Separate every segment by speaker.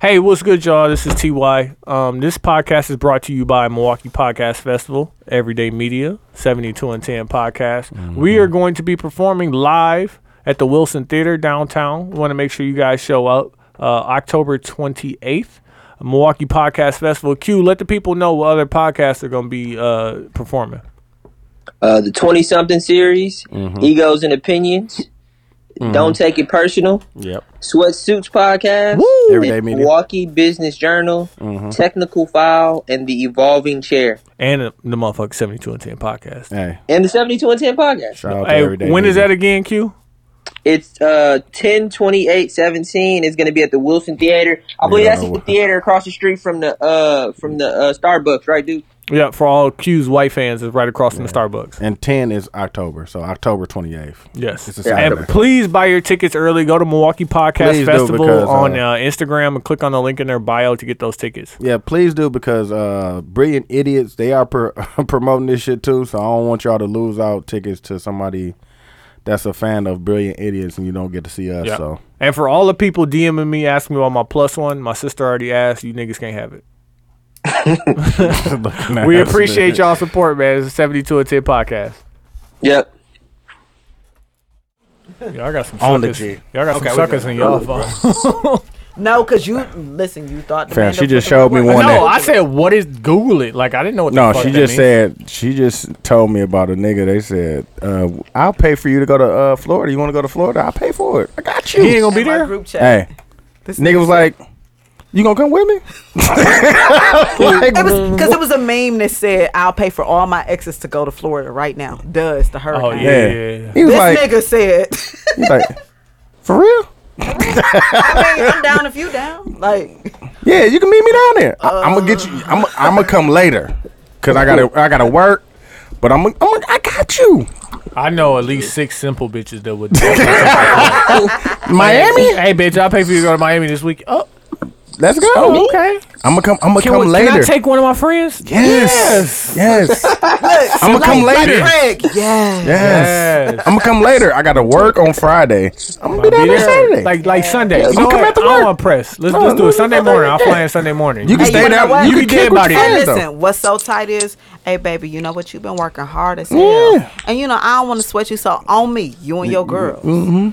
Speaker 1: Hey, what's good, y'all? This is TY. Um, this podcast is brought to you by Milwaukee Podcast Festival, Everyday Media, 72 and 10 Podcast. We
Speaker 2: Mm-hmm.
Speaker 1: are going to be performing live at the Wilson Theater downtown. We want to make sure you guys show up uh, October 28th. Milwaukee Podcast Festival. Q, let the people know what other podcasts are going to be uh, performing.
Speaker 3: uh, the 20 something series,
Speaker 2: Mm-hmm.
Speaker 3: Egos and Opinions, Don't Take It Personal,
Speaker 2: Yep.
Speaker 3: Sweatsuits Podcast,
Speaker 1: Woo!
Speaker 2: Everyday
Speaker 3: the
Speaker 2: media. Mm-hmm.
Speaker 3: Milwaukee Business Journal, Technical File, and The Evolving Chair,
Speaker 1: And the the motherfucking 72 and 10 Podcast.
Speaker 2: Hey,
Speaker 3: and the 72 and 10 Podcast.
Speaker 2: shout out to
Speaker 1: Hey,
Speaker 2: everyday.
Speaker 1: when is
Speaker 2: media.
Speaker 1: that again, Q?
Speaker 3: It's uh, 10 28 17. It's going to be at the Wilson Theater. I believe
Speaker 2: don't
Speaker 3: that's
Speaker 2: know
Speaker 3: the
Speaker 2: wh-
Speaker 3: theater across the street from the uh, from the uh, Starbucks, right, dude?
Speaker 1: Yeah, for all Q's white fans, it's right across from the Starbucks.
Speaker 2: And ten is October, so October twenty eighth.
Speaker 1: Yes.
Speaker 2: It's a
Speaker 1: and
Speaker 2: Saturday.
Speaker 1: please buy your tickets early. Go to Milwaukee Podcast
Speaker 2: Please do,
Speaker 1: Festival
Speaker 2: because, uh,
Speaker 1: on uh, Instagram and click on the link in their bio to get those tickets.
Speaker 2: Yeah, please do because uh, brilliant idiots they are pro- promoting this shit too. So I don't want y'all to lose out tickets to somebody that's a fan of brilliant idiots and you don't get to see us.
Speaker 1: Yeah.
Speaker 2: So
Speaker 1: And for all the people DMing me, asking me about my plus one, my sister already asked. You niggas can't have it. We appreciate y'all support, man. It's a 72 and 10 podcast.
Speaker 3: Yep.
Speaker 1: Y'all got some
Speaker 2: On the
Speaker 1: suckers.
Speaker 2: G.
Speaker 1: Y'all got some suckers in y'all phone.
Speaker 4: No, because you listen. You thought. the
Speaker 2: Fam,
Speaker 4: man
Speaker 2: she
Speaker 4: that
Speaker 2: just
Speaker 4: put the
Speaker 2: showed me
Speaker 4: work-
Speaker 2: one
Speaker 1: no,
Speaker 2: that-
Speaker 1: I said, what is Google it? Like, I didn't know what
Speaker 2: No,
Speaker 1: the fuck
Speaker 2: she
Speaker 1: that
Speaker 2: just
Speaker 1: means.
Speaker 2: said she just told me about a nigga. They said uh, I'll pay for you to go to uh, Florida. You want to go to Florida? I'll pay for it. I got you.
Speaker 1: He ain't gonna be
Speaker 4: in my
Speaker 1: there?
Speaker 4: Group chat.
Speaker 2: Hey,
Speaker 4: This
Speaker 2: nigga was like, "You gonna come with me?" Like,
Speaker 4: It was because it was a meme that said, "I'll pay for all my exes to go to Florida right now." Does the hurricane?
Speaker 1: Oh,
Speaker 2: yeah.
Speaker 1: yeah.
Speaker 2: He was
Speaker 4: This
Speaker 2: like,
Speaker 4: nigga said,
Speaker 2: he was like, "For real?
Speaker 4: "I mean, I'm down if you down." Like,
Speaker 2: Yeah, you can meet me down there. I, am gonna get you. I'm I'm gonna come later, cause I gotta I gotta work. But I'm, I'm I got you,
Speaker 1: I know at least six simple bitches that would.
Speaker 2: Miami.
Speaker 1: hey, bitch, I'll pay for you to go to Miami this week. Oh,
Speaker 2: Let's go.
Speaker 1: okay.
Speaker 2: I'm gonna come. I'm gonna
Speaker 1: Can,
Speaker 2: come
Speaker 1: we,
Speaker 2: later.
Speaker 1: can I take one of my friends?
Speaker 2: yes. Yes. I'm gonna come later.
Speaker 4: Craig, yeah.
Speaker 2: Yes.
Speaker 1: Yes.
Speaker 2: I'm gonna come later. I gotta work on Friday. I'm gonna be down
Speaker 1: Be
Speaker 2: there
Speaker 1: there.
Speaker 2: Saturday.
Speaker 1: Like like Sunday. You
Speaker 2: I'm
Speaker 1: know
Speaker 2: coming
Speaker 1: what?
Speaker 2: after
Speaker 1: I don't
Speaker 2: work.
Speaker 1: want to press. Let's,
Speaker 2: No,
Speaker 1: let's do it
Speaker 2: let's
Speaker 1: Sunday
Speaker 2: do it.
Speaker 1: morning. I'll
Speaker 2: Yeah.
Speaker 1: fly in Sunday morning.
Speaker 2: you can
Speaker 4: Hey,
Speaker 2: stay
Speaker 4: you know
Speaker 2: there.
Speaker 4: what?
Speaker 2: You
Speaker 4: You
Speaker 2: can
Speaker 1: be dead
Speaker 2: kick with
Speaker 1: by
Speaker 2: your
Speaker 1: then.
Speaker 4: And
Speaker 2: friends
Speaker 4: listen,
Speaker 2: though.
Speaker 4: what's so tight is, hey baby, you know what? You've been working hard as
Speaker 2: Yeah.
Speaker 4: hell, and you know I don't want to sweat you. So on me, you and your girls. Mm-hmm.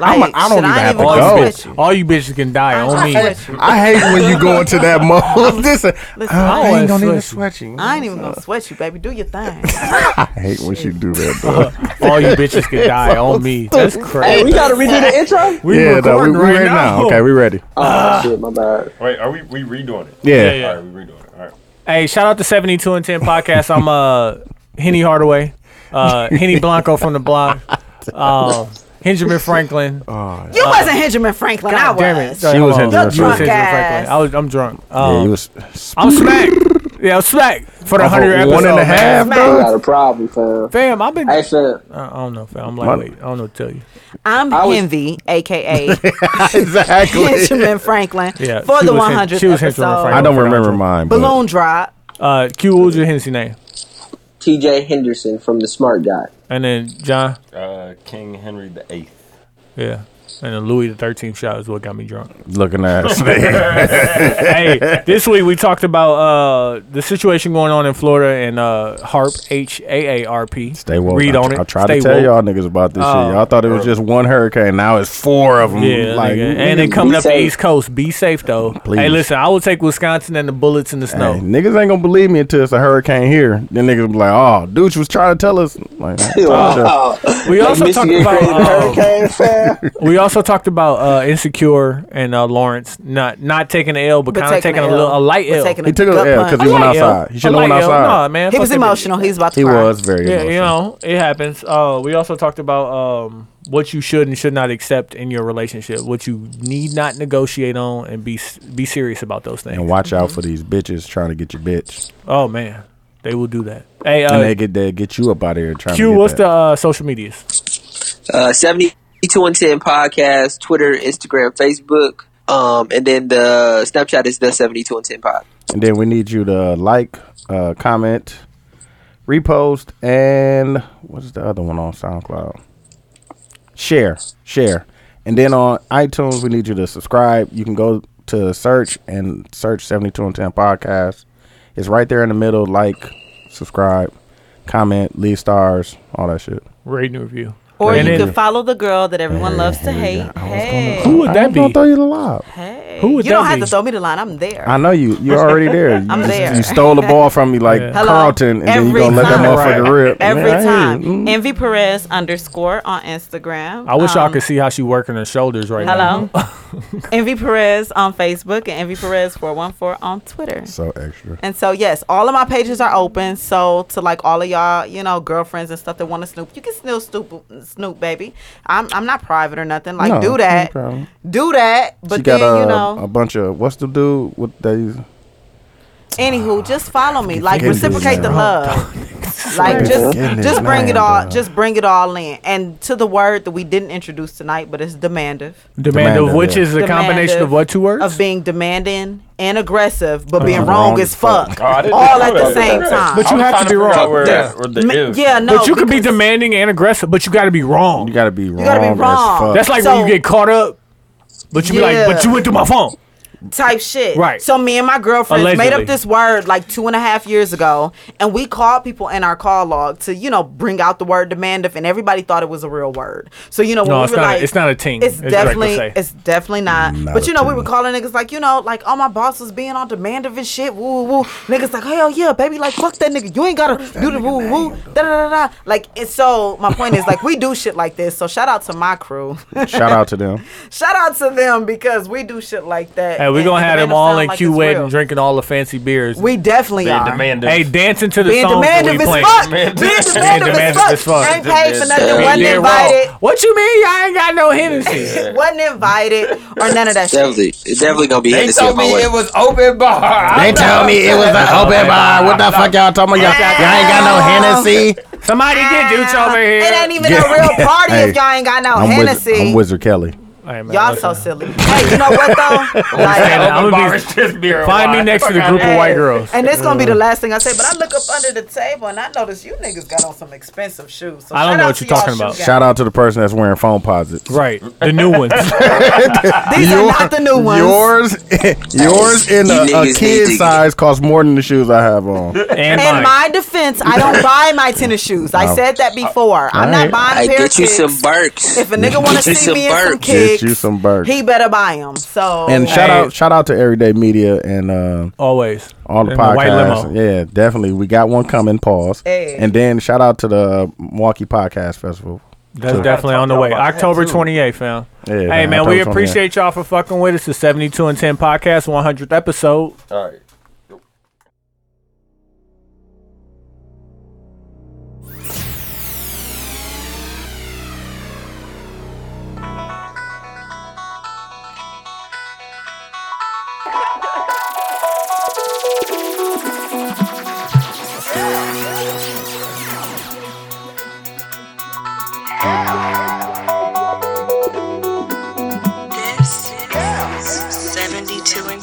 Speaker 2: I'm a-
Speaker 4: Like,
Speaker 2: I don't
Speaker 4: shit,
Speaker 2: even have to
Speaker 1: all,
Speaker 4: gonna
Speaker 2: go.
Speaker 1: you
Speaker 4: sweat
Speaker 1: bitches,
Speaker 4: you.
Speaker 1: all you bitches can die
Speaker 4: I
Speaker 1: on
Speaker 4: ain't
Speaker 1: me.
Speaker 4: gonna sweat you.
Speaker 2: I hate when you go into that mode. Listen,
Speaker 4: Listen,
Speaker 2: "Ah, I,
Speaker 1: I
Speaker 2: ain't
Speaker 1: wanna
Speaker 2: gonna even
Speaker 1: sweat
Speaker 2: sweat you.
Speaker 4: I ain't even gonna sweat you, baby. Do your thing.
Speaker 2: I hate when she do that. Though.
Speaker 1: All you bitches can die on me. That's
Speaker 3: Hey,
Speaker 1: crazy.
Speaker 3: we got to redo the intro?
Speaker 1: We
Speaker 2: yeah, though, we,
Speaker 1: recording Um,
Speaker 2: we ready now. Okay, we ready. Ah.
Speaker 3: Oh, shit, my bad.
Speaker 5: Wait, are we we redoing it?
Speaker 2: Yeah.
Speaker 1: Yeah, yeah.
Speaker 5: All right, we redoing it. All right.
Speaker 1: Hey, shout out to 72 and 10 podcast. I'm uh Henny Hardaway. Uh Henny Blanco from the block. Um Benjamin Franklin.
Speaker 4: You wasn't Benjamin Franklin. I was.
Speaker 1: Uh, damn it. Sorry,
Speaker 2: She Uh, was
Speaker 1: hold
Speaker 2: Henjamin
Speaker 1: on. You was Henjamin
Speaker 2: Franklin.
Speaker 4: Drunk
Speaker 1: Franklin.
Speaker 4: ass.
Speaker 1: I was I'm drunk.
Speaker 2: yeah,
Speaker 1: Um,
Speaker 2: you was
Speaker 1: I'm smack. Yeah, I'm smack for the
Speaker 2: Off of
Speaker 1: hundred episode.
Speaker 2: one and a half,
Speaker 1: man.
Speaker 3: I
Speaker 2: dog.
Speaker 3: got a problem, fam.
Speaker 1: Fam, I've been
Speaker 3: Hey, fam.
Speaker 1: I I don't know, fam. I'm
Speaker 2: My-
Speaker 1: like, wait, I don't know what to tell you.
Speaker 4: I'm
Speaker 3: was-
Speaker 4: Henvy, aka
Speaker 2: exactly.
Speaker 4: Benjamin Franklin,
Speaker 1: Yeah,
Speaker 4: for
Speaker 1: she
Speaker 4: the
Speaker 1: was Hen-
Speaker 4: 100th
Speaker 1: she was Benjamin
Speaker 4: episode.
Speaker 1: Franklin.
Speaker 2: I don't remember mine. But
Speaker 4: Balloon drop.
Speaker 1: Uh, Q, what was your Hennessy name?
Speaker 3: TJ Henderson from The Smart Guy.
Speaker 1: And then John,
Speaker 5: Uh, King Henry the Eighth.
Speaker 1: yeah. And then Louis the Thirteenth shot is what got me drunk.
Speaker 2: looking at
Speaker 1: hey, this week we talked about uh, the situation going on in Florida and uh, HARP, H A A R P.
Speaker 2: Stay woke.
Speaker 1: Read
Speaker 2: I,
Speaker 1: on it.
Speaker 2: I tried
Speaker 1: Stay
Speaker 2: to tell
Speaker 1: woke. Oh,
Speaker 2: y'all niggas about this shit. Y'all thought it was just one hurricane. Now it's four of them.
Speaker 1: Yeah,
Speaker 2: Mm, like,
Speaker 1: nigga.
Speaker 2: niggas-
Speaker 1: and then coming
Speaker 3: be
Speaker 1: up the
Speaker 3: safe.
Speaker 1: East Coast. Be safe though. Hey,
Speaker 2: Please.
Speaker 1: listen, I will take Wisconsin and the bullets in the
Speaker 2: hey,
Speaker 1: snow.
Speaker 2: niggas ain't gonna believe me until it's a hurricane here. Then niggas be like, "Oh, dude, you was trying to tell us." Like, I
Speaker 1: Oh.
Speaker 2: told ya.
Speaker 1: We also talked about, um,
Speaker 3: hurricane, fam.
Speaker 1: We also talked about uh, insecure and uh, Lawrence not not taking an L, but,
Speaker 4: But
Speaker 1: kind of taking a
Speaker 4: an
Speaker 1: little
Speaker 4: L.
Speaker 1: a light
Speaker 4: But
Speaker 1: L.
Speaker 4: taking
Speaker 2: he took
Speaker 4: gut
Speaker 2: a L
Speaker 4: punch.
Speaker 2: because he went
Speaker 1: Light L.
Speaker 2: outside. He should
Speaker 1: A
Speaker 2: have went
Speaker 1: light L.
Speaker 2: outside.
Speaker 1: Nah, man,
Speaker 4: He
Speaker 1: fuck
Speaker 4: was
Speaker 1: that bitch.
Speaker 4: emotional. He was about to
Speaker 2: He
Speaker 4: cry.
Speaker 2: was very.
Speaker 1: Yeah,
Speaker 2: emotional.
Speaker 1: you know it happens. Uh, we also talked about um, what you should and should not accept in your relationship, what you need not negotiate on, and be s- be serious about those things.
Speaker 2: And watch out for these bitches trying to get your bitch,
Speaker 1: Oh man, they will do that. Hey,
Speaker 2: and they
Speaker 1: uh,
Speaker 2: get they get you up out of here trying.
Speaker 1: Q,
Speaker 2: to get
Speaker 1: what's
Speaker 2: that.
Speaker 1: the uh, social medias?
Speaker 3: uh, 72 and 10 podcast, Twitter, Instagram, Facebook. Um, and then the Snapchat is the 72 and 10 pod.
Speaker 2: And then we need you to like, uh, comment, repost, and what's the other one on SoundCloud? Share, share. And then on iTunes, we need you to subscribe. You can go to search and search 72 and 10 podcast. It's right there in the middle. Like, subscribe, comment, leave stars, all that shit.
Speaker 1: Rate and review.
Speaker 4: Or
Speaker 1: And
Speaker 4: you
Speaker 1: then-
Speaker 4: can follow the girl that everyone loves to hate. Hey,
Speaker 1: Who would
Speaker 2: I
Speaker 1: that
Speaker 2: ain't gonna
Speaker 1: be?
Speaker 2: throw you the lob.
Speaker 4: hey.
Speaker 1: who would
Speaker 4: you don't
Speaker 1: that
Speaker 4: have
Speaker 1: be?
Speaker 4: to throw me the line. I'm there.
Speaker 2: I know you. You already there. You,
Speaker 4: I'm
Speaker 2: you-
Speaker 4: there.
Speaker 2: You stole the ball from me like
Speaker 1: Yeah.
Speaker 4: Hello.
Speaker 2: Carlton, and then you
Speaker 4: Every
Speaker 2: gonna let that
Speaker 4: time.
Speaker 2: motherfucker
Speaker 1: Right.
Speaker 2: rip
Speaker 4: Every
Speaker 2: Man, hey,
Speaker 4: time.
Speaker 2: mm.
Speaker 4: Envy Perez underscore on Instagram.
Speaker 1: I wish I
Speaker 4: Um,
Speaker 1: could see how she working her shoulders right now.
Speaker 4: Hello. Envy Perez on Facebook and Envy Perez 414 on Twitter.
Speaker 2: So extra.
Speaker 4: And so yes, all of my pages are open. So to like all of y'all, you know, girlfriends and stuff that want to snoop, you can still snoop, snoop, baby. I'm I'm not private or nothing. Like
Speaker 2: No,
Speaker 4: do that,
Speaker 2: no problem.
Speaker 4: do that. But
Speaker 2: she
Speaker 4: then
Speaker 2: got a,
Speaker 4: you
Speaker 2: a
Speaker 4: know,
Speaker 2: bunch of what's the dude with that?
Speaker 4: anywho, just follow me. Like
Speaker 2: forgetting this
Speaker 4: reciprocate the
Speaker 2: now.
Speaker 4: love. like
Speaker 2: Keep
Speaker 4: just
Speaker 2: forgetting this
Speaker 4: just bring it
Speaker 2: now,
Speaker 4: all
Speaker 2: dog.
Speaker 4: just bring it all in. And to the word that we didn't introduce tonight, but it's demandative
Speaker 1: Demand of
Speaker 2: Demanda,
Speaker 1: which
Speaker 2: yeah.
Speaker 1: is a combination of
Speaker 4: Demandative,
Speaker 1: what two words?
Speaker 4: of being demanding and aggressive, but being
Speaker 2: Uh-huh.
Speaker 4: wrong,
Speaker 2: Wrong
Speaker 4: as
Speaker 2: as fuck.
Speaker 4: fuck,
Speaker 5: Oh, I didn't
Speaker 4: all
Speaker 5: know
Speaker 4: at the
Speaker 5: that.
Speaker 4: same
Speaker 5: Right.
Speaker 4: time.
Speaker 1: But you
Speaker 5: I was
Speaker 1: have
Speaker 5: trying
Speaker 1: to be
Speaker 5: figure out
Speaker 1: wrong.
Speaker 5: Where,
Speaker 3: Yeah.
Speaker 5: where the
Speaker 4: Ma-
Speaker 5: is.
Speaker 4: yeah, no.
Speaker 1: but you could be
Speaker 4: because-
Speaker 1: demanding and aggressive, but you got to be wrong.
Speaker 2: You gotta be wrong.
Speaker 4: gotta be
Speaker 2: as
Speaker 4: wrong.
Speaker 2: fuck.
Speaker 1: That's like
Speaker 4: So-
Speaker 1: when you get caught up, but you be
Speaker 4: Yeah.
Speaker 1: like, but you went through my phone.
Speaker 4: type shit.
Speaker 1: Right.
Speaker 4: So me and my girlfriends made
Speaker 1: Allegedly.
Speaker 4: up this word like two and a half years ago, and we called people in our call log to you know bring out the word demandative, and everybody thought it was a real word. So you know when
Speaker 1: No,
Speaker 4: we
Speaker 1: it's
Speaker 4: were
Speaker 1: not a-
Speaker 4: like,
Speaker 1: it's not a ting,
Speaker 4: It's
Speaker 1: as Drake would
Speaker 4: definitely
Speaker 1: say.
Speaker 4: it's definitely not.
Speaker 2: Not
Speaker 4: but you
Speaker 2: a
Speaker 4: know we
Speaker 2: ting.
Speaker 4: were calling niggas like you know like oh my boss was being on demandative and shit. Woo woo. woo. Niggas like hell yeah baby like fuck that nigga. You ain't gotta do the woo woo. Da da da da. Like and so my point is like we do shit like this. So shout out to my crew.
Speaker 2: Shout out to them.
Speaker 4: Shout out to them because we do shit like that.
Speaker 1: Hey, we're
Speaker 4: And
Speaker 1: gonna
Speaker 4: it
Speaker 1: have
Speaker 4: made
Speaker 1: them all
Speaker 4: sound
Speaker 1: in
Speaker 4: like
Speaker 1: Q
Speaker 4: it's
Speaker 1: wed
Speaker 4: real.
Speaker 1: and drinking all the fancy beers.
Speaker 4: We definitely
Speaker 5: Being
Speaker 4: are.
Speaker 5: demanding.
Speaker 1: hey, dancing to the
Speaker 4: Being
Speaker 1: songs that
Speaker 4: demanded
Speaker 1: we
Speaker 4: as
Speaker 1: playing.
Speaker 4: fuck. Being
Speaker 5: Being
Speaker 4: demanded as fuck.
Speaker 1: as fuck.
Speaker 4: Ain't paid for nothing.
Speaker 3: Being
Speaker 4: Wasn't
Speaker 1: Being dead
Speaker 4: invited.
Speaker 1: wrong. What you mean? Y'all ain't got no Hennessy.
Speaker 4: Wasn't invited or none of that shit.
Speaker 3: Definitely, it's definitely gonna be
Speaker 5: They
Speaker 3: Hennessy
Speaker 5: told
Speaker 3: on my
Speaker 5: me
Speaker 3: way.
Speaker 5: it was open bar.
Speaker 2: They
Speaker 5: I'm
Speaker 2: tell
Speaker 5: not-
Speaker 2: me it was an open bar. What the fuck y'all talking about? Y'all, y'all ain't
Speaker 4: Oh,
Speaker 2: got no Hennessy.
Speaker 1: Somebody get Deuce over here.
Speaker 4: Ah, It ain't even
Speaker 2: Yeah.
Speaker 4: a real party
Speaker 2: Hey,
Speaker 4: if y'all ain't got no
Speaker 2: I'm
Speaker 4: Hennessy.
Speaker 2: Wizard, I'm Wizard Kelly.
Speaker 1: Hey, man,
Speaker 4: y'all
Speaker 1: listen.
Speaker 4: so silly. Hey, you know what though?
Speaker 1: saying
Speaker 4: Like,
Speaker 1: that. I'ma
Speaker 5: Open
Speaker 1: be-
Speaker 5: bar is just beer and
Speaker 1: Find me
Speaker 5: wine.
Speaker 1: next to
Speaker 5: Fuck
Speaker 1: the
Speaker 5: outta
Speaker 1: group
Speaker 5: here.
Speaker 1: of white girls.
Speaker 4: and this gonna be the last thing I say, but I look up under the table and I notice you niggas got on some expensive shoes. So
Speaker 1: I don't
Speaker 4: shout
Speaker 1: know
Speaker 4: out
Speaker 1: what
Speaker 4: to
Speaker 1: you're
Speaker 4: y'all
Speaker 1: talking
Speaker 4: shoe
Speaker 1: about.
Speaker 4: guys.
Speaker 2: Shout out to the person that's wearing phone posits.
Speaker 1: Right, the new ones.
Speaker 4: These are not the new ones.
Speaker 2: Yours, yours in
Speaker 3: You
Speaker 2: a, a
Speaker 3: niggas need
Speaker 2: kid
Speaker 3: to-
Speaker 2: size cost more than the shoes I have on.
Speaker 1: and
Speaker 4: In
Speaker 1: mine.
Speaker 4: my defense, I don't buy my tennis shoes. I
Speaker 2: Oh.
Speaker 4: said that before. I'm
Speaker 2: Alright.
Speaker 4: not buying
Speaker 3: I
Speaker 4: a pair of
Speaker 3: get you
Speaker 4: kicks.
Speaker 3: some Burks.
Speaker 4: If a nigga want to
Speaker 3: Get you
Speaker 4: see
Speaker 3: some
Speaker 4: me in some
Speaker 3: Burks.
Speaker 4: kicks,
Speaker 2: Get you some Burks.
Speaker 4: he better buy them. So
Speaker 2: And shout
Speaker 1: Hey.
Speaker 2: out, shout out to Everyday Media and uh,
Speaker 1: Always.
Speaker 2: all the
Speaker 1: And my white
Speaker 2: podcasts.
Speaker 1: limo.
Speaker 2: Yeah, definitely. We got one coming. Pause.
Speaker 4: Hey.
Speaker 2: And then shout out to the Milwaukee Podcast Festival.
Speaker 1: That's definitely on the way. October 28th, man.
Speaker 2: Yeah,
Speaker 1: hey,
Speaker 2: man,
Speaker 1: man, we
Speaker 2: October
Speaker 1: appreciate y'all for fucking with us. The 72 and 10 podcast, 100th episode.
Speaker 5: All right.
Speaker 6: This is 72 and 10.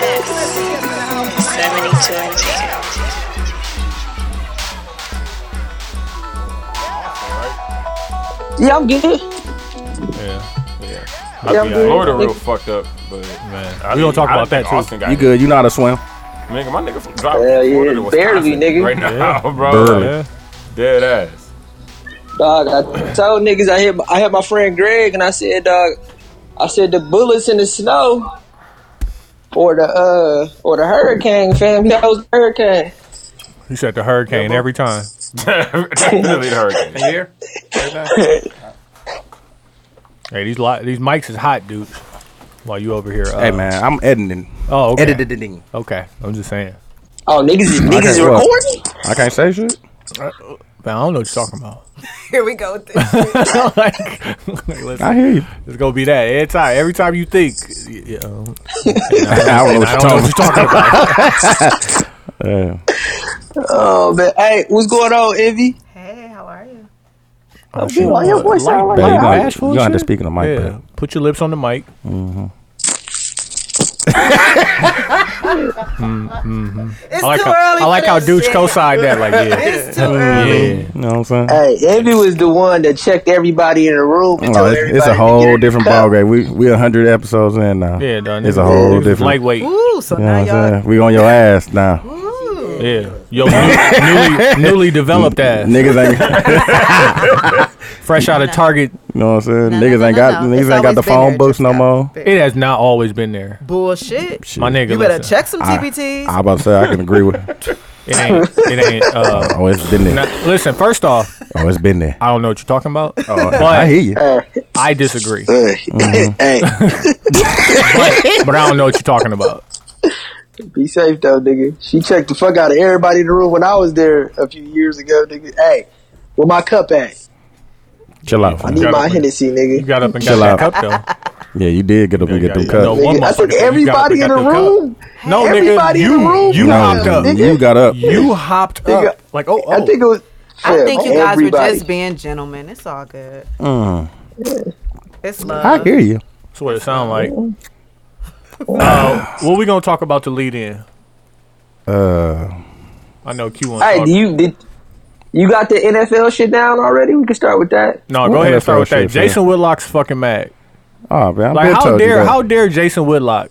Speaker 6: This is 72 and 10.
Speaker 3: Yeah, I'm good.
Speaker 5: Yeah,
Speaker 3: I'm good.
Speaker 5: Florida real fucked up, but
Speaker 1: Man,
Speaker 5: I
Speaker 1: we don't
Speaker 5: don't
Speaker 1: talk about that, too.
Speaker 5: Austin got
Speaker 2: You
Speaker 5: hit.
Speaker 2: good? You know how to swim?
Speaker 5: Nigga, my nigga from driving
Speaker 3: Hell
Speaker 5: from
Speaker 3: yeah,
Speaker 5: Florida to
Speaker 3: barely,
Speaker 5: Wisconsin
Speaker 3: nigga.
Speaker 5: Right now, bro.
Speaker 2: Barely.
Speaker 1: Yeah.
Speaker 5: Dead ass.
Speaker 3: Dog, I told niggas I hit I hit my friend Greg and I said, dog, I said the bullets in the snow or the uh or the hurricane, fam. That was the hurricane.
Speaker 1: You said the hurricane every time.
Speaker 5: That's really the hurricane.
Speaker 7: Here?
Speaker 1: Hey, these li- these mics is hot, dude. While you over here. uh,
Speaker 2: Hey man, I'm editing.
Speaker 1: Oh, okay.
Speaker 2: Editing.
Speaker 1: Okay, I'm just saying.
Speaker 3: Oh, niggas is
Speaker 2: Mm,
Speaker 3: niggas is
Speaker 2: well-
Speaker 3: recording?
Speaker 2: I can't say shit.
Speaker 1: Man, I don't know what you're talking about.
Speaker 4: here we go. With this.
Speaker 1: like, like, listen,
Speaker 2: I hear you.
Speaker 1: it's gonna be that. Every time, every time you think, y- you know,
Speaker 2: I don't know what
Speaker 1: I
Speaker 2: you're
Speaker 1: don't know what
Speaker 2: talking
Speaker 1: you're talking about.
Speaker 2: about.
Speaker 3: Oh man. Hey, what's going on, Envy?
Speaker 4: hey, how are you?
Speaker 2: Oh, shit.
Speaker 3: Why your voice sound like
Speaker 2: Babe, you
Speaker 3: that?
Speaker 2: gonna-
Speaker 1: Asheville
Speaker 2: you gonna have to
Speaker 1: shit?
Speaker 2: speak in the mic,
Speaker 1: Yeah, put your lips on the mic.
Speaker 4: It's
Speaker 1: I like
Speaker 4: too
Speaker 1: how,
Speaker 4: early.
Speaker 1: I like
Speaker 4: for
Speaker 1: how
Speaker 4: that
Speaker 1: Dooch
Speaker 4: shit.
Speaker 1: co-signed that. Like, yeah,
Speaker 4: It's too
Speaker 2: Mm.
Speaker 4: early.
Speaker 1: yeah.
Speaker 2: You know what I'm saying?
Speaker 3: Hey, Envy was the one that checked everybody in the room. and
Speaker 2: Oh,
Speaker 3: told
Speaker 2: it's, it's
Speaker 3: everybody
Speaker 2: a
Speaker 3: to get
Speaker 2: whole
Speaker 3: in the
Speaker 2: different
Speaker 3: cup.
Speaker 2: ballgame. We we hundred episodes in now.
Speaker 1: Yeah, done.
Speaker 2: It's a whole
Speaker 1: Niggas
Speaker 2: different-
Speaker 1: lightweight.
Speaker 4: Ooh, so
Speaker 2: You know
Speaker 4: now
Speaker 2: what I'm
Speaker 4: y'all.
Speaker 2: saying? We on your ass now.
Speaker 1: Yeah, yo, new, newly, newly developed ass,
Speaker 2: Niggas ain't
Speaker 1: fresh out of Target.
Speaker 2: you know what I'm saying?
Speaker 4: No, no,
Speaker 2: niggas
Speaker 4: no,
Speaker 2: ain't
Speaker 4: no,
Speaker 2: got
Speaker 4: no.
Speaker 2: niggas
Speaker 4: It's
Speaker 2: ain't got the
Speaker 4: always been
Speaker 2: phone
Speaker 4: there,
Speaker 2: books
Speaker 4: just
Speaker 2: no
Speaker 4: got
Speaker 2: more.
Speaker 4: big.
Speaker 1: It has not always been there,
Speaker 4: Bullshit.
Speaker 1: my nigga.
Speaker 4: You better
Speaker 1: listen,
Speaker 4: check some TBTs.
Speaker 2: I about to say I can agree with
Speaker 1: It ain't. It ain't. Uh,
Speaker 2: Oh, it's been there.
Speaker 1: not- listen. First off,
Speaker 2: Oh, it's been there.
Speaker 1: I don't know what you're talking about, but
Speaker 2: I hear you.
Speaker 1: I disagree.
Speaker 2: Mm-hmm.
Speaker 3: Hey,
Speaker 1: but I don't know what you're talking about.
Speaker 3: be safe though, nigga. She checked the fuck out of everybody in the room when I was there a few years ago, nigga. Hey, where my cup at?
Speaker 2: Chill out.
Speaker 3: I
Speaker 2: fam.
Speaker 3: need
Speaker 1: Got
Speaker 3: my
Speaker 1: it.
Speaker 3: Hennessy,
Speaker 1: You
Speaker 3: nigga.
Speaker 1: got up and
Speaker 2: Chill
Speaker 1: got
Speaker 2: out.
Speaker 1: that cup
Speaker 2: Yeah, you did get up and
Speaker 5: Yeah,
Speaker 2: get them
Speaker 5: yeah, yeah.
Speaker 1: though.
Speaker 2: cups.
Speaker 1: One
Speaker 3: Nigga, I
Speaker 1: motherfucker
Speaker 3: took
Speaker 1: said you got up
Speaker 3: everybody
Speaker 1: and
Speaker 3: in the
Speaker 1: got that cup.
Speaker 3: room.
Speaker 1: No, nigga,
Speaker 3: Everybody in
Speaker 1: you
Speaker 3: the room.
Speaker 1: you
Speaker 2: No,
Speaker 1: hopped up.
Speaker 3: nigga.
Speaker 2: You got up.
Speaker 1: You hopped up.
Speaker 3: Nigga,
Speaker 1: like oh, oh.
Speaker 3: I think it was.
Speaker 4: I think you guys were
Speaker 3: everybody.
Speaker 4: just being gentlemen. It's all good.
Speaker 2: Mm.
Speaker 4: It's
Speaker 2: I
Speaker 4: love.
Speaker 2: hear you.
Speaker 1: That's what it sounded like. uh, what we gonna talk about to lead in?
Speaker 2: Uh,
Speaker 1: I know Q one.
Speaker 3: Hey, do you did you got the NFL shit down already? We can start with that.
Speaker 1: no,
Speaker 2: What
Speaker 1: go ahead and
Speaker 2: NFL
Speaker 1: start with that.
Speaker 2: shit, fam?
Speaker 1: Jason Whitlock's fucking mad.
Speaker 2: oh man, I'm
Speaker 1: Like how
Speaker 2: told you
Speaker 1: dare
Speaker 2: that.
Speaker 1: how dare Jason Whitlock?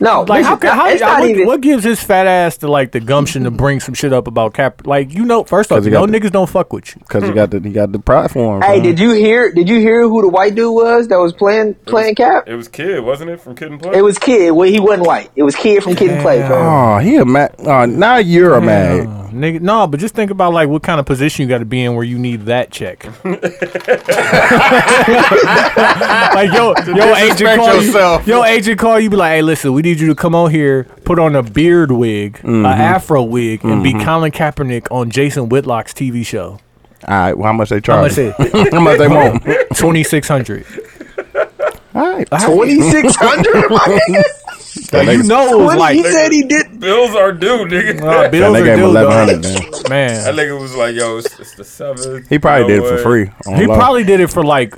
Speaker 3: No,
Speaker 1: Like
Speaker 3: listen,
Speaker 1: how can how
Speaker 3: it's
Speaker 1: I-
Speaker 3: not
Speaker 1: what,
Speaker 3: even.
Speaker 1: what gives his fat ass the like the gumption to bring some shit up about cap? Like you know, first off,
Speaker 2: 'Cause he
Speaker 1: no
Speaker 2: got the-
Speaker 1: niggas don't fuck with you.
Speaker 2: Cause he got the he got the platform.
Speaker 3: Hey,
Speaker 2: fam.
Speaker 3: did you hear? Did you hear who the white dude was that was playing playing cap?
Speaker 5: It was Kid, wasn't it? From Kid and Play?
Speaker 3: It was Kid. Well, he wasn't white. It was Kid from Kid and Play. fam.
Speaker 2: Oh, he a mad. Oh, now you're a mad.
Speaker 1: Uh, nigga, no, but just think about like what kind of position you got to be in where you need that check. like yo, yo agent call
Speaker 2: yourself.
Speaker 1: you, yo agent call you be like, hey, listen, we need you to come on here, put on a beard wig,
Speaker 2: Mm-hmm.
Speaker 1: a afro wig, and be Colin Kaepernick on Jason Whitlock's TV show.
Speaker 2: All right, well, how much they
Speaker 1: How
Speaker 2: charge?
Speaker 1: much it?
Speaker 2: how much they want?
Speaker 1: Twenty six hundred.
Speaker 2: All right,
Speaker 3: Twenty six hundred, my nigga.
Speaker 1: You know, it was
Speaker 3: 20 he
Speaker 1: like
Speaker 3: said he did.
Speaker 5: Bills are due, nigga.
Speaker 1: uh,
Speaker 2: Yeah,
Speaker 1: bills
Speaker 2: they
Speaker 1: are
Speaker 2: gave him
Speaker 1: due,
Speaker 2: eleven
Speaker 1: dog.
Speaker 2: hundred. Man,
Speaker 5: that
Speaker 1: man.
Speaker 5: nigga was like, yo, it's, it's the seventh.
Speaker 2: he probably
Speaker 5: you
Speaker 2: did
Speaker 5: know
Speaker 2: it for
Speaker 5: what?
Speaker 2: free. on
Speaker 1: He
Speaker 2: low.
Speaker 1: probably did it for like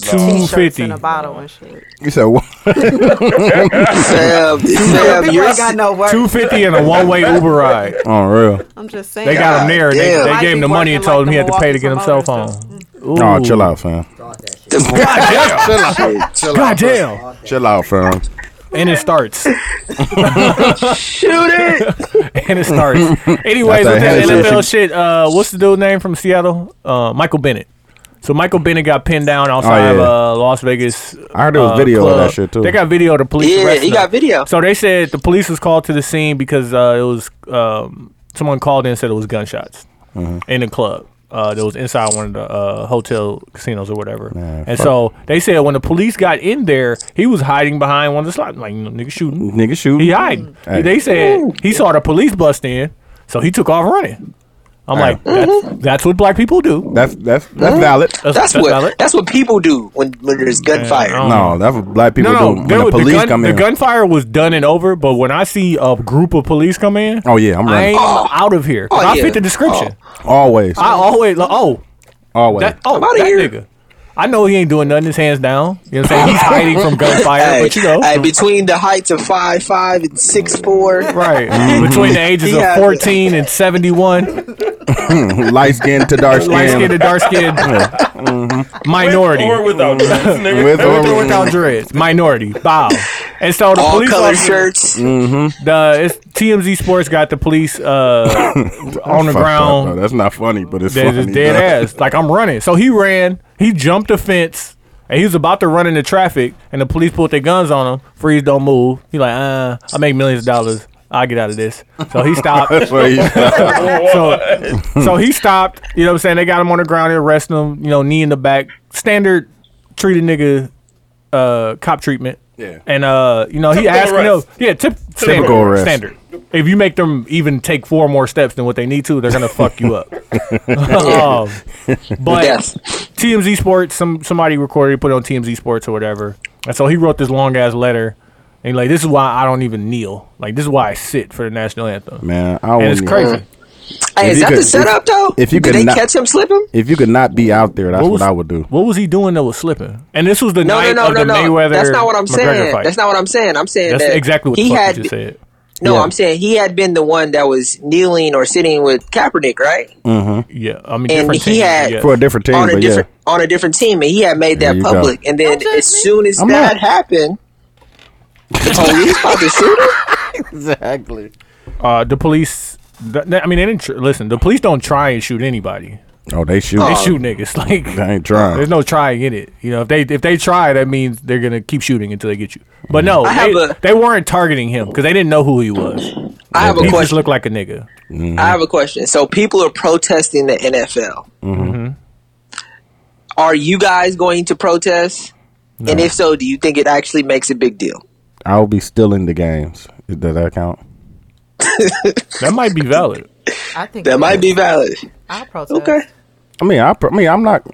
Speaker 1: two
Speaker 4: T-shirts
Speaker 1: fifty.
Speaker 4: and a bottle and shit.
Speaker 2: You said what?
Speaker 3: Sam, Sam,
Speaker 4: People
Speaker 3: you're
Speaker 4: ain't got no work.
Speaker 1: Two fifty and a one way Uber ride.
Speaker 2: on real.
Speaker 4: I'm just saying.
Speaker 1: They got him there. They,
Speaker 3: damn.
Speaker 1: they
Speaker 4: Might
Speaker 1: gave
Speaker 4: be
Speaker 1: him the money
Speaker 4: working
Speaker 1: and told
Speaker 4: like
Speaker 1: him he
Speaker 4: the
Speaker 1: had to pay to
Speaker 4: Milwaukee
Speaker 1: get himself
Speaker 4: promoters,
Speaker 1: home.
Speaker 2: Oh, chill out, fam.
Speaker 1: God damn.
Speaker 2: Chill out, fam.
Speaker 1: And it starts.
Speaker 3: shoot it.
Speaker 1: And it starts. Anyways,
Speaker 2: That's
Speaker 1: with that
Speaker 2: a-
Speaker 1: NFL shit, uh, what's the dude's name from Seattle? Uh, Michael Bennett. So Michael Bennett got pinned down outside
Speaker 2: Oh, yeah.
Speaker 1: of uh, Las Vegas.
Speaker 2: I heard there was
Speaker 1: uh,
Speaker 2: video of
Speaker 1: club.
Speaker 2: that shit too.
Speaker 1: They got video of the police.
Speaker 3: Yeah,
Speaker 1: arresting
Speaker 3: he got
Speaker 1: him.
Speaker 3: video.
Speaker 1: So they said the police was called to the scene because uh, it was um, someone called in and said it was gunshots
Speaker 2: Mm-hmm.
Speaker 1: in the club. Uh, that was inside one of the uh, hotel casinos or whatever.
Speaker 2: Man,
Speaker 1: and
Speaker 2: fuck.
Speaker 1: so they said when the police got in there, he was hiding behind one of the slots, like nigga shooting.
Speaker 2: nigga shoot.
Speaker 1: He hiding.
Speaker 2: Hey.
Speaker 1: They said he saw the police bust in, so he took off running. I'm
Speaker 2: Hey.
Speaker 1: like, that's, that's what black people do.
Speaker 2: That's that's that's valid.
Speaker 1: Uh,
Speaker 3: That's
Speaker 1: valid.
Speaker 3: what that's what people do when when there's
Speaker 1: I
Speaker 3: gunfire.
Speaker 1: don't-
Speaker 2: No, that's what black people
Speaker 1: No,
Speaker 2: do.
Speaker 1: no,
Speaker 2: When
Speaker 1: there
Speaker 2: the
Speaker 1: was-
Speaker 2: police
Speaker 1: the, gun,
Speaker 2: come
Speaker 1: the
Speaker 2: in.
Speaker 1: gunfire was done and over. But when I see a group of police come in,
Speaker 2: oh yeah, I'm
Speaker 1: I
Speaker 2: running.
Speaker 1: ain't out of here.
Speaker 3: Oh,
Speaker 1: I
Speaker 3: yeah. Oh.
Speaker 1: fit the description.
Speaker 2: Always,
Speaker 1: I always like, oh
Speaker 2: always.
Speaker 1: that oh
Speaker 3: I'm outta
Speaker 1: that
Speaker 3: here.
Speaker 1: nigga. I know he ain't doing nothing. His hands down. You know what I'm saying? He's hiding from gunfire,
Speaker 3: Hey,
Speaker 1: but you know,
Speaker 3: hey, between the heights of five five and six four.
Speaker 1: right
Speaker 2: Mm-hmm.
Speaker 1: between the ages
Speaker 3: He
Speaker 1: of
Speaker 3: has it.
Speaker 1: 14 and 71,
Speaker 2: light skin to dark
Speaker 1: light skinned
Speaker 2: skin.
Speaker 1: and dark skinned
Speaker 2: Mm-hmm.
Speaker 1: minority.
Speaker 5: Or without dreads, nigga.
Speaker 2: With or
Speaker 1: With or without dreads, minority, bow, and so the
Speaker 3: All
Speaker 1: police
Speaker 3: color
Speaker 1: officer,
Speaker 3: shirts.
Speaker 2: Mm,
Speaker 1: the it's, TMZ Sports got the police uh, on the
Speaker 2: Fucked up,
Speaker 1: ground.
Speaker 2: bro. that's not funny, but it's
Speaker 1: There's
Speaker 2: funny.
Speaker 1: his dead
Speaker 2: though.
Speaker 1: ass. Like I'm running. So he ran. He jumped the fence, and he was about to run into traffic. And the police pulled their guns on him. Freeze, don't move. He like, uh, I make millions of dollars. I get out of this. So he stopped.
Speaker 2: That's what he-
Speaker 1: so, so he stopped. You know what I'm saying? They got him on the ground. They arrested him. You know, knee in the back. Standard treat a nigga uh, cop treatment.
Speaker 2: Yeah.
Speaker 1: And uh, you know he
Speaker 5: Typical
Speaker 1: asked him.
Speaker 5: arrest.
Speaker 1: Yeah, tip, standard,
Speaker 2: Typical arrest.
Speaker 1: standard. If you make them even take four more steps than what they need to, they're gonna fuck you up. um, but
Speaker 3: Yes.
Speaker 1: TMZ Sports, some somebody recorded, put it on TMZ Sports or whatever. And so he wrote this long ass letter, and he like, this is why I don't even kneel. Like this is why I sit for the national anthem.
Speaker 2: Man, I
Speaker 1: and
Speaker 2: wouldn't
Speaker 1: it's
Speaker 2: even-
Speaker 1: crazy.
Speaker 3: Hey,
Speaker 2: If
Speaker 3: is
Speaker 2: you
Speaker 3: that
Speaker 2: could-
Speaker 3: the setup though?
Speaker 2: if you
Speaker 3: did
Speaker 2: could
Speaker 3: they
Speaker 2: not-
Speaker 3: catch him slipping?
Speaker 2: If you could not be out there, that's what,
Speaker 1: was-
Speaker 2: I would do.
Speaker 1: What was he doing that was slipping? And this was the
Speaker 3: No,
Speaker 1: night
Speaker 3: no,
Speaker 1: of
Speaker 3: no,
Speaker 1: the
Speaker 3: no, no.
Speaker 1: Mayweather.
Speaker 3: That's not what I'm
Speaker 1: McGregor
Speaker 3: saying.
Speaker 1: Fight.
Speaker 3: That's not what I'm saying. I'm saying
Speaker 1: That's
Speaker 3: that
Speaker 1: exactly what the
Speaker 3: he
Speaker 1: fuck
Speaker 3: had.
Speaker 1: you just said.
Speaker 3: No,
Speaker 2: Yeah.
Speaker 3: I'm saying he had been the one that was kneeling or sitting with Kaepernick, right?
Speaker 1: Yeah, I mean,
Speaker 3: And
Speaker 1: different
Speaker 3: he
Speaker 1: teams,
Speaker 3: had-
Speaker 1: yeah.
Speaker 2: For a different team,
Speaker 3: on a
Speaker 2: Mm, but yeah.
Speaker 3: different on a different team, and he had made
Speaker 2: There
Speaker 3: that
Speaker 2: you go.
Speaker 3: public. And then
Speaker 4: Don't judge
Speaker 3: as
Speaker 4: me.
Speaker 3: soon as
Speaker 2: I'm
Speaker 3: that
Speaker 2: not-
Speaker 3: happened, the police about to shoot him.
Speaker 2: Exactly.
Speaker 1: uh, the police. th- I mean, they didn't tr- listen. The police don't try and shoot anybody.
Speaker 2: Oh, they shoot.
Speaker 3: Uh.
Speaker 1: They shoot niggas. Like
Speaker 2: They ain't trying.
Speaker 1: There's no trying in it. You know, if they if they try, that means they're gonna keep shooting until they get you. But
Speaker 2: Mm-hmm.
Speaker 1: no,
Speaker 3: I have
Speaker 1: they,
Speaker 3: a-
Speaker 1: they weren't targeting him because they didn't know who he was.
Speaker 3: I have a
Speaker 1: He just
Speaker 3: question.
Speaker 1: looked like a nigga.
Speaker 3: I have a question. So people are protesting the NFL.
Speaker 1: Mm-hmm.
Speaker 3: Are you guys going to protest? And if so, do you think it actually makes a big deal?
Speaker 2: I'll be stealing the games. Does that count?
Speaker 1: That might be valid.
Speaker 4: I think
Speaker 3: That might be valid.
Speaker 4: I protest.
Speaker 3: Okay.
Speaker 2: I mean, I, pr- I mean, I'm not.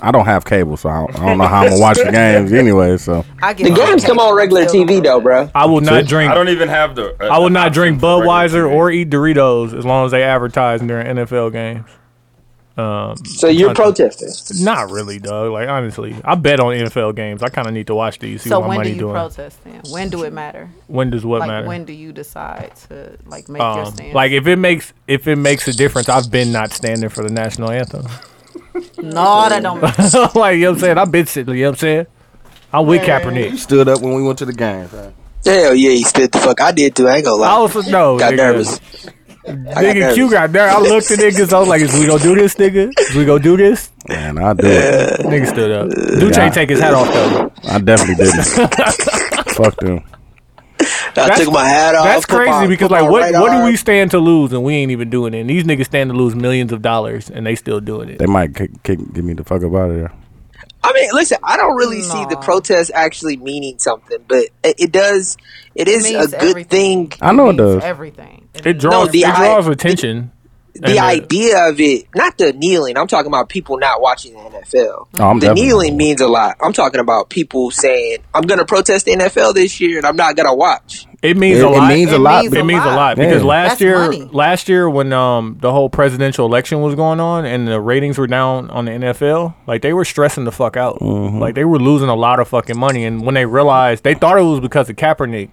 Speaker 2: I don't have cable, so I don't, I don't know how I'm gonna watch the games anyway. So
Speaker 4: I get
Speaker 3: The
Speaker 4: it.
Speaker 3: games come on regular TV though, bro.
Speaker 1: I will not drink.
Speaker 5: I don't even have the. uh,
Speaker 1: I will
Speaker 5: the
Speaker 1: not
Speaker 5: option
Speaker 1: drink
Speaker 5: for regular
Speaker 1: Budweiser
Speaker 5: TV.
Speaker 1: or eat Doritos as long as they advertise during NFL games.
Speaker 3: So you're protesting.
Speaker 1: Not really, dog. Like honestly, I bet on NFL games. I kind of need to watch these. See
Speaker 4: So
Speaker 1: what my
Speaker 4: when do
Speaker 1: money
Speaker 4: you
Speaker 1: doing.
Speaker 4: protest then? When do it matter?
Speaker 1: when does what
Speaker 4: like
Speaker 1: matter?
Speaker 4: when do you decide to like make your
Speaker 1: Um,
Speaker 4: stand?
Speaker 1: like if it makes if it makes a difference, I've been not standing for the national anthem.
Speaker 4: no, that don't. matter.
Speaker 1: like you know what I'm saying, I've been sitting. You know what I'm saying, I'm with Kaepernick.
Speaker 2: stood up when we went to the game.
Speaker 3: Hell yeah, he spit the fuck. I did too. I ain't gonna lie.
Speaker 1: I was no
Speaker 3: got
Speaker 1: nigga.
Speaker 3: nervous. I got
Speaker 1: Nigga Q
Speaker 3: nervous.
Speaker 1: got there. I looked at niggas. I was like, "Is we gonna do this, nigga? Is we gonna do this?"
Speaker 2: Man, I do it.
Speaker 1: Nigga stood up. Duce
Speaker 2: Yeah.
Speaker 1: take his hat off though.
Speaker 2: I definitely didn't. Fuck them.
Speaker 3: I
Speaker 1: That's-
Speaker 3: took my hat off.
Speaker 1: That's
Speaker 3: put
Speaker 1: crazy
Speaker 3: my-
Speaker 1: because
Speaker 3: put my
Speaker 1: like, what
Speaker 3: right
Speaker 1: what do
Speaker 3: arm-
Speaker 1: we stand to lose and we ain't even doing it? And these niggas stand to lose millions of dollars and they still doing it.
Speaker 2: They might kick, kick, get me the fuck up out of there.
Speaker 3: I mean, listen, I don't really see the
Speaker 4: Nah.
Speaker 3: protest actually meaning something, but it, it does. It is a
Speaker 4: means
Speaker 3: good
Speaker 4: everything.
Speaker 3: thing.
Speaker 2: I know it
Speaker 4: means
Speaker 2: does.
Speaker 4: everything.
Speaker 1: It
Speaker 4: means-
Speaker 1: draws
Speaker 3: the
Speaker 1: it
Speaker 3: I-
Speaker 1: draws attention.
Speaker 3: The
Speaker 1: And, uh,
Speaker 3: idea of it, not the kneeling. I'm talking about people not watching the NFL.
Speaker 2: Oh, I'm
Speaker 3: the
Speaker 2: definitely-
Speaker 3: kneeling means a lot. I'm talking about people saying, "I'm going to protest the NFL this year, and I'm not going to watch."
Speaker 1: It means
Speaker 2: It,
Speaker 1: a
Speaker 2: it
Speaker 1: lot.
Speaker 2: means a
Speaker 4: It
Speaker 2: lot.
Speaker 4: means
Speaker 1: It
Speaker 4: a
Speaker 1: means a
Speaker 4: lot.
Speaker 1: lot
Speaker 2: Yeah.
Speaker 1: because last
Speaker 4: That's
Speaker 1: year,
Speaker 4: money.
Speaker 1: last year when um the whole presidential election was going on and the ratings were down on the NFL, like they were stressing the fuck out.
Speaker 2: Mm-hmm.
Speaker 1: Like they were losing a lot of fucking money, and when they realized, they thought it was because of Kaepernick,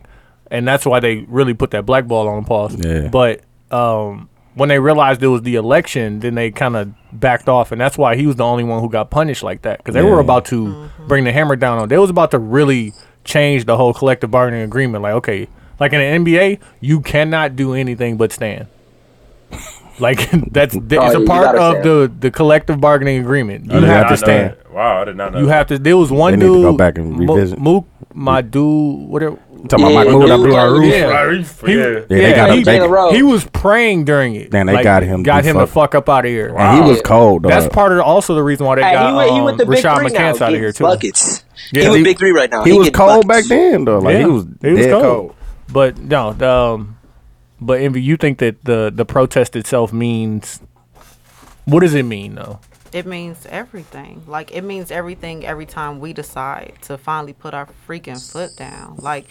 Speaker 1: and that's why they really put that black ball on pause.
Speaker 2: Yeah.
Speaker 1: But um, when they realized it was the election, then they kind of backed off, and that's why he was the only one who got punished like that because they were
Speaker 2: Yeah.
Speaker 1: about to bring the hammer down on. They was about to really change the whole collective bargaining agreement. Like, okay, like in the NBA, you cannot do anything but stand. Like that's that
Speaker 3: Oh,
Speaker 1: it's a
Speaker 3: you
Speaker 1: part
Speaker 3: gotta
Speaker 1: of
Speaker 3: stand.
Speaker 1: the the collective bargaining agreement. You
Speaker 2: you
Speaker 1: have
Speaker 2: Oh, have to
Speaker 5: I know
Speaker 2: stand.
Speaker 5: that. Wow, I did not know.
Speaker 1: you
Speaker 5: that.
Speaker 1: have to. There was one
Speaker 2: They need
Speaker 1: dude.
Speaker 2: to go back and
Speaker 1: Mo-
Speaker 2: revisit.
Speaker 1: Mook, my dude, whatever.
Speaker 2: talking
Speaker 3: Yeah,
Speaker 2: about Mahmoud
Speaker 3: yeah,
Speaker 2: Abdul
Speaker 3: yeah.
Speaker 2: Aruf.
Speaker 1: Yeah.
Speaker 5: Arif,
Speaker 1: He-
Speaker 5: yeah.
Speaker 2: Yeah, they got
Speaker 3: he
Speaker 2: him.
Speaker 3: did a
Speaker 2: They,
Speaker 3: row.
Speaker 1: He was praying during it.
Speaker 2: Man, they got him
Speaker 1: Got
Speaker 2: to
Speaker 1: him to
Speaker 2: fuck-
Speaker 1: fuck up out of here.
Speaker 2: and he
Speaker 4: Oh,
Speaker 2: was cold. Dog.
Speaker 1: That's part of also the reason why they
Speaker 3: Hey,
Speaker 1: got
Speaker 3: he, with, he
Speaker 1: um,
Speaker 3: with the big
Speaker 1: Rashad
Speaker 3: three now,
Speaker 1: McCants out of
Speaker 3: getting
Speaker 1: here too.
Speaker 3: Buckets.
Speaker 1: Yeah.
Speaker 3: he with
Speaker 2: He-
Speaker 3: big three right now.
Speaker 2: He, was
Speaker 3: getting
Speaker 2: cold back
Speaker 3: buckets.
Speaker 2: then, though. Like he was dead cold.
Speaker 1: But no, the, um, but Envy, you think that the the protest itself means what does it mean though?
Speaker 4: It means everything. Like it means everything every time we decide to finally put our freaking foot down. Like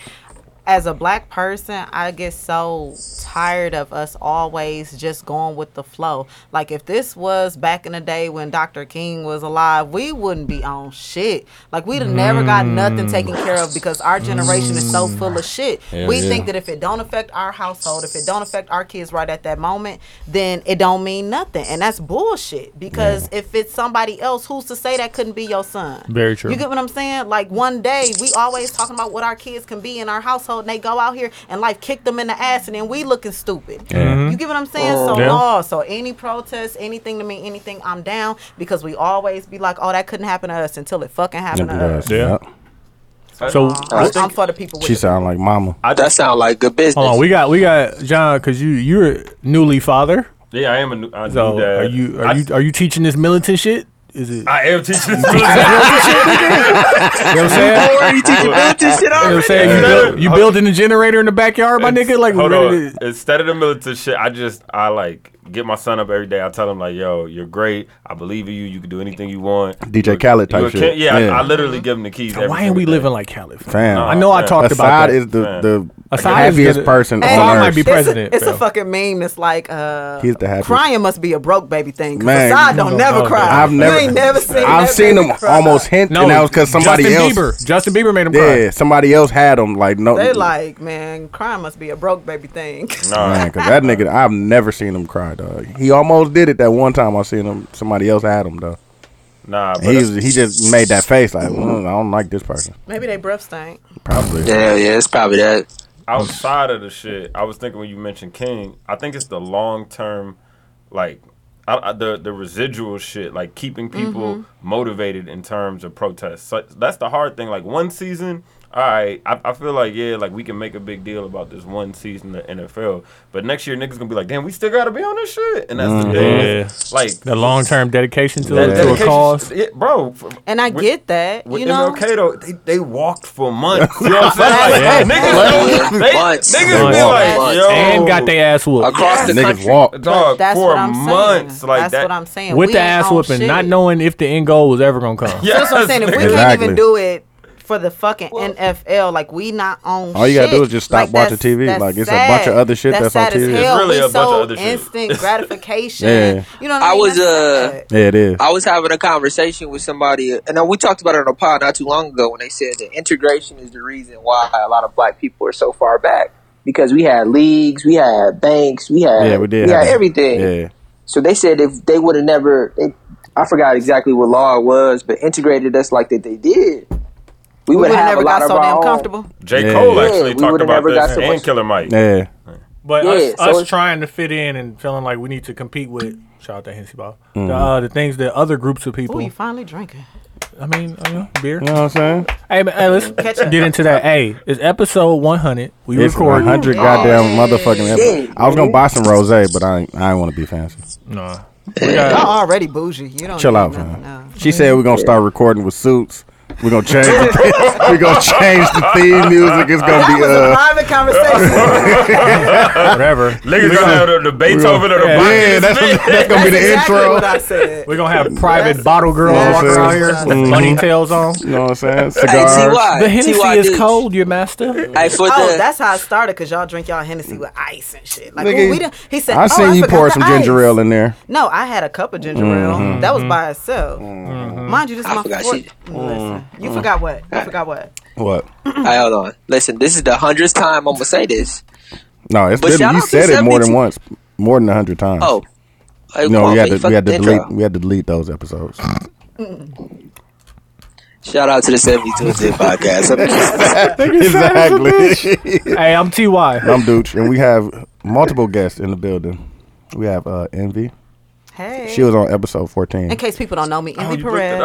Speaker 4: as a black person, I get so tired of us always just going with the flow. Like if this was back in the day when Dr. King was alive, we wouldn't be on shit. Like we'd have never got nothing taken care of because our generation is so full of shit. we
Speaker 2: yeah.
Speaker 4: think that if it don't affect our household, if it don't affect our kids right at that moment, then it don't mean nothing. And that's bullshit because if it's somebody else, who's to say that couldn't be your son?
Speaker 1: Very true.
Speaker 4: You get what I'm saying? Like one day we always talking about what our kids can be in our household and they go out here and like kick them in the ass and then we looking stupid. You get what I'm saying? So
Speaker 1: Yeah.
Speaker 4: no, so any protest, anything to me, anything, I'm down because we always be like, Oh, that couldn't happen to us until it fucking happened to us.
Speaker 1: Yeah.
Speaker 2: Yeah.
Speaker 1: So
Speaker 3: Uh,
Speaker 4: I'm, I'm for the people with
Speaker 2: She
Speaker 4: the-
Speaker 2: sound like mama.
Speaker 3: That sound like good business.
Speaker 1: hold on, we got we got John because you you're newly father.
Speaker 5: Yeah, I am a new, a new
Speaker 1: So
Speaker 5: dad.
Speaker 1: are you are
Speaker 5: I,
Speaker 1: you are you teaching this militant shit? Is it?
Speaker 5: I am teaching this military.
Speaker 1: You know what I'm saying?
Speaker 3: Don't worry, you teaching about this shit
Speaker 1: You know what I'm
Speaker 3: already.
Speaker 1: saying? You,
Speaker 5: Yeah.
Speaker 1: build, you building a generator in the backyard, my nigga? Like,
Speaker 5: hold
Speaker 1: what is
Speaker 5: on. Instead of the militant shit, I just I like get my son up every day. I tell him like, "Yo, you're great. I believe in you. You can do anything you want."
Speaker 2: DJ
Speaker 5: You're-
Speaker 2: Khaled type
Speaker 5: you're a
Speaker 2: shit.
Speaker 5: king. Yeah,
Speaker 2: Yeah.
Speaker 5: I, I literally give him the keys. every
Speaker 1: Why ain't we
Speaker 5: single day.
Speaker 1: living like California?
Speaker 2: Fam.
Speaker 1: I know I
Speaker 5: man.
Speaker 1: talked about
Speaker 2: Assad
Speaker 1: that.
Speaker 2: is the
Speaker 5: Man.
Speaker 2: the
Speaker 1: Assad is
Speaker 2: happiest
Speaker 1: gonna-
Speaker 2: person
Speaker 1: Hey,
Speaker 2: on
Speaker 1: Assad
Speaker 2: earth.
Speaker 1: might be
Speaker 4: It's a-
Speaker 1: president,
Speaker 4: It's a,
Speaker 1: bro.
Speaker 4: fucking meme. That's like uh,
Speaker 2: He's the happiest.
Speaker 4: crying must be a broke baby thing. Cause
Speaker 2: Man,
Speaker 4: Assad
Speaker 2: you
Speaker 4: don't
Speaker 1: don't
Speaker 4: never
Speaker 1: know,
Speaker 4: cry.
Speaker 1: man.
Speaker 2: I've never,
Speaker 4: You ain't never seen.
Speaker 2: I've
Speaker 4: that
Speaker 2: seen
Speaker 4: baby
Speaker 2: him
Speaker 4: cry.
Speaker 2: almost hint, and that was because somebody
Speaker 1: Justin
Speaker 2: else.
Speaker 1: Bieber. Justin Bieber made him cry.
Speaker 2: Yeah, somebody else had him. Like no,
Speaker 4: They like, man, crying must be a broke baby thing.
Speaker 5: Nah.
Speaker 2: Man, cause that nigga, I've never seen him cry, dog. He almost did it that one time. I seen him. Somebody else had him, though.
Speaker 5: Nah, but
Speaker 2: He's he just made that face like "Mm, I don't like this person.
Speaker 4: Maybe they breath stank.
Speaker 2: Probably.
Speaker 3: Yeah, yeah, it's probably that.
Speaker 5: outside of the shit, I was thinking when you mentioned King, I think it's the long term, like I, I, the the residual shit, like keeping people
Speaker 4: Mm-hmm.
Speaker 5: motivated in terms of protests. So that's the hard thing. Like one season, all right, I, I feel like yeah, like we can make a big deal about this one season of NFL, but next year niggas gonna be like, damn, we still gotta be on this shit, and that's the thing.
Speaker 1: Mm-hmm. Yeah.
Speaker 5: Like
Speaker 1: The long term dedication to,
Speaker 5: that
Speaker 1: it, to a
Speaker 5: dedication-
Speaker 1: cause.
Speaker 5: yeah, bro. f-
Speaker 4: And I
Speaker 5: with-
Speaker 4: get that,
Speaker 5: with
Speaker 4: you know.
Speaker 5: MLK though, they, they walked for months. You know what I'm saying?
Speaker 1: Yeah.
Speaker 5: Like, niggas,
Speaker 3: Months.
Speaker 5: they,
Speaker 3: Months.
Speaker 5: niggas be like,
Speaker 3: Months.
Speaker 5: yo,
Speaker 1: And
Speaker 2: Oh.
Speaker 1: got their ass whooped.
Speaker 3: Across the
Speaker 2: Niggas
Speaker 3: country.
Speaker 2: walk.
Speaker 5: dog
Speaker 4: That's
Speaker 5: for
Speaker 4: what I'm
Speaker 5: months
Speaker 4: saying.
Speaker 5: like
Speaker 4: That's
Speaker 5: that.
Speaker 4: what I'm saying.
Speaker 1: With
Speaker 4: We
Speaker 1: the
Speaker 4: ain't
Speaker 1: ass
Speaker 4: on
Speaker 1: whooping,
Speaker 4: shit.
Speaker 1: not knowing if the end goal was ever going to come.
Speaker 5: Yes,
Speaker 4: That's what I'm saying. If we can't
Speaker 2: Exactly.
Speaker 4: even do it for the fucking NFL, like we not on.
Speaker 2: All you gotta
Speaker 4: shit.
Speaker 2: do is just stop
Speaker 4: Like,
Speaker 2: watching
Speaker 4: that's-
Speaker 2: TV.
Speaker 4: that's
Speaker 2: Like, it's a bunch of other shit that's on
Speaker 4: sad as
Speaker 2: TV. It's
Speaker 4: hell.
Speaker 5: really
Speaker 4: We
Speaker 5: a bunch of
Speaker 4: so
Speaker 5: other shit.
Speaker 4: Instant gratification.
Speaker 2: Yeah.
Speaker 4: You know what
Speaker 3: I
Speaker 4: I mean?
Speaker 3: was,
Speaker 4: That's
Speaker 3: uh,
Speaker 4: sad.
Speaker 2: Yeah, it is.
Speaker 3: I was having a conversation with somebody, and uh, we talked about it on a pod not too long ago when they said that integration is the reason why a lot of black people are so far back because we had leagues, we had banks, we had
Speaker 2: Yeah, we did. have
Speaker 3: had
Speaker 2: that.
Speaker 3: everything.
Speaker 2: Yeah,
Speaker 3: So they said if they would have never, they, I forgot exactly what law it was, but integrated us like that they did, we,
Speaker 4: We
Speaker 3: would
Speaker 4: would
Speaker 3: have
Speaker 4: never
Speaker 3: a lot
Speaker 4: got
Speaker 3: of
Speaker 4: so
Speaker 3: our
Speaker 4: damn
Speaker 3: own-
Speaker 4: comfortable.
Speaker 5: J
Speaker 2: Yeah.
Speaker 5: Cole
Speaker 2: Yeah,
Speaker 3: we
Speaker 5: actually talked
Speaker 3: would've
Speaker 5: about
Speaker 3: never got
Speaker 5: this
Speaker 3: so
Speaker 5: and
Speaker 3: much-
Speaker 5: Killer Mike.
Speaker 2: yeah.
Speaker 1: But
Speaker 3: Yeah,
Speaker 1: us,
Speaker 3: so
Speaker 1: us
Speaker 3: it's-
Speaker 1: trying to fit in and feeling like we need to compete with shout out to Hennessy Bob.
Speaker 2: Mm-hmm.
Speaker 1: The, uh, the things that other groups of
Speaker 4: Ooh,
Speaker 1: people.
Speaker 4: you finally drinking.
Speaker 1: I mean, I know, beer.
Speaker 2: You know what I'm saying?
Speaker 1: Hey, man, hey, let's
Speaker 4: Catch up.
Speaker 1: get into that. Hey, it's episode 100. We
Speaker 2: It's
Speaker 1: record.
Speaker 2: 100 goddamn motherfucking. episodes. I was gonna buy some rosé, but I ain't, I ain't want to be fancy.
Speaker 1: Nah.
Speaker 4: Y'all already bougie. You don't
Speaker 2: Chill
Speaker 4: need
Speaker 2: out, fam.
Speaker 4: nothing, no.
Speaker 2: She said we're gonna start recording with suits. We're gonna change. The, we gonna change the theme music. It's gonna
Speaker 4: That
Speaker 2: be
Speaker 4: was a
Speaker 2: uh.
Speaker 4: private conversation.
Speaker 1: Whatever.
Speaker 5: Niggas gonna have the, the Beethoven or the
Speaker 1: Yeah.
Speaker 5: Bach.
Speaker 2: Yeah, that's, that's gonna be the
Speaker 4: exactly
Speaker 2: intro.
Speaker 4: what I said.
Speaker 1: We're going to have private bottle girls
Speaker 2: Yes. Mm-hmm.
Speaker 1: walking around here with bunny tails on.
Speaker 2: You know what I'm saying?
Speaker 3: Hey,
Speaker 2: Cigars.
Speaker 3: T.Y.
Speaker 1: The Hennessy
Speaker 3: T.Y.
Speaker 1: is
Speaker 3: dude.
Speaker 1: cold, your master.
Speaker 3: Hey, for
Speaker 4: Oh,
Speaker 3: the,
Speaker 4: that's how it started because y'all drink y'all Hennessy with ice and shit. Like,
Speaker 2: Nigga,
Speaker 4: ooh, we done, he said,
Speaker 2: I
Speaker 4: oh,
Speaker 2: seen you
Speaker 4: forgot
Speaker 2: pour
Speaker 4: the
Speaker 2: some
Speaker 4: ice.
Speaker 2: ginger ale in there.
Speaker 4: No, I had a cup of ginger
Speaker 2: Mm-hmm.
Speaker 4: ale. That was by itself. Mind you, this is
Speaker 3: I
Speaker 4: my
Speaker 3: forgot
Speaker 4: fourth. Mm,
Speaker 3: shit.
Speaker 4: Listen,
Speaker 2: Mm-hmm.
Speaker 4: you forgot what? You forgot what?
Speaker 2: What?
Speaker 3: Hey, hold on. Listen, this is the hundredth time I'm gonna say this.
Speaker 2: No, it's
Speaker 3: But
Speaker 2: been,
Speaker 3: shout
Speaker 2: you
Speaker 3: out to
Speaker 2: said it more than
Speaker 3: 72
Speaker 2: once, more than a hundred times.
Speaker 3: Oh, hey, come
Speaker 2: no,
Speaker 3: on,
Speaker 2: we
Speaker 3: man,
Speaker 2: had
Speaker 3: you
Speaker 2: to
Speaker 3: fucked
Speaker 2: we had to
Speaker 3: the
Speaker 2: delete
Speaker 3: intro.
Speaker 2: we had to delete those episodes.
Speaker 3: Shout out to the 72 and 10 podcast. I'm just-
Speaker 2: exactly.
Speaker 1: Hey, I'm TY.
Speaker 2: I'm Dooch, and we have multiple guests in the building. We have uh, Envy.
Speaker 4: Hey.
Speaker 2: She was Oh, on episode 14.
Speaker 4: In case people don't know me, Envy
Speaker 5: you looked it
Speaker 4: Perez.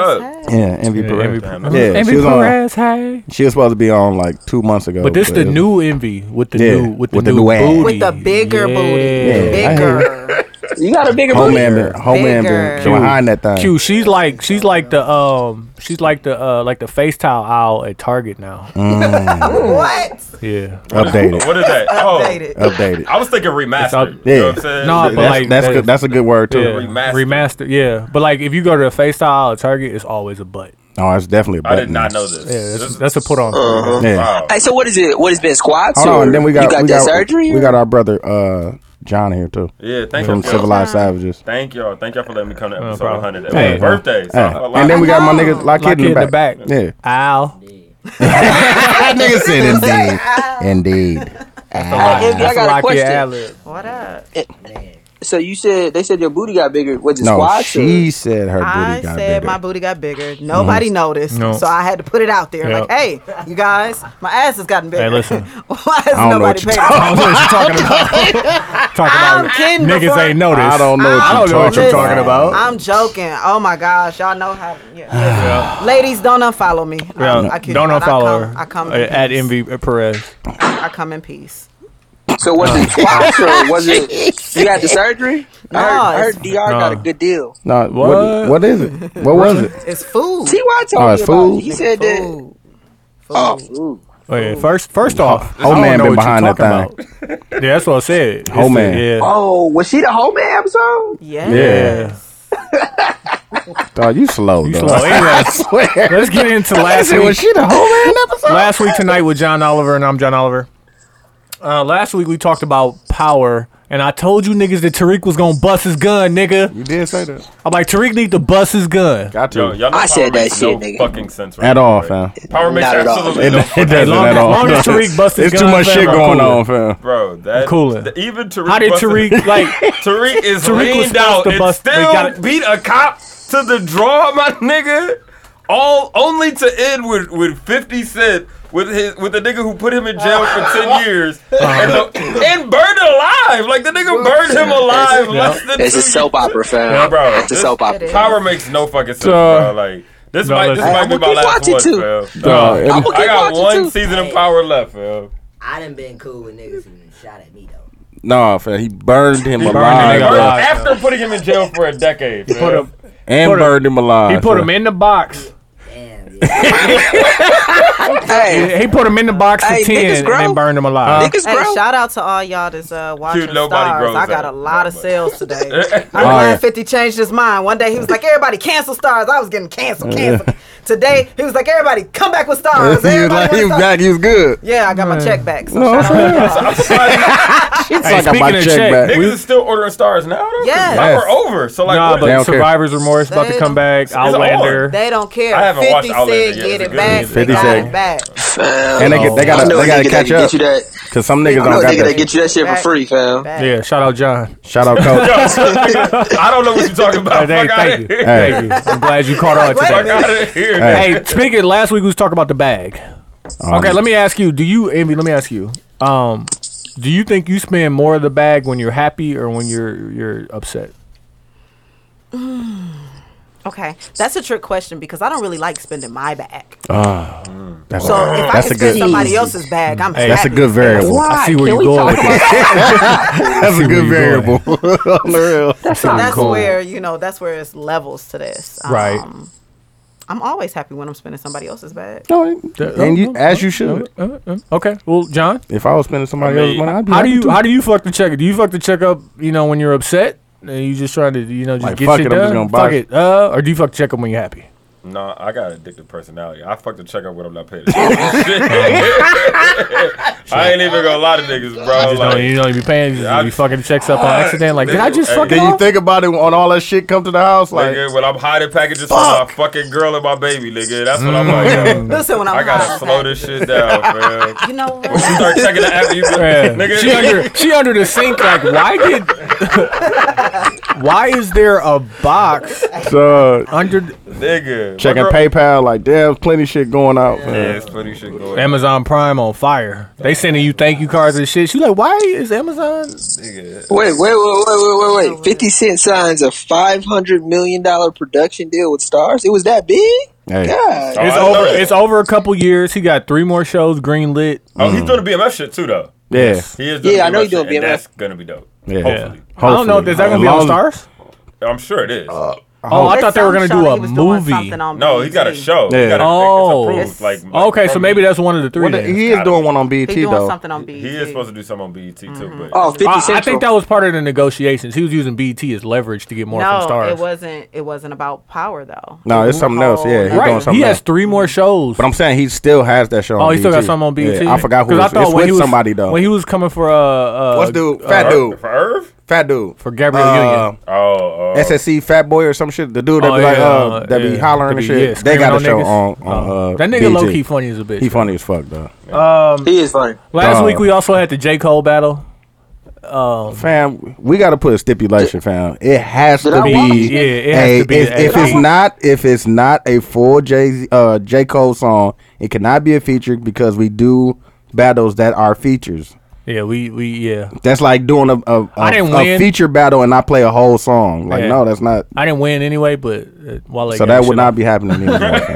Speaker 5: up.
Speaker 4: Hey.
Speaker 2: Yeah, Envy Perez.
Speaker 1: Envy
Speaker 2: Yeah,
Speaker 5: Perez.
Speaker 1: Envy
Speaker 2: she was on.
Speaker 1: Perez, hey.
Speaker 2: She was supposed to be on like two months ago.
Speaker 1: But this the
Speaker 2: it-
Speaker 1: new envy with the
Speaker 2: Yeah,
Speaker 1: new with the
Speaker 2: with the
Speaker 1: new,
Speaker 2: new ass.
Speaker 1: booty.
Speaker 4: With the bigger booty.
Speaker 2: Yeah, I
Speaker 4: Bigger.
Speaker 3: you got a bigger
Speaker 2: Homeland
Speaker 3: booty.
Speaker 2: been, Homeland been
Speaker 4: Bigger.
Speaker 2: behind that thing.
Speaker 1: Q, she's like she's like the um she's like the uh like the face towel owl at Target now.
Speaker 2: Mm.
Speaker 4: what?
Speaker 1: Yeah.
Speaker 2: Updated.
Speaker 5: What is that? Oh,
Speaker 4: Updated.
Speaker 2: Updated.
Speaker 5: I was thinking remastered.
Speaker 1: up-
Speaker 5: You know what
Speaker 2: yeah.
Speaker 5: I'm saying?
Speaker 1: No, but
Speaker 2: that's,
Speaker 1: like
Speaker 2: that's
Speaker 1: that-
Speaker 2: good. That's a good word too.
Speaker 1: Yeah.
Speaker 5: Remastered.
Speaker 1: Remastered. Yeah. But like if you go to the face towel owl at Target, it's always a butt.
Speaker 2: Oh, it's definitely. A
Speaker 5: I did
Speaker 2: button.
Speaker 5: not know this.
Speaker 1: Yeah,
Speaker 5: This
Speaker 1: that's,
Speaker 5: is-
Speaker 1: that's a put on.
Speaker 2: Yeah.
Speaker 5: wow.
Speaker 3: Hey, so what is it? What has been squats?
Speaker 2: Hold
Speaker 3: or
Speaker 2: on, and then we got,
Speaker 3: you got
Speaker 2: we
Speaker 3: that
Speaker 2: got
Speaker 3: surgery.
Speaker 2: We got our brother uh, John here too
Speaker 5: Yeah, thank
Speaker 2: from
Speaker 5: y'all.
Speaker 2: Civilized Savages.
Speaker 5: Thank y'all. Thank y'all for letting me come to episode
Speaker 1: problem.
Speaker 5: 100. It was
Speaker 1: Hey.
Speaker 5: my birthday. so I
Speaker 2: Hey,
Speaker 5: felt like-
Speaker 2: And then we got my nigga Lock
Speaker 1: Like
Speaker 2: Kid in the back.
Speaker 1: Yeah.
Speaker 2: Yeah,
Speaker 1: Owl.
Speaker 2: that nigga said indeed, indeed.
Speaker 3: Hey, Envy, I got a
Speaker 1: Lock your
Speaker 3: question.
Speaker 1: ad-lib.
Speaker 4: What up?
Speaker 3: So you said they said your booty got bigger. Was it
Speaker 2: No,
Speaker 3: squats?
Speaker 2: she said her
Speaker 4: I
Speaker 2: booty got
Speaker 4: said
Speaker 2: bigger.
Speaker 4: my
Speaker 2: Mm-hmm.
Speaker 4: booty got bigger. Nobody noticed.
Speaker 1: No.
Speaker 4: So I had to put it out there.
Speaker 1: Yeah.
Speaker 4: Like, hey, you guys, my ass has gotten bigger.
Speaker 1: listen.
Speaker 4: Why is
Speaker 2: I don't know what
Speaker 4: nobody
Speaker 2: you're
Speaker 4: paying?
Speaker 1: I was just talking about. talking about
Speaker 4: I'm kidding.
Speaker 1: niggas
Speaker 4: before-
Speaker 1: ain't noticed.
Speaker 2: I don't know.
Speaker 1: I don't know what you're
Speaker 4: Listen,
Speaker 1: talking about.
Speaker 4: I'm joking. Oh my gosh, y'all know how. Yeah, yeah. Ladies, don't unfollow me.
Speaker 1: Yeah,
Speaker 4: I, I kid you
Speaker 1: don't
Speaker 4: not.
Speaker 1: unfollow her.
Speaker 4: I come, I come
Speaker 1: Uh,
Speaker 4: in
Speaker 1: at
Speaker 4: peace.
Speaker 1: Envy Perez.
Speaker 4: I come in peace.
Speaker 3: So was it squats or was it? You got the surgery? I heard, I heard Dr. got a
Speaker 1: No.
Speaker 3: good deal.
Speaker 2: No,
Speaker 1: What?
Speaker 2: what? What is it? What was it?
Speaker 4: It's food.
Speaker 3: Ty told
Speaker 2: Oh,
Speaker 3: me about.
Speaker 2: it's
Speaker 3: it.
Speaker 2: food?
Speaker 3: He said that.
Speaker 4: Food.
Speaker 3: Oh, food.
Speaker 1: Oh, yeah. First, first off,
Speaker 2: Old
Speaker 1: I don't
Speaker 2: man
Speaker 1: know what
Speaker 2: been
Speaker 1: you
Speaker 2: behind that
Speaker 1: talking about. yeah, that's what I said. It's
Speaker 2: Old
Speaker 1: the-
Speaker 2: man.
Speaker 1: Yeah.
Speaker 3: Oh, was she the whole man episode?
Speaker 4: Yes.
Speaker 1: Yeah.
Speaker 2: Dog, you slow,
Speaker 1: You
Speaker 2: dog.
Speaker 1: slow. Anyway,
Speaker 2: swear.
Speaker 1: let's get into last
Speaker 2: was
Speaker 1: week.
Speaker 2: she the whole man episode?
Speaker 1: Last week tonight with John Oliver, and I'm John Oliver. Uh, last week we talked about power, and I told you niggas that Tariq was gonna bust his gun, nigga.
Speaker 2: You did say that.
Speaker 1: I'm like, Tariq need to bust his gun.
Speaker 2: Got
Speaker 5: Yo, y'all know
Speaker 3: I
Speaker 5: Power
Speaker 3: said that
Speaker 5: makes
Speaker 3: shit,
Speaker 5: no
Speaker 3: nigga.
Speaker 5: Fucking sense right
Speaker 2: At
Speaker 5: now,
Speaker 2: all,
Speaker 5: right?
Speaker 2: fam.
Speaker 5: Power makes
Speaker 3: Not at all.
Speaker 5: absolutely
Speaker 2: It,
Speaker 5: no
Speaker 2: it
Speaker 5: fucking
Speaker 2: doesn't
Speaker 1: long
Speaker 2: at
Speaker 1: as-
Speaker 2: all.
Speaker 1: long as Tariq bust his
Speaker 2: It's too
Speaker 1: gun,
Speaker 2: much
Speaker 1: fam,
Speaker 2: shit
Speaker 1: I'm
Speaker 2: going
Speaker 1: cool.
Speaker 2: on, fam.
Speaker 5: Bro, that
Speaker 1: Coolin'.
Speaker 5: th- even Tariq.
Speaker 1: How did
Speaker 5: busted-
Speaker 1: Tariq like?
Speaker 5: Tariq is
Speaker 1: Tariq was
Speaker 5: leaned
Speaker 1: supposed
Speaker 5: out
Speaker 1: to
Speaker 5: and
Speaker 1: bust- they
Speaker 5: still
Speaker 1: gotta-
Speaker 5: beat a cop to the draw, my nigga. All only to end with with Fifty Cent with his with the nigga who put him in jail for ten years
Speaker 1: Uh-huh.
Speaker 5: and, the, and burned alive. Like the nigga burned him alive less than
Speaker 3: It's
Speaker 5: two
Speaker 3: a soap opera, fam.
Speaker 5: Yeah, bro.
Speaker 3: It's a
Speaker 5: This-
Speaker 3: soap opera.
Speaker 4: It is.
Speaker 5: Power makes no fucking sense,
Speaker 1: Duh.
Speaker 5: bro. Like this
Speaker 1: No,
Speaker 5: might this
Speaker 1: listen.
Speaker 5: might be
Speaker 3: I'm
Speaker 5: my
Speaker 3: gonna
Speaker 5: last
Speaker 3: keep
Speaker 5: one,
Speaker 3: watching
Speaker 5: fam.
Speaker 2: Dog,
Speaker 5: Nah,
Speaker 2: it-
Speaker 3: I'm gonna
Speaker 5: I
Speaker 3: keep
Speaker 5: got
Speaker 3: watching
Speaker 5: one
Speaker 3: too.
Speaker 5: season of Power left, fam.
Speaker 7: I done been cool with niggas who done shot at me though.
Speaker 2: No, fam, he burned him
Speaker 1: burned
Speaker 2: alive,
Speaker 1: the nigga
Speaker 5: Bro,
Speaker 2: bro.
Speaker 1: alive.
Speaker 5: after putting him in jail for a decade, fam.
Speaker 1: Put him,
Speaker 2: and
Speaker 1: Put him-
Speaker 2: burned him alive.
Speaker 1: he put
Speaker 2: fam.
Speaker 1: him in the box.
Speaker 7: Damn, yeah.
Speaker 3: Hey,
Speaker 1: He put him in the box for
Speaker 3: Hey, niggas
Speaker 1: ten and
Speaker 3: grow.
Speaker 1: then burned him alive.
Speaker 3: niggas
Speaker 4: Hey,
Speaker 3: grow.
Speaker 4: shout out to all y'all that's uh, watching
Speaker 5: Dude, nobody
Speaker 4: stars.
Speaker 5: grows
Speaker 4: I got
Speaker 5: that
Speaker 4: a lot of
Speaker 5: much. Oh,
Speaker 4: sales today. I'm glad 50 changed his mind. One day he was like, everybody cancel stars. I was getting canceled, canceled. Today he was like, everybody come back with
Speaker 2: He
Speaker 4: stars.
Speaker 2: was
Speaker 4: Everybody
Speaker 2: like,
Speaker 4: with
Speaker 2: he was
Speaker 4: stars."
Speaker 2: back, he was good.
Speaker 4: Yeah, I got my check back. So
Speaker 2: No,
Speaker 4: shout out to y'all.
Speaker 5: I'm surprised
Speaker 2: It's
Speaker 1: Hey,
Speaker 2: like I got
Speaker 1: speaking
Speaker 2: my
Speaker 1: of
Speaker 2: check
Speaker 1: check,
Speaker 2: back.
Speaker 5: Niggas is still ordering stars now. though, 'cause
Speaker 4: Yes.
Speaker 5: Now
Speaker 2: Yes.
Speaker 5: we're over. So like,
Speaker 1: Nah,
Speaker 5: what-
Speaker 2: They
Speaker 1: but
Speaker 2: don't care.
Speaker 1: survivor's remorse about to come back. Outlander.
Speaker 4: They don't care.
Speaker 5: I haven't
Speaker 4: 50
Speaker 5: watched Outlander
Speaker 4: said
Speaker 5: yet.
Speaker 4: get
Speaker 5: It's a
Speaker 4: it
Speaker 5: good
Speaker 4: back.
Speaker 5: movie.
Speaker 2: 50
Speaker 4: 50 got
Speaker 2: said-
Speaker 4: it back.
Speaker 2: And they, get, they gotta,
Speaker 3: I know
Speaker 2: they
Speaker 3: a
Speaker 2: gotta
Speaker 3: nigga that
Speaker 2: catch
Speaker 3: can
Speaker 2: up.
Speaker 3: get you that.
Speaker 2: Cause some niggas
Speaker 3: I know
Speaker 2: don't
Speaker 3: a
Speaker 2: got
Speaker 3: nigga that
Speaker 2: that.
Speaker 3: get you that shit for
Speaker 4: Back.
Speaker 3: free, fam.
Speaker 4: Back.
Speaker 1: Yeah, shout out John.
Speaker 2: Shout out, coach.
Speaker 5: I don't know what you're talking about.
Speaker 1: Hey,
Speaker 5: Fuck out
Speaker 1: thank you.
Speaker 5: of here.
Speaker 1: Thank you. I'm glad you caught on to
Speaker 5: Fuck
Speaker 1: that.
Speaker 5: out of here.
Speaker 1: Hey, speaking last week we was talking about the bag.
Speaker 2: Um,
Speaker 1: Okay, let me ask you, do you Envy, let me ask you. Um do you think you spend more of the bag when you're happy or when you're you're upset?
Speaker 4: Okay, that's a trick question because I don't really like spending my bag.
Speaker 2: That's,
Speaker 4: So if I
Speaker 2: Oh. that's
Speaker 4: can
Speaker 2: a good.
Speaker 4: spend somebody else's bag, I'm
Speaker 1: Hey,
Speaker 4: happy.
Speaker 1: that's
Speaker 2: that's a good variable.
Speaker 1: I see where you're going with that.
Speaker 2: That's a good variable. On the real.
Speaker 4: So that's
Speaker 1: cool.
Speaker 4: where you know that's where it's levels to this. Um,
Speaker 1: Right.
Speaker 4: I'm always happy when I'm spending somebody else's bag.
Speaker 2: And you, as you should.
Speaker 1: Okay. Well, John,
Speaker 2: If I was spending somebody
Speaker 5: I
Speaker 2: else's
Speaker 5: mean,
Speaker 2: money, I'd be
Speaker 1: how do
Speaker 2: happy
Speaker 1: you
Speaker 2: too.
Speaker 1: how do you fuck the check? Do you fuck the check up, you know, when you're upset? And you just trying to, you know, just
Speaker 2: Like,
Speaker 1: get
Speaker 2: fuck
Speaker 1: shit
Speaker 2: it, I'm
Speaker 1: done?
Speaker 2: just gonna buy
Speaker 1: fuck
Speaker 2: it.
Speaker 1: it. Uh, or do you fuck the check up when you're happy?
Speaker 5: No, I got addictive personality. I fuck the check up when I'm not paid. I ain't even gonna lie to niggas, bro.
Speaker 1: Just don't,
Speaker 5: Like,
Speaker 1: you don't even be paying. You just
Speaker 5: I'm-
Speaker 1: be fucking the checks up on accident. Like, did I just
Speaker 5: Hey,
Speaker 1: fuck it
Speaker 2: Then you
Speaker 1: off?
Speaker 2: think about it on all that shit come to the house, like
Speaker 5: nigga, when I'm hiding packages from my fucking girl and my baby, nigga, that's what I'm
Speaker 1: Mm,
Speaker 5: like. Yo,
Speaker 4: Listen, when I'm
Speaker 5: I gotta
Speaker 4: high,
Speaker 5: slow this shit down, man.
Speaker 4: You know what?
Speaker 5: You start checking the app, you be
Speaker 1: Yeah.
Speaker 5: like, nigga.
Speaker 1: She under she under the sink. Like, why did? why is there a box
Speaker 2: so
Speaker 1: under
Speaker 5: nigga. my
Speaker 2: checking
Speaker 5: girl-
Speaker 2: PayPal, like damn, plenty shit going out.
Speaker 5: Yeah,
Speaker 2: man.
Speaker 5: it's funny shit going. on.
Speaker 1: Amazon Prime on fire? They sending you thank you cards and shit. She like, why is Amazon?
Speaker 5: Nigga.
Speaker 3: Wait, wait, wait, wait, wait, wait, wait. 50 Cent signs a $500 million production deal with stars? It was that big?
Speaker 2: Hey.
Speaker 3: God.
Speaker 5: Oh,
Speaker 1: It's
Speaker 5: I know
Speaker 1: over.
Speaker 5: that.
Speaker 1: It's over a couple years. He got three more shows green lit.
Speaker 5: Oh, he's doing the BMF shit too, though.
Speaker 2: Yeah,
Speaker 5: He is doing
Speaker 3: Yeah, I
Speaker 5: the
Speaker 3: know
Speaker 5: BMF
Speaker 3: he's doing
Speaker 5: shit, and
Speaker 3: BMF.
Speaker 5: That's gonna be dope.
Speaker 2: yeah.
Speaker 1: Hopefully. I don't know.
Speaker 2: Hopefully.
Speaker 1: Is that gonna be on
Speaker 2: As long
Speaker 1: Stars?
Speaker 5: I'm sure it is.
Speaker 1: Oh, I
Speaker 4: There's
Speaker 1: thought they were
Speaker 4: some
Speaker 1: gonna
Speaker 4: show
Speaker 1: do
Speaker 4: that
Speaker 1: a
Speaker 4: he was doing
Speaker 1: movie.
Speaker 4: something on
Speaker 5: No, he's got a
Speaker 4: BET.
Speaker 5: show. He
Speaker 2: Yeah.
Speaker 5: got a,
Speaker 1: Oh,
Speaker 5: it's approved. Like, like,
Speaker 1: Okay, so
Speaker 5: from-
Speaker 1: maybe that's one of the three.
Speaker 2: Well,
Speaker 1: then.
Speaker 2: he is doing one on BET
Speaker 4: He doing
Speaker 2: though.
Speaker 4: something on BET.
Speaker 5: He is supposed to do something on BET too, but
Speaker 3: Oh, 50
Speaker 1: I,
Speaker 3: Central.
Speaker 1: I think that was part of the negotiations. He was using BT as leverage to get more
Speaker 4: no,
Speaker 1: from stars.
Speaker 4: it wasn't. It wasn't about power though.
Speaker 2: No, it's something else. Yeah, he's
Speaker 4: Right.
Speaker 2: doing
Speaker 1: right.
Speaker 2: something
Speaker 1: He
Speaker 2: else.
Speaker 1: has three more shows.
Speaker 2: But I'm saying he still has that show.
Speaker 1: oh,
Speaker 2: on
Speaker 1: he still got
Speaker 2: BET.
Speaker 1: something on BT.
Speaker 2: Yeah, I forgot who.
Speaker 1: 'Cause I
Speaker 2: It's,
Speaker 1: thought
Speaker 2: it's
Speaker 1: when
Speaker 2: with
Speaker 1: he was-
Speaker 2: somebody though.
Speaker 1: When he was coming for uh, uh
Speaker 2: What's dude? Fat
Speaker 5: Irv-
Speaker 2: dude.
Speaker 5: for Irv?
Speaker 2: Fat dude.
Speaker 1: for Gabriel Union.
Speaker 5: Oh, uh,
Speaker 2: SSC Fat Boy or some shit. The dude that
Speaker 1: Oh,
Speaker 2: be like,
Speaker 1: yeah,
Speaker 2: uh, that
Speaker 1: yeah.
Speaker 2: be hollering
Speaker 1: Could
Speaker 2: and
Speaker 1: be, yeah,
Speaker 2: shit. they
Speaker 1: screaming
Speaker 2: got a
Speaker 1: on
Speaker 2: show
Speaker 1: niggas. Uh-huh.
Speaker 2: on on uh,
Speaker 1: That nigga
Speaker 2: BET.
Speaker 1: low key funny as a bitch.
Speaker 2: He Uh, funny as fuck though.
Speaker 3: he is funny.
Speaker 1: Last
Speaker 2: Dog.
Speaker 1: week we also had the J Cole battle.
Speaker 2: Fam, we got to put a stipulation, fam. It has
Speaker 3: Did
Speaker 2: to
Speaker 3: I
Speaker 2: be.
Speaker 3: watch
Speaker 1: it? Yeah, it has
Speaker 2: a-
Speaker 1: to be
Speaker 2: If,
Speaker 1: an
Speaker 2: if
Speaker 1: A.
Speaker 2: it's not, if it's not a full J uh, J Cole song, it cannot be a feature because we do battles that are features.
Speaker 1: Yeah, we we yeah.
Speaker 2: That's like doing a a, a,
Speaker 1: I didn't
Speaker 2: a
Speaker 1: win.
Speaker 2: feature battle and I play a whole song. Like
Speaker 1: Yeah.
Speaker 2: no, that's not.
Speaker 1: I didn't win anyway, but uh, Wale
Speaker 2: So
Speaker 1: got
Speaker 2: that
Speaker 1: his
Speaker 2: would
Speaker 1: shit
Speaker 2: not
Speaker 1: off.
Speaker 2: be happening anymore. fam. Let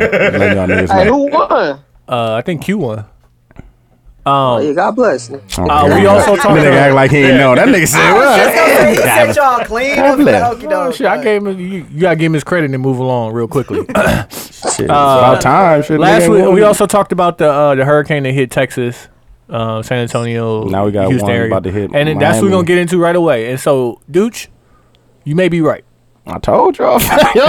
Speaker 2: y'all niggas
Speaker 3: Hey,
Speaker 2: know.
Speaker 3: who won?
Speaker 1: Uh, I think Q won.
Speaker 2: Oh.
Speaker 3: Yeah, God bless. nigga.
Speaker 1: Uh, we also
Speaker 2: That
Speaker 1: talking
Speaker 2: nigga act
Speaker 1: about.
Speaker 2: like he ain't know. That nigga said, "Well,
Speaker 4: He said y'all clean. I was like,
Speaker 2: Tablet.
Speaker 4: "Okey
Speaker 1: Oh,
Speaker 4: doke."
Speaker 1: shit, I gave him. You, you gotta give him his credit and move along real quickly.
Speaker 2: shit, it's about time." Shit,
Speaker 1: Uh, Last
Speaker 2: nigga,
Speaker 1: week we
Speaker 2: we-
Speaker 1: also talked about the uh, the hurricane that hit Texas, uh, San Antonio.
Speaker 2: Now we got
Speaker 1: Houston
Speaker 2: one
Speaker 1: area.
Speaker 2: about to hit
Speaker 1: and then that's what we're gonna
Speaker 2: Miami.
Speaker 1: get into right away. And so, Dooch, you may be right.
Speaker 2: I told y'all, y'all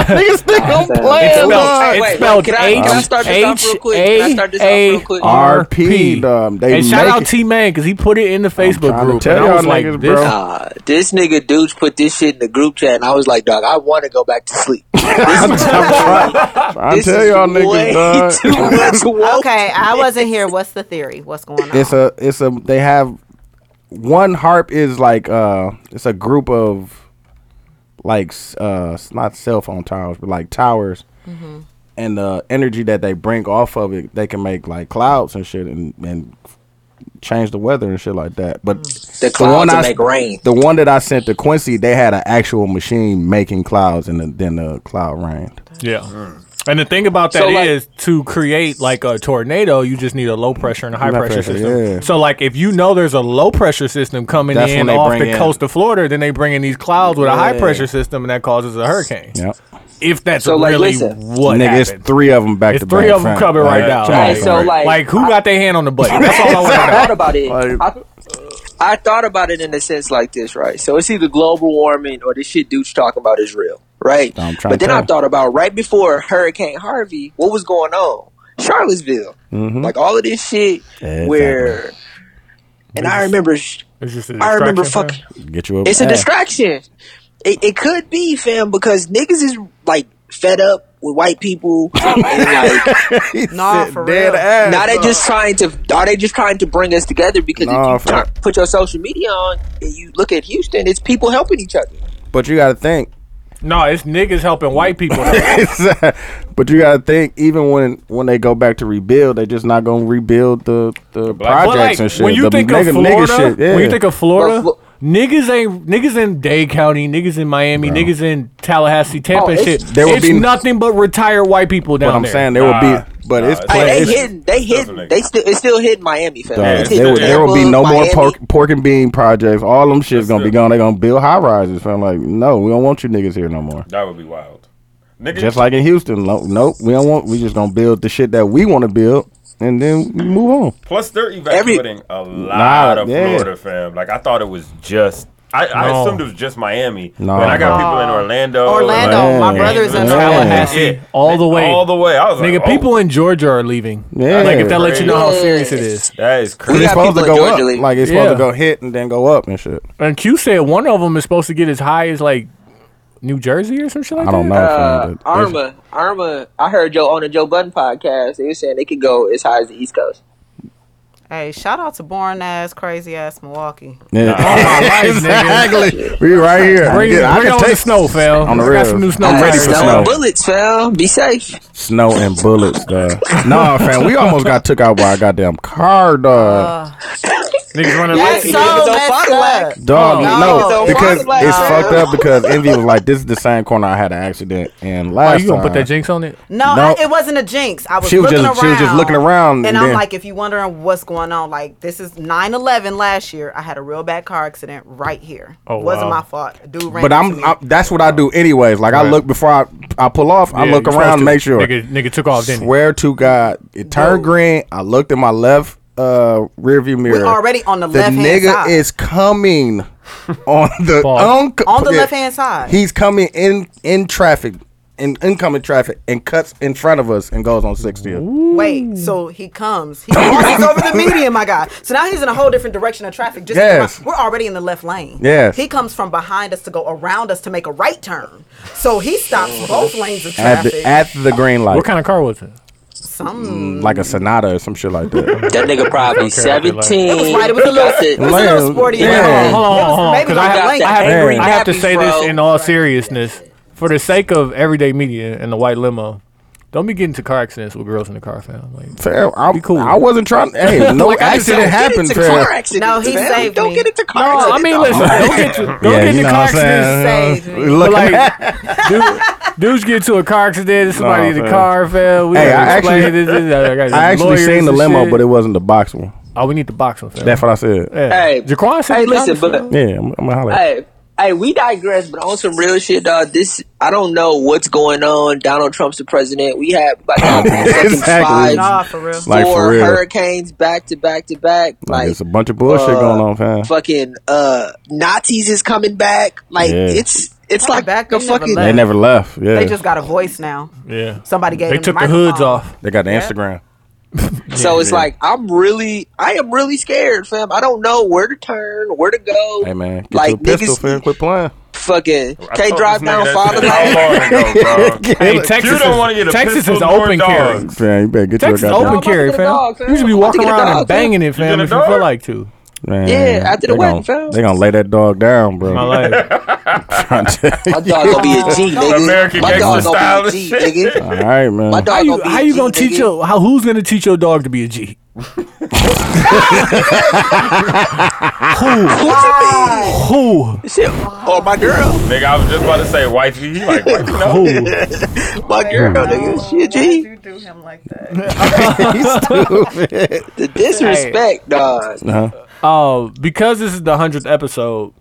Speaker 2: niggas think I'm
Speaker 1: It's
Speaker 2: playing.
Speaker 1: spelled,
Speaker 2: dog.
Speaker 3: Wait,
Speaker 1: it's
Speaker 3: wait,
Speaker 1: spelled
Speaker 3: can I- can I start this off real quick? Can I start this off real quick?
Speaker 1: H-H-A-A-R-P.
Speaker 2: RP, dog. They
Speaker 1: and shout
Speaker 2: make
Speaker 1: out
Speaker 2: it-
Speaker 1: T Man because he put it in the
Speaker 2: trying
Speaker 1: Facebook
Speaker 2: to
Speaker 1: group.
Speaker 2: tell
Speaker 1: and I
Speaker 2: y'all
Speaker 1: was like,
Speaker 2: niggas,
Speaker 1: this,
Speaker 2: bro.
Speaker 3: Nah, this nigga dudes put this shit in the group chat, and I was like, dog, I want to go back to sleep.
Speaker 2: I
Speaker 3: This
Speaker 2: tell
Speaker 3: is
Speaker 2: y'all
Speaker 3: way
Speaker 2: niggas,
Speaker 3: too
Speaker 2: dog.
Speaker 3: much woke.
Speaker 4: Okay, I wasn't here. What's the theory? What's going on?
Speaker 2: It's a, it's a. They have one harp is like, uh, it's a group of, like, s- uh, s- not cell phone towers, but like towers.
Speaker 4: Mm-hmm.
Speaker 2: And the energy that they bring off of it, they can make like clouds and shit, and and change the weather and shit like that. But
Speaker 4: Mm.
Speaker 3: The clouds will make rain.
Speaker 2: The one that I sent to Quincy, they had an actual machine making clouds, and the, then the cloud rained.
Speaker 1: yeah.
Speaker 2: Mm.
Speaker 1: And the thing about that
Speaker 3: So,
Speaker 1: is,
Speaker 3: like-
Speaker 1: to create like a tornado, you just need a low pressure and a high
Speaker 2: Low
Speaker 1: pressure,
Speaker 2: pressure,
Speaker 1: system.
Speaker 2: yeah.
Speaker 1: So like if you know there's a low pressure system coming
Speaker 2: That's when
Speaker 1: in
Speaker 2: they
Speaker 1: off
Speaker 2: bring
Speaker 1: the
Speaker 2: in-
Speaker 1: coast of Florida, then they bring in these clouds with a high
Speaker 2: Yeah.
Speaker 1: pressure system and that causes a hurricane.
Speaker 2: Yep.
Speaker 1: If that's
Speaker 3: So, like,
Speaker 1: really
Speaker 3: listen.
Speaker 1: what
Speaker 2: Nigga, it's
Speaker 1: happened.
Speaker 2: three of them back
Speaker 1: It's
Speaker 2: to
Speaker 1: three
Speaker 2: back.
Speaker 1: of them
Speaker 2: fam.
Speaker 1: coming right
Speaker 2: Like,
Speaker 1: now.
Speaker 2: come on,
Speaker 3: Alright, so,
Speaker 2: fam.
Speaker 3: like-
Speaker 1: Like who got their hand on the button? That's all I want to know.
Speaker 3: I thought about it.
Speaker 2: Like-
Speaker 3: I, I thought about it in a sense like this, right? So it's either global warming or this shit dude's talking about is real, right?
Speaker 2: I'm trying
Speaker 3: But
Speaker 2: to
Speaker 3: then I
Speaker 2: tell you.
Speaker 3: thought about right before Hurricane Harvey, what was going on? Charlottesville,
Speaker 2: Mm-hmm.
Speaker 3: like all of this shit,
Speaker 2: Yeah,
Speaker 3: where. And I remember,
Speaker 1: It's just a
Speaker 3: I remember
Speaker 1: distraction,
Speaker 3: fucking.
Speaker 2: get you.
Speaker 3: It's a
Speaker 2: ass.
Speaker 3: distraction. It, it could be, fam, because niggas is like fed up with white people. and, like,
Speaker 2: He
Speaker 4: Nah,
Speaker 3: Oh,
Speaker 2: said
Speaker 4: for
Speaker 2: dead
Speaker 4: real.
Speaker 2: ass,
Speaker 3: now they
Speaker 2: dog.
Speaker 3: just trying to are they just trying to bring us together because
Speaker 2: Nah,
Speaker 3: if you
Speaker 2: fam.
Speaker 3: try, put your social media on and you look at Houston, it's people helping each other.
Speaker 2: But you gotta think.
Speaker 1: fam. No, it's niggas helping white people.
Speaker 2: but you gotta think. Even when when they go back to rebuild, they just not gonna rebuild the the
Speaker 5: black-
Speaker 1: But
Speaker 2: projects
Speaker 1: like
Speaker 2: and shit.
Speaker 1: when you
Speaker 2: the
Speaker 1: think
Speaker 2: nigga,
Speaker 1: of
Speaker 2: nigga
Speaker 1: Florida,
Speaker 2: shit, yeah.
Speaker 1: when you think of Florida,
Speaker 3: Well,
Speaker 1: niggas ain't niggas in Dade County, niggas in Miami, niggas in Tallahassee, Tampa,
Speaker 3: Oh,
Speaker 1: and shit.
Speaker 3: it's-
Speaker 2: There will
Speaker 1: it's
Speaker 2: be-
Speaker 1: nothing but retired white people down
Speaker 2: what I'm
Speaker 1: there.
Speaker 2: saying, there will
Speaker 5: Nah,
Speaker 2: be, but
Speaker 5: nah,
Speaker 2: it's
Speaker 5: it's
Speaker 3: Hey,
Speaker 5: Well,
Speaker 2: play.
Speaker 3: they
Speaker 2: it's,
Speaker 3: hitting, they hitting,
Speaker 5: definitely.
Speaker 3: they still, it's still hitting Miami, fam.
Speaker 2: dog,
Speaker 3: It's
Speaker 2: there,
Speaker 3: hitting
Speaker 2: will, there will be
Speaker 3: Tampa,
Speaker 2: no more
Speaker 3: Miami.
Speaker 2: pork, pork and bean projects. All them shit's gonna be
Speaker 5: it.
Speaker 2: gone. They gonna build high rises. So I'm like, no, we don't want you niggas here no more.
Speaker 5: That would be wild. Nigga,
Speaker 2: Just like in Houston, lo- nope, we don't want. We just gonna build the shit that we want to build, and then we move on.
Speaker 5: plus they're evacuating a lot of
Speaker 2: yeah.
Speaker 5: Florida fam. Like I thought it was just. I,
Speaker 1: No.
Speaker 5: I assumed it was just Miami.
Speaker 2: No.
Speaker 5: But I got people in Orlando.
Speaker 4: Orlando,
Speaker 5: like-
Speaker 4: my
Speaker 2: Yeah.
Speaker 4: brother's in
Speaker 2: Yeah.
Speaker 4: Tallahassee.
Speaker 1: Tallahassee, all the way.
Speaker 5: All the way. I was
Speaker 1: Nigga,
Speaker 5: like, oh,
Speaker 1: people in Georgia are leaving.
Speaker 2: Yeah.
Speaker 1: Like if that lets you know how
Speaker 3: Yeah.
Speaker 1: serious it is.
Speaker 5: That is
Speaker 2: But
Speaker 5: crazy.
Speaker 2: it's
Speaker 3: got
Speaker 2: supposed to
Speaker 3: people in
Speaker 2: go up.
Speaker 3: Georgia league.
Speaker 2: Like it's supposed to
Speaker 1: Yeah.
Speaker 2: go hit and then go up and shit.
Speaker 1: And Q said one of them is supposed to get as high as like New Jersey or some shit like
Speaker 2: I don't
Speaker 1: that.
Speaker 2: know.
Speaker 3: Uh,
Speaker 2: fam, but it's-
Speaker 3: Irma, Irma, I heard Joe on the Joe Budden podcast. They were saying they could go as high as the East Coast.
Speaker 4: Hey, shout out to boring ass, crazy ass Milwaukee.
Speaker 2: Yeah. exactly. We right here.
Speaker 1: Bring,
Speaker 2: Yeah, I
Speaker 1: bring
Speaker 2: can
Speaker 1: on the
Speaker 2: take
Speaker 1: snow, fam.
Speaker 2: On the
Speaker 1: I got
Speaker 2: real.
Speaker 1: some new snow.
Speaker 2: I'm
Speaker 3: Uh,
Speaker 2: ready
Speaker 1: tires.
Speaker 2: for
Speaker 3: snow
Speaker 2: snow.
Speaker 3: and bullets, fam. Be safe.
Speaker 2: Snow and bullets, dog. nah, fam. We almost got took out by a goddamn car,
Speaker 4: Uh,
Speaker 2: dog.
Speaker 1: Niggas running
Speaker 3: Yeah,
Speaker 1: late.
Speaker 3: so messed up.
Speaker 2: dog,
Speaker 4: Oh,
Speaker 1: no,
Speaker 2: no,
Speaker 3: no,
Speaker 2: because
Speaker 3: why black
Speaker 2: it's
Speaker 4: uh,
Speaker 3: man?
Speaker 2: fucked up. Because Envy was like, "This is the same corner I had an accident in
Speaker 1: Are
Speaker 2: last
Speaker 1: Oh, you gonna
Speaker 2: time."
Speaker 1: put that jinx on it?
Speaker 4: No,
Speaker 2: No.
Speaker 4: I, it wasn't a jinx. I was
Speaker 2: She was
Speaker 4: looking
Speaker 2: just-
Speaker 4: around.
Speaker 2: she was just looking around
Speaker 4: And,
Speaker 2: and
Speaker 4: I'm
Speaker 2: then-
Speaker 4: like, if you wondering what's going on, like this is 9/11 last year. I had a real bad car accident right here.
Speaker 1: Oh,
Speaker 4: wasn't
Speaker 1: wow.
Speaker 4: my fault. A Dude ran.
Speaker 2: but
Speaker 4: into
Speaker 2: I'm,
Speaker 4: me.
Speaker 2: i that's what I do anyways. Like I
Speaker 1: Right.
Speaker 2: look before I, I pull off. I
Speaker 1: Yeah,
Speaker 2: look
Speaker 1: you
Speaker 2: around,
Speaker 1: supposed to.
Speaker 2: and make sure.
Speaker 1: Nigga, nigga took off, didn't he?
Speaker 2: Swear to God, it turned green. I looked in my left uh rearview mirror.
Speaker 4: already on the left-hand
Speaker 2: nigga
Speaker 4: side.
Speaker 2: is coming on the
Speaker 1: Pause.
Speaker 2: unc-
Speaker 4: On the
Speaker 2: yeah.
Speaker 4: left-hand side.
Speaker 2: He's coming in in traffic, in incoming traffic, and cuts in front of us and goes on sixty.
Speaker 4: Wait, so he comes. He crosses over the median, my guy. So now he's in a whole different direction of traffic. Just
Speaker 2: Yes.
Speaker 4: we're already in the left lane.
Speaker 2: Yes.
Speaker 4: He comes from behind us to go around us to make a right turn. So he stops both lanes of
Speaker 2: At
Speaker 4: traffic.
Speaker 2: the, at the green light,
Speaker 1: What kind of car was it?
Speaker 4: Some
Speaker 2: like a Sonata or some shit like that.
Speaker 3: That nigga probably seventeen.
Speaker 4: It was right. It was a little, it was a little sporty.
Speaker 2: Yeah.
Speaker 4: Yeah.
Speaker 1: Hold on,
Speaker 4: It was
Speaker 1: hold on,
Speaker 4: maybe
Speaker 1: because I
Speaker 4: like
Speaker 1: have-
Speaker 4: a
Speaker 3: Got
Speaker 4: lane.
Speaker 3: that
Speaker 1: I have,
Speaker 3: angry,
Speaker 1: I have to
Speaker 3: happy
Speaker 1: say this
Speaker 3: fro.
Speaker 1: in all seriousness. For the sake of everyday media and the white limo, don't be getting into car accidents with girls in the car, fam. Like,
Speaker 2: Fam, I,
Speaker 1: Be cool.
Speaker 2: I wasn't trying. Hey, no
Speaker 3: I
Speaker 2: accident
Speaker 3: don't get
Speaker 2: happened.
Speaker 3: into
Speaker 2: fam.
Speaker 3: car accidents,
Speaker 4: No, he
Speaker 3: fam.
Speaker 4: saved
Speaker 3: Don't
Speaker 4: me.
Speaker 3: get into car
Speaker 1: no, I
Speaker 3: accidents,
Speaker 1: mean,
Speaker 3: dog.
Speaker 1: listen, don't get to, don't
Speaker 2: Yeah,
Speaker 1: get
Speaker 2: you
Speaker 1: into
Speaker 2: know
Speaker 1: car
Speaker 2: what I'm
Speaker 1: accidents.
Speaker 2: saying?
Speaker 4: Saved me.
Speaker 2: Look,
Speaker 1: Like, dude, dudes get into a car accident. Somebody in the
Speaker 2: fam.
Speaker 1: car, fam. We
Speaker 2: Hey,
Speaker 1: gotta
Speaker 2: I
Speaker 1: explain
Speaker 2: actually-
Speaker 1: this, this, that, got
Speaker 2: I actually
Speaker 1: lawyers
Speaker 2: seen the
Speaker 1: and
Speaker 2: limo,
Speaker 1: shit.
Speaker 2: but it wasn't the box one.
Speaker 1: Oh, we need the boxing film.
Speaker 2: That's what I said.
Speaker 1: yeah.
Speaker 3: Hey.
Speaker 1: Jaquan said
Speaker 3: Hey,
Speaker 1: the
Speaker 3: listen,
Speaker 1: boxing
Speaker 3: but-
Speaker 1: film.
Speaker 2: Yeah, I'm, I'm gonna holler.
Speaker 3: Hey, hey, we digress, but on some real shit, dog. This I don't know what's going on. Donald Trump's the president. We have about to have fucking
Speaker 2: Exactly.
Speaker 3: five,
Speaker 4: Nah, for real.
Speaker 2: Like, for
Speaker 3: four
Speaker 2: real.
Speaker 3: hurricanes back to back to back.
Speaker 2: Like,
Speaker 3: Like
Speaker 2: it's a bunch of bullshit
Speaker 3: uh,
Speaker 2: going on, fam.
Speaker 3: fucking uh Nazis is coming back. Like
Speaker 2: Yeah.
Speaker 3: it's it's
Speaker 4: Coming
Speaker 3: like
Speaker 4: back?
Speaker 3: the
Speaker 4: They never
Speaker 3: fucking
Speaker 4: left.
Speaker 2: They never left. Yeah,
Speaker 4: They just got a voice now.
Speaker 1: Yeah.
Speaker 4: Somebody gave
Speaker 1: They
Speaker 4: him
Speaker 1: took the
Speaker 4: the
Speaker 1: hoods
Speaker 4: microphone.
Speaker 1: off.
Speaker 2: they got the Instagram.
Speaker 3: so it's like I'm really I am really scared, fam. I don't know where to turn, where to go.
Speaker 2: Hey man, get
Speaker 3: Like,
Speaker 2: you a pistol,
Speaker 3: niggas-
Speaker 2: fam. Quit playing.
Speaker 3: Fucking
Speaker 5: I
Speaker 3: can't
Speaker 5: told
Speaker 3: drive
Speaker 5: this
Speaker 3: down
Speaker 5: nigga
Speaker 3: Father Lane.
Speaker 5: that shit how long ago, bro.
Speaker 1: Hey,
Speaker 5: Look, you don't want to get a
Speaker 1: Texas
Speaker 5: pistol
Speaker 1: is
Speaker 5: nor
Speaker 1: open
Speaker 5: dog.
Speaker 1: carry.
Speaker 2: Fam, you better get
Speaker 1: Texas
Speaker 2: you a
Speaker 1: open
Speaker 2: goddamn.
Speaker 3: about to
Speaker 1: carry,
Speaker 3: get a
Speaker 1: fam.
Speaker 3: dog, fam.
Speaker 1: You should be
Speaker 3: I'm about to
Speaker 1: walking
Speaker 3: get a
Speaker 1: around
Speaker 3: dog,
Speaker 1: and
Speaker 3: fam.
Speaker 1: banging it, fam,
Speaker 5: get a
Speaker 1: if you feel
Speaker 5: dog?
Speaker 1: like to.
Speaker 2: Man,
Speaker 3: Yeah, after the
Speaker 2: they
Speaker 3: wedding,
Speaker 2: gon-
Speaker 3: fam.
Speaker 2: They gonna lay that dog down, bro.
Speaker 1: My life.
Speaker 3: My dog gonna be a G, nigga.
Speaker 5: American
Speaker 3: My dog
Speaker 5: gangster
Speaker 3: gonna be a
Speaker 5: style
Speaker 3: G,
Speaker 5: and shit.
Speaker 3: nigga.
Speaker 2: All right, man.
Speaker 3: My
Speaker 1: How
Speaker 3: dog
Speaker 1: you
Speaker 3: gonna be
Speaker 1: how
Speaker 3: a
Speaker 1: you
Speaker 3: G,
Speaker 1: gonna teach
Speaker 3: nigga.
Speaker 1: your how who's gonna teach your dog to be a G?
Speaker 3: What you mean?
Speaker 1: Who?
Speaker 3: Shit. Or my girl.
Speaker 5: Nigga, I was just about to say wifey. He like wifey. No.
Speaker 1: Who?
Speaker 3: My girl, nigga. She a G.
Speaker 8: you do him like that?
Speaker 2: He's stupid.
Speaker 3: The disrespect, dog.
Speaker 2: Huh?
Speaker 1: Uh, because this is the hundredth episode,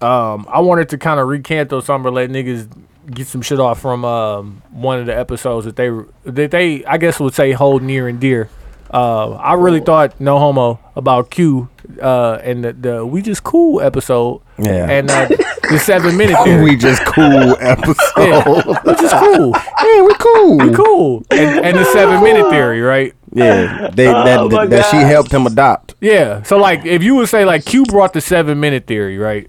Speaker 1: um, I wanted to kind of recant those something, let niggas get some shit off from um one of the episodes that they that they I guess would say hold near and dear. Uh, I really thought no homo about Q uh, and the, the we just cool episode
Speaker 2: Yeah.
Speaker 1: and uh, the seven minute theory.
Speaker 2: we just cool episode.
Speaker 1: Yeah, which is cool,
Speaker 2: Yeah, we cool.
Speaker 1: cool, and, and the seven minute theory, right?
Speaker 2: Yeah, they, that
Speaker 3: Oh
Speaker 2: that, that she helped him adopt.
Speaker 1: Yeah. So like, if you would say like Q brought the seven minute theory, right?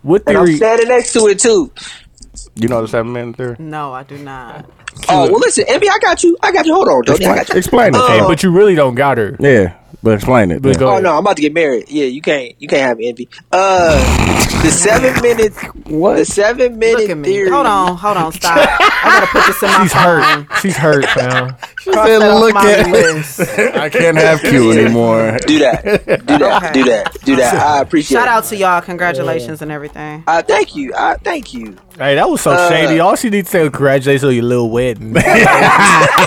Speaker 1: What
Speaker 3: And I'm
Speaker 1: theory?
Speaker 3: standing next to it too.
Speaker 2: You know the seven minute theory.
Speaker 4: No, I do not.
Speaker 3: Oh well, listen, MB, I got you. I got you. Hold on, Jody. I
Speaker 2: Explain,
Speaker 3: got you.
Speaker 2: explain it.
Speaker 1: Hey,
Speaker 2: fam.
Speaker 1: but you really don't got her.
Speaker 2: yeah, but explain it.
Speaker 1: But
Speaker 2: fam.
Speaker 1: go
Speaker 3: Oh
Speaker 1: ahead.
Speaker 3: no, I'm about to get married. Yeah, you can't. You can't have me, MB. Uh, the seven minute. What? The seven minute
Speaker 4: Look at me.
Speaker 3: theory.
Speaker 4: Hold on, hold on, stop. I gotta put this in my
Speaker 1: She's
Speaker 4: phone.
Speaker 1: hurt. She's hurt, fam.
Speaker 4: Cross
Speaker 2: said,
Speaker 4: that off
Speaker 2: "Look
Speaker 4: my
Speaker 2: at-
Speaker 4: list.
Speaker 2: I can't have Q anymore.
Speaker 3: Do that. Do that.
Speaker 4: Okay.
Speaker 3: Do that. Do that. I appreciate.
Speaker 4: Shout
Speaker 3: it.
Speaker 4: out to y'all. Congratulations and everything.
Speaker 3: Uh, thank you. Uh, thank you.
Speaker 1: Hey, that was so
Speaker 3: Uh,
Speaker 1: shady. All she needs to say is congratulations on your little wedding. That's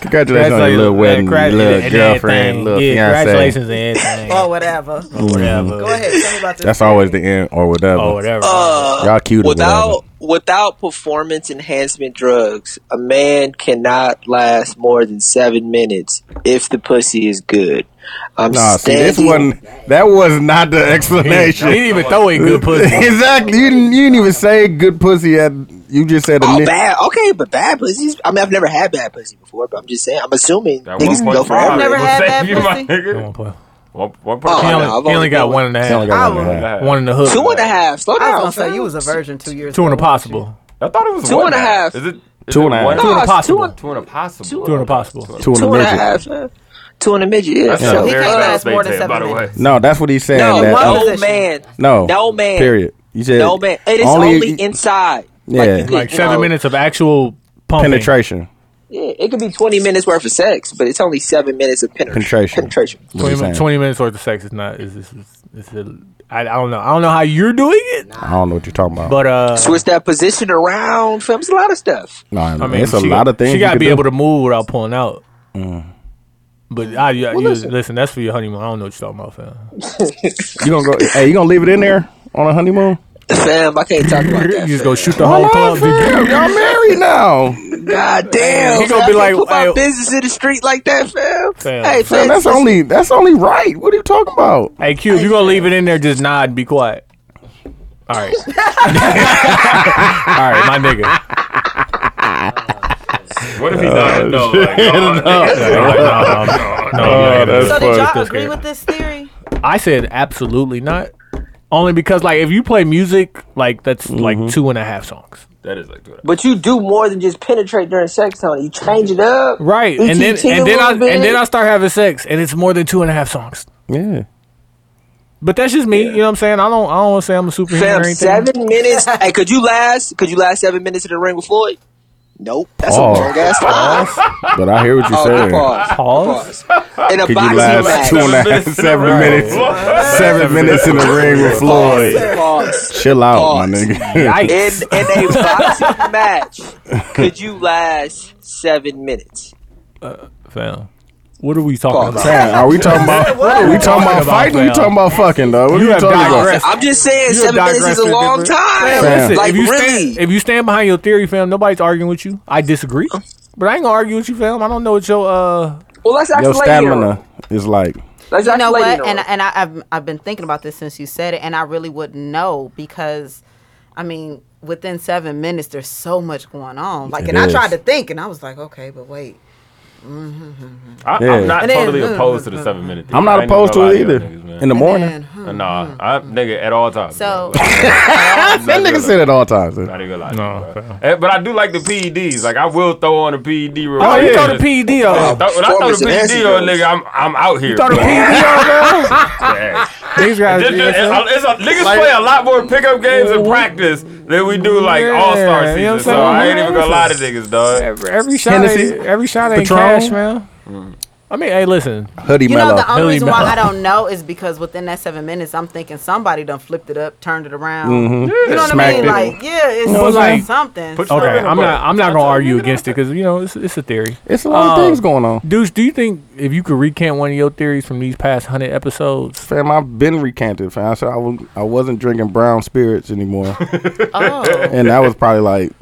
Speaker 2: Congratulations on your little wedding, your little girlfriend, little fiance.
Speaker 1: Congratulations and everything.
Speaker 4: Or whatever.
Speaker 1: whatever.
Speaker 4: Go ahead. Tell me about this.
Speaker 2: That's always the end or whatever.
Speaker 1: Or whatever.
Speaker 3: Uh,
Speaker 2: Y'all cute or
Speaker 3: without without performance enhancement drugs, a man cannot last more than seven minutes if the pussy is good. I'm
Speaker 2: Nah, see,
Speaker 3: standing.
Speaker 2: this wasn't. That was not the explanation.
Speaker 1: he didn't even throw in good pussy.
Speaker 2: exactly. You didn't, you didn't even say good pussy. At, you just said a
Speaker 3: Oh,
Speaker 2: ni-
Speaker 3: bad. Okay, but bad pussies. I mean, I've never had bad pussy before, but I'm just saying. I'm assuming
Speaker 5: That
Speaker 3: niggas can go
Speaker 5: 1.5
Speaker 3: forever.
Speaker 4: Never
Speaker 5: will
Speaker 4: had
Speaker 5: save
Speaker 4: that
Speaker 5: you, my
Speaker 4: pussy.
Speaker 1: He
Speaker 5: nigga.
Speaker 1: only,
Speaker 5: One, one
Speaker 3: Oh, no,
Speaker 5: person.
Speaker 3: I've
Speaker 1: he only
Speaker 3: only
Speaker 1: got
Speaker 3: been
Speaker 1: one and a
Speaker 2: Sound like
Speaker 1: half.
Speaker 2: I wouldn't
Speaker 4: I
Speaker 2: have.
Speaker 1: One in the hood.
Speaker 3: Two and a half. Slow
Speaker 4: I was
Speaker 3: down.
Speaker 4: gonna say
Speaker 3: fam.
Speaker 4: you was a virgin two years.
Speaker 1: Two and a
Speaker 4: ago, weren't
Speaker 1: possible.
Speaker 5: I thought it was
Speaker 3: Two
Speaker 5: one
Speaker 3: and a half.
Speaker 5: Is it is
Speaker 2: Two
Speaker 5: it
Speaker 2: and a half.
Speaker 5: one-
Speaker 1: Two and a
Speaker 3: Nah, it's two
Speaker 1: possible.
Speaker 3: and-
Speaker 5: Two and a possible.
Speaker 1: Two and a possible.
Speaker 2: two and a
Speaker 3: Two and a
Speaker 2: midget.
Speaker 3: half. fam. Two and a midget. Yeah.
Speaker 5: That's
Speaker 3: So,
Speaker 5: a
Speaker 4: He
Speaker 5: very
Speaker 4: can't
Speaker 5: bad
Speaker 4: last more than seven
Speaker 5: statement, by the way.
Speaker 4: minutes.
Speaker 2: No, that's what he's saying.
Speaker 3: no,
Speaker 2: that,
Speaker 4: one
Speaker 3: no
Speaker 4: position.
Speaker 3: man.
Speaker 2: no,
Speaker 3: No man.
Speaker 2: Period. You said
Speaker 3: No man. It is only, inside.
Speaker 2: Yeah.
Speaker 3: you could,
Speaker 1: Like
Speaker 3: you
Speaker 1: seven
Speaker 3: know,
Speaker 1: minutes of actual pumping.
Speaker 2: penetration.
Speaker 3: Yeah, it could be twenty minutes worth of sex, but it's only seven minutes of penetra-
Speaker 2: Penetration.
Speaker 3: Penetration.
Speaker 2: What he's
Speaker 1: 20,
Speaker 2: saying.
Speaker 1: min- 20 minutes worth of sex is not. Is is is- is a- I, I don't know. I don't know how you're doing it,
Speaker 2: I don't know what you're talking about.
Speaker 1: but uh,
Speaker 3: Switch that position around. Fam, it's a lot of stuff.
Speaker 2: no, I mean,
Speaker 1: I mean,
Speaker 2: it's a
Speaker 1: she
Speaker 2: lot
Speaker 1: got-
Speaker 2: of things.
Speaker 1: She
Speaker 2: got
Speaker 1: gotta be able to move without pulling out.
Speaker 2: Mm.
Speaker 1: But I, you, you-
Speaker 3: listen.
Speaker 1: listen. that's for your honeymoon. I don't know what you're talking about, fam.
Speaker 2: You gonna go? Hey, you gonna leave it in there on a honeymoon?
Speaker 3: Fam, I can't talk about
Speaker 1: You
Speaker 3: that.
Speaker 1: just
Speaker 3: fam.
Speaker 1: go shoot the whole club.
Speaker 2: Damn, y'all married now.
Speaker 3: God damn.
Speaker 1: He gonna
Speaker 3: fam,
Speaker 1: be
Speaker 3: I
Speaker 1: like,
Speaker 3: can't put my
Speaker 1: "Hey,
Speaker 3: business in the street like that, fam.
Speaker 1: Fam.
Speaker 3: Hey,
Speaker 2: Man,
Speaker 3: fam,
Speaker 2: that's
Speaker 3: listen,
Speaker 2: only that's only right. What are you talking about?
Speaker 1: Hey Q, if you gonna leave it in there, just nod and be quiet. All right. All right, my nigga.
Speaker 5: What if he died? No, like, oh,
Speaker 1: No, no, no, no.
Speaker 4: So did y'all
Speaker 1: That's
Speaker 4: agree
Speaker 1: good.
Speaker 4: with this theory?
Speaker 1: I said absolutely not. Only because like if you play music, like that's
Speaker 2: Mm-hmm.
Speaker 1: like two and a half songs.
Speaker 5: that is like two and a half.
Speaker 3: But you do more than just penetrate during sex, honey. You change it up.
Speaker 1: Right.
Speaker 3: You
Speaker 1: And then
Speaker 3: EQT
Speaker 1: and then
Speaker 3: a
Speaker 1: I
Speaker 3: little
Speaker 1: and then
Speaker 3: bit.
Speaker 1: I start having sex and it's more than two and a half songs.
Speaker 2: Yeah.
Speaker 1: But that's just me, you know what I'm saying? I don't I don't wanna say I'm a superhero or
Speaker 3: Fam,
Speaker 1: anything.
Speaker 3: seven minutes. hey, could you last? Could you last seven minutes in the ring with Floyd? Nope. That's
Speaker 2: Pause.
Speaker 3: a long ass time.
Speaker 2: But I hear what you're
Speaker 3: Oh,
Speaker 2: saying.
Speaker 3: good pause.
Speaker 1: Pause.
Speaker 3: In a
Speaker 2: Could
Speaker 3: boxing
Speaker 2: you last
Speaker 3: match.
Speaker 2: two and a half, seven minutes, seven minutes in the ring with Floyd?
Speaker 3: Pause.
Speaker 2: Chill out, my
Speaker 3: Pause.
Speaker 2: nigga.
Speaker 3: In,
Speaker 1: Yikes.
Speaker 3: in a boxing match, could you last seven minutes?
Speaker 1: Fam. What are we talking
Speaker 3: Fuck.
Speaker 1: about?
Speaker 2: Damn, are we talking about? What are we talking about?
Speaker 1: about,
Speaker 2: Fighting? We
Speaker 1: fam?
Speaker 2: talking about fucking though? What
Speaker 1: You
Speaker 2: are we
Speaker 1: have
Speaker 2: talking about?
Speaker 1: digressed.
Speaker 3: I'm just saying,
Speaker 1: You
Speaker 3: seven minutes
Speaker 1: digress
Speaker 3: is a
Speaker 1: at
Speaker 3: long
Speaker 1: different-
Speaker 3: time.
Speaker 1: Man, listen,
Speaker 3: like
Speaker 1: if you
Speaker 3: really,
Speaker 1: stand if you stand behind your theory, fam, nobody's arguing with you. I disagree, but I ain't gonna argue with you, fam. I don't know what your uh.
Speaker 3: well, let's
Speaker 2: Your
Speaker 3: actually
Speaker 2: stamina is like
Speaker 3: Let's
Speaker 4: You know
Speaker 3: actually
Speaker 4: what? And and I, I've I've been thinking about this since you said it, and I really wouldn't know because, I mean, within seven minutes, there's so much going on. Like,
Speaker 2: It
Speaker 4: and I
Speaker 2: is.
Speaker 4: tried to think, and I was like, okay, but wait.
Speaker 5: I,
Speaker 2: Yeah.
Speaker 5: I'm not
Speaker 4: And then-
Speaker 5: totally opposed to the seven minute.
Speaker 2: I'm not opposed to it either. In the morning,
Speaker 4: And, huh.
Speaker 5: No, nah, I nigga at all times.
Speaker 4: Hmm. So-
Speaker 5: that
Speaker 2: that nigga said at all times.
Speaker 5: Not
Speaker 2: That
Speaker 5: even gonna lie.
Speaker 1: No,
Speaker 5: to you, bro. Eh, but I do like the PEDs. Like I will throw on a PED. Real
Speaker 1: Oh, you
Speaker 5: quick.
Speaker 1: throw the PED
Speaker 3: Oh,
Speaker 1: on.
Speaker 5: Th- When I throw
Speaker 3: Performance
Speaker 5: the PED on,
Speaker 3: enhancing
Speaker 5: nigga, I'm I'm out here.
Speaker 1: Throw the E
Speaker 5: bro.
Speaker 1: PED on, man.
Speaker 5: Yeah.
Speaker 1: These guys,
Speaker 5: Just- just- it's a- it's a- niggas play a lot more pickup games in practice than we do like
Speaker 1: Yeah,
Speaker 5: All Star
Speaker 1: you know
Speaker 5: season.
Speaker 1: what I'm
Speaker 5: so I
Speaker 1: saying?
Speaker 5: ain't even gonna lie to niggas, dog.
Speaker 1: every, every shot,
Speaker 2: Hennessy,
Speaker 1: ain't- every shot ain't
Speaker 2: Patron.
Speaker 1: cash, man. I mean, hey, listen,
Speaker 2: hoodie
Speaker 4: You know,
Speaker 2: mellow.
Speaker 4: the only
Speaker 1: Hilly
Speaker 4: reason why
Speaker 1: Mellow.
Speaker 4: I don't know is because within that seven minutes, I'm thinking somebody done flipped it up, turned it around. You know what
Speaker 2: Mm-hmm. Smacked
Speaker 4: I mean?
Speaker 2: it.
Speaker 4: Like, yeah, it's
Speaker 1: But like-
Speaker 4: something.
Speaker 5: Put your-
Speaker 1: Okay,
Speaker 5: Sure,
Speaker 1: I'm
Speaker 5: but-
Speaker 1: not. I'm not gonna
Speaker 5: I'll
Speaker 1: argue
Speaker 5: tell you
Speaker 1: against it because you know it's, it's a theory.
Speaker 2: It's a lot of
Speaker 1: Um,
Speaker 2: things going on.
Speaker 1: Deuce, do you think if you could recant one of your theories from these past hundred episodes,
Speaker 2: Fam, I've been recanted, fam. I said I was I wasn't drinking brown spirits anymore,
Speaker 4: oh,
Speaker 2: and that was probably like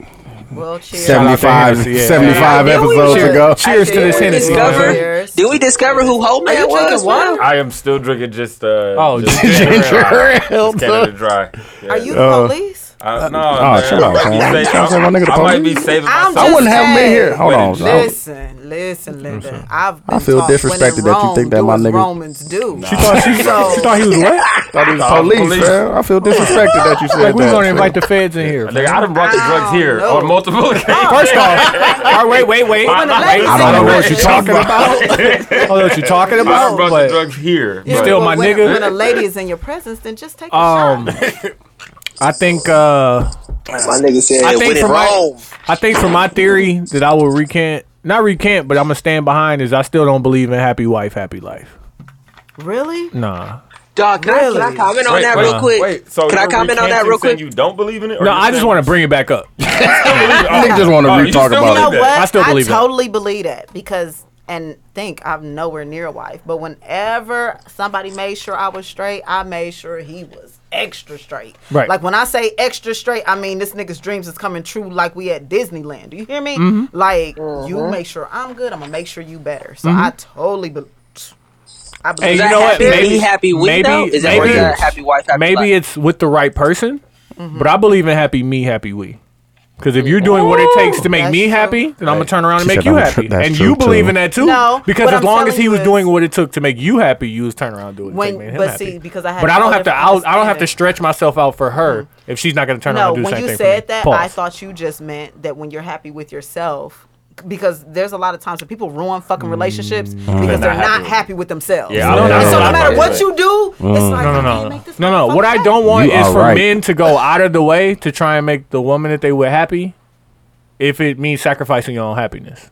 Speaker 4: well, cheers.
Speaker 1: out to
Speaker 2: 75,
Speaker 1: Hennessy, yeah.
Speaker 2: 75
Speaker 3: Yeah, we
Speaker 2: episodes
Speaker 3: should-
Speaker 2: ago.
Speaker 1: cheers to this
Speaker 3: we
Speaker 1: Hennessy?
Speaker 3: discovered-
Speaker 1: man.
Speaker 4: Cheers.
Speaker 3: did we discover who Ho
Speaker 4: Are you
Speaker 3: Man was?
Speaker 4: drinking water?
Speaker 5: I am still drinking just uh
Speaker 1: Oh,
Speaker 5: just
Speaker 1: ginger
Speaker 2: ale,
Speaker 5: Just Canada Dry. Yeah.
Speaker 4: Are you
Speaker 2: Uh,
Speaker 4: the police?
Speaker 5: Uh, no,
Speaker 2: Oh, shut up, man. You trying to say my nigga the
Speaker 5: I might
Speaker 2: police?
Speaker 5: be saving
Speaker 4: I'm
Speaker 5: myself.
Speaker 2: I wouldn't
Speaker 4: Just
Speaker 2: have been
Speaker 4: saying.
Speaker 2: here. Hold on. I don't-
Speaker 4: Listen, listen, Linda. I've been
Speaker 2: I feel
Speaker 4: taught when in
Speaker 2: disrespected that you
Speaker 4: Rome,
Speaker 2: think that
Speaker 4: do
Speaker 2: my
Speaker 4: as
Speaker 2: nigga-
Speaker 4: Romans do.
Speaker 1: She thought she, she thought he was what?
Speaker 2: thought he was
Speaker 5: Nah,
Speaker 2: police,
Speaker 5: police.
Speaker 2: fam. I feel disrespected that you said
Speaker 1: Like we
Speaker 2: that.
Speaker 1: gonna
Speaker 2: fam.
Speaker 1: invite the feds in here?
Speaker 5: Nigga, I done brought the drugs here
Speaker 4: know.
Speaker 5: on multiple occasions.
Speaker 1: First off, all right, wait, wait, wait.
Speaker 5: I
Speaker 4: the ladies
Speaker 1: I don't know what you're
Speaker 4: say-
Speaker 1: talking about. I don't know what you're talking
Speaker 5: I done
Speaker 1: about.
Speaker 5: brought the
Speaker 1: But
Speaker 5: drugs here.
Speaker 4: Yeah,
Speaker 5: but-
Speaker 1: Still
Speaker 4: well,
Speaker 1: my
Speaker 4: when,
Speaker 1: nigga.
Speaker 4: When a lady is in your presence, then just take a
Speaker 1: um,
Speaker 4: shot.
Speaker 1: I think uh,
Speaker 3: My nigga said,
Speaker 1: I
Speaker 3: "When
Speaker 1: think
Speaker 3: in
Speaker 1: for my,
Speaker 3: Rome."
Speaker 1: I think for my theory that I will recant, not recant, but I'm gonna stand behind is I still don't believe in happy wife, happy life.
Speaker 4: Really?
Speaker 1: Nah,
Speaker 3: Dog, can, I, can I
Speaker 4: Really?
Speaker 3: comment on that real quick?
Speaker 5: Wait, so
Speaker 3: can I
Speaker 5: you're
Speaker 3: comment on that
Speaker 5: recanting
Speaker 3: real
Speaker 5: saying
Speaker 3: quick?
Speaker 5: You don't Oh, believe in it?
Speaker 1: no, I just want to bring it back up.
Speaker 2: Nigga just wanna re-talk about
Speaker 4: You know
Speaker 2: believe
Speaker 4: what?
Speaker 1: I still believe that.
Speaker 4: totally believe that because and think I'm nowhere near a wife, but whenever somebody made sure I was straight, I made sure he was extra straight.
Speaker 1: Right.
Speaker 4: Like when I say extra straight, I mean this nigga's dreams is coming true like we at Disneyland. Do you hear me?
Speaker 1: Mm-hmm.
Speaker 4: Like you make sure I'm good, I'm gonna make sure you better. So I totally be- I believe
Speaker 1: Mm-hmm. Hey,
Speaker 3: Is
Speaker 1: you
Speaker 3: that
Speaker 1: know what?
Speaker 3: happy,
Speaker 1: Maybe-
Speaker 3: maybe, happy we
Speaker 1: maybe-
Speaker 3: though? Is that
Speaker 1: maybe-
Speaker 3: where you're at? happy wife, happy
Speaker 1: Maybe
Speaker 3: life?
Speaker 1: it's with the right person,
Speaker 4: Mm-hmm.
Speaker 1: but I believe in happy me, happy we. Because if you're doing what it takes to make
Speaker 4: That's
Speaker 1: me
Speaker 4: true.
Speaker 1: happy, then I'm gonna turn around and
Speaker 2: She
Speaker 1: make
Speaker 2: said
Speaker 1: you
Speaker 2: I'm
Speaker 1: happy,
Speaker 2: tr- that's
Speaker 1: and
Speaker 2: true,
Speaker 1: you believe
Speaker 2: too.
Speaker 1: in that too.
Speaker 4: No,
Speaker 1: because
Speaker 4: what
Speaker 1: as
Speaker 4: I'm
Speaker 1: long as
Speaker 4: telling
Speaker 1: he
Speaker 4: you
Speaker 1: was
Speaker 4: is-
Speaker 1: doing what it took to make you happy, you was turn around and do it
Speaker 4: When-
Speaker 1: to make him
Speaker 4: but
Speaker 1: happy.
Speaker 4: see, because I had
Speaker 1: but I
Speaker 4: a
Speaker 1: don't
Speaker 4: whole
Speaker 1: have to.
Speaker 4: different
Speaker 1: I'll, I don't have to
Speaker 4: understanding.
Speaker 1: stretch myself out for her if she's not gonna turn around
Speaker 4: No,
Speaker 1: and do the
Speaker 4: when
Speaker 1: same
Speaker 4: you
Speaker 1: thing.
Speaker 4: said that,
Speaker 1: for me.
Speaker 4: I
Speaker 1: Pause.
Speaker 4: thought you just meant that when you're happy with yourself, because there's a lot of times that people ruin fucking relationships
Speaker 1: Mm.
Speaker 4: because they're
Speaker 5: They're not
Speaker 4: not
Speaker 5: happy.
Speaker 4: happy with themselves.
Speaker 5: Yeah, I
Speaker 1: don't-
Speaker 4: And
Speaker 1: I don't
Speaker 4: so
Speaker 1: know
Speaker 4: no
Speaker 1: about
Speaker 4: matter what
Speaker 5: that.
Speaker 4: you do, it's like
Speaker 1: Mm. No,
Speaker 4: I
Speaker 1: no,
Speaker 4: can't
Speaker 1: no,
Speaker 4: make this
Speaker 1: no, no.
Speaker 4: motherfucker
Speaker 1: What I
Speaker 4: happy.
Speaker 1: don't want
Speaker 2: You
Speaker 1: is
Speaker 2: are
Speaker 1: for
Speaker 2: right.
Speaker 1: men to go out of the way to try and make the woman that they were happy, if it means sacrificing your own happiness.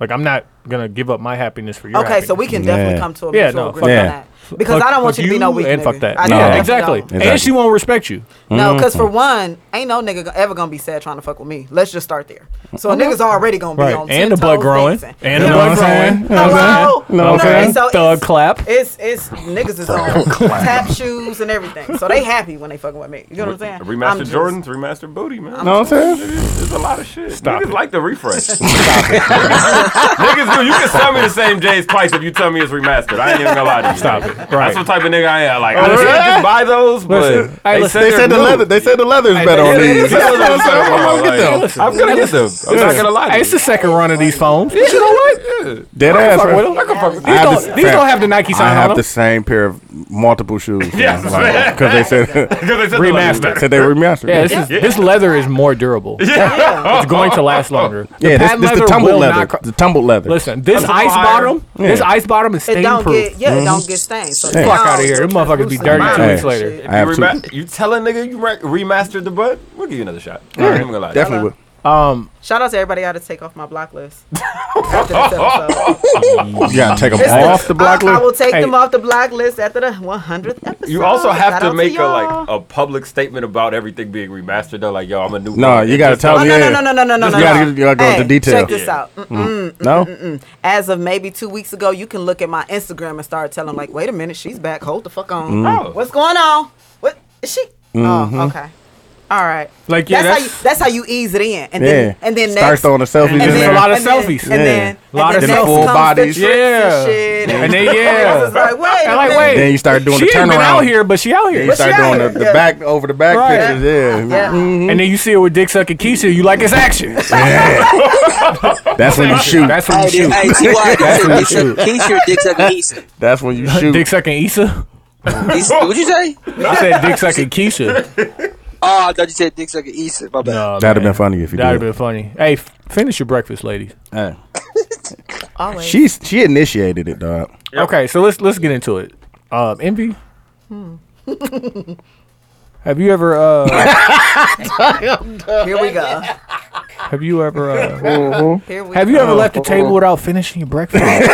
Speaker 1: Like I'm not gonna give up my happiness for your.
Speaker 4: Okay, so we
Speaker 1: happiness.
Speaker 4: can definitely
Speaker 2: Yeah.
Speaker 4: come to a
Speaker 1: Yeah,
Speaker 4: mutual
Speaker 1: no,
Speaker 4: agreement
Speaker 2: fuck
Speaker 4: on
Speaker 2: that.
Speaker 4: that. Because
Speaker 1: Fuck-
Speaker 4: I don't want
Speaker 1: fuck
Speaker 4: you to be no weak
Speaker 1: and
Speaker 4: nigga.
Speaker 1: fuck that.
Speaker 4: I
Speaker 1: no,
Speaker 4: definitely
Speaker 1: exactly.
Speaker 4: don't.
Speaker 1: And she won't respect you.
Speaker 4: No, because for one, ain't no nigga ever gonna be sad trying to fuck with me. Let's just start there. So a nigga's already gonna be
Speaker 1: Right.
Speaker 4: on
Speaker 1: And the
Speaker 4: ten
Speaker 1: butt
Speaker 4: toes
Speaker 1: growing.
Speaker 4: dancing.
Speaker 1: And the
Speaker 4: You know
Speaker 1: butt
Speaker 4: what I'm saying?
Speaker 1: growing. You know what I'm
Speaker 4: Hello?
Speaker 1: saying? Know what I'm
Speaker 4: No,
Speaker 1: saying?
Speaker 4: so it's-
Speaker 1: Thug clap.
Speaker 4: It's it's niggas is on tap shoes and everything, so they happy when they fucking with me. You know what I'm saying? I'm
Speaker 5: Remastered
Speaker 4: just-
Speaker 5: Jordans, remastered Booty, man.
Speaker 2: know what I'm saying?
Speaker 5: There's a lot of shit.
Speaker 1: Stop
Speaker 5: Niggas
Speaker 1: it.
Speaker 5: like the refresh. Niggas do. You can sell me the same J's twice if you tell me it's remastered. I ain't even gonna lie to you.
Speaker 1: Stop it. Right.
Speaker 5: That's what type of nigga I am. Like, I
Speaker 1: Listen.
Speaker 5: just just buy those, but
Speaker 1: Listen. Hey,
Speaker 5: they,
Speaker 1: listen.
Speaker 5: said
Speaker 2: They said the
Speaker 5: new.
Speaker 2: leather. They said the leather's better on
Speaker 5: Yeah,
Speaker 2: these.
Speaker 5: they said
Speaker 2: That's what I'm saying. I'm gonna
Speaker 5: leather.
Speaker 2: get them.
Speaker 5: Like, I'm gonna get them. I'm not gonna lie.
Speaker 1: Hey, it's the second run of these phones. You know what?
Speaker 2: Dead ass.
Speaker 1: Fuck with
Speaker 2: fam.
Speaker 1: them. I can fuck with
Speaker 2: I
Speaker 1: These
Speaker 2: have
Speaker 1: don't-
Speaker 2: this-
Speaker 1: these
Speaker 2: fam,
Speaker 1: don't have the Nike
Speaker 2: I
Speaker 1: sign
Speaker 2: have
Speaker 1: on
Speaker 2: the
Speaker 1: them.
Speaker 2: same pair of multiple shoes.
Speaker 5: Yes, man.
Speaker 2: because they said
Speaker 5: because they said
Speaker 1: Remastered.
Speaker 5: The leather.
Speaker 2: said they remastered.
Speaker 1: Yeah, this, is,
Speaker 5: Yeah.
Speaker 1: this leather is more durable. It's going to last longer.
Speaker 2: yeah. This,
Speaker 1: patent
Speaker 2: this the
Speaker 1: leather
Speaker 2: tumbled
Speaker 1: will not
Speaker 2: leather.
Speaker 1: cr-
Speaker 2: the tumbled leather.
Speaker 1: Listen, this
Speaker 5: That's a
Speaker 1: ice
Speaker 5: fire.
Speaker 1: bottom, this ice bottom is
Speaker 4: It
Speaker 1: stain
Speaker 4: don't
Speaker 1: proof.
Speaker 4: get yeah, it
Speaker 2: Mm-hmm.
Speaker 4: don't get stained. So
Speaker 1: Fuck
Speaker 4: now
Speaker 1: outta here. Them
Speaker 4: it's
Speaker 1: motherfuckers be
Speaker 4: translucent.
Speaker 1: dirty two
Speaker 4: Mine.
Speaker 1: weeks later.
Speaker 4: Shit.
Speaker 2: I have
Speaker 5: you,
Speaker 2: two.
Speaker 5: rema- you tell a nigga you re- remastered the butt? We'll give you another shot. I'm not even gonna lie.
Speaker 2: Definitely would.
Speaker 1: Um,
Speaker 4: Shout out to everybody I had to take off my block list. after this episode.
Speaker 1: uh,
Speaker 2: You gotta take them
Speaker 4: It's
Speaker 2: off the block
Speaker 4: I, I will
Speaker 2: list.
Speaker 4: take
Speaker 1: Hey.
Speaker 4: them off the block list after the 100th episode.
Speaker 5: You also have
Speaker 4: Shout
Speaker 5: to
Speaker 4: out
Speaker 5: make a
Speaker 4: y'all.
Speaker 5: like a public statement about everything being remastered. Though, like, yo, I'm a new.
Speaker 2: No,
Speaker 5: It
Speaker 2: you gotta
Speaker 5: just
Speaker 2: tell
Speaker 4: Oh,
Speaker 2: me.
Speaker 4: no,
Speaker 2: yeah.
Speaker 4: no, no, no, no, no, no,
Speaker 2: You gotta,
Speaker 4: no.
Speaker 2: get- you gotta go
Speaker 4: hey,
Speaker 2: into detail.
Speaker 4: Check this out. Mm-mm.
Speaker 2: No,
Speaker 4: As of maybe two weeks ago, you can look at my Instagram and start telling, like, wait a minute, she's back. Hold the fuck on.
Speaker 1: Oh.
Speaker 5: Mm.
Speaker 4: What's going on? What is she?
Speaker 1: Mm-hmm.
Speaker 4: Oh, okay. All right.
Speaker 1: Like, yeah, that's-
Speaker 4: that's, how you that's how you ease it in. And
Speaker 2: yeah.
Speaker 4: then and then
Speaker 2: start
Speaker 4: next
Speaker 2: throwing the selfies in
Speaker 1: Just a
Speaker 2: there.
Speaker 1: lot of
Speaker 4: and then-
Speaker 1: selfies.
Speaker 4: And
Speaker 1: Yeah.
Speaker 4: then,
Speaker 1: A lot
Speaker 4: and
Speaker 1: of
Speaker 4: then next
Speaker 2: selfies.
Speaker 4: comes the
Speaker 2: Bodies.
Speaker 4: tricks
Speaker 1: Yeah.
Speaker 4: And, shit.
Speaker 1: and they
Speaker 4: I was
Speaker 1: yeah.
Speaker 4: like, wait,
Speaker 1: And
Speaker 4: a
Speaker 1: like,
Speaker 4: minute.
Speaker 1: wait.
Speaker 2: Then you start doing
Speaker 1: she
Speaker 2: the
Speaker 1: ain't been
Speaker 2: turnaround.
Speaker 1: out here, but she out here.
Speaker 2: You start
Speaker 4: she out
Speaker 2: doing the,
Speaker 4: here.
Speaker 2: the
Speaker 4: Yeah.
Speaker 2: back over the back
Speaker 1: Right.
Speaker 2: pictures. Yeah, Mm-hmm.
Speaker 4: Yeah.
Speaker 1: And then you see her with Dick Suck and Keisha, you like it's action.
Speaker 2: that's when you shoot.
Speaker 1: That's when
Speaker 3: Hey,
Speaker 1: you shoot.
Speaker 3: dude, hey, T.Y.,
Speaker 2: what you
Speaker 3: you
Speaker 2: shoot.
Speaker 3: said Keisha, Dick Sucking Keisha.
Speaker 2: That's when you shoot.
Speaker 1: Dick sucking Issa.
Speaker 3: Keisha- What'd you say?
Speaker 1: I said dick sucking Keisha.
Speaker 3: Oh, I thought you said Dick Sucking Issa. My bad.
Speaker 1: No,
Speaker 2: That'd have been funny if you
Speaker 1: That'd have
Speaker 2: did.
Speaker 1: been funny. Hey, f- finish your breakfast, ladies.
Speaker 2: Hey.
Speaker 4: Always.
Speaker 2: She's she initiated it, dog.
Speaker 1: Okay, so let's let's get into it. Um, envy. have you ever? Uh,
Speaker 4: Here we go.
Speaker 1: have you ever? Uh,
Speaker 4: Here we
Speaker 1: have
Speaker 4: go.
Speaker 1: you
Speaker 2: uh,
Speaker 1: ever left the table without finishing your breakfast?
Speaker 2: What's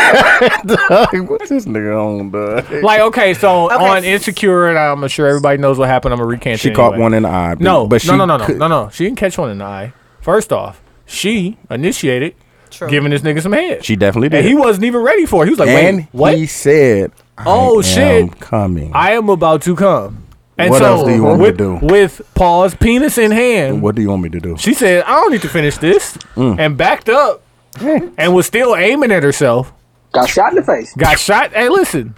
Speaker 2: this nigga on, dog?
Speaker 1: like, okay, so
Speaker 4: Okay.
Speaker 1: on Insecure, and I'm sure everybody knows what happened. I'm gonna recant.
Speaker 2: She
Speaker 1: it
Speaker 2: caught
Speaker 1: anyway.
Speaker 2: one in the eye. but-
Speaker 1: No,
Speaker 2: but she
Speaker 1: no, no, no, no,
Speaker 2: could-
Speaker 1: no, no. She didn't catch one in the eye. First off, she initiated
Speaker 4: True.
Speaker 1: giving this nigga some head.
Speaker 2: She definitely did.
Speaker 1: and he wasn't even ready for it. He was like,
Speaker 2: And
Speaker 1: "Wait, what?
Speaker 2: he said, I
Speaker 1: Oh,
Speaker 2: am
Speaker 1: shit.
Speaker 2: coming."
Speaker 1: I am about to come." And
Speaker 2: What
Speaker 1: so,
Speaker 2: else do you want me to
Speaker 1: with,
Speaker 2: do?
Speaker 1: With Paul's penis in hand,
Speaker 2: what Mm. do you want me to do?
Speaker 1: she said, "I don't need to finish this," and backed up, and was still aiming at herself.
Speaker 3: Got shot in the face.
Speaker 1: Got shot. Hey, listen,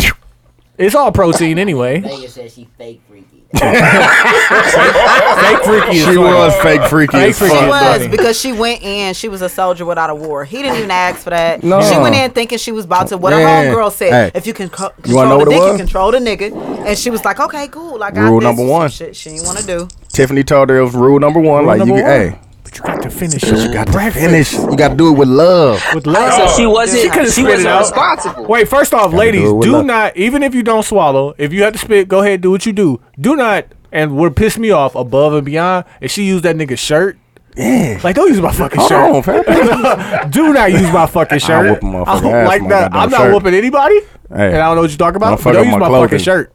Speaker 1: it's all protein anyway.
Speaker 7: Banger said she fake freaky.
Speaker 1: Fake freaky.
Speaker 2: She was fake freaky
Speaker 1: Fake
Speaker 2: as
Speaker 1: freaky.
Speaker 4: She
Speaker 2: fuck.
Speaker 4: was
Speaker 1: Funny.
Speaker 4: because she went in. She was a soldier without a war. He didn't even ask for that.
Speaker 2: No.
Speaker 4: She went in thinking she was about to. What her
Speaker 2: Man.
Speaker 4: homegirl said:
Speaker 2: Hey.
Speaker 4: if you can co-
Speaker 2: You wanna
Speaker 4: control
Speaker 2: know
Speaker 4: the
Speaker 2: what it
Speaker 4: dick,
Speaker 2: was?
Speaker 4: you control the nigga. And she was like, okay, cool. Like I
Speaker 2: Rule
Speaker 4: did
Speaker 2: number
Speaker 4: some
Speaker 2: one.
Speaker 4: shit she didn't want to do.
Speaker 2: Tiffany told her it was rule number one. like
Speaker 1: number
Speaker 2: you,
Speaker 1: one.
Speaker 2: hey,
Speaker 1: But you got to finish. You got to
Speaker 2: finish. You got to do it with love.
Speaker 1: with love.
Speaker 3: So she
Speaker 1: She
Speaker 3: wasn't,
Speaker 1: could've
Speaker 3: she,
Speaker 1: spit it
Speaker 3: wasn't
Speaker 1: out.
Speaker 3: responsible.
Speaker 1: Wait, first off, ladies,
Speaker 2: do it
Speaker 1: do,
Speaker 2: with love.
Speaker 1: not even if you don't swallow, if you have to spit, go ahead do what you do. Do not and what pissed me off above and beyond if she used that nigga's shirt.
Speaker 2: Yeah.
Speaker 1: Like don't use my fucking
Speaker 2: Hold on,
Speaker 1: shirt.
Speaker 2: fam.
Speaker 1: do not use my fucking shirt.
Speaker 2: whoop a motherfucking
Speaker 1: I don't
Speaker 2: ass
Speaker 1: like
Speaker 2: with my
Speaker 1: that.
Speaker 2: goddamn
Speaker 1: I'm not
Speaker 2: shirt.
Speaker 1: whooping anybody.
Speaker 2: Hey.
Speaker 1: And I don't know what you're talking about.
Speaker 2: Don't fuck
Speaker 1: but don't
Speaker 2: up
Speaker 1: use
Speaker 2: my
Speaker 1: my, fucking
Speaker 2: clothing.
Speaker 1: shirt.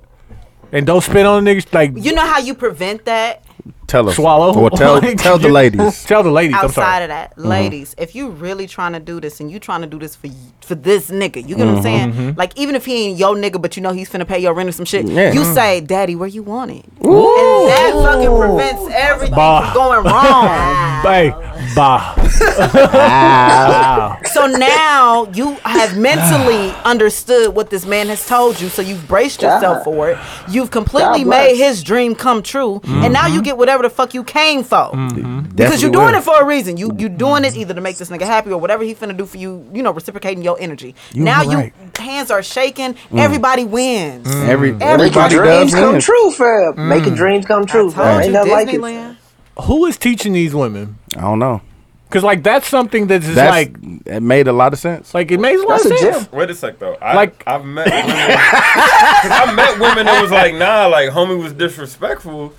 Speaker 1: And don't spit on the niggas like
Speaker 4: You know how you prevent that
Speaker 2: Tell her.
Speaker 1: swallow. Oh
Speaker 2: Or tell tell the ladies.
Speaker 1: tell the ladies. I'm
Speaker 4: outside
Speaker 1: sorry.
Speaker 4: of that,
Speaker 2: Mm-hmm.
Speaker 4: ladies. If you really trying to do this and you trying to do this for y- for this nigga, you get what
Speaker 2: Mm-hmm.
Speaker 4: I'm saying? Like even if he ain't your nigga, but you know he's finna pay your rent or some shit,
Speaker 2: Yeah. Mm.
Speaker 4: you say, "Daddy, where you want it?" And that fucking prevents everything
Speaker 1: Bah.
Speaker 4: from going wrong.
Speaker 1: Hey, bah.
Speaker 2: Ah,
Speaker 4: So now you have mentally understood what this man has told you. So you've braced yourself
Speaker 3: God.
Speaker 4: for it. You've completely
Speaker 3: God bless. Mm-hmm.
Speaker 4: made his dream come true. And now you get whatever the fuck you came for. Because you're
Speaker 2: Definitely
Speaker 4: doing
Speaker 2: will.
Speaker 4: it for a reason. You you doing it either to make this nigga happy or whatever he finna do for you, you know, reciprocating your energy. now
Speaker 1: you're
Speaker 4: you
Speaker 1: right.
Speaker 4: hands are shaking,
Speaker 3: Mm.
Speaker 4: everybody wins.
Speaker 2: Every
Speaker 3: Making
Speaker 2: everybody
Speaker 3: dreams
Speaker 2: does Mm.
Speaker 3: come
Speaker 2: win.
Speaker 3: true, fam. Making dreams come true, fam.
Speaker 4: Told
Speaker 3: Ain't
Speaker 4: you,
Speaker 3: nothing like it.
Speaker 4: Disneyland.
Speaker 1: Who is teaching these women?
Speaker 2: I don't know.
Speaker 1: Because like that's something that's just
Speaker 2: That's
Speaker 1: like
Speaker 2: it made a lot of sense.
Speaker 1: like it makes a lot
Speaker 3: That's
Speaker 1: of
Speaker 3: a
Speaker 1: sense.
Speaker 3: gem.
Speaker 5: Wait a sec though. I,
Speaker 1: Like-
Speaker 5: like I've met women, 'Cause I met women that was like, nah, like homie was disrespectful,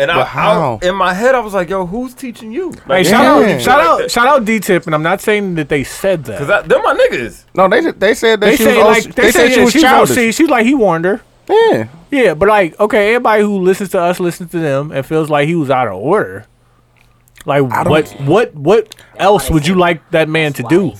Speaker 5: and I,
Speaker 2: But how?
Speaker 5: I in my head I was like, yo, who's teaching you?
Speaker 1: Hey,
Speaker 5: Like,
Speaker 1: shout out,
Speaker 2: Yeah.
Speaker 1: shout out, shout out D Tip, and I'm not saying that they said that.
Speaker 5: Cause I, they're my niggas.
Speaker 2: No, they they said that
Speaker 1: they
Speaker 2: she
Speaker 1: say
Speaker 2: was
Speaker 1: like
Speaker 2: OC
Speaker 1: they, say
Speaker 2: she was childish.
Speaker 1: OC. She's like he warned her.
Speaker 2: Yeah.
Speaker 1: Yeah, but like okay, everybody who listens to us listens to them and feels like he was out of order. Like
Speaker 2: don't-
Speaker 1: what what what else would you like that man to do?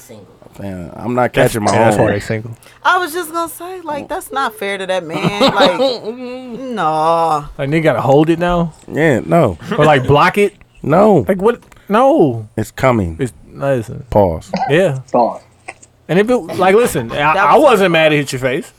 Speaker 2: Man, I'm not catching my
Speaker 1: Yeah, that's why
Speaker 2: own.
Speaker 1: they single.
Speaker 4: I was just gonna say, like, that's not fair to that man. Like, no.
Speaker 1: Like they gotta hold it now
Speaker 2: Yeah, no,
Speaker 1: or like block it.
Speaker 2: no,
Speaker 1: Like what? No,
Speaker 2: it's coming.
Speaker 1: it's listen.
Speaker 2: Pause.
Speaker 1: Yeah,
Speaker 3: Thought.
Speaker 1: and if it like listen, I, I wasn't mad at hit your face.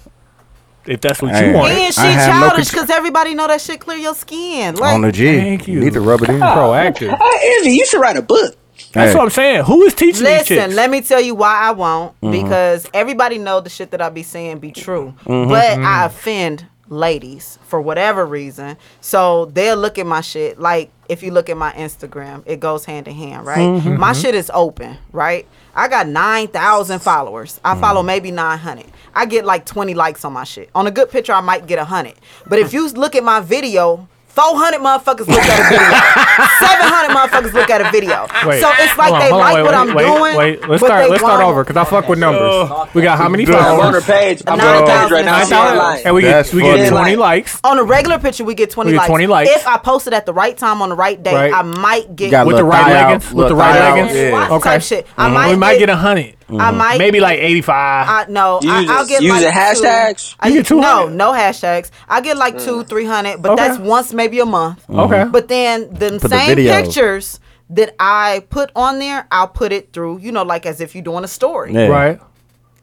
Speaker 1: If that's what
Speaker 2: Hey.
Speaker 1: you wanted.
Speaker 4: And she
Speaker 2: I have no
Speaker 4: childish
Speaker 2: contr-
Speaker 4: because everybody know that shit clear your skin. Like,
Speaker 2: On the G.
Speaker 1: Thank you.
Speaker 2: Need to rub it in.
Speaker 1: Proactive.
Speaker 3: Hey, Envy, you should write a book.
Speaker 1: That's
Speaker 2: Hey.
Speaker 1: what I'm saying. Who is teaching these
Speaker 4: Listen,
Speaker 1: chicks?
Speaker 4: let me tell you why I won't
Speaker 2: Mm-hmm.
Speaker 4: because everybody know the shit that I be saying be true,
Speaker 2: Mm-hmm.
Speaker 4: but I offend ladies for whatever reason. So they'll look at my shit like if you look at my Instagram, it goes hand in hand, right?
Speaker 2: Mm-hmm.
Speaker 4: My shit is open, right? I got 9,000 followers.
Speaker 2: Mm.
Speaker 4: I follow maybe 900. I get like 20 likes on my shit. On a good picture I might get 100. But if you look at my video, 400 motherfuckers look at a video. 700 motherfuckers look at a video.
Speaker 1: Wait,
Speaker 4: so it's
Speaker 1: hold
Speaker 4: like
Speaker 1: on,
Speaker 4: they
Speaker 1: hold on,
Speaker 4: like
Speaker 1: wait,
Speaker 4: what
Speaker 1: wait,
Speaker 4: I'm
Speaker 1: wait,
Speaker 4: doing.
Speaker 1: Wait, let's
Speaker 4: but
Speaker 1: start.
Speaker 4: they
Speaker 1: Let's start
Speaker 4: want-
Speaker 1: over because I fuck with numbers.
Speaker 5: Oh.
Speaker 1: we got how many
Speaker 3: I'm on her
Speaker 1: followers?
Speaker 3: page. I'm
Speaker 4: Nine
Speaker 3: on her page
Speaker 4: thousand
Speaker 3: right now.
Speaker 4: is
Speaker 3: She
Speaker 4: nine.
Speaker 3: online.
Speaker 1: And we get
Speaker 2: That's
Speaker 1: we get
Speaker 3: funny.
Speaker 1: twenty likes.
Speaker 4: On a regular picture, we get 20,
Speaker 1: We get 20 likes.
Speaker 4: If I post it at the right time on the right day,
Speaker 1: Right.
Speaker 4: I might get
Speaker 2: Got
Speaker 1: With
Speaker 2: Little
Speaker 1: the right
Speaker 2: thigh out,
Speaker 1: leggings, with the
Speaker 2: little
Speaker 1: right
Speaker 2: thigh out,
Speaker 1: leggings,
Speaker 2: yeah.
Speaker 4: Type shit. I
Speaker 1: Mhm.
Speaker 4: might
Speaker 1: we might
Speaker 4: get-
Speaker 1: get a hundred,
Speaker 4: I might
Speaker 1: maybe like eighty-five.
Speaker 4: I no, I,
Speaker 3: Use
Speaker 4: I'll
Speaker 3: it-
Speaker 4: get
Speaker 3: use
Speaker 4: like
Speaker 3: it hashtags?
Speaker 4: Two, I,
Speaker 1: You get
Speaker 4: no,
Speaker 1: 200?
Speaker 4: no hashtags. I get like two, three hundred, but
Speaker 1: Okay. Mm-hmm.
Speaker 4: that's once maybe a month.
Speaker 1: okay,
Speaker 3: Mm-hmm.
Speaker 4: But then the
Speaker 2: Put the
Speaker 4: same
Speaker 2: video.
Speaker 4: pictures that I put on there, I'll put it through, you know, like as if you're doing a story.
Speaker 2: Yeah.
Speaker 1: right.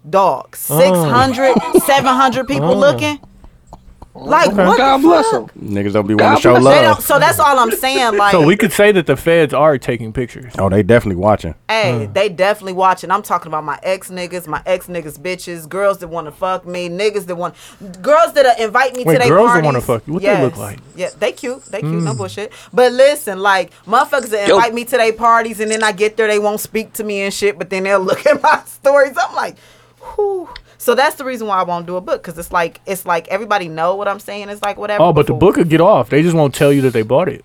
Speaker 4: Dog, 600, 700 people looking. Like what?
Speaker 3: God
Speaker 4: the
Speaker 3: bless
Speaker 4: fuck?
Speaker 3: them.
Speaker 2: Niggas don't be wanting
Speaker 3: God
Speaker 2: to show
Speaker 3: bless-
Speaker 4: They don't,
Speaker 2: love.
Speaker 4: so that's all I'm saying. Like,
Speaker 1: So we could say that the feds are taking pictures.
Speaker 2: Oh, they definitely watching.
Speaker 1: Mm.
Speaker 4: Hey, they definitely watching. I'm talking about my ex niggas, my ex niggas bitches, girls that want to fuck me, niggas that want, girls that uh, invite me
Speaker 1: Wait,
Speaker 4: to their
Speaker 1: girls that
Speaker 4: parties.
Speaker 1: wanna fuck you, what they look like? Mm.
Speaker 4: Yeah, they cute. They cute. No bullshit. But listen, like motherfuckers that
Speaker 3: Yo.
Speaker 4: invite me to their parties, and then I get there, they won't speak to me and shit. But then they'll look at my stories. I'm like, whew. So that's the reason why I won't do a book because it's like it's like everybody know what I'm saying. It's like whatever.
Speaker 1: Oh, but the book could get off. They just won't tell you that they bought it.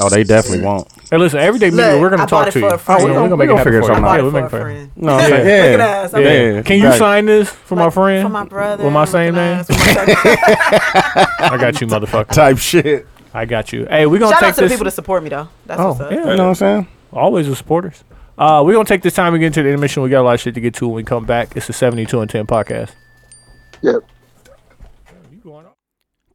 Speaker 2: Oh, they definitely won't.
Speaker 1: Hey, listen, every day media,
Speaker 4: Look,
Speaker 1: we're gonna
Speaker 4: I
Speaker 1: talk
Speaker 4: bought it
Speaker 1: to
Speaker 4: for
Speaker 1: you.
Speaker 4: a friend.
Speaker 1: Oh, we're
Speaker 4: We
Speaker 1: gonna
Speaker 4: gonna
Speaker 1: make it
Speaker 2: figure
Speaker 1: happen for you.
Speaker 2: something
Speaker 4: out.
Speaker 1: Yeah, we'll make it
Speaker 4: I bought it for a
Speaker 1: happen.
Speaker 4: friend.
Speaker 2: No, I'm saying-
Speaker 4: Look at us. I'm
Speaker 1: Yeah.
Speaker 2: Yeah,
Speaker 1: Can you
Speaker 2: right.
Speaker 1: sign this for my
Speaker 4: like,
Speaker 1: friend?
Speaker 4: for my brother,
Speaker 1: With my same name?
Speaker 4: recognize, with my
Speaker 1: I got you, motherfucker.
Speaker 2: type shit.
Speaker 1: I got you. Hey, we're gonna
Speaker 4: Shout
Speaker 1: take
Speaker 4: out to
Speaker 1: this.
Speaker 4: the people that support me though. That's
Speaker 1: oh,
Speaker 4: what's up.
Speaker 1: yeah.
Speaker 2: You know what I'm saying?
Speaker 1: Always with supporters. Uh, we're gonna take this time to get into the intermission. We got a lot of shit to get to when we come back. It's the seventy-two and ten podcast.
Speaker 3: Yep.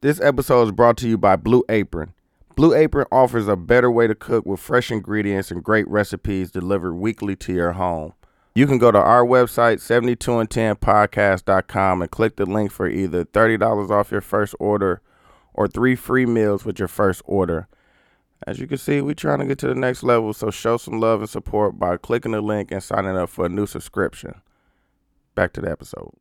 Speaker 2: This episode is brought to you by Blue Apron. Blue Apron offers a better way to cook with fresh ingredients and great recipes delivered weekly to your home. You can go to our website, 72and10podcast.com, and click the link for either $30 off your first order or three free meals with your first order. As you can see, we're trying to get to the next level, so show some love and support by clicking the link and signing up for a new subscription. Back to the episode.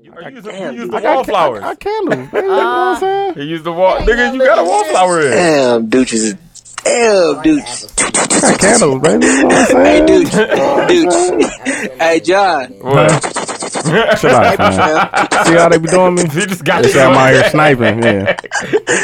Speaker 5: You use the, you use the
Speaker 2: I got ca-
Speaker 5: wallflowers.
Speaker 2: I, I candles, baby. You know what
Speaker 3: Ah.
Speaker 2: I'm saying?
Speaker 5: You use the wall, nigga. You got a wallflower in.
Speaker 3: Damn, dooches. Damn, dooches.
Speaker 2: I got candles, baby. You know what I'm
Speaker 3: Hey,
Speaker 2: saying?
Speaker 3: dudes. dudes. Hey, John.
Speaker 5: What?
Speaker 2: Chill out, man. See how they be doing me?
Speaker 5: He just got
Speaker 2: This
Speaker 5: this.
Speaker 2: how I'm out
Speaker 5: He
Speaker 2: here sniping, yeah.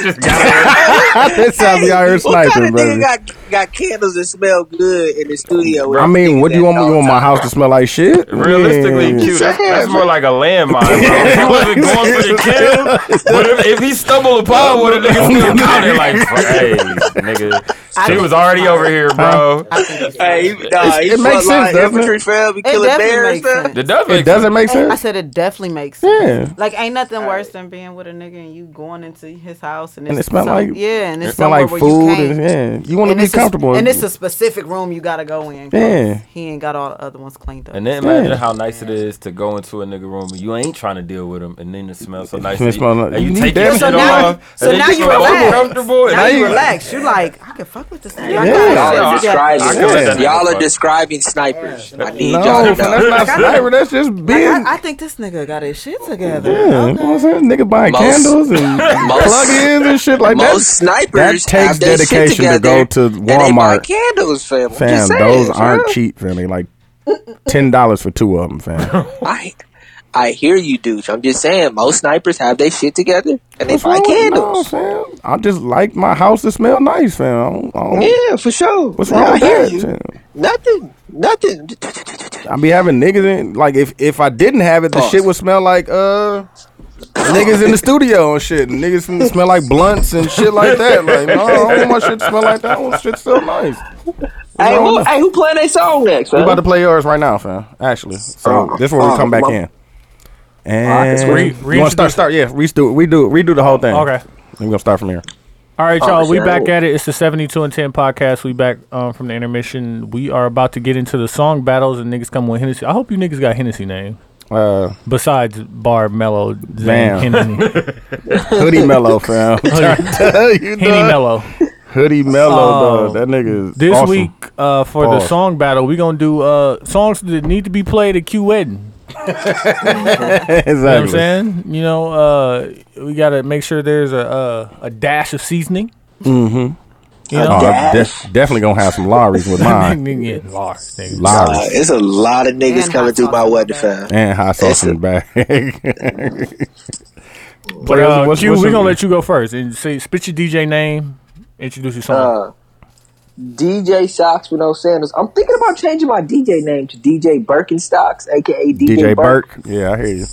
Speaker 5: just got it.
Speaker 2: This how me out here
Speaker 3: What kind
Speaker 2: sniping,
Speaker 3: of
Speaker 2: baby.
Speaker 3: nigga got, got candles that smell good in the studio? with
Speaker 2: I mean, what do you want?
Speaker 3: niggas
Speaker 2: You want my house to smell like shit?
Speaker 5: Realistically,
Speaker 2: Yeah.
Speaker 5: Q, that's, that's more like a landmine. Bro. He wasn't going for the kill, but if, if he stumbled upon one, the nigga still got it. Like, hey, nigga, she was already over here, bro.
Speaker 3: Hey, he- nah, he
Speaker 2: It- it makes
Speaker 3: fought like
Speaker 2: sense, doesn't
Speaker 3: infantry
Speaker 2: it?
Speaker 3: forever,
Speaker 4: It
Speaker 3: killing
Speaker 4: definitely
Speaker 3: bears.
Speaker 4: makes
Speaker 3: bruh.
Speaker 4: sense.
Speaker 5: It does.
Speaker 2: It doesn't make
Speaker 4: I
Speaker 2: sense.
Speaker 4: said it definitely makes sense.
Speaker 2: Yeah.
Speaker 4: Like ain't nothing worse than being with a nigga and you going into his house and,
Speaker 2: And
Speaker 4: it's
Speaker 2: it smell
Speaker 4: some-
Speaker 2: like
Speaker 4: yeah, and
Speaker 2: it
Speaker 4: it's
Speaker 2: smell
Speaker 4: somewhere
Speaker 2: like
Speaker 4: where
Speaker 2: food.
Speaker 4: You can't,
Speaker 2: And, yeah, you want to
Speaker 4: and
Speaker 2: be
Speaker 4: it's a-
Speaker 2: comfortable.
Speaker 4: and it's a specific room you gotta go in. 'cause
Speaker 2: Yeah.
Speaker 4: he ain't got all the other ones cleaned up.
Speaker 5: And then imagine
Speaker 2: Yeah.
Speaker 5: how nice it is to go into a nigga room and you ain't trying to deal with him, and then it smells so nice.
Speaker 2: It
Speaker 5: and you-
Speaker 2: smell like-
Speaker 5: and you
Speaker 2: you
Speaker 5: take
Speaker 2: damn
Speaker 5: your
Speaker 2: sure
Speaker 5: shit
Speaker 2: now-
Speaker 5: off.
Speaker 4: so
Speaker 5: and then
Speaker 4: now you
Speaker 5: feel
Speaker 4: relax.
Speaker 5: comfortable. and
Speaker 4: now
Speaker 5: then
Speaker 4: you
Speaker 5: you-
Speaker 4: relax. You like I can fuck with this nigga. I
Speaker 2: Yeah.
Speaker 4: got
Speaker 3: Y'all
Speaker 5: Yeah.
Speaker 3: are
Speaker 4: shit together.
Speaker 5: I
Speaker 3: describing.
Speaker 5: can let that
Speaker 3: Y'all
Speaker 5: nigga
Speaker 3: are
Speaker 5: fuck.
Speaker 3: describing snipers. I need
Speaker 2: no,
Speaker 3: y'all
Speaker 2: that's
Speaker 3: to know.
Speaker 2: not sniper. That's just being.
Speaker 4: I, I think this nigga got his shit together.
Speaker 2: Yeah, you know what I'm saying? Nigga buying
Speaker 3: Most-
Speaker 2: candles and
Speaker 3: most-
Speaker 2: plug-ins and shit like that.
Speaker 3: Most snipers
Speaker 2: that takes
Speaker 3: have their shit
Speaker 2: dedication to
Speaker 3: together
Speaker 2: go to
Speaker 3: and they buy
Speaker 2: Walmart.
Speaker 3: candles, fam. I'm
Speaker 2: Fam,
Speaker 3: just saying,
Speaker 2: those
Speaker 3: fam.
Speaker 2: aren't cheap, fam. They like ten dollars for two of them, fam.
Speaker 3: I, I hear you, douche. I'm just saying, most snipers have their shit together and they
Speaker 2: What's
Speaker 3: buy
Speaker 2: wrong with-
Speaker 3: candles.
Speaker 2: No, fam. I just like my house to smell nice, fam. I don't, I don't-
Speaker 3: Yeah, for sure.
Speaker 2: What's wrong
Speaker 3: I
Speaker 2: with
Speaker 3: hear
Speaker 2: that?
Speaker 3: you.
Speaker 2: fam?
Speaker 3: Nothing. Nothing.
Speaker 2: I be having niggas in like if if I didn't have it, the
Speaker 3: Pause.
Speaker 2: shit would smell like uh niggas in the studio and shit. And niggas would smell like blunts and shit like that. Like no, I don't want my shit to smell like that. I want shit to smell nice.
Speaker 3: Hey,
Speaker 2: wrong
Speaker 3: who,
Speaker 2: with-
Speaker 3: hey, who playing that song next?
Speaker 2: We
Speaker 3: fam?
Speaker 2: about to play yours right now, fam. Actually, so
Speaker 1: Oh,
Speaker 3: Uh,
Speaker 2: this is where we
Speaker 3: uh,
Speaker 2: come back
Speaker 3: my-
Speaker 2: in.
Speaker 3: it's
Speaker 2: And
Speaker 1: re-
Speaker 2: you want to
Speaker 1: reintroduce
Speaker 2: start? Start yeah. Redo we do redo the whole thing.
Speaker 1: Okay.
Speaker 2: we gonna start from here.
Speaker 1: All right, y'all. We
Speaker 3: shit.
Speaker 1: back at it. It's the 72 and 10 podcast. We back um, from the intermission. We are about to get into the song battles and niggas come with Hennessy. I hope you niggas got Hennessy name
Speaker 2: Uh,
Speaker 1: besides Bar Mellow, Zane,
Speaker 2: Damn.
Speaker 1: Henny, Henny
Speaker 2: hoodie mellow, fam. I'm trying to tell you, dog.
Speaker 1: Mellow.
Speaker 2: Hoodie mellow,
Speaker 1: Oh.
Speaker 2: dog. That nigga is
Speaker 1: This
Speaker 2: awesome.
Speaker 1: week uh, for the
Speaker 2: Pause.
Speaker 1: song battle, we gonna do uh, songs that need to be played at Q wedding.
Speaker 2: exactly.
Speaker 1: You know what I'm saying? You know, uh, we got to make sure there's a uh, a dash of seasoning. Mm-hmm. You
Speaker 2: Oh,
Speaker 1: know?
Speaker 2: I'm def- definitely gonna have some lorries with mine.
Speaker 1: Nigga, yeah, large, nigga.
Speaker 3: Uh,
Speaker 2: Lorries
Speaker 3: it's a lot of niggas
Speaker 4: And
Speaker 3: coming
Speaker 4: hot
Speaker 3: through
Speaker 4: sauce
Speaker 3: my
Speaker 4: in the
Speaker 3: weather,
Speaker 4: back.
Speaker 3: fam.
Speaker 2: and hot sauce
Speaker 3: It's
Speaker 2: in the bag. players.
Speaker 1: uh,
Speaker 2: what's,
Speaker 1: Q,
Speaker 2: what's
Speaker 1: we're
Speaker 2: your-
Speaker 1: gonna let you go first and say spit your DJ name, introduce your song.
Speaker 3: Uh, DJ Socks with no sandals. I'm thinking about changing my DJ name to DJ Birkenstocks, aka DJ,
Speaker 2: DJ
Speaker 3: Burke.
Speaker 2: Burke. Yeah, I hear you.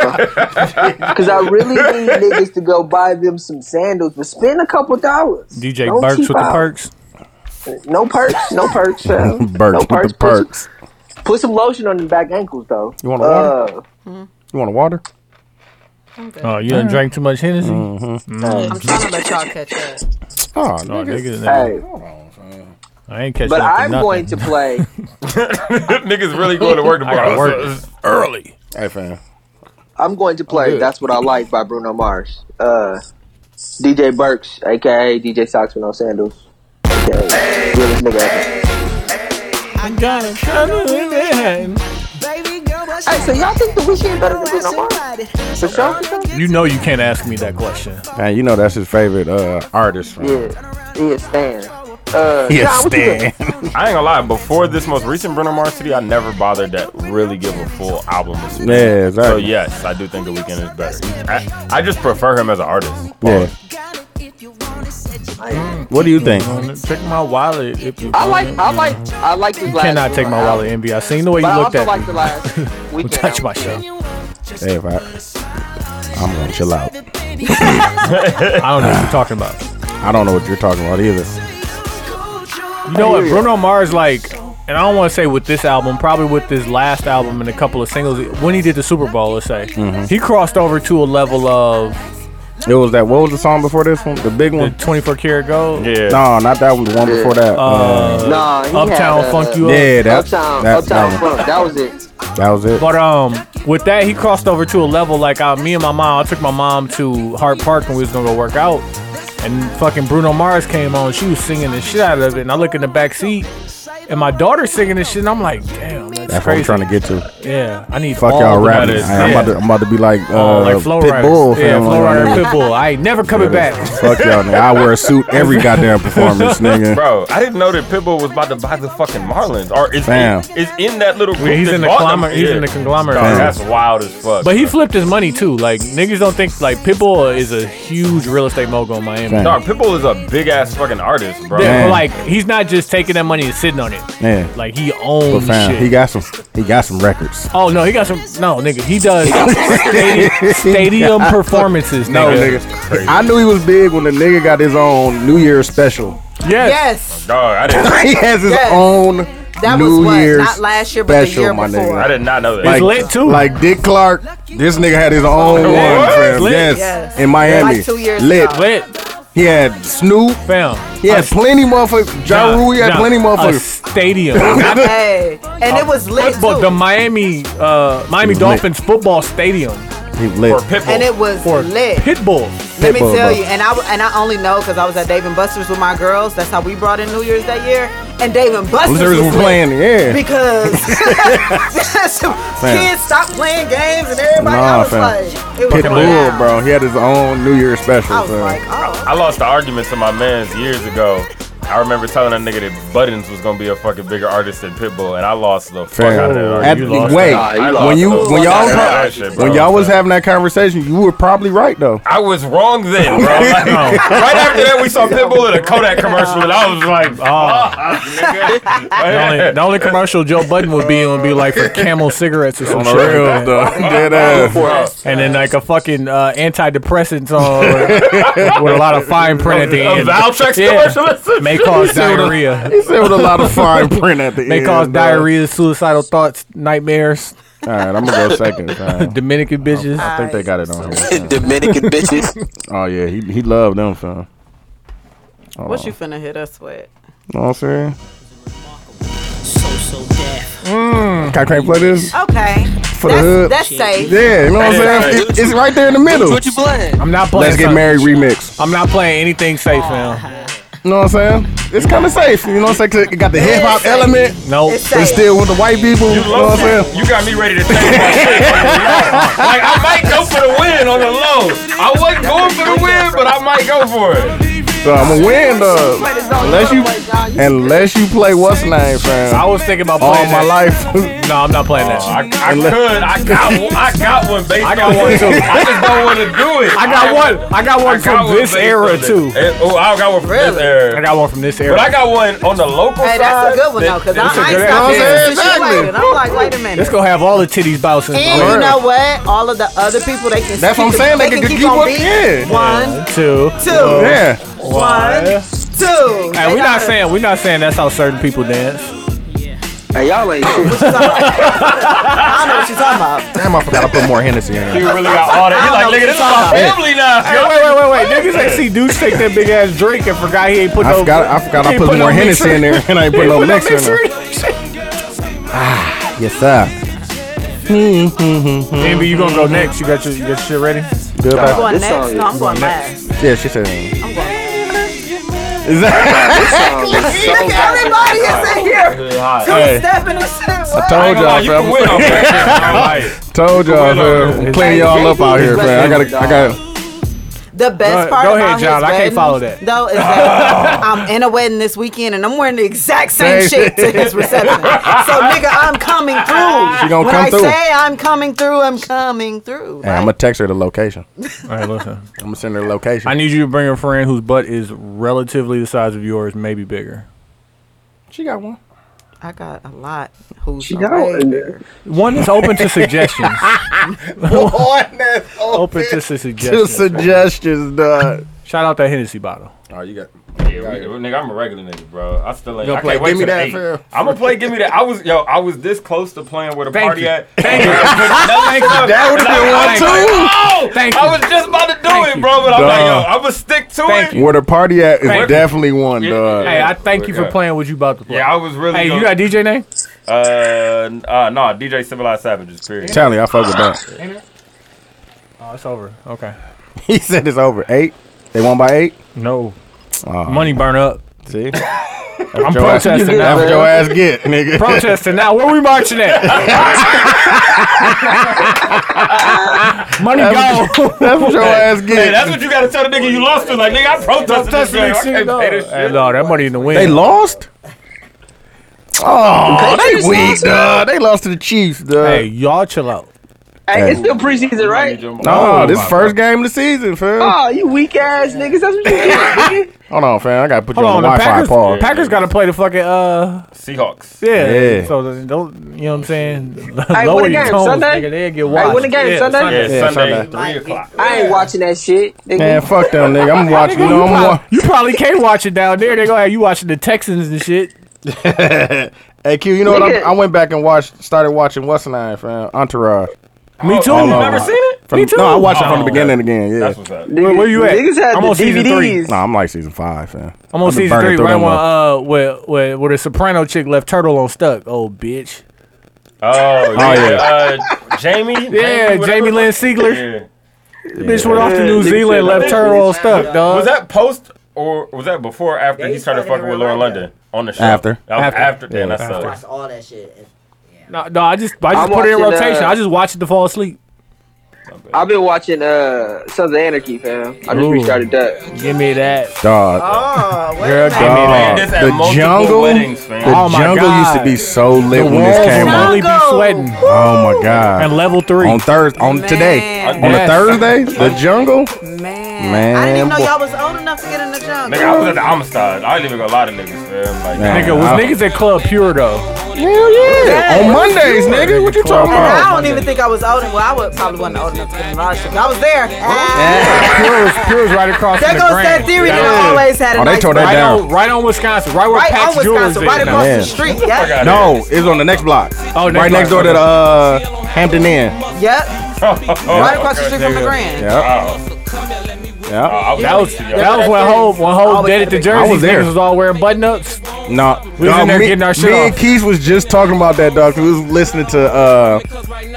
Speaker 3: Because I really need niggas to go buy them some sandals, but spend a couple dollars.
Speaker 1: DJ
Speaker 3: Don't
Speaker 1: Burks
Speaker 3: cheap
Speaker 1: with the
Speaker 3: out.
Speaker 1: perks.
Speaker 3: No perks, no perks, fam.
Speaker 2: Burks
Speaker 3: no
Speaker 2: with the
Speaker 3: Put some-
Speaker 2: perks.
Speaker 3: Put, some lotion on the back ankles, though.
Speaker 2: You want a
Speaker 3: uh,
Speaker 2: You want a water?
Speaker 1: Oh, you
Speaker 3: Uh-huh.
Speaker 1: done drank too much Hennessy.
Speaker 3: hey,
Speaker 4: I'm trying to let y'all catch up.
Speaker 2: Oh,
Speaker 1: Oh,
Speaker 2: nigga.
Speaker 1: nigga,
Speaker 3: Uh, hey,
Speaker 1: I ain't catching
Speaker 3: but
Speaker 1: up to
Speaker 3: I'm
Speaker 1: nothing.
Speaker 3: going to play.
Speaker 5: Niggas really going to work
Speaker 1: I gotta
Speaker 5: tomorrow.
Speaker 1: work early.
Speaker 2: Hey, fam.
Speaker 3: I'm going to play.
Speaker 2: good.
Speaker 3: That's what I like by Bruno Mars. Uh, DJ Burks, aka DJ Socks with no sandals. Okay, realest nigga ever.
Speaker 1: I gotta come in there.
Speaker 3: Hey, so y'all think the weekend better than Bruno Mars? For sure.
Speaker 1: You know you can't ask me that question.
Speaker 2: Man, you know that's his favorite uh, artist. Man.
Speaker 3: Yeah, yeah, Stan. Uh,
Speaker 2: Yeah,
Speaker 3: John, what you
Speaker 2: Stan.
Speaker 3: think?
Speaker 5: I ain't gonna lie. Before this most recent Bruno Mars CD, I never bothered to really give a full album. of Snoop.
Speaker 2: Yeah, exactly.
Speaker 1: Oh,
Speaker 5: So yes, I do think The Weeknd is better. I, I just prefer him as an artist.
Speaker 2: Yeah. What do you think?
Speaker 1: Check my wallet if you.
Speaker 3: I like, I like, I like this
Speaker 1: You
Speaker 3: last.
Speaker 1: cannot take my
Speaker 3: album.
Speaker 1: wallet, envy. I seen the way you
Speaker 3: But I
Speaker 1: looked
Speaker 3: also
Speaker 1: at
Speaker 3: like
Speaker 1: me.
Speaker 3: the last
Speaker 1: Don't
Speaker 3: weekend.
Speaker 1: touch my
Speaker 3: album.
Speaker 1: show.
Speaker 2: Hey, if I, I'm gonna chill out.
Speaker 1: I don't know what you're talking about.
Speaker 2: I don't know what you're talking about either.
Speaker 1: You know what? Bruno Mars, like, and I don't want to say with this album, probably with this last album and a couple of singles, when he did the Super Bowl, let's say, he crossed over to a level of
Speaker 2: It was that. What was the song before this one? The big
Speaker 1: the
Speaker 2: one?
Speaker 1: 24 karat gold.
Speaker 5: Yeah.
Speaker 2: No, not that one. The one before that. Uh,
Speaker 1: Uh,
Speaker 3: Nah, he
Speaker 1: Uptown
Speaker 3: had, uh,
Speaker 1: Funk You Up.
Speaker 2: yeah, that,
Speaker 3: Uptown,
Speaker 2: that,
Speaker 3: Uptown
Speaker 2: that,
Speaker 3: Funk. That was it.
Speaker 2: one. that was it.
Speaker 1: But um, with that, he crossed over to a level like uh, me and my mom. I took my mom to Hart Park when we was gonna go work out, and fucking Bruno Mars came on. She was singing the shit out of it, and I look in the back seat, and my daughter's singing this shit, and I'm like, damn, that's,
Speaker 2: That's what
Speaker 1: crazy.
Speaker 2: I'm trying to get to.
Speaker 1: yeah, I need
Speaker 2: Fuck
Speaker 1: all
Speaker 2: y'all
Speaker 1: the
Speaker 2: rapping.
Speaker 1: letters.
Speaker 2: I, am
Speaker 1: yeah.
Speaker 2: about to, I'm about to be like, uh,
Speaker 1: Oh, like Flow
Speaker 2: Pitbull.
Speaker 1: Rider. Yeah,
Speaker 2: fam.
Speaker 1: Flow Rider, Pitbull. I ain't never coming back.
Speaker 2: Fuck y'all, nigga. I wear a suit every goddamn performance, nigga.
Speaker 5: Bro, I didn't know that Pitbull was about to buy the fucking Marlins, or is,
Speaker 2: Fam.
Speaker 5: is, is in that little group.
Speaker 1: Yeah, he's
Speaker 5: that
Speaker 1: in the
Speaker 5: bought them.
Speaker 1: conglomerate. He's in the conglomerate.
Speaker 5: Dog, that's wild as fuck.
Speaker 1: But he flipped his money too. Like niggas don't think like Pitbull is a huge real estate mogul in Miami.
Speaker 2: Fam.
Speaker 5: dog Pitbull is a big ass fucking artist, bro.
Speaker 1: Yeah,
Speaker 2: Man.
Speaker 1: but like he's not just taking that money and sitting on it.
Speaker 2: Yeah.
Speaker 1: Like he
Speaker 2: But
Speaker 1: owns
Speaker 2: fam,
Speaker 1: shit.
Speaker 2: he got some. He got some records.
Speaker 1: oh no, he got some. No, nigga, he does stadium, stadium performances. Nigga.
Speaker 2: No, nigga. I knew he was big when the nigga got his own New Year's special.
Speaker 1: Yes.
Speaker 4: Yes.
Speaker 5: Dog, I didn't.
Speaker 2: he has his
Speaker 4: Yes.
Speaker 2: own
Speaker 4: That
Speaker 2: New
Speaker 4: was what?
Speaker 2: Year's
Speaker 4: Not last year, but the
Speaker 2: special,
Speaker 4: year
Speaker 2: my
Speaker 4: before.
Speaker 2: nigga.
Speaker 5: I did not know that.
Speaker 1: Like- lit, too.
Speaker 2: Like Dick Clark, this nigga had his own one.
Speaker 5: Yeah, it's
Speaker 2: fam.
Speaker 1: lit.
Speaker 2: Yes,
Speaker 4: Yes.
Speaker 2: in Miami.
Speaker 4: Like two years
Speaker 2: lit.
Speaker 4: ago.
Speaker 1: Lit,
Speaker 2: He had Snoop.
Speaker 1: fam.
Speaker 2: He had
Speaker 1: A s-
Speaker 2: plenty motherfuckers. Ja
Speaker 1: nah,
Speaker 2: Rule. He had
Speaker 1: nah,
Speaker 2: plenty
Speaker 1: A
Speaker 2: motherfuckers.
Speaker 1: stadium.
Speaker 4: Hey, and it was lit
Speaker 1: football,
Speaker 4: too.
Speaker 1: the Miami, uh, Miami
Speaker 2: Lit.
Speaker 1: Dolphins football stadium
Speaker 2: He lit.
Speaker 5: for Pitbull.
Speaker 4: and it was
Speaker 1: for
Speaker 4: lit.
Speaker 1: Pitbull.
Speaker 4: Let me
Speaker 2: Pitbull,
Speaker 4: tell
Speaker 2: bro.
Speaker 4: you, and I and I only know because I was at Dave and Buster's with my girls. That's how we brought in New Year's that year. And Dave and Buster's
Speaker 2: Blizzards
Speaker 4: was
Speaker 2: were
Speaker 4: lit
Speaker 2: playing. Yeah.
Speaker 4: because kids stopped playing games and everybody.
Speaker 2: Nah,
Speaker 4: I was
Speaker 2: fam.
Speaker 4: like, it was
Speaker 2: Pitbull,
Speaker 4: wild.
Speaker 2: bro. He had his own New Year's special.
Speaker 4: I was
Speaker 2: fam.
Speaker 4: like, oh,
Speaker 5: I lost the argument to my man's years ago. I remember telling that nigga that Buttons was gonna be a fucking bigger artist than Pitbull, and I lost the fuck
Speaker 2: Fam.
Speaker 5: out of that
Speaker 2: At-
Speaker 5: argument. You lost
Speaker 2: wait,
Speaker 5: it. I lost
Speaker 2: when you
Speaker 5: the
Speaker 2: when
Speaker 5: fuck
Speaker 2: y'all
Speaker 5: out of that
Speaker 2: was-
Speaker 5: shit,
Speaker 2: when
Speaker 5: bro.
Speaker 2: y'all was having that conversation, you were probably right though.
Speaker 5: I was wrong then, bro. Like,
Speaker 1: Oh.
Speaker 5: right after that, we saw Pitbull in a Kodak commercial, and I was like,
Speaker 1: Oh,
Speaker 5: nigga.
Speaker 1: the, only, the only commercial Joe Budden would be in would be like for Camel cigarettes or some shit. like that.
Speaker 2: though. Dead ass.
Speaker 1: And then like a fucking uh, antidepressant song with a lot of fine print at the
Speaker 5: A
Speaker 1: end.
Speaker 5: Valtrex
Speaker 1: Yeah.
Speaker 5: commercial?
Speaker 1: May cause
Speaker 2: said what-
Speaker 1: diarrhea.
Speaker 2: He said with a lot of fine print at the
Speaker 1: May
Speaker 2: end.
Speaker 1: cause
Speaker 2: dog.
Speaker 1: diarrhea, suicidal thoughts, nightmares,
Speaker 2: All right, I'm gonna go second. fam.
Speaker 1: Dominican bitches.
Speaker 2: I think they got it on here.
Speaker 3: Dominican bitches.
Speaker 2: Oh yeah, he he loved them fam.
Speaker 4: what you finna hit us with?
Speaker 2: You know what I'm saying? I can't play this
Speaker 4: Okay,
Speaker 2: for the
Speaker 4: that's
Speaker 2: hood.
Speaker 4: that's safe.
Speaker 2: yeah, you know what I'm saying? It- it's right there in the middle.
Speaker 3: what you playing?
Speaker 1: I'm not playing.
Speaker 2: Let's get
Speaker 1: some-
Speaker 2: married remix.
Speaker 1: I'm not playing anything safe,
Speaker 4: Oh,
Speaker 1: man.
Speaker 2: You know what I'm saying? It's kind of safe. You know what I'm saying? 'Cause It got the hip hop
Speaker 4: safe.
Speaker 2: element.
Speaker 1: Nope.
Speaker 4: It's
Speaker 2: It's
Speaker 4: safe.
Speaker 2: still with the white people. You know what I'm saying?
Speaker 5: You got me ready to take my shit. Like, I might go for the win on the low. I wasn't going for the win, but I might go for it.
Speaker 2: So I'm gonna win though. Unless you, unless you play what's name,
Speaker 1: I
Speaker 2: fam.
Speaker 1: was thinking about
Speaker 2: All
Speaker 1: playing
Speaker 2: my
Speaker 1: that.
Speaker 2: life.
Speaker 1: No, I'm not playing
Speaker 5: I,
Speaker 1: that.
Speaker 5: I could. I got one. I got one based
Speaker 1: got
Speaker 5: on
Speaker 1: one, too.
Speaker 5: I just don't want to do it.
Speaker 1: I got one. I got one
Speaker 5: I got
Speaker 1: from this
Speaker 5: based
Speaker 1: era
Speaker 5: on that.
Speaker 1: too.
Speaker 5: Eh, Oh, I got one from this
Speaker 1: I
Speaker 4: Really?
Speaker 5: era.
Speaker 1: got one from this era.
Speaker 5: But I got one on the local
Speaker 4: Hey,
Speaker 5: side.
Speaker 4: that's a good one though,
Speaker 5: that-
Speaker 4: because I, I
Speaker 5: that's a
Speaker 1: good
Speaker 4: stopped
Speaker 1: idea.
Speaker 4: getting
Speaker 2: Exactly.
Speaker 4: situated. I'm like, wait a minute.
Speaker 1: Let's go have all the titties bouncing.
Speaker 4: And
Speaker 1: One,
Speaker 4: you know what? All of the other people they can.
Speaker 2: That's what I'm
Speaker 4: keep-
Speaker 2: saying. They can keep
Speaker 4: on
Speaker 2: up-
Speaker 4: beating.
Speaker 2: yeah.
Speaker 4: One,
Speaker 1: two,
Speaker 4: two,
Speaker 2: Yeah.
Speaker 4: one,
Speaker 1: one.
Speaker 4: two.
Speaker 1: Hey,
Speaker 4: They
Speaker 1: we're not
Speaker 4: gotta-
Speaker 1: saying we're not saying that's how certain people dance.
Speaker 3: Hey, y'all ain't shit.
Speaker 4: I don't know what you're talking about.
Speaker 2: Damn, I forgot to put more Hennessy in.
Speaker 5: You
Speaker 2: here.
Speaker 5: really got all that. You're like, nigga, this is my family now.
Speaker 1: Hey, wait, wait, wait, wait! Niggas ain't see dudes take that big ass drink and forgot he ain't put
Speaker 2: I
Speaker 1: no.
Speaker 2: forgot. I forgot
Speaker 1: he
Speaker 2: I
Speaker 1: ain't
Speaker 2: put more
Speaker 1: no
Speaker 2: Hennessy
Speaker 1: mixer-
Speaker 2: in there, and I ain't put
Speaker 1: he
Speaker 2: no
Speaker 1: ain't
Speaker 2: mixer in there.
Speaker 1: mixer in there.
Speaker 2: Yes, sir.
Speaker 1: Maybe you gonna go next? You got your, you got your shit ready?
Speaker 4: I'm
Speaker 2: Goodbye.
Speaker 4: going
Speaker 3: This
Speaker 4: next.
Speaker 3: song
Speaker 4: No, I'm
Speaker 3: is-
Speaker 4: going last.
Speaker 2: Yeah, she said.
Speaker 4: I'm going. last.
Speaker 2: Is that?
Speaker 4: Look, everybody is in here.
Speaker 2: Hey.
Speaker 4: Stepping and shit. What?
Speaker 2: Told y'all,
Speaker 5: you can
Speaker 2: fam.
Speaker 5: win off that shit. Like,
Speaker 2: Told y'all, fam. I'm cleaning y'all up out here, fam. I gotta, I gotta.
Speaker 4: The best
Speaker 1: Go-
Speaker 4: part
Speaker 1: go
Speaker 4: about
Speaker 1: ahead,
Speaker 4: his
Speaker 1: John. I can't
Speaker 4: wedding,
Speaker 1: follow that.
Speaker 4: Though, is that I'm in a wedding this weekend and I'm wearing the exact same
Speaker 2: Same
Speaker 4: shit to his reception. So, nigga, I'm coming through.
Speaker 2: She gonna
Speaker 4: when
Speaker 2: come
Speaker 4: I
Speaker 2: through.
Speaker 4: say I'm coming through, I'm coming through.
Speaker 2: Hey, I'm gonna
Speaker 4: Like,
Speaker 2: text her the location.
Speaker 1: All right, listen.
Speaker 2: I'm gonna send her the location.
Speaker 1: I need you to bring a friend whose butt is relatively the size of yours, maybe bigger.
Speaker 2: She got one.
Speaker 4: I got a lot. Who's
Speaker 3: She
Speaker 4: she
Speaker 3: got one, nigga.
Speaker 1: One is open to suggestions.
Speaker 2: One that's
Speaker 1: open to
Speaker 2: Two
Speaker 1: suggestions.
Speaker 2: suggestions, dog.
Speaker 1: Shout out that Hennessy bottle.
Speaker 2: Oh, you got.
Speaker 5: Yeah, we- nigga, I'm a regular nigga, bro. I still ain't.
Speaker 2: You gonna
Speaker 5: I
Speaker 2: play
Speaker 5: can't wait
Speaker 2: Gimme
Speaker 5: till the
Speaker 2: That
Speaker 5: eight.
Speaker 2: for-
Speaker 5: I'm gonna play. Give me that. I was yo. I was this close to playing where the
Speaker 1: Thank
Speaker 5: party
Speaker 1: you.
Speaker 5: at.
Speaker 1: Thank you.
Speaker 5: That
Speaker 1: would've been one, too.
Speaker 5: Oh,
Speaker 1: Thank you.
Speaker 5: I was just about to do
Speaker 1: Thank
Speaker 5: it,
Speaker 1: you.
Speaker 5: bro. But I'm like, yo,
Speaker 2: Duh.
Speaker 5: I'm gonna stick to
Speaker 1: Thank
Speaker 5: it.
Speaker 1: you.
Speaker 2: Where the party at is
Speaker 1: Thank you.
Speaker 2: definitely one,
Speaker 5: Yeah,
Speaker 2: dog.
Speaker 5: yeah,
Speaker 1: Hey, I thank you for
Speaker 5: Yeah.
Speaker 1: playing what you about to play.
Speaker 5: Yeah, I was really.
Speaker 1: Hey, you
Speaker 5: gonna-
Speaker 1: got DJ name?
Speaker 5: Uh, n- uh, no, DJ Civilized Savages. Period.
Speaker 2: Tally, I fuck with that.
Speaker 1: Oh, it's over. Okay.
Speaker 2: He said it's over eight. They won by eight.
Speaker 1: No.
Speaker 2: Aw.
Speaker 1: Money burn up. I'm
Speaker 2: See, Your ass-
Speaker 1: protesting
Speaker 2: That's
Speaker 1: now.
Speaker 2: what your ass get, nigga.
Speaker 1: protesting now. Where we marching at? Money go.
Speaker 2: That's what your ass
Speaker 5: Hey,
Speaker 2: get.
Speaker 5: that's what you gotta tell the nigga you lost to. Like, nigga, I protested this game. I can't pay this
Speaker 1: Hey,
Speaker 5: shit.
Speaker 1: no, that money in the wind.
Speaker 2: They lost. Oh,
Speaker 3: They
Speaker 2: they,
Speaker 3: just
Speaker 2: weak,
Speaker 3: lost,
Speaker 2: dog. They lost to the Chiefs, dog.
Speaker 1: Hey, y'all chill out.
Speaker 3: Hey, it's still preseason, right?
Speaker 2: No,
Speaker 1: Oh,
Speaker 2: this
Speaker 1: my
Speaker 2: first game of the season, fam.
Speaker 3: Oh, you weak ass niggas. That's what you get. nigga.
Speaker 2: Hold on, fam. I gotta put you
Speaker 1: Hold on,
Speaker 2: on,
Speaker 1: the
Speaker 2: the Wi-Fi
Speaker 1: Packers.
Speaker 2: pause.
Speaker 1: Packers got to play the fucking uh,
Speaker 5: Seahawks.
Speaker 1: yeah.
Speaker 2: Yeah.
Speaker 1: So th- don't you know what I'm saying?
Speaker 3: when
Speaker 1: Lower
Speaker 3: the
Speaker 1: your
Speaker 3: game,
Speaker 1: tones,
Speaker 3: Sunday?
Speaker 1: nigga. They get
Speaker 3: when
Speaker 1: watched.
Speaker 3: the game,
Speaker 1: yeah,
Speaker 3: Sunday?
Speaker 5: Yeah,
Speaker 2: Yeah,
Speaker 5: Sunday,
Speaker 2: Sunday.
Speaker 5: three o'clock.
Speaker 3: I ain't watching that shit. Nigga.
Speaker 2: Man, fuck them, nigga. I'm watching. You know, I'm
Speaker 1: Wow,
Speaker 2: wa-
Speaker 1: you probably can't watch it down there. They gonna have you watching the Texans and shit.
Speaker 2: Hey Q, you know what? I'm,
Speaker 3: Nigga.
Speaker 2: I went back and watched, started watching what's the name, fam? Entourage.
Speaker 1: Me too.
Speaker 5: you
Speaker 2: All
Speaker 5: never
Speaker 2: over.
Speaker 5: seen it?
Speaker 2: oh, From,
Speaker 1: Me too.
Speaker 2: No, I watched it
Speaker 5: Oh,
Speaker 2: from the beginning again. Yeah.
Speaker 5: That's what's up.
Speaker 3: Nigga,
Speaker 1: Where you at?
Speaker 3: Niggas have
Speaker 1: I'm
Speaker 3: the
Speaker 1: on season three.
Speaker 3: DVDs.
Speaker 2: no, I'm like season five, fam.
Speaker 1: I'm on
Speaker 2: I've been
Speaker 1: season
Speaker 2: burning
Speaker 1: three,
Speaker 2: through
Speaker 1: right
Speaker 2: them
Speaker 1: when
Speaker 2: motherfuckers.
Speaker 1: uh, where where where the Soprano chick left Turtle on stuck. Oh, bitch.
Speaker 5: Oh, yeah.
Speaker 2: yeah.
Speaker 5: Uh, Jamie?
Speaker 1: Yeah,
Speaker 5: whatever.
Speaker 1: Jamie Lynn Siegler.
Speaker 5: Yeah.
Speaker 1: Bitch went off to New
Speaker 3: nigga said
Speaker 1: Zealand,
Speaker 3: that
Speaker 1: left
Speaker 3: bitch
Speaker 1: Turtle on
Speaker 7: is
Speaker 1: stuck,
Speaker 7: out.
Speaker 1: dog.
Speaker 5: Was that post or was that before or after
Speaker 7: They
Speaker 5: he started
Speaker 7: started
Speaker 5: fucking with Laura
Speaker 7: London.
Speaker 5: London on the show?
Speaker 2: After.
Speaker 5: That was
Speaker 1: After.
Speaker 5: after. Damn,
Speaker 1: Yeah,
Speaker 5: that's
Speaker 1: after.
Speaker 5: sucks.
Speaker 7: Watch all that shit.
Speaker 1: No, no, I just I just
Speaker 3: I'm
Speaker 1: put it in
Speaker 3: watching, uh,
Speaker 1: rotation. I just watched it to fall asleep.
Speaker 3: I've been watching uh Sons of Anarchy, fam. I just
Speaker 1: Ooh.
Speaker 3: restarted that.
Speaker 1: Give me that.
Speaker 2: Dog.
Speaker 4: Oh, wait
Speaker 1: Girl,
Speaker 4: a
Speaker 1: give me
Speaker 4: minute.
Speaker 5: Man,
Speaker 2: dog.
Speaker 5: this at
Speaker 2: The
Speaker 5: multiple
Speaker 2: jungle.
Speaker 5: weddings, fam.
Speaker 2: The
Speaker 1: Oh my
Speaker 2: jungle
Speaker 1: God.
Speaker 2: used to be so lit when
Speaker 1: Walls
Speaker 2: this came out.
Speaker 1: really be
Speaker 4: Go.
Speaker 1: sweating.
Speaker 2: Oh my god.
Speaker 1: And level three.
Speaker 2: on Thursday, on today,
Speaker 4: Man.
Speaker 2: on
Speaker 1: Yes.
Speaker 2: a Thursday, the jungle.
Speaker 4: Man.
Speaker 2: Man,
Speaker 4: I didn't even know
Speaker 2: boy.
Speaker 4: y'all was old enough to get in the jungle.
Speaker 5: Nigga, I was at the Amistad. I didn't even gonna lie to niggas, fam. Like,
Speaker 2: Man.
Speaker 1: Nigga, was
Speaker 2: Wow.
Speaker 1: niggas at Club Pure though?
Speaker 4: Yeah.
Speaker 2: on Mondays, nigga. What you talking
Speaker 4: And I
Speaker 2: about?
Speaker 4: don't even think I was old. Well, I would probably wasn't old enough to get in the jungle. I was there.
Speaker 1: Pure was, Pure was right across
Speaker 4: There
Speaker 1: from the
Speaker 4: goes that
Speaker 1: Grand.
Speaker 4: theory that
Speaker 2: Yeah.
Speaker 4: I always had. A
Speaker 2: Oh, they
Speaker 4: nice
Speaker 2: tore that
Speaker 4: right,
Speaker 1: Right
Speaker 2: down.
Speaker 1: on, right on Wisconsin, right where
Speaker 4: right on
Speaker 1: Pat's Jewelers
Speaker 4: Wisconsin,
Speaker 1: is.
Speaker 4: right
Speaker 1: now.
Speaker 4: across
Speaker 2: Yeah.
Speaker 4: the street. Yeah.
Speaker 2: No, it's on the next block.
Speaker 1: Oh, next
Speaker 2: right next
Speaker 1: block,
Speaker 2: door to
Speaker 1: okay.
Speaker 2: the uh, Hampton Inn.
Speaker 4: Yep. Right across the street from the Grand.
Speaker 2: Yeah. Yeah.
Speaker 1: That was that was when whole when whole
Speaker 4: Always
Speaker 1: dead at
Speaker 4: had a
Speaker 1: the
Speaker 4: big-
Speaker 1: jersey.
Speaker 2: I was there.
Speaker 1: niggas was all wearing button ups.
Speaker 2: No,
Speaker 1: We was
Speaker 2: dog,
Speaker 1: in there
Speaker 2: me,
Speaker 1: getting our shit
Speaker 2: me
Speaker 1: off.
Speaker 2: and Keith was just talking about that, dog. 'cause We was listening to, uh,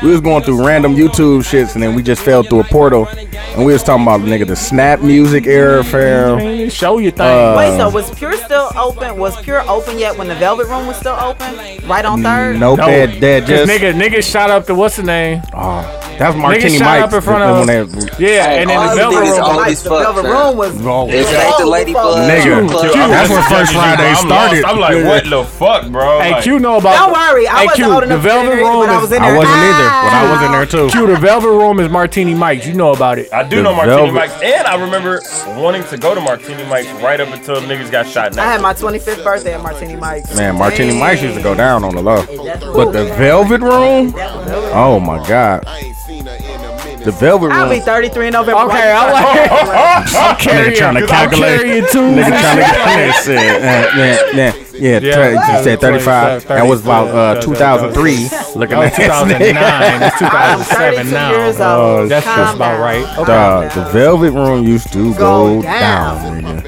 Speaker 2: we was going through random YouTube shits, and then we just fell through a portal, and we was talking about nigga the snap music era, fam.
Speaker 1: Man, show your thing.
Speaker 4: Wait, so was Pure still open? Was Pure open yet when the Velvet Room was still open? Right on third?
Speaker 2: No
Speaker 1: No.
Speaker 2: bad, dad,
Speaker 1: Cause
Speaker 2: just
Speaker 1: nigga, nigga shot up the what's the name?
Speaker 2: Oh, That's Martini
Speaker 1: shot
Speaker 2: Mike's.
Speaker 1: up in front
Speaker 2: the-
Speaker 1: of
Speaker 2: when
Speaker 1: us.
Speaker 2: they-
Speaker 1: Yeah, and
Speaker 4: Oh,
Speaker 1: then
Speaker 3: all
Speaker 1: the
Speaker 3: these
Speaker 1: Melville
Speaker 3: niggas
Speaker 1: room.
Speaker 3: old
Speaker 4: Like,
Speaker 3: as
Speaker 4: the
Speaker 3: fuck,
Speaker 4: Velvet
Speaker 3: fam.
Speaker 4: Room was
Speaker 2: Oh,
Speaker 4: it
Speaker 3: If it ain't the
Speaker 4: was
Speaker 3: Ladybug
Speaker 2: Nigga.
Speaker 3: Club,
Speaker 2: Dude, that's
Speaker 5: I'm
Speaker 2: what First
Speaker 5: just confused.
Speaker 2: Friday
Speaker 5: I'm
Speaker 2: started.
Speaker 5: lost. I'm like, what the fuck, bro?
Speaker 1: Hey,
Speaker 5: Like,
Speaker 1: Q know about.
Speaker 4: Don't worry, I
Speaker 1: Hey,
Speaker 4: wasn't
Speaker 1: Q,
Speaker 4: old
Speaker 1: the
Speaker 4: enough to
Speaker 1: Velvet
Speaker 4: enter it, but I
Speaker 1: room.
Speaker 4: was
Speaker 1: Is,
Speaker 4: in
Speaker 2: I
Speaker 4: there.
Speaker 2: wasn't either, but I was in there
Speaker 1: Q,
Speaker 2: too.
Speaker 1: the Velvet room is Martini Mike's. You know about it.
Speaker 5: I do
Speaker 2: The
Speaker 5: know Martini
Speaker 2: Velvet-
Speaker 5: Mike's, and I remember wanting to go to Martini Mike's right up until niggas got shot.
Speaker 4: I had
Speaker 5: Now,
Speaker 4: my 25th birthday at Martini Mike's.
Speaker 2: Man, Martini Mike's used to go down on the low.
Speaker 7: That's what
Speaker 2: But the Velvet Room? Oh my God. The Velvet Room.
Speaker 4: I'll be 33 in November.
Speaker 1: Okay,
Speaker 4: Why
Speaker 1: I
Speaker 4: you talking
Speaker 1: like.
Speaker 4: about
Speaker 1: I'm
Speaker 4: that?
Speaker 1: carrying.
Speaker 2: trying to
Speaker 1: I'm
Speaker 2: calculate.
Speaker 1: carrying two.
Speaker 2: Nigga trying to get Uh, yeah, yeah, yeah, yeah, you said 35. That was about uh, 2003. Looking
Speaker 1: That was
Speaker 2: at this nigga.
Speaker 1: 2009. It's
Speaker 4: I'm
Speaker 1: 2007
Speaker 4: 32
Speaker 1: now.
Speaker 4: years old.
Speaker 2: Oh,
Speaker 1: that's
Speaker 4: Calm
Speaker 1: just about
Speaker 4: down.
Speaker 1: right.
Speaker 4: Calm
Speaker 2: Dog, the
Speaker 4: down.
Speaker 2: Velvet Room used to
Speaker 4: Go
Speaker 2: go down, nigga.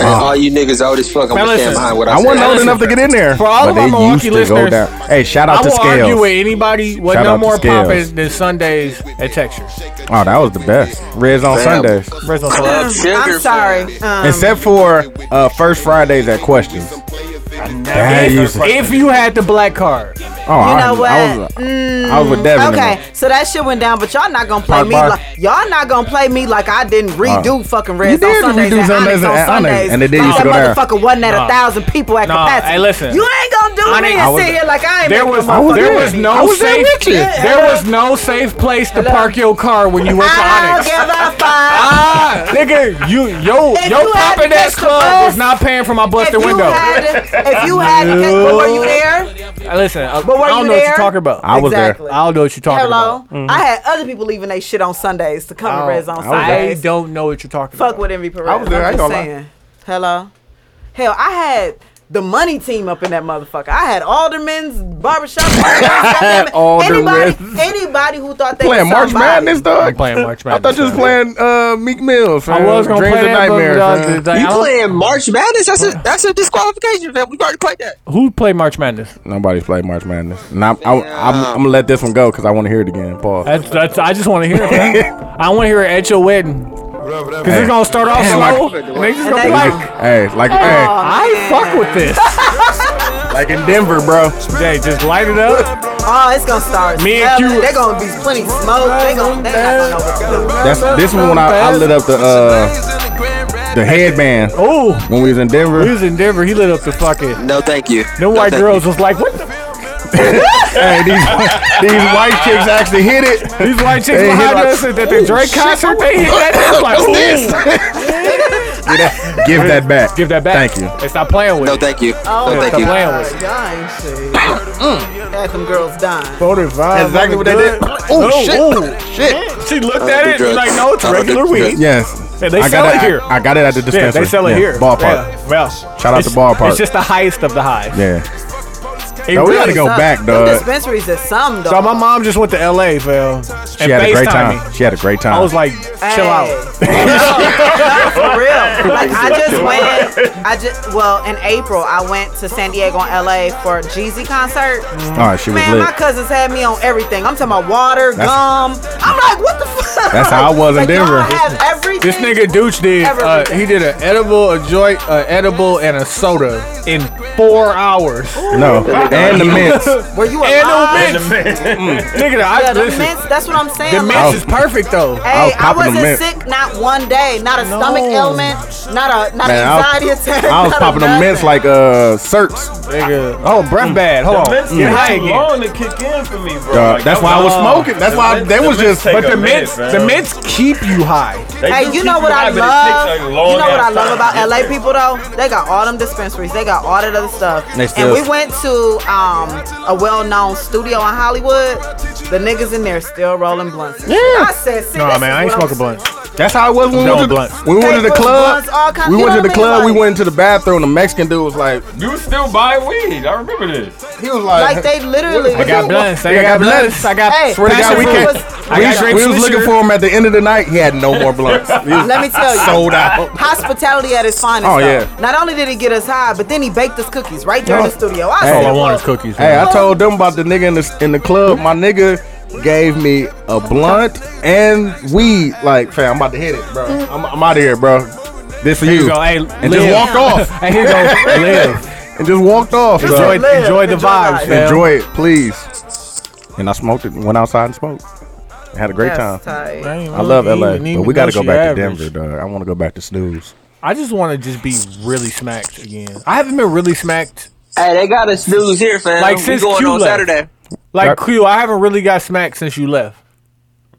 Speaker 3: And all you niggas old as fuck. I'm
Speaker 1: Man,
Speaker 3: gonna
Speaker 1: listen.
Speaker 3: stand behind what I,
Speaker 2: I wasn't
Speaker 3: said.
Speaker 2: old enough to get in there.
Speaker 1: For all
Speaker 2: but
Speaker 1: of our
Speaker 2: they
Speaker 1: Milwaukee
Speaker 2: used to go
Speaker 1: listeners,
Speaker 2: down. Hey, shout
Speaker 1: I
Speaker 2: out to
Speaker 1: will argue
Speaker 2: Scales.
Speaker 1: with anybody with
Speaker 2: Shout
Speaker 1: no
Speaker 2: out to
Speaker 1: more
Speaker 2: Scales.
Speaker 1: poppin' than Sundays at Texas.
Speaker 2: Oh, that was the best. Reds on
Speaker 3: Damn.
Speaker 2: Sundays.
Speaker 1: Rest on Sundays.
Speaker 3: Club Sugar.
Speaker 4: Um, I'm
Speaker 3: fam.
Speaker 4: sorry. Um,
Speaker 2: Except for uh, First Fridays at Questions. Oh, That used to-
Speaker 1: If you had the black card,
Speaker 2: Oh,
Speaker 4: You
Speaker 2: I,
Speaker 4: know what? Mm,
Speaker 2: I was, I was with Devin. in
Speaker 4: Okay,
Speaker 2: there.
Speaker 4: so that shit went down, but y'all not gonna play
Speaker 2: Park
Speaker 4: me
Speaker 2: Bar.
Speaker 4: like y'all not gonna play me like I didn't redo fucking Reds
Speaker 2: You
Speaker 4: on
Speaker 2: did
Speaker 4: Sundays
Speaker 2: redo
Speaker 4: and
Speaker 2: Sundays
Speaker 4: Onyx on
Speaker 2: and Onyx,
Speaker 4: Sundays.
Speaker 2: and it did
Speaker 4: Like
Speaker 2: used to
Speaker 4: that
Speaker 2: go down.
Speaker 4: motherfucker wasn't at
Speaker 1: Nah.
Speaker 4: a thousand people at
Speaker 1: Nah,
Speaker 4: capacity.
Speaker 1: hey, listen.
Speaker 4: you ain't gonna do
Speaker 1: Onyx-
Speaker 4: me
Speaker 1: I
Speaker 4: and
Speaker 1: was-
Speaker 4: sit here like I ain't
Speaker 1: there
Speaker 4: making
Speaker 1: was
Speaker 4: no
Speaker 2: I was
Speaker 1: there
Speaker 4: motherfucking
Speaker 2: there.
Speaker 1: was
Speaker 4: money.
Speaker 1: no
Speaker 2: I was there
Speaker 1: safe
Speaker 2: with you.
Speaker 4: Yeah.
Speaker 1: there was no safe place to park your car when you went to
Speaker 4: I don't
Speaker 1: Onyx.
Speaker 4: give a fuck.
Speaker 1: Ah, nigga, you yo
Speaker 4: If
Speaker 1: yo
Speaker 4: you had
Speaker 1: poppin'
Speaker 4: to
Speaker 1: ass
Speaker 4: catch the
Speaker 1: club
Speaker 4: bus,
Speaker 1: was not paying for my busted
Speaker 4: If you
Speaker 1: window.
Speaker 4: had, if you had, but were you there?
Speaker 1: Uh, Listen, I, I
Speaker 4: were
Speaker 1: don't
Speaker 4: you
Speaker 1: know what
Speaker 4: there?
Speaker 1: you're talking about.
Speaker 2: I was there.
Speaker 4: Exactly.
Speaker 1: I don't know what you're talking
Speaker 4: Hello,
Speaker 1: about.
Speaker 2: Mm-hmm.
Speaker 4: I had other people leaving they shit on Sundays to
Speaker 2: Oh,
Speaker 4: come to Reds on
Speaker 1: I
Speaker 4: Sundays.
Speaker 1: don't know what you're talking
Speaker 4: Fuck
Speaker 1: about.
Speaker 4: with Envy Perez.
Speaker 2: I was there, I
Speaker 4: am
Speaker 2: ain't
Speaker 4: just
Speaker 2: gonna lie.
Speaker 4: saying. Hello. Hell, I had the money team up in that motherfucker. I had Alderman's barbershop. anybody,
Speaker 2: Alderman's.
Speaker 4: anybody who thought they
Speaker 2: Playing
Speaker 4: was
Speaker 2: March
Speaker 4: somebody.
Speaker 2: Madness,
Speaker 1: I'm
Speaker 2: dog.
Speaker 1: playing March
Speaker 2: I
Speaker 1: Madness.
Speaker 2: thought you was
Speaker 1: man.
Speaker 2: playing uh, Meek Mill.
Speaker 1: I
Speaker 2: fam.
Speaker 1: was gonna
Speaker 2: Dreams
Speaker 1: play
Speaker 2: and
Speaker 1: that, but,
Speaker 2: Nightmares.
Speaker 1: uh,
Speaker 2: fam.
Speaker 1: the- I
Speaker 3: You
Speaker 1: don't-
Speaker 3: playing March Madness? That's a that's a disqualification, fam. We already played that.
Speaker 1: Who played March Madness?
Speaker 2: Nobody's played March Madness. And I'm, I'm, I'm, I'm gonna let this one go because I want to hear it again. Pause.
Speaker 1: That's, that's I just want to hear it. man. I want to hear it at your wedding. Cause it's gonna start off
Speaker 2: Damn, I-
Speaker 1: slow. and they just gonna be
Speaker 4: they-
Speaker 1: like,
Speaker 2: hey, like, hey,
Speaker 1: I fuck with this.
Speaker 2: like in Denver, bro.
Speaker 1: Jay, just light it up.
Speaker 4: Oh, it's gonna start.
Speaker 1: Me and
Speaker 4: smelling.
Speaker 1: you-
Speaker 4: They're gonna be plenty smoke. They gonna. They not gonna know.
Speaker 2: That's this one when I, I lit up the uh, the headband
Speaker 1: Oh,
Speaker 2: when we was in Denver.
Speaker 1: we was in Denver. He lit up the fucking.
Speaker 3: No, thank you.
Speaker 1: Them
Speaker 3: no,
Speaker 1: white
Speaker 3: thank
Speaker 1: girls was like, what the?
Speaker 2: hey, these these white chicks actually hit it.
Speaker 1: These white chicks
Speaker 2: They hit
Speaker 1: behind
Speaker 2: like-
Speaker 1: us at the Drake concert. They hit that. It's like, ooh.
Speaker 2: Give that- Give that back.
Speaker 1: Give that back.
Speaker 2: Thank you.
Speaker 1: They stop playing
Speaker 3: you.
Speaker 1: with
Speaker 3: No,
Speaker 1: it.
Speaker 3: thank you.
Speaker 4: Oh,
Speaker 3: no,
Speaker 1: They
Speaker 3: thank
Speaker 1: stop
Speaker 3: you.
Speaker 1: playing with it.
Speaker 4: Dying shit. Had them girls dying.
Speaker 1: Voted vibe.
Speaker 2: That's exactly what they did.
Speaker 1: Oh,
Speaker 2: Oh, shit.
Speaker 1: shit.
Speaker 2: Shit.
Speaker 1: She looked
Speaker 3: don't
Speaker 1: at it and
Speaker 3: do
Speaker 1: was
Speaker 3: drugs.
Speaker 1: like, no, it's
Speaker 3: I don't do
Speaker 1: regular
Speaker 3: drugs.
Speaker 1: weed.
Speaker 2: Yes.
Speaker 1: And they
Speaker 2: I
Speaker 1: sell
Speaker 2: got
Speaker 1: it
Speaker 2: I-
Speaker 1: here.
Speaker 2: I, got it at the
Speaker 1: Yeah,
Speaker 2: dispensary.
Speaker 1: they sell it
Speaker 2: Yeah,
Speaker 1: here.
Speaker 2: Ballpark.
Speaker 1: Yeah, well,
Speaker 2: Shout out to
Speaker 1: it's-
Speaker 2: Ballpark.
Speaker 1: It's just the highest of the highs.
Speaker 2: Yeah.
Speaker 1: It
Speaker 2: No, we
Speaker 1: really
Speaker 2: gotta go
Speaker 1: sucks.
Speaker 4: Some-
Speaker 2: Oh, back,
Speaker 4: them
Speaker 2: dog.
Speaker 4: Dispensaries is some
Speaker 1: So
Speaker 4: though.
Speaker 1: my mom just went to L.A. Phil.
Speaker 2: She had a great time. She had a great time.
Speaker 1: I was like, chill
Speaker 4: Hey.
Speaker 1: out.
Speaker 4: For real. Like I just went. I just well in April I went to San Diego and LA for a Jeezy concert.
Speaker 2: oh, she was
Speaker 4: Man, my
Speaker 2: lit.
Speaker 4: cousins had me on everything. I'm talking about water,
Speaker 2: That's-
Speaker 4: gum. I'm like, what the fuck?
Speaker 2: That's how I was in
Speaker 4: like,
Speaker 2: Denver.
Speaker 4: y'all have everything.
Speaker 1: This nigga Dooch did. Uh, he did an edible, a joint, a edible, and a soda in four hours.
Speaker 2: No. And the mints.
Speaker 4: Were you
Speaker 1: And no
Speaker 4: alive?
Speaker 1: mints. Nigga, the, I,
Speaker 4: Yeah, the
Speaker 1: listen,
Speaker 4: mints. That's what I'm saying.
Speaker 1: the
Speaker 4: like,
Speaker 1: mints is perfect though.
Speaker 2: I
Speaker 4: Hey,
Speaker 2: was
Speaker 4: I,
Speaker 2: popping
Speaker 4: was
Speaker 2: them
Speaker 4: not
Speaker 2: mints.
Speaker 4: sick not one day. Not a stomach
Speaker 1: No.
Speaker 4: ailment. Not a not
Speaker 2: Man,
Speaker 4: an
Speaker 2: I was-
Speaker 4: anxiety attack.
Speaker 2: I was
Speaker 4: not a
Speaker 2: popping them mints
Speaker 4: nothing.
Speaker 2: like uh certs.
Speaker 1: Nigga. Oh, breath bad. Hold on.
Speaker 5: the mints
Speaker 1: Get
Speaker 5: take
Speaker 2: mm.
Speaker 1: high
Speaker 5: too
Speaker 1: again.
Speaker 5: long to kick in for me, bro.
Speaker 2: Dog,
Speaker 5: Like,
Speaker 2: that's
Speaker 5: that
Speaker 2: why I was
Speaker 5: long.
Speaker 2: smoking. That's
Speaker 5: The
Speaker 2: why I-
Speaker 5: mints-
Speaker 2: they
Speaker 5: the
Speaker 2: was
Speaker 5: mints
Speaker 2: just-
Speaker 5: take
Speaker 1: But
Speaker 5: a
Speaker 1: the
Speaker 5: minute,
Speaker 1: mints,
Speaker 5: fam.
Speaker 1: the mints keep you high.
Speaker 5: They
Speaker 4: Hey,
Speaker 5: do
Speaker 4: you
Speaker 5: keep
Speaker 4: know what I
Speaker 5: high, but it
Speaker 4: love?
Speaker 5: takes a
Speaker 4: You
Speaker 5: long
Speaker 4: know what I
Speaker 5: ass time
Speaker 4: love about
Speaker 5: to get
Speaker 4: LA
Speaker 5: there.
Speaker 4: people though? They got all them dispensaries. They got all that other stuff.
Speaker 2: They
Speaker 4: and
Speaker 2: still-
Speaker 4: we went to um, a well-known studio in Hollywood. The niggas in there still rolling blunts. Yeah. I said, see,
Speaker 1: Nah,
Speaker 4: this
Speaker 1: man,
Speaker 4: is
Speaker 1: I ain't
Speaker 4: what I'm
Speaker 1: smoking blunt.
Speaker 2: That's how it was when
Speaker 1: No
Speaker 2: we went to
Speaker 1: blunts.
Speaker 2: the, when we went to the
Speaker 4: Papers,
Speaker 2: club.
Speaker 4: blunts, all kinds-
Speaker 2: we
Speaker 4: you
Speaker 2: went to
Speaker 4: know
Speaker 2: the
Speaker 4: what I mean?
Speaker 2: club. We
Speaker 4: Like-
Speaker 2: went into the bathroom. The Mexican dude was like,
Speaker 5: You still buy weed. I remember this.
Speaker 2: he was like,
Speaker 4: Like they literally.
Speaker 1: I got blunts. I
Speaker 2: Yeah, I
Speaker 1: got
Speaker 2: got
Speaker 1: blunts.
Speaker 2: blunts.
Speaker 1: I got.
Speaker 4: Hey,
Speaker 2: Swear to
Speaker 1: passion
Speaker 2: God, we
Speaker 1: fruit.
Speaker 2: can't.
Speaker 4: was-
Speaker 1: I got
Speaker 2: We,
Speaker 1: grapes
Speaker 2: we
Speaker 1: with
Speaker 2: was looking
Speaker 1: sugar.
Speaker 2: for him at the end of the night. He had no more blunts. He was
Speaker 4: Let me tell you.
Speaker 2: sold out.
Speaker 4: Hospitality at its finest.
Speaker 2: Oh,
Speaker 4: though.
Speaker 2: yeah.
Speaker 4: Not only did he get us high, but then he baked us cookies right there in the studio. I
Speaker 2: Hey.
Speaker 4: said,
Speaker 1: All Oh, I
Speaker 4: well,
Speaker 1: want is cookies.
Speaker 2: Hey,
Speaker 1: man.
Speaker 2: I told them about the nigga in the in the club. My nigga gave me a blunt and weed. Like, fam, I'm about to hit it, bro. I'm, I'm out of here, bro. This for
Speaker 1: Here
Speaker 2: you.
Speaker 1: you go. Hey,
Speaker 2: and just
Speaker 1: live.
Speaker 2: walked off.
Speaker 1: Hey, here you go. Live.
Speaker 2: And just walked off,
Speaker 1: Enjoy,
Speaker 2: bro.
Speaker 4: live.
Speaker 1: enjoy the
Speaker 4: Enjoy
Speaker 1: vibes,
Speaker 4: life.
Speaker 1: man.
Speaker 2: Enjoy it, please. And I smoked it. and Went outside and smoked. Had a great time.
Speaker 4: That's tight.
Speaker 1: ain't
Speaker 2: I
Speaker 1: really
Speaker 2: love
Speaker 1: even
Speaker 2: LA,
Speaker 1: need
Speaker 2: but
Speaker 1: to
Speaker 2: we got to go
Speaker 1: know she
Speaker 2: back
Speaker 1: average.
Speaker 2: to Denver, dog. I want to go back to Snooze.
Speaker 1: I just want to just be really smacked again. I haven't been really smacked
Speaker 3: Hey, they got us dudes here, fam.
Speaker 1: Like,
Speaker 3: we
Speaker 1: since
Speaker 3: going
Speaker 1: Q
Speaker 3: on
Speaker 1: left.
Speaker 3: Saturday.
Speaker 1: like
Speaker 2: That-
Speaker 1: Q. I haven't really got smacked since you left.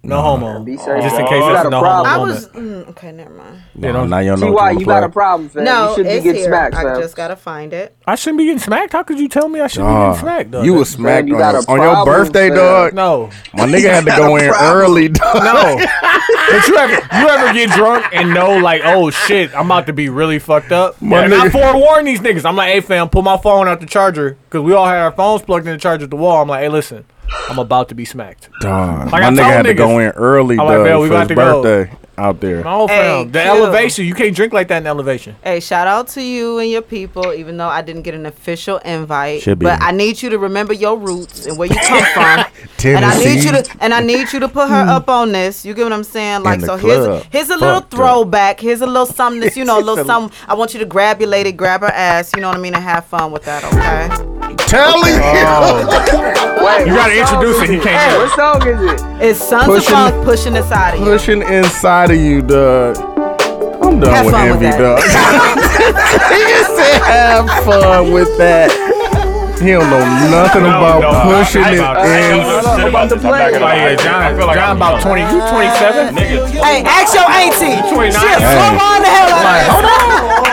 Speaker 1: No homo.
Speaker 3: Be serious.
Speaker 1: Just in
Speaker 5: Oh,
Speaker 1: case
Speaker 5: you
Speaker 1: that's
Speaker 5: got
Speaker 3: a
Speaker 1: no homo
Speaker 3: problem.
Speaker 4: I
Speaker 1: moment.
Speaker 4: was mm, okay. Never mind.
Speaker 2: No,
Speaker 1: don't-
Speaker 2: now you don't know what
Speaker 3: T.Y.,
Speaker 2: you
Speaker 3: you got a
Speaker 2: wanna play.
Speaker 3: problem, fam.
Speaker 4: No,
Speaker 3: you
Speaker 4: it's
Speaker 3: shouldn't be getting
Speaker 4: here.
Speaker 3: smacked,
Speaker 4: I
Speaker 3: fam.
Speaker 4: just gotta find it.
Speaker 1: I shouldn't be getting smacked. How could you tell me I shouldn't be
Speaker 2: Dog,
Speaker 1: getting smacked? Dog?
Speaker 2: you was
Speaker 1: That's-
Speaker 2: smacked
Speaker 3: you
Speaker 2: on,
Speaker 3: got
Speaker 2: your-
Speaker 3: a
Speaker 2: on your
Speaker 3: problem,
Speaker 2: birthday,
Speaker 3: fam.
Speaker 2: dog.
Speaker 1: no,
Speaker 2: My nigga had to go in early, dog.
Speaker 1: no. Did you ever you ever get drunk and know like oh shit I'm about to be really fucked up?
Speaker 2: My
Speaker 1: and I
Speaker 2: nigga-
Speaker 1: forewarned these niggas. I'm like hey fam, pull my phone out the charger because we all had our phones plugged in the charger at the wall. I'm like hey listen, I'm about to be smacked.
Speaker 2: Dog,
Speaker 1: Like
Speaker 2: my
Speaker 1: I
Speaker 2: nigga
Speaker 1: told
Speaker 2: had to
Speaker 1: niggas.
Speaker 2: go in early,
Speaker 1: I'm like,
Speaker 2: dog,
Speaker 1: "Bro, we
Speaker 2: for
Speaker 1: about
Speaker 2: his
Speaker 1: to go."
Speaker 2: birthday out there.
Speaker 1: No
Speaker 4: Hey,
Speaker 1: fam, the
Speaker 4: Q.
Speaker 1: elevation. You can't drink like that in elevation.
Speaker 4: Hey, shout out to you and your people. Even though I didn't get an official invite,
Speaker 2: Should be.
Speaker 4: but I need you to remember your roots and where you come from. and I
Speaker 2: Tennessee.
Speaker 4: need
Speaker 2: Hmm.
Speaker 4: you to and I need you to put her up on this. You get what I'm saying? Like,
Speaker 2: the
Speaker 4: so
Speaker 2: club.
Speaker 4: here's here's a little
Speaker 2: Fucked up.
Speaker 4: throwback. Here's a little something that's you know a little something. I want you to grab your lady, grab her ass. You know what I mean, and have fun with that. Okay?
Speaker 2: Tell you.
Speaker 3: Wait,
Speaker 1: You
Speaker 3: what
Speaker 1: gotta
Speaker 3: song
Speaker 1: introduce
Speaker 3: is
Speaker 1: it. He
Speaker 3: Hey,
Speaker 1: can't.
Speaker 3: what song is it?
Speaker 4: It's Sons
Speaker 2: Pushing-
Speaker 4: of Funk pushing this out of you.
Speaker 2: pushing inside of you, dog. I'm done
Speaker 4: Have
Speaker 2: with
Speaker 4: fun
Speaker 2: envy,
Speaker 4: with
Speaker 2: dog. he said, "Have fun with that." He don't know nothing about
Speaker 1: no, no,
Speaker 2: pushing
Speaker 1: I
Speaker 2: it
Speaker 1: ain't about that. I ain't
Speaker 2: in.
Speaker 1: about that. Oh yeah, John. John about 20. You 27?
Speaker 5: Nigga,
Speaker 4: Hey, ask your auntie. She
Speaker 1: 29.
Speaker 4: slow on the hell out of this.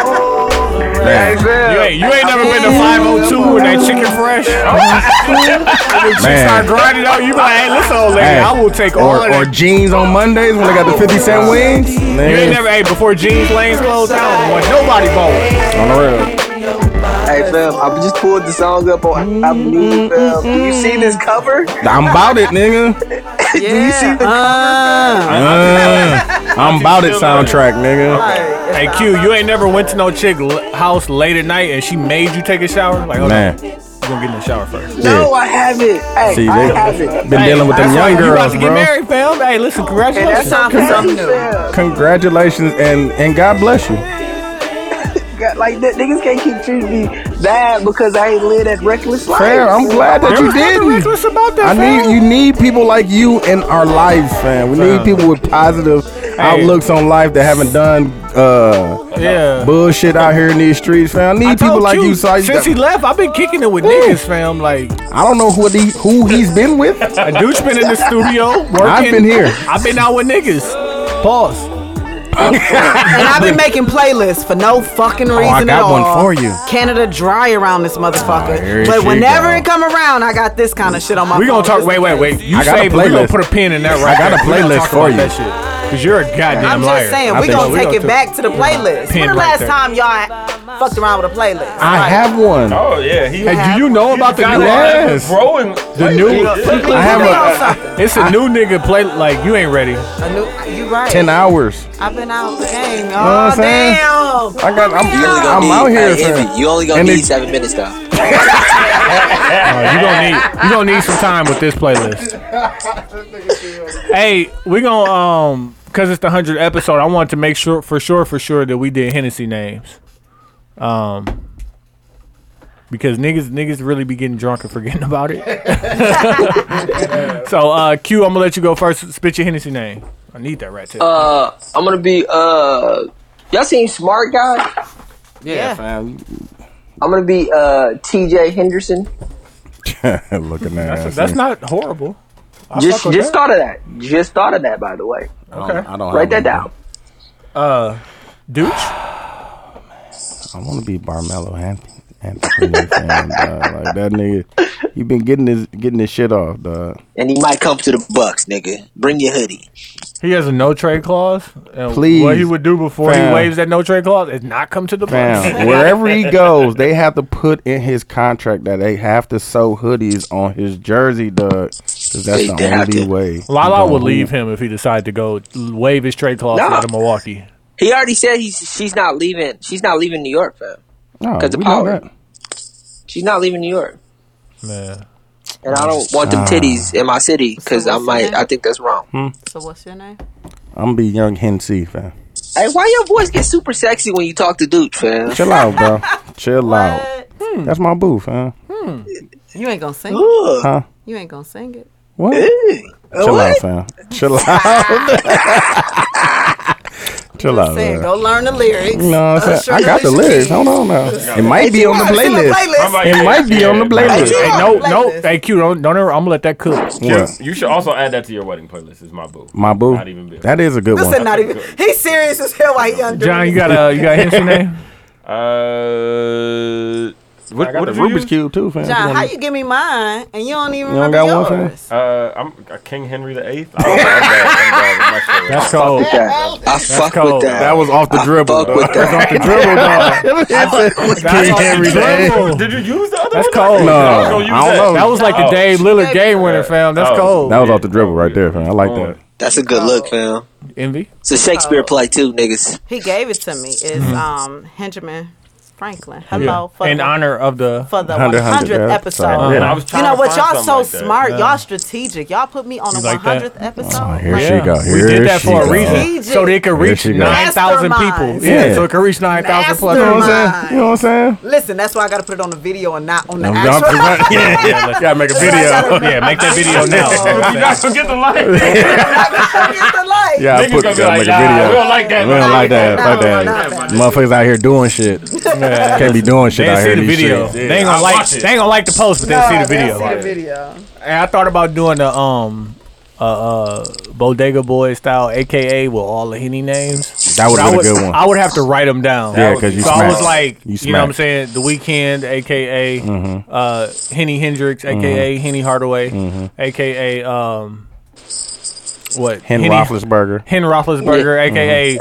Speaker 2: Man,
Speaker 1: You ain't, you ain't never been to 502 and that chicken fresh.
Speaker 2: Oh,
Speaker 1: Start
Speaker 2: man.
Speaker 1: grinding out. You be like, hey, listen, old lady,
Speaker 2: Hey,
Speaker 1: I will take all
Speaker 2: Or, or
Speaker 1: that. Oh,
Speaker 2: jeans on Mondays when they got the 50 cent wings.
Speaker 1: You ain't
Speaker 2: Man,
Speaker 1: never, hey, before jeans lanes closed down, when nobody bought.
Speaker 2: on the real.
Speaker 3: Hey, fam, I just pulled the song up on Apple Music, fam. Do you see this cover?
Speaker 2: I'm about it, nigga.
Speaker 4: Yeah.
Speaker 3: Do you see the
Speaker 4: Uh,
Speaker 2: Uh, I'm about it soundtrack, nigga.
Speaker 1: Hey, Q, you ain't never went to no chick l- house late at night and she made you take a shower? Like, hold
Speaker 2: Man,
Speaker 1: on, you gonna get in the shower first.
Speaker 3: No,
Speaker 2: yeah.
Speaker 3: I haven't. Hey,
Speaker 2: See,
Speaker 3: I
Speaker 2: they
Speaker 3: haven't.
Speaker 2: been dealing with them
Speaker 1: that's why
Speaker 2: young
Speaker 1: you about
Speaker 2: girls,
Speaker 1: to get
Speaker 2: bro.
Speaker 1: married, fam. Hey, listen,
Speaker 3: That's
Speaker 1: congratulations.
Speaker 4: time for something
Speaker 3: crazy,
Speaker 4: new.
Speaker 3: fam.
Speaker 2: Congratulations and and God bless you.
Speaker 3: Got- Like, that, niggas can't keep treating me bad because I ain't live that reckless life.
Speaker 2: Fair. I'm glad that you
Speaker 1: What's
Speaker 2: didn't.
Speaker 1: about that,
Speaker 2: I
Speaker 1: fam?
Speaker 2: need you need people like you in our life, fam. We need people with positive outlooks on life that haven't done uh
Speaker 1: Yeah.
Speaker 2: bullshit out here in these streets, fam. I need
Speaker 1: I
Speaker 2: people
Speaker 1: told
Speaker 2: like you. So I,
Speaker 1: since he left, I've been kicking it with niggas, fam. Like,
Speaker 2: I don't know who he, who he's been with.
Speaker 1: a dude's been in the studio working.
Speaker 2: I've been here.
Speaker 1: I've been out with niggas. Pause.
Speaker 4: and I've been making playlists for no fucking reason
Speaker 2: Oh, I
Speaker 4: at
Speaker 2: got
Speaker 4: all.
Speaker 2: one for you.
Speaker 4: Canada dry around this
Speaker 2: Oh,
Speaker 4: motherfucker.
Speaker 2: here
Speaker 4: but
Speaker 2: she
Speaker 4: whenever
Speaker 2: go.
Speaker 4: it come around, I got this kind of shit on my.
Speaker 1: We gonna
Speaker 4: phone.
Speaker 1: talk. Wait, wait, wait. You
Speaker 2: I got a
Speaker 1: say we gonna
Speaker 2: playlist.
Speaker 1: put a pin in that right?
Speaker 2: got a
Speaker 1: there. We gonna
Speaker 2: playlist
Speaker 1: talk
Speaker 2: for
Speaker 1: about
Speaker 2: you.
Speaker 1: That shit. Cause you're a goddamn
Speaker 4: I'm
Speaker 1: liar.
Speaker 4: just saying,
Speaker 2: I
Speaker 4: we
Speaker 2: think
Speaker 4: gonna
Speaker 1: so. We
Speaker 4: take
Speaker 1: gonna
Speaker 4: it back to the playlist.
Speaker 1: Pin
Speaker 4: When the
Speaker 1: right
Speaker 4: last
Speaker 1: there.
Speaker 4: time y'all fucked around with a playlist?
Speaker 2: I have one.
Speaker 5: oh yeah, he.
Speaker 1: Hey, do you know about the
Speaker 5: got
Speaker 1: new?
Speaker 5: it.
Speaker 2: Yes.
Speaker 5: Growing.
Speaker 1: The new.
Speaker 2: I have a
Speaker 1: It's a new nigga play. Like you ain't ready.
Speaker 4: A new, you right.
Speaker 2: ten hours.
Speaker 4: I've been out the game. Oh
Speaker 2: I'm saying?
Speaker 4: damn.
Speaker 2: I got. I'm,
Speaker 8: You only gonna
Speaker 2: I'm
Speaker 8: need,
Speaker 2: out here,
Speaker 8: hey,
Speaker 2: fam.
Speaker 8: Envy, You only gonna
Speaker 2: And
Speaker 8: need
Speaker 2: it-
Speaker 8: seven minutes though.
Speaker 1: Uh, you gonna need you gonna need some time with this playlist. hey, we gonna um because it's the hundredth episode. I wanted to make sure for sure for sure that we did Hennessy names, um, because niggas niggas really be getting drunk and forgetting about it. so uh, Q, I'm gonna let you go first. Spit your Hennessy name. I need that right there.
Speaker 3: Uh, I'm gonna be, uh, y'all seen Smart Guy?
Speaker 4: Yeah.
Speaker 2: fam.
Speaker 3: I'm gonna be, uh, TJ Henderson.
Speaker 2: Looking at
Speaker 1: that's, that's not horrible. I
Speaker 3: Just,
Speaker 1: fuck with
Speaker 3: just
Speaker 1: that.
Speaker 3: thought of that. Just thought of that, by the way.
Speaker 1: okay.
Speaker 2: I don't
Speaker 3: Write that
Speaker 2: have one.
Speaker 3: down.
Speaker 1: uh, Dooch.
Speaker 2: I want to be Barmelo Anthony. Anthony fan, dog. Like that nigga, you been getting this getting this shit off, dog.
Speaker 8: And he might come to the Bucks, nigga. Bring your hoodie.
Speaker 1: He has a no trade clause. and
Speaker 2: Please,
Speaker 1: what he would do before he
Speaker 2: fam.
Speaker 1: waives that no trade clause is not come to the Bucks.
Speaker 2: Fam, wherever he goes, they have to put in his contract that they have to sew hoodies on his jersey, dog. 'Cause that's
Speaker 8: They
Speaker 2: the
Speaker 8: have
Speaker 2: only
Speaker 8: to.
Speaker 2: way.
Speaker 1: Lala would leave him if he decided to go waive his trade clause
Speaker 3: Nah.
Speaker 1: out of Milwaukee.
Speaker 3: He already said he's, she's not leaving, she's not leaving New York, fam.
Speaker 2: No,
Speaker 3: 'Cause the
Speaker 2: we know
Speaker 3: power.
Speaker 2: that.
Speaker 3: She's not leaving New York.
Speaker 1: Man,
Speaker 3: And I don't want
Speaker 1: Ah.
Speaker 3: them titties in my city because
Speaker 4: So
Speaker 3: I
Speaker 4: what's
Speaker 3: might,
Speaker 4: that?
Speaker 3: I think that's wrong.
Speaker 1: Hmm.
Speaker 4: So what's your name?
Speaker 2: I'm gonna be young Hen C, fam.
Speaker 3: Hey, why your voice get super sexy when you talk to Dude, fam?
Speaker 2: Chill out, bro. Chill out. That's my boo, fam.
Speaker 4: You ain't gonna sing. it.
Speaker 3: Ugh.
Speaker 2: Huh?
Speaker 4: You ain't gonna sing it.
Speaker 2: What? Chill out, fam. Chill out. Chill out.
Speaker 4: Saying,
Speaker 2: man.
Speaker 4: go learn the lyrics.
Speaker 2: You know what I'm saying? I got the lyrics. Hold on now. It might be on the
Speaker 4: It's in the
Speaker 2: playlist.
Speaker 4: playlist.
Speaker 5: Somebody-
Speaker 2: It might be on the
Speaker 5: Yeah.
Speaker 2: playlist.
Speaker 1: Hey, no, no,
Speaker 4: Playlist.
Speaker 1: thank you. Don't, don't ever. I'm gonna let that cook.
Speaker 5: Kim,
Speaker 2: What?
Speaker 5: You should also add that to your wedding playlist. Is my boo.
Speaker 2: My boo.
Speaker 5: Not even Bill.
Speaker 2: That is a good
Speaker 4: This is
Speaker 2: one.
Speaker 4: not even. He's serious as hell. Why he under?
Speaker 1: John, you got a you got a hint name?
Speaker 5: Uh,
Speaker 2: I
Speaker 5: what,
Speaker 2: got
Speaker 5: what
Speaker 2: the
Speaker 5: did you
Speaker 2: Rubik's
Speaker 5: use?
Speaker 2: cube too, fam.
Speaker 4: John, how
Speaker 2: wanna-
Speaker 4: you give me mine and you don't even
Speaker 2: You don't
Speaker 4: remember
Speaker 2: got one for me?
Speaker 4: yours?
Speaker 5: Uh, I'm uh, King Henry the Eighth. I don't know. I'm bad. I'm bad.
Speaker 1: That's cold.
Speaker 8: I fuck
Speaker 1: cold.
Speaker 8: with that.
Speaker 2: That was off the
Speaker 8: I
Speaker 2: dribble.
Speaker 8: fuck
Speaker 2: dog.
Speaker 8: with
Speaker 2: That's
Speaker 8: that.
Speaker 2: off the dribble, dog.
Speaker 1: That's
Speaker 2: King
Speaker 1: off the
Speaker 2: Henry the Eighth.
Speaker 1: dribble.
Speaker 5: Did you use the other
Speaker 1: That's
Speaker 5: one?
Speaker 1: cold.
Speaker 2: No,
Speaker 5: I
Speaker 2: I
Speaker 5: was gonna use
Speaker 2: don't know.
Speaker 5: that.
Speaker 1: That was like the
Speaker 5: Oh.
Speaker 1: Dave Lillard game winner, fam. That's
Speaker 5: Oh.
Speaker 1: cold.
Speaker 2: That was off the
Speaker 5: Yeah.
Speaker 2: dribble right there, fam. I like that.
Speaker 8: That's a good look, fam.
Speaker 1: Envy.
Speaker 8: It's a Shakespeare
Speaker 1: Oh.
Speaker 8: play too, niggas.
Speaker 4: He gave it to me. It's
Speaker 2: Mm-hmm.
Speaker 4: um Benjamin Franklin. Hello, for,
Speaker 1: In
Speaker 4: the,
Speaker 1: honor of the.
Speaker 4: for the
Speaker 2: 100,
Speaker 4: 100th
Speaker 2: yeah.
Speaker 4: episode.
Speaker 2: Sorry.
Speaker 5: And Oh. I was
Speaker 4: You
Speaker 5: trying
Speaker 4: know
Speaker 5: to
Speaker 4: what?
Speaker 5: find
Speaker 4: Y'all
Speaker 5: something
Speaker 4: so
Speaker 5: like that.
Speaker 4: smart. Y'all strategic. Y'all put me on the
Speaker 1: like that?
Speaker 4: 100th episode.
Speaker 2: Oh, Here
Speaker 4: Like,
Speaker 2: she go. Here
Speaker 1: We did that
Speaker 2: she
Speaker 1: for a
Speaker 2: go.
Speaker 1: reason, so they could
Speaker 2: Here
Speaker 1: reach
Speaker 2: she go.
Speaker 1: nine thousand people.
Speaker 4: Masterminds.
Speaker 1: Yeah,
Speaker 2: Yeah.
Speaker 1: so it could reach nine thousand plus.
Speaker 2: You know
Speaker 1: people.
Speaker 2: what I'm
Speaker 4: Mastermind.
Speaker 2: saying? You know what I'm saying?
Speaker 4: Listen, that's why I got to put it on the video and not on the
Speaker 2: I'm
Speaker 4: actual.
Speaker 2: done. yeah, yeah. Gotta make a video.
Speaker 1: Yeah, make that video
Speaker 4: Oh.
Speaker 1: now.
Speaker 5: You guys gonna get the like.
Speaker 4: Get the light.
Speaker 2: Yeah, I
Speaker 5: Niggas
Speaker 2: put,
Speaker 5: gonna be
Speaker 2: gotta
Speaker 5: like,
Speaker 2: make
Speaker 5: nah,
Speaker 2: a
Speaker 5: we
Speaker 2: video.
Speaker 5: don't like that.
Speaker 2: We don't like that.
Speaker 4: No,
Speaker 2: Fuck
Speaker 4: not
Speaker 2: that.
Speaker 4: that.
Speaker 2: Motherfuckers out here doing shit. Can't be doing shit
Speaker 1: They
Speaker 2: out
Speaker 1: see
Speaker 2: here.
Speaker 1: the
Speaker 2: these
Speaker 1: video.
Speaker 2: shits.
Speaker 1: They ain't gonna
Speaker 5: I
Speaker 1: like.
Speaker 5: watch it.
Speaker 1: They ain't gonna like the post, but they'll see the video.
Speaker 4: See the video.
Speaker 1: And I thought about doing the um uh, uh Bodega Boy style, aka with all the Henny names.
Speaker 2: That would
Speaker 1: I
Speaker 2: have been a
Speaker 1: would,
Speaker 2: good
Speaker 1: I
Speaker 2: one.
Speaker 1: would have to write them down.
Speaker 2: Yeah, 'cause you
Speaker 1: so I was
Speaker 2: smacked.
Speaker 1: like,
Speaker 2: You Mm-hmm.
Speaker 1: you, know what I'm
Speaker 2: smacked.
Speaker 1: saying? The Weekend, aka uh, Henny Hendrix,
Speaker 2: Mm-hmm.
Speaker 1: aka Henny Hardaway, aka um, what
Speaker 2: Hen Roethlisberger.
Speaker 1: Hen Roethlisberger, aka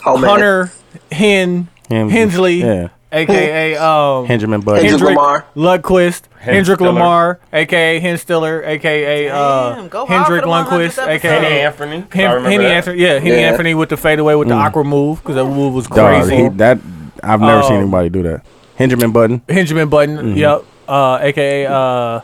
Speaker 8: Homie.
Speaker 1: Hunter Hen
Speaker 2: Mm-hmm. Hen-
Speaker 1: Hensley,
Speaker 2: Yeah.
Speaker 1: aka um,
Speaker 2: Benjamin Button.
Speaker 8: Hendrick
Speaker 1: Hendrick
Speaker 8: Lamar.
Speaker 1: Lundquist, Hendrick
Speaker 5: Stiller.
Speaker 1: Lamar, aka Hen Stiller, aka uh,
Speaker 4: Damn, go hard
Speaker 1: Hendrick
Speaker 4: for the 100th
Speaker 1: Lundquist,
Speaker 4: episode.
Speaker 5: Henny
Speaker 1: aka
Speaker 5: Anthony. 'cause I
Speaker 1: Hen-
Speaker 5: remember
Speaker 1: Henny
Speaker 5: that.
Speaker 1: Anthony. Yeah, Henny
Speaker 8: Yeah.
Speaker 1: Anthony with the fadeaway with the awkward move because that move was
Speaker 2: Dog,
Speaker 1: crazy.
Speaker 2: he, that I've never seen
Speaker 1: Oh.
Speaker 2: anybody do that. Benjamin Button.
Speaker 1: Benjamin Button, yep, uh, aka uh,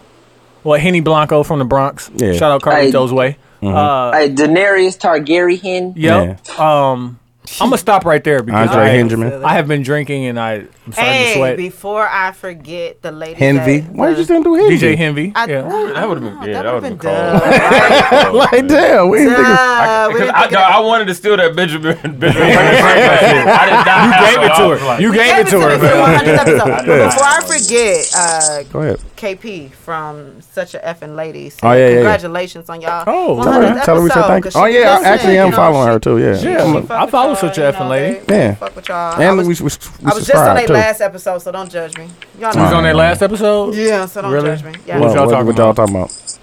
Speaker 1: well Henny Blanco from the Bronx.
Speaker 2: Yeah.
Speaker 1: Shout out
Speaker 8: Hey.
Speaker 1: Carlito's way. Uh,
Speaker 8: Hey, Daenerys Targaryen.
Speaker 1: yep. Um, I'm gonna stop right there because
Speaker 2: Andre
Speaker 1: I,
Speaker 2: Benjamin.
Speaker 1: I have been drinking and I, I'm starting to
Speaker 4: Hey,
Speaker 1: sweat.
Speaker 4: before I forget, the lady.
Speaker 2: Henvy.
Speaker 4: that-
Speaker 2: Why did you
Speaker 4: the-
Speaker 2: still do Henvy?
Speaker 1: DJ Henvy.
Speaker 4: I-
Speaker 1: yeah.
Speaker 5: That would have been. Yeah, that
Speaker 4: would've
Speaker 5: would have been
Speaker 4: been
Speaker 5: cold.
Speaker 2: Like damn, we didn't think of
Speaker 4: Duh, we
Speaker 5: Because
Speaker 4: didn't
Speaker 5: I,
Speaker 4: think of
Speaker 5: no, I wanted to steal that Benjamin. Benjamin Franklin shit. I did not.
Speaker 1: Gave it to her.
Speaker 5: You
Speaker 1: You gave it to her. man.
Speaker 4: her. Before I forget, uh,
Speaker 2: Go ahead.
Speaker 4: KP from Such a Effing Lady. said,
Speaker 2: Oh, yeah, yeah, yeah.
Speaker 4: Congratulations on y'all.
Speaker 1: Oh,
Speaker 2: Tell
Speaker 4: 100th
Speaker 2: her, tell her we said
Speaker 4: episode,
Speaker 2: thank you.
Speaker 4: 'cause
Speaker 2: Oh
Speaker 4: she
Speaker 2: yeah, I
Speaker 4: listened,
Speaker 2: actually am
Speaker 4: you know,
Speaker 2: following
Speaker 4: she-
Speaker 2: her too. Yeah,
Speaker 1: Yeah.
Speaker 2: I'm a-
Speaker 4: she fuck
Speaker 1: I
Speaker 4: with
Speaker 1: follow
Speaker 4: y'all,
Speaker 1: Such a
Speaker 4: you
Speaker 1: Effing
Speaker 4: know,
Speaker 1: Lady.
Speaker 4: they- they
Speaker 2: Yeah.
Speaker 4: Fuck with y'all. I
Speaker 2: and
Speaker 4: was,
Speaker 2: we, we, we
Speaker 4: I was just on
Speaker 2: subscribe,
Speaker 4: their
Speaker 2: too.
Speaker 4: last episode, so don't judge me. Y'all
Speaker 1: He was
Speaker 4: know.
Speaker 1: on that last episode.
Speaker 4: Yeah, so don't
Speaker 1: Really?
Speaker 4: judge me. Yeah.
Speaker 1: What
Speaker 2: What,
Speaker 1: y'all
Speaker 2: what,
Speaker 1: talking
Speaker 2: what y'all talking about?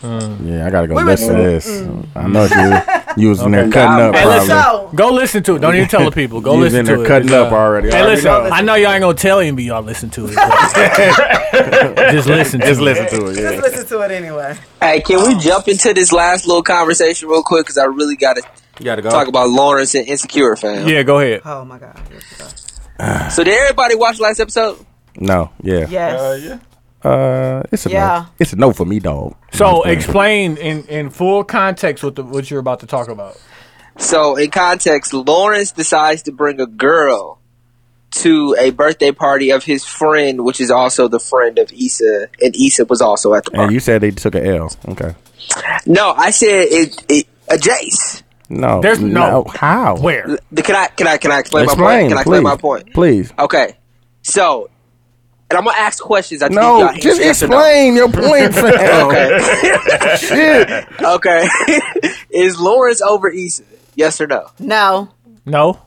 Speaker 1: Mm.
Speaker 2: Yeah, I gotta go
Speaker 4: Women-
Speaker 2: listen to this. I know you, you was in there cutting up.
Speaker 1: Hey,
Speaker 2: probably.
Speaker 1: listen.
Speaker 4: So-
Speaker 1: Go listen to it. Don't even tell the people. Go
Speaker 2: You was
Speaker 1: listen
Speaker 2: in
Speaker 1: to
Speaker 2: there
Speaker 1: it.
Speaker 2: cutting
Speaker 1: It's,
Speaker 2: up
Speaker 1: uh,
Speaker 2: already. I
Speaker 1: Hey,
Speaker 2: already
Speaker 1: listen.
Speaker 2: know.
Speaker 1: I know y'all ain't gonna tell him, but y'all listen to it. but- Just listen. To
Speaker 2: Just
Speaker 1: it.
Speaker 2: listen to it.
Speaker 4: Just
Speaker 2: Yeah.
Speaker 4: listen to it anyway.
Speaker 8: Hey, can we jump into this last little conversation real quick? Because I really got to
Speaker 2: You gotta go.
Speaker 8: talk about Lawrence and Insecure, fam.
Speaker 1: Yeah, go ahead.
Speaker 4: Oh my God. Here
Speaker 2: Uh,
Speaker 4: we go.
Speaker 8: So did everybody watch last episode?
Speaker 2: No. Yeah.
Speaker 4: Yes.
Speaker 5: Uh, yeah.
Speaker 2: Uh, it's a
Speaker 4: Yeah.
Speaker 2: no. It's a no for me, dog.
Speaker 1: So explain in, in full context what the, what you're about to talk about.
Speaker 8: So in context, Lawrence decides to bring a girl to a birthday party of his friend, which is also the friend of Issa, and Issa was also at the
Speaker 2: And
Speaker 8: party.
Speaker 2: you said they took an L. Okay.
Speaker 8: no, I said it. it a Jace.
Speaker 2: No.
Speaker 1: There's no-
Speaker 2: How?
Speaker 1: Where?
Speaker 8: Can I? Can I? Can I explain, my
Speaker 2: Explain.
Speaker 8: point? Can I
Speaker 2: please.
Speaker 8: explain my point? Uh,
Speaker 2: Please.
Speaker 8: Okay. So, and I'm gonna ask questions. I just need
Speaker 2: No.
Speaker 8: y'all
Speaker 2: Just
Speaker 8: answer yes or no.
Speaker 2: explain your point, fam.
Speaker 8: Okay.
Speaker 2: Shit.
Speaker 8: okay. is Lawrence over Issa? Yes or no?
Speaker 4: No.
Speaker 1: No.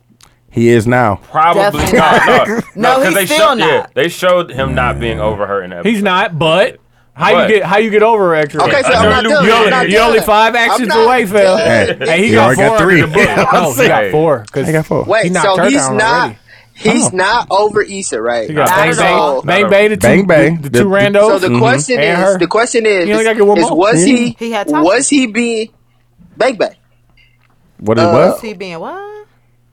Speaker 2: He is now.
Speaker 5: Probably
Speaker 4: Definitely.
Speaker 5: not. No,
Speaker 4: No,
Speaker 5: 'cause
Speaker 4: he's
Speaker 5: they
Speaker 4: still
Speaker 5: showed, Yeah,
Speaker 4: not.
Speaker 5: they showed him not being over her in that.
Speaker 1: He's not. But how
Speaker 5: But-
Speaker 1: you get how you get over extra?
Speaker 9: Okay, so
Speaker 5: I
Speaker 9: I'm
Speaker 5: know
Speaker 9: not
Speaker 5: you-
Speaker 9: done.
Speaker 1: you
Speaker 9: I'm
Speaker 1: only,
Speaker 9: not
Speaker 1: you only
Speaker 9: done.
Speaker 1: five actions
Speaker 9: I'm not
Speaker 1: away, Phil.
Speaker 2: Hey,
Speaker 1: Hey, he,
Speaker 2: he
Speaker 1: got
Speaker 2: already
Speaker 1: four
Speaker 2: got
Speaker 1: under
Speaker 2: three.
Speaker 1: the book. no, he got
Speaker 5: saying.
Speaker 1: four. 'cause
Speaker 2: I got four.
Speaker 9: Wait,
Speaker 1: He knocked
Speaker 9: so
Speaker 1: her
Speaker 9: he's
Speaker 1: down
Speaker 9: not
Speaker 1: already.
Speaker 9: he's not over Issa, right?
Speaker 1: He got
Speaker 4: Not
Speaker 1: bang
Speaker 4: at
Speaker 1: bang,
Speaker 4: all.
Speaker 1: bang bay the two,
Speaker 2: Bang Bay.
Speaker 1: the, the
Speaker 2: The-
Speaker 1: two
Speaker 2: the- Mm-hmm.
Speaker 1: randos.
Speaker 9: So the question
Speaker 1: And
Speaker 9: is,
Speaker 1: her.
Speaker 9: the question is,
Speaker 1: You only gotta get one
Speaker 9: is
Speaker 1: more. Mm-hmm.
Speaker 9: was
Speaker 2: Yeah.
Speaker 9: he,
Speaker 4: He had time.
Speaker 9: was he being bang bang?
Speaker 2: What is
Speaker 9: Uh,
Speaker 2: what?
Speaker 4: He being what?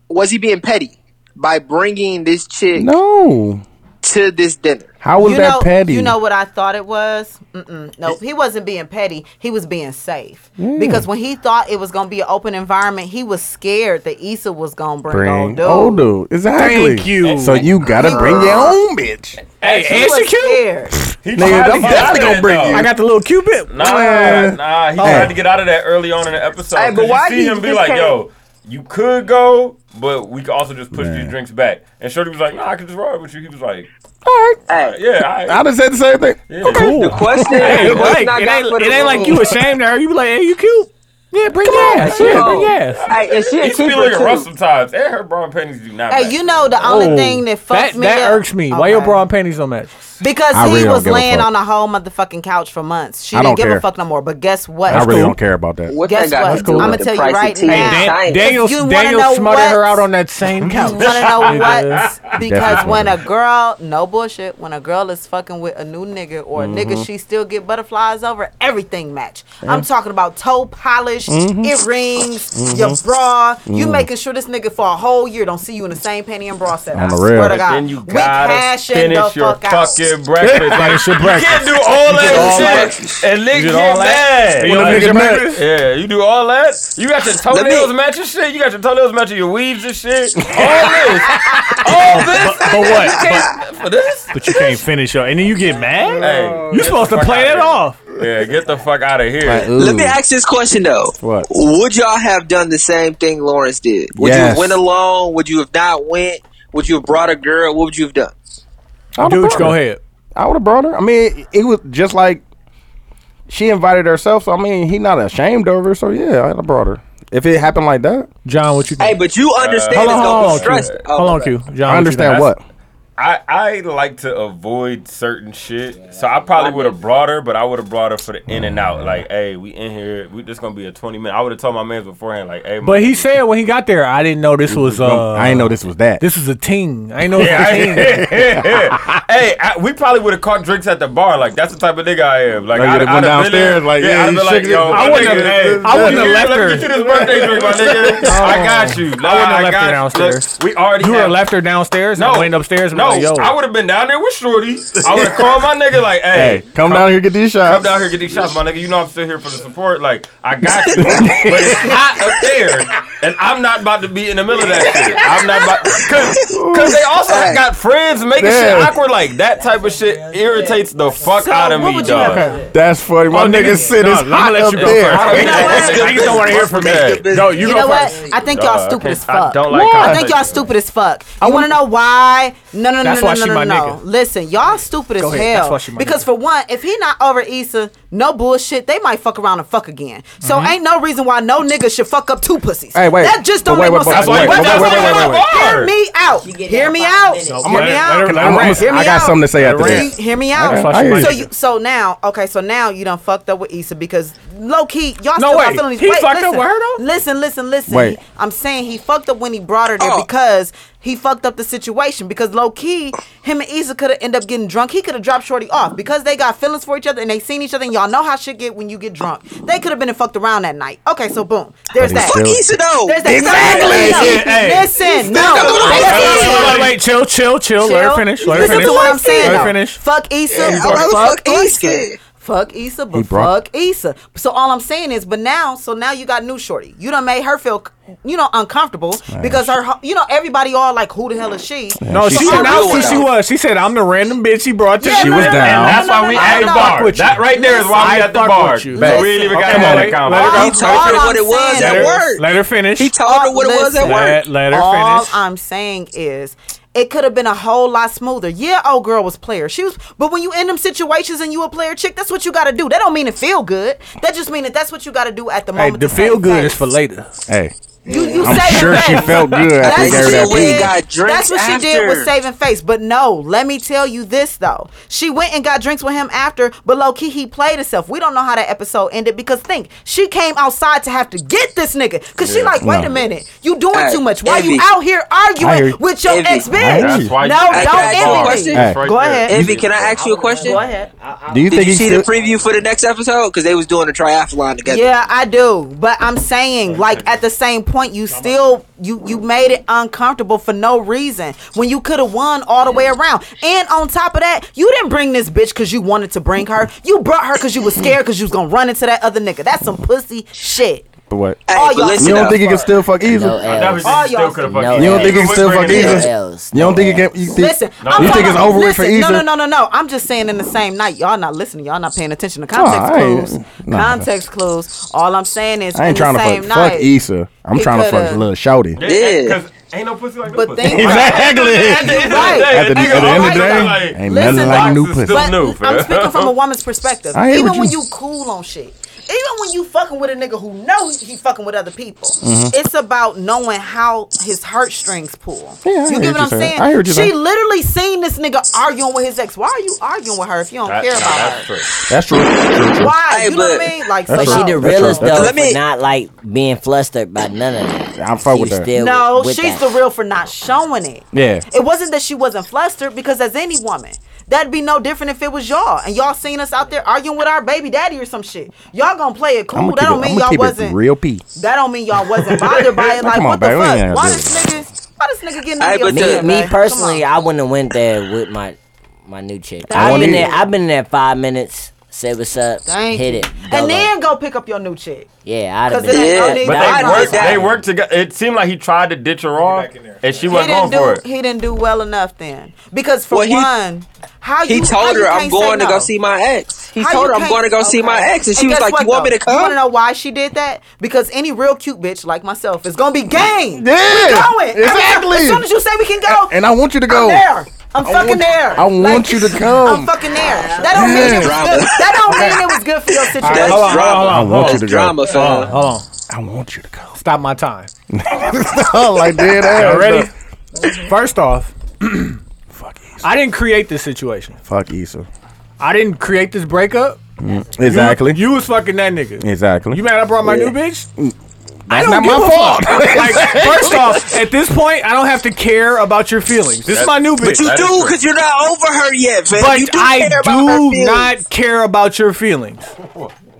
Speaker 9: Was he being petty by bringing this chick
Speaker 2: No.
Speaker 9: to this dinner?
Speaker 2: How was
Speaker 4: you
Speaker 2: that
Speaker 4: know,
Speaker 2: petty?
Speaker 4: You know what I thought it was? Mm-mm. No, he wasn't being petty. He was being safe
Speaker 2: Mm.
Speaker 4: because when he thought it was gonna be an open environment, he was scared that Issa was gonna bring,
Speaker 2: bring
Speaker 4: old dude.
Speaker 2: old dude. Exactly.
Speaker 1: Thank you.
Speaker 2: So you gotta bring your own bitch.
Speaker 1: Hey,
Speaker 4: He was scared.
Speaker 5: He
Speaker 2: Nigga,
Speaker 5: tried to
Speaker 2: I'm
Speaker 5: get out
Speaker 2: definitely
Speaker 5: of
Speaker 2: gonna
Speaker 5: that,
Speaker 2: bring
Speaker 5: though.
Speaker 2: you.
Speaker 1: I got the little Cupid.
Speaker 5: Nah,
Speaker 2: Man.
Speaker 5: nah, he tried to get out of that early on in the episode.
Speaker 9: Oh. Hey, but
Speaker 5: 'cause
Speaker 9: why
Speaker 5: you
Speaker 9: did
Speaker 5: see him
Speaker 9: you
Speaker 5: be
Speaker 9: just
Speaker 5: like,
Speaker 9: can't-
Speaker 5: yo, you could go, but we could also just push these drinks back. And Shorty was like, nah, I could just ride with you. He was like, all right, yeah, all
Speaker 2: I
Speaker 5: right.
Speaker 2: done said the same thing.
Speaker 1: Cool.
Speaker 8: Question.
Speaker 1: Hey,
Speaker 8: the question
Speaker 1: like,
Speaker 8: I
Speaker 1: it
Speaker 8: got
Speaker 1: ain't,
Speaker 8: for the
Speaker 1: it ain't like
Speaker 8: room.
Speaker 1: you ashamed of her. You be like, hey, you cute. Yeah, bring your ass. Yeah, bring your ass.
Speaker 9: Hey, and she a
Speaker 5: He's feeling
Speaker 9: keeper
Speaker 5: like a rough
Speaker 9: too.
Speaker 5: sometimes. And her brown panties do not.
Speaker 4: Hey,
Speaker 5: match.
Speaker 4: you know the only
Speaker 1: Oh,
Speaker 4: thing that fucks
Speaker 1: that,
Speaker 4: me
Speaker 1: That
Speaker 4: up-
Speaker 1: irks me. Why your
Speaker 4: Okay.
Speaker 1: bra and panties don't match?
Speaker 4: Because
Speaker 2: I
Speaker 4: he
Speaker 2: really don't
Speaker 4: was
Speaker 2: give a
Speaker 4: laying
Speaker 2: fuck.
Speaker 4: on a whole motherfucking couch for months. She
Speaker 2: I
Speaker 4: didn't
Speaker 2: don't
Speaker 4: give a
Speaker 2: care.
Speaker 4: fuck no more. But guess what?
Speaker 2: I really don't care about that.
Speaker 8: What
Speaker 4: Guess
Speaker 8: that got
Speaker 4: what?
Speaker 8: to do
Speaker 4: I'ma
Speaker 8: with the
Speaker 4: tell you
Speaker 8: price of
Speaker 4: right
Speaker 8: tea?
Speaker 4: now.
Speaker 1: Hey, Dan-
Speaker 8: Science.
Speaker 1: Daniel,
Speaker 4: You wanna
Speaker 1: Daniel
Speaker 4: know
Speaker 1: smutted her
Speaker 4: what?
Speaker 1: out on that same couch.
Speaker 4: Want to know
Speaker 1: Yeah.
Speaker 4: what? Because
Speaker 2: Definitely.
Speaker 4: when a girl, no bullshit, when a girl is fucking with a new nigga or a
Speaker 2: Mm-hmm.
Speaker 4: nigga, she still get butterflies over everything match. I'm talking about toe polish,
Speaker 2: Mm-hmm.
Speaker 4: earrings, your bra. You making sure this nigga for a whole year don't see you in the same panty and bra set. I
Speaker 2: On the
Speaker 4: swear
Speaker 2: real.
Speaker 4: to
Speaker 5: But
Speaker 4: God.
Speaker 5: then you
Speaker 4: We
Speaker 5: gotta
Speaker 4: cashing
Speaker 5: finish
Speaker 4: the
Speaker 5: your
Speaker 4: fuck out.
Speaker 5: fucking breakfast. Like,
Speaker 1: Finish your
Speaker 5: you can't
Speaker 1: breakfast.
Speaker 5: do all
Speaker 1: all
Speaker 5: that
Speaker 1: that.
Speaker 5: shit and then
Speaker 1: did
Speaker 5: get
Speaker 1: all that.
Speaker 5: mad.
Speaker 1: When a
Speaker 5: Like,
Speaker 1: nigga mad.
Speaker 5: Yeah, you do all that. You got your toenails matching shit. You got your toenails matching your weaves and shit. All this, all this.
Speaker 1: But what?
Speaker 5: for this?
Speaker 1: But, but you can't finish her, and then you get mad.
Speaker 5: Hey,
Speaker 1: you supposed to
Speaker 5: fuck
Speaker 1: play
Speaker 5: outta
Speaker 1: that
Speaker 5: here.
Speaker 1: off.
Speaker 5: Oh, Yeah, get the fuck out of here.
Speaker 2: Like, ooh,
Speaker 8: Let me ask this question though.
Speaker 2: What?
Speaker 8: Would y'all have done the same thing Lawrence did? Would you
Speaker 2: Yes.
Speaker 8: have went alone? Would you have not went? Would you have brought a girl? What would you have done?
Speaker 2: I would've
Speaker 1: Dude,
Speaker 2: brought
Speaker 1: go
Speaker 2: her.
Speaker 1: ahead.
Speaker 2: I would have brought her. I mean, it was just like she invited herself. So I mean, he not ashamed of her. So yeah, I'd have brought her. If it happened like that,
Speaker 1: John, what you
Speaker 8: Hey,
Speaker 1: think?
Speaker 8: but you
Speaker 2: Uh,
Speaker 8: understand
Speaker 1: hold on,
Speaker 8: it's gonna be
Speaker 1: hold on, Q.
Speaker 8: stressful.
Speaker 1: Hold on, Q. John,
Speaker 2: I understand what.
Speaker 5: I, I like to avoid certain shit, so I probably would have brought her, but I would have brought her for the in and out. Like, hey, we in here. We this gonna be a twenty minute. I would have told my man's beforehand, like, hey.
Speaker 1: But
Speaker 5: man,
Speaker 1: he said when he got there, I didn't know this was. Uh,
Speaker 2: I ain't know this was that.
Speaker 1: This was a ting. I ain't know this
Speaker 5: Yeah,
Speaker 1: was
Speaker 5: I-
Speaker 1: a ting.
Speaker 5: hey, I, we probably would have caught drinks at the bar. Like that's the type of nigga I am. Like
Speaker 2: Like,
Speaker 5: I'd,
Speaker 2: you'd have
Speaker 5: I'd
Speaker 2: went
Speaker 5: have been
Speaker 2: downstairs,
Speaker 5: there.
Speaker 2: like, yeah,
Speaker 5: I'd
Speaker 2: you
Speaker 5: be like,
Speaker 2: shaking
Speaker 5: yo,
Speaker 2: it.
Speaker 5: my
Speaker 1: I wouldn't have-
Speaker 5: nigga, hey,
Speaker 1: I wouldn't have
Speaker 5: you-
Speaker 1: left
Speaker 5: let me
Speaker 1: her.
Speaker 5: Get you this birthday drink, my nigga. I got you. Nah,
Speaker 1: wouldn't have left her
Speaker 5: got you.
Speaker 1: downstairs.
Speaker 5: Look, we already
Speaker 1: You would have
Speaker 5: have-
Speaker 1: left her downstairs and went upstairs. And
Speaker 5: no,
Speaker 1: been like, yo,
Speaker 5: I would have been down there with Shorty. I would have called my nigga like, hey,
Speaker 2: Hey, come down here, get these shots.
Speaker 5: Come down here, get these shots, my nigga. You know I'm still here for the support. Like, I got you. but it's hot up there. And I'm not about to be in the middle of that shit. I'm not about cause, cause they also got friends making
Speaker 2: Yeah.
Speaker 5: shit awkward. Like that type of shit irritates the fuck
Speaker 4: So,
Speaker 5: out of
Speaker 4: what
Speaker 5: me,
Speaker 4: would you have
Speaker 5: dog.
Speaker 4: done?
Speaker 2: That's funny. My nigga said
Speaker 1: no,
Speaker 2: it's
Speaker 1: let me
Speaker 2: hot
Speaker 1: let
Speaker 2: up
Speaker 1: you go first.
Speaker 2: there.
Speaker 5: I
Speaker 1: Niggas
Speaker 5: don't-
Speaker 1: niggas don't want to hear from me.
Speaker 5: Hey.
Speaker 1: No, you,
Speaker 4: You
Speaker 1: go
Speaker 4: know what?
Speaker 1: first.
Speaker 4: I think y'all
Speaker 5: Nah, I
Speaker 4: stupid
Speaker 5: can't-
Speaker 4: as fuck.
Speaker 5: I don't like
Speaker 4: I
Speaker 5: conflict.
Speaker 4: think y'all stupid as fuck. You want to know why? No, no, no,
Speaker 1: That's
Speaker 4: no,
Speaker 1: why
Speaker 4: no,
Speaker 1: she
Speaker 4: no,
Speaker 1: my
Speaker 4: no, no.
Speaker 1: nigga.
Speaker 4: Listen, y'all stupid as
Speaker 1: ahead.
Speaker 4: hell.
Speaker 1: That's why she my
Speaker 4: because
Speaker 1: nigga.
Speaker 4: for one, if he not over Issa, no bullshit, they might fuck around and fuck again. So ain't no reason why no nigga should fuck up two pussies.
Speaker 2: Hey, wait.
Speaker 4: That just don't
Speaker 2: But wait, wait,
Speaker 4: make no
Speaker 2: but-
Speaker 4: sense.
Speaker 2: wait,
Speaker 5: But
Speaker 2: wait,
Speaker 5: that's
Speaker 2: wait,
Speaker 5: why
Speaker 2: wait,
Speaker 5: we're
Speaker 2: wait, wait.
Speaker 5: at
Speaker 4: Hear
Speaker 5: war.
Speaker 4: me out.
Speaker 7: get
Speaker 4: Hear
Speaker 7: that
Speaker 4: me
Speaker 7: five
Speaker 4: out.
Speaker 7: minutes. No,
Speaker 4: Hear
Speaker 1: let
Speaker 4: me out.
Speaker 1: her- let her
Speaker 2: I'm, I'm,
Speaker 1: rant.
Speaker 4: Hear me
Speaker 2: I got
Speaker 4: out.
Speaker 2: something to say after
Speaker 1: Let her
Speaker 4: You
Speaker 2: this.
Speaker 1: rant.
Speaker 4: hear me
Speaker 1: That's
Speaker 4: out.
Speaker 1: why she my
Speaker 4: So
Speaker 1: nigga.
Speaker 4: you so now okay so now you done fucked up with Issa because low key y'all
Speaker 1: No
Speaker 4: still
Speaker 1: way.
Speaker 4: not feeling.
Speaker 1: He
Speaker 4: wait,
Speaker 1: fucked up
Speaker 4: listen,
Speaker 1: with her, though?
Speaker 4: Listen, listen, listen.
Speaker 2: Wait.
Speaker 4: He- I'm saying he fucked up when he brought her there
Speaker 1: Oh.
Speaker 4: because he fucked up the situation because low key him and Issa could have ended up getting drunk. He could have dropped Shorty off because they got feelings for each other and they seen each other and y'all know how shit get when you get drunk. They could have been and fucked around that night. Okay, so boom, there's
Speaker 2: he
Speaker 4: that.
Speaker 2: still-
Speaker 8: Issa though.
Speaker 4: There's that.
Speaker 1: Exactly. Hey.
Speaker 4: Listen, no.
Speaker 1: Wait,
Speaker 4: Listen.
Speaker 1: wait, wait, wait, chill, chill, chill. Let her Oh, finish. Let her
Speaker 4: Listen
Speaker 1: finish.
Speaker 4: to what I'm saying.
Speaker 1: Let
Speaker 4: though.
Speaker 1: her finish.
Speaker 4: Fuck Issa.
Speaker 8: I was
Speaker 4: fuck,
Speaker 8: fucking
Speaker 4: Issa.
Speaker 8: scared.
Speaker 4: Fuck Issa, but
Speaker 2: brought-
Speaker 4: fuck Issa. So all I'm saying is, but now, so now you got new shorty. You done made her feel, you know, uncomfortable because her, ho- you know, everybody all like, who the hell is she?
Speaker 1: No,
Speaker 2: She
Speaker 1: she,
Speaker 2: said
Speaker 1: said
Speaker 2: I
Speaker 1: out who
Speaker 2: was
Speaker 1: she
Speaker 2: out.
Speaker 1: was. She said I'm the random bitch he brought to.
Speaker 4: Yeah,
Speaker 2: She
Speaker 4: no,
Speaker 2: was
Speaker 4: no, no,
Speaker 2: down.
Speaker 4: no,
Speaker 5: And
Speaker 4: no,
Speaker 5: that's
Speaker 4: no,
Speaker 5: why
Speaker 4: no,
Speaker 5: we
Speaker 4: no,
Speaker 5: at
Speaker 4: no,
Speaker 5: the
Speaker 4: no.
Speaker 5: bar.
Speaker 1: with you.
Speaker 5: That right there is why
Speaker 1: I
Speaker 5: we at the
Speaker 1: fuck
Speaker 5: bar.
Speaker 1: with you.
Speaker 5: But we ain't even got
Speaker 1: Okay,
Speaker 5: to have that
Speaker 1: let- let
Speaker 5: combo.
Speaker 1: her
Speaker 4: All
Speaker 8: He told
Speaker 4: I'm
Speaker 8: her what it was
Speaker 4: saying
Speaker 8: at
Speaker 4: is-
Speaker 8: work.
Speaker 1: Let her finish.
Speaker 8: He told her what it was at
Speaker 4: Listen.
Speaker 8: work.
Speaker 1: Let, let her
Speaker 4: all
Speaker 1: finish.
Speaker 4: I'm saying is it could have been a whole lot smoother. Yeah, old girl was player. She was, but when you in them situations and you a player chick, that's what you got to do. That don't mean to feel good. That just mean that that's what you got to do at the
Speaker 1: Hey,
Speaker 4: moment.
Speaker 1: the
Speaker 4: to
Speaker 1: feel
Speaker 4: save
Speaker 1: good
Speaker 4: face.
Speaker 1: is for later.
Speaker 2: Hey,
Speaker 4: You, you
Speaker 2: I'm
Speaker 4: saving
Speaker 2: sure
Speaker 4: face.
Speaker 2: she felt good after he
Speaker 4: That's
Speaker 2: gave her
Speaker 4: what,
Speaker 2: that
Speaker 4: she did.
Speaker 2: beat.
Speaker 8: got
Speaker 4: That's
Speaker 8: drinks
Speaker 4: what she did was
Speaker 8: after.
Speaker 4: saving face. But no, let me tell you this though. She went and got drinks with him after, but low key he played himself. We don't know how that episode ended because think she came outside to have to get this nigga because she like, wait
Speaker 2: No.
Speaker 4: a minute, you doing
Speaker 8: Hey,
Speaker 4: too much. Why you
Speaker 8: Envy.
Speaker 4: out here
Speaker 2: I hear
Speaker 4: arguing
Speaker 2: you.
Speaker 4: with your
Speaker 8: Envy.
Speaker 4: ex
Speaker 2: I hear
Speaker 4: bitch?
Speaker 2: you.
Speaker 5: That's why
Speaker 4: No,
Speaker 5: you at
Speaker 4: don't
Speaker 5: that
Speaker 8: ask you a
Speaker 5: bar.
Speaker 4: envy me.
Speaker 5: It's right
Speaker 4: Go
Speaker 5: there.
Speaker 4: ahead.
Speaker 8: Envy, can I ask you a question?
Speaker 4: Go ahead.
Speaker 2: Do you
Speaker 8: Did
Speaker 2: think
Speaker 8: you
Speaker 2: he
Speaker 8: see the
Speaker 2: still-
Speaker 8: preview for the next episode? Because they was doing a triathlon together.
Speaker 4: Yeah, I do. But I'm saying, like, at the same point, you still you you made it uncomfortable for no reason when you could have won all the way around. And on top of that, you didn't bring this bitch because you wanted to bring her. You brought her because you was scared because you was gonna run into that other nigga. That's some pussy shit.
Speaker 2: But what?
Speaker 8: Hey,
Speaker 4: All
Speaker 8: but
Speaker 4: Oh, y'all-
Speaker 8: listen
Speaker 2: You don't
Speaker 8: up.
Speaker 2: think you can still fuck
Speaker 7: No
Speaker 2: either?
Speaker 5: I never
Speaker 7: L's.
Speaker 4: All
Speaker 5: think you still
Speaker 4: y'all-
Speaker 5: could have
Speaker 7: No
Speaker 5: fucked
Speaker 2: You don't think you can
Speaker 7: L's.
Speaker 2: still
Speaker 5: We're
Speaker 2: fuck
Speaker 5: bringing
Speaker 7: No
Speaker 5: it
Speaker 2: either?
Speaker 7: L's.
Speaker 2: You don't think you
Speaker 7: No
Speaker 2: can? You think,
Speaker 4: Listen, I'm
Speaker 2: you think it's
Speaker 4: talking-
Speaker 2: over with for
Speaker 4: listen,
Speaker 2: either?
Speaker 4: No, no, no, no, no. I'm just saying in the same night, y'all not listening. Y'all not paying attention to
Speaker 2: I
Speaker 4: context
Speaker 2: ain't-
Speaker 4: clues.
Speaker 2: nah.
Speaker 4: Context clues. All I'm saying is
Speaker 2: I ain't
Speaker 4: in
Speaker 2: trying
Speaker 4: the
Speaker 2: to
Speaker 4: same
Speaker 2: fuck, E-
Speaker 4: night.
Speaker 2: fuck Issa. I'm
Speaker 4: he
Speaker 2: trying to fuck
Speaker 4: coulda-
Speaker 2: little shouty.
Speaker 8: Yeah.
Speaker 5: Cause ain't no pussy like no
Speaker 4: But
Speaker 5: pussy.
Speaker 4: think-
Speaker 2: E- Exactly.
Speaker 4: right.
Speaker 2: At the- at the end of the day, ain't nothing
Speaker 4: Listen,
Speaker 2: like new
Speaker 5: boxes
Speaker 2: pussy.
Speaker 5: still
Speaker 4: But
Speaker 5: new,
Speaker 4: I'm
Speaker 5: fam.
Speaker 4: speaking from a woman's perspective.
Speaker 2: I hear
Speaker 4: Even
Speaker 2: what you-
Speaker 4: when you cool on shit, even when you fucking with a nigga who know he fucking with other people,
Speaker 2: Mm-hmm.
Speaker 4: it's about knowing how his heartstrings pull.
Speaker 2: Yeah, I hear
Speaker 4: you
Speaker 2: what
Speaker 4: get what
Speaker 2: you're
Speaker 4: I'm
Speaker 2: saying.
Speaker 4: saying?
Speaker 2: I hear what
Speaker 4: she
Speaker 2: you're saying.
Speaker 4: literally seen this nigga arguing with his ex. Why are you arguing with her if you don't
Speaker 5: That-
Speaker 4: care
Speaker 5: nah,
Speaker 4: about
Speaker 5: that's
Speaker 4: her?
Speaker 5: true.
Speaker 2: That's true. true, true.
Speaker 4: Why?
Speaker 8: Hey,
Speaker 4: you know what I
Speaker 8: but-
Speaker 4: mean? Like,
Speaker 2: That's
Speaker 4: so
Speaker 7: But she
Speaker 2: right.
Speaker 4: no.
Speaker 7: the
Speaker 2: That's
Speaker 7: realest
Speaker 2: right.
Speaker 7: though
Speaker 8: Let me-
Speaker 7: for not like being flustered by none of that.
Speaker 2: I fuck with
Speaker 7: She's
Speaker 2: that.
Speaker 7: still
Speaker 4: No,
Speaker 7: with
Speaker 4: she's
Speaker 7: that.
Speaker 4: the real for not showing it.
Speaker 2: Yeah.
Speaker 4: It wasn't that she wasn't flustered because as any woman, that'd be no different if it was y'all and y'all seen us out there arguing with our baby daddy or some shit. Y'all gonna play it
Speaker 2: I'm
Speaker 4: cool.
Speaker 2: gonna
Speaker 4: That
Speaker 2: keep,
Speaker 4: don't
Speaker 2: it, I'm
Speaker 4: mean
Speaker 2: gonna
Speaker 4: y'all
Speaker 2: keep it
Speaker 4: wasn't.
Speaker 2: real P.
Speaker 4: That don't mean y'all wasn't bothered by it.
Speaker 2: Now,
Speaker 4: Like
Speaker 2: come on,
Speaker 4: what the
Speaker 2: babe, we ain't
Speaker 4: fuck?
Speaker 2: gotta
Speaker 4: Why
Speaker 2: do
Speaker 4: this nigga? Why this nigga getting
Speaker 8: Hey,
Speaker 4: into your
Speaker 8: but
Speaker 7: me,
Speaker 8: the-
Speaker 4: business,
Speaker 7: me
Speaker 4: babe?
Speaker 7: personally,
Speaker 4: Come on.
Speaker 7: I wouldn't have went there with my my new chick.
Speaker 4: That
Speaker 7: I've been
Speaker 2: ain't-
Speaker 7: there. I've been there five minutes. Say what's up.
Speaker 4: Thank
Speaker 7: hit
Speaker 4: you.
Speaker 7: it. dolo.
Speaker 4: and then go pick up your new chick.
Speaker 7: yeah, I'd have
Speaker 4: 'cause it
Speaker 7: been.
Speaker 8: ain't no
Speaker 7: there.
Speaker 8: need
Speaker 5: But
Speaker 8: Nah,
Speaker 5: they
Speaker 8: I don't
Speaker 5: worked.
Speaker 8: doubt
Speaker 5: They
Speaker 8: it.
Speaker 5: worked together. It seemed like he tried to ditch her off, and she
Speaker 4: He
Speaker 5: wasn't going
Speaker 4: didn't do.
Speaker 5: for it.
Speaker 4: He didn't do well enough then, because for
Speaker 8: Well, he-
Speaker 4: one, how you
Speaker 8: He
Speaker 4: how
Speaker 8: told
Speaker 4: you
Speaker 8: her, I'm
Speaker 4: can't say
Speaker 8: going to go
Speaker 4: no?"
Speaker 8: see my ex. He
Speaker 4: How
Speaker 8: told
Speaker 4: you
Speaker 8: her, I'm
Speaker 4: can't-
Speaker 8: going to go see my
Speaker 4: okay.
Speaker 8: ex. And she was
Speaker 4: guess
Speaker 8: like,
Speaker 4: what,
Speaker 8: You want me
Speaker 4: though?
Speaker 8: to
Speaker 4: You want to
Speaker 8: come?
Speaker 4: know why she did that? Because any real cute bitch like myself is gonna be game.
Speaker 2: Yeah,
Speaker 4: we going. Every time-
Speaker 2: exactly.
Speaker 4: As soon as you say we can go,
Speaker 2: And I want you to
Speaker 4: I'm
Speaker 2: go.
Speaker 4: there. I'm
Speaker 2: I
Speaker 4: fucking
Speaker 2: want-
Speaker 4: there.
Speaker 2: I want you to come.
Speaker 4: I'm fucking there. That don't mean it was
Speaker 8: Drama.
Speaker 4: good. That don't mean it was good for your
Speaker 8: That's
Speaker 4: situation.
Speaker 1: hold on, hold
Speaker 8: drama.
Speaker 1: on,
Speaker 2: I
Speaker 1: hold on,
Speaker 2: want you
Speaker 8: That's
Speaker 2: to
Speaker 8: drama,
Speaker 2: go.
Speaker 1: Hold on,
Speaker 8: fam.
Speaker 1: hold on.
Speaker 2: I want you to go.
Speaker 1: Stop my time.
Speaker 2: Oh, like dead ass.
Speaker 1: Y'all ready? First off, I didn't create this situation.
Speaker 2: Fuck Issa.
Speaker 1: I didn't create this breakup. You-
Speaker 2: Exactly.
Speaker 1: You, was fucking that nigga.
Speaker 2: exactly.
Speaker 1: You mad I brought my new bitch? I
Speaker 2: That's
Speaker 1: don't
Speaker 2: not my
Speaker 1: give a
Speaker 2: fault.
Speaker 1: like, first off, at this point, I don't have to care about your feelings. This is my new bitch.
Speaker 8: But you
Speaker 5: That is
Speaker 8: do,
Speaker 5: true.
Speaker 8: because you're not over her yet, fam.
Speaker 1: But
Speaker 8: you do
Speaker 1: I
Speaker 8: care about her
Speaker 1: do
Speaker 8: feelings.
Speaker 1: not care about your feelings.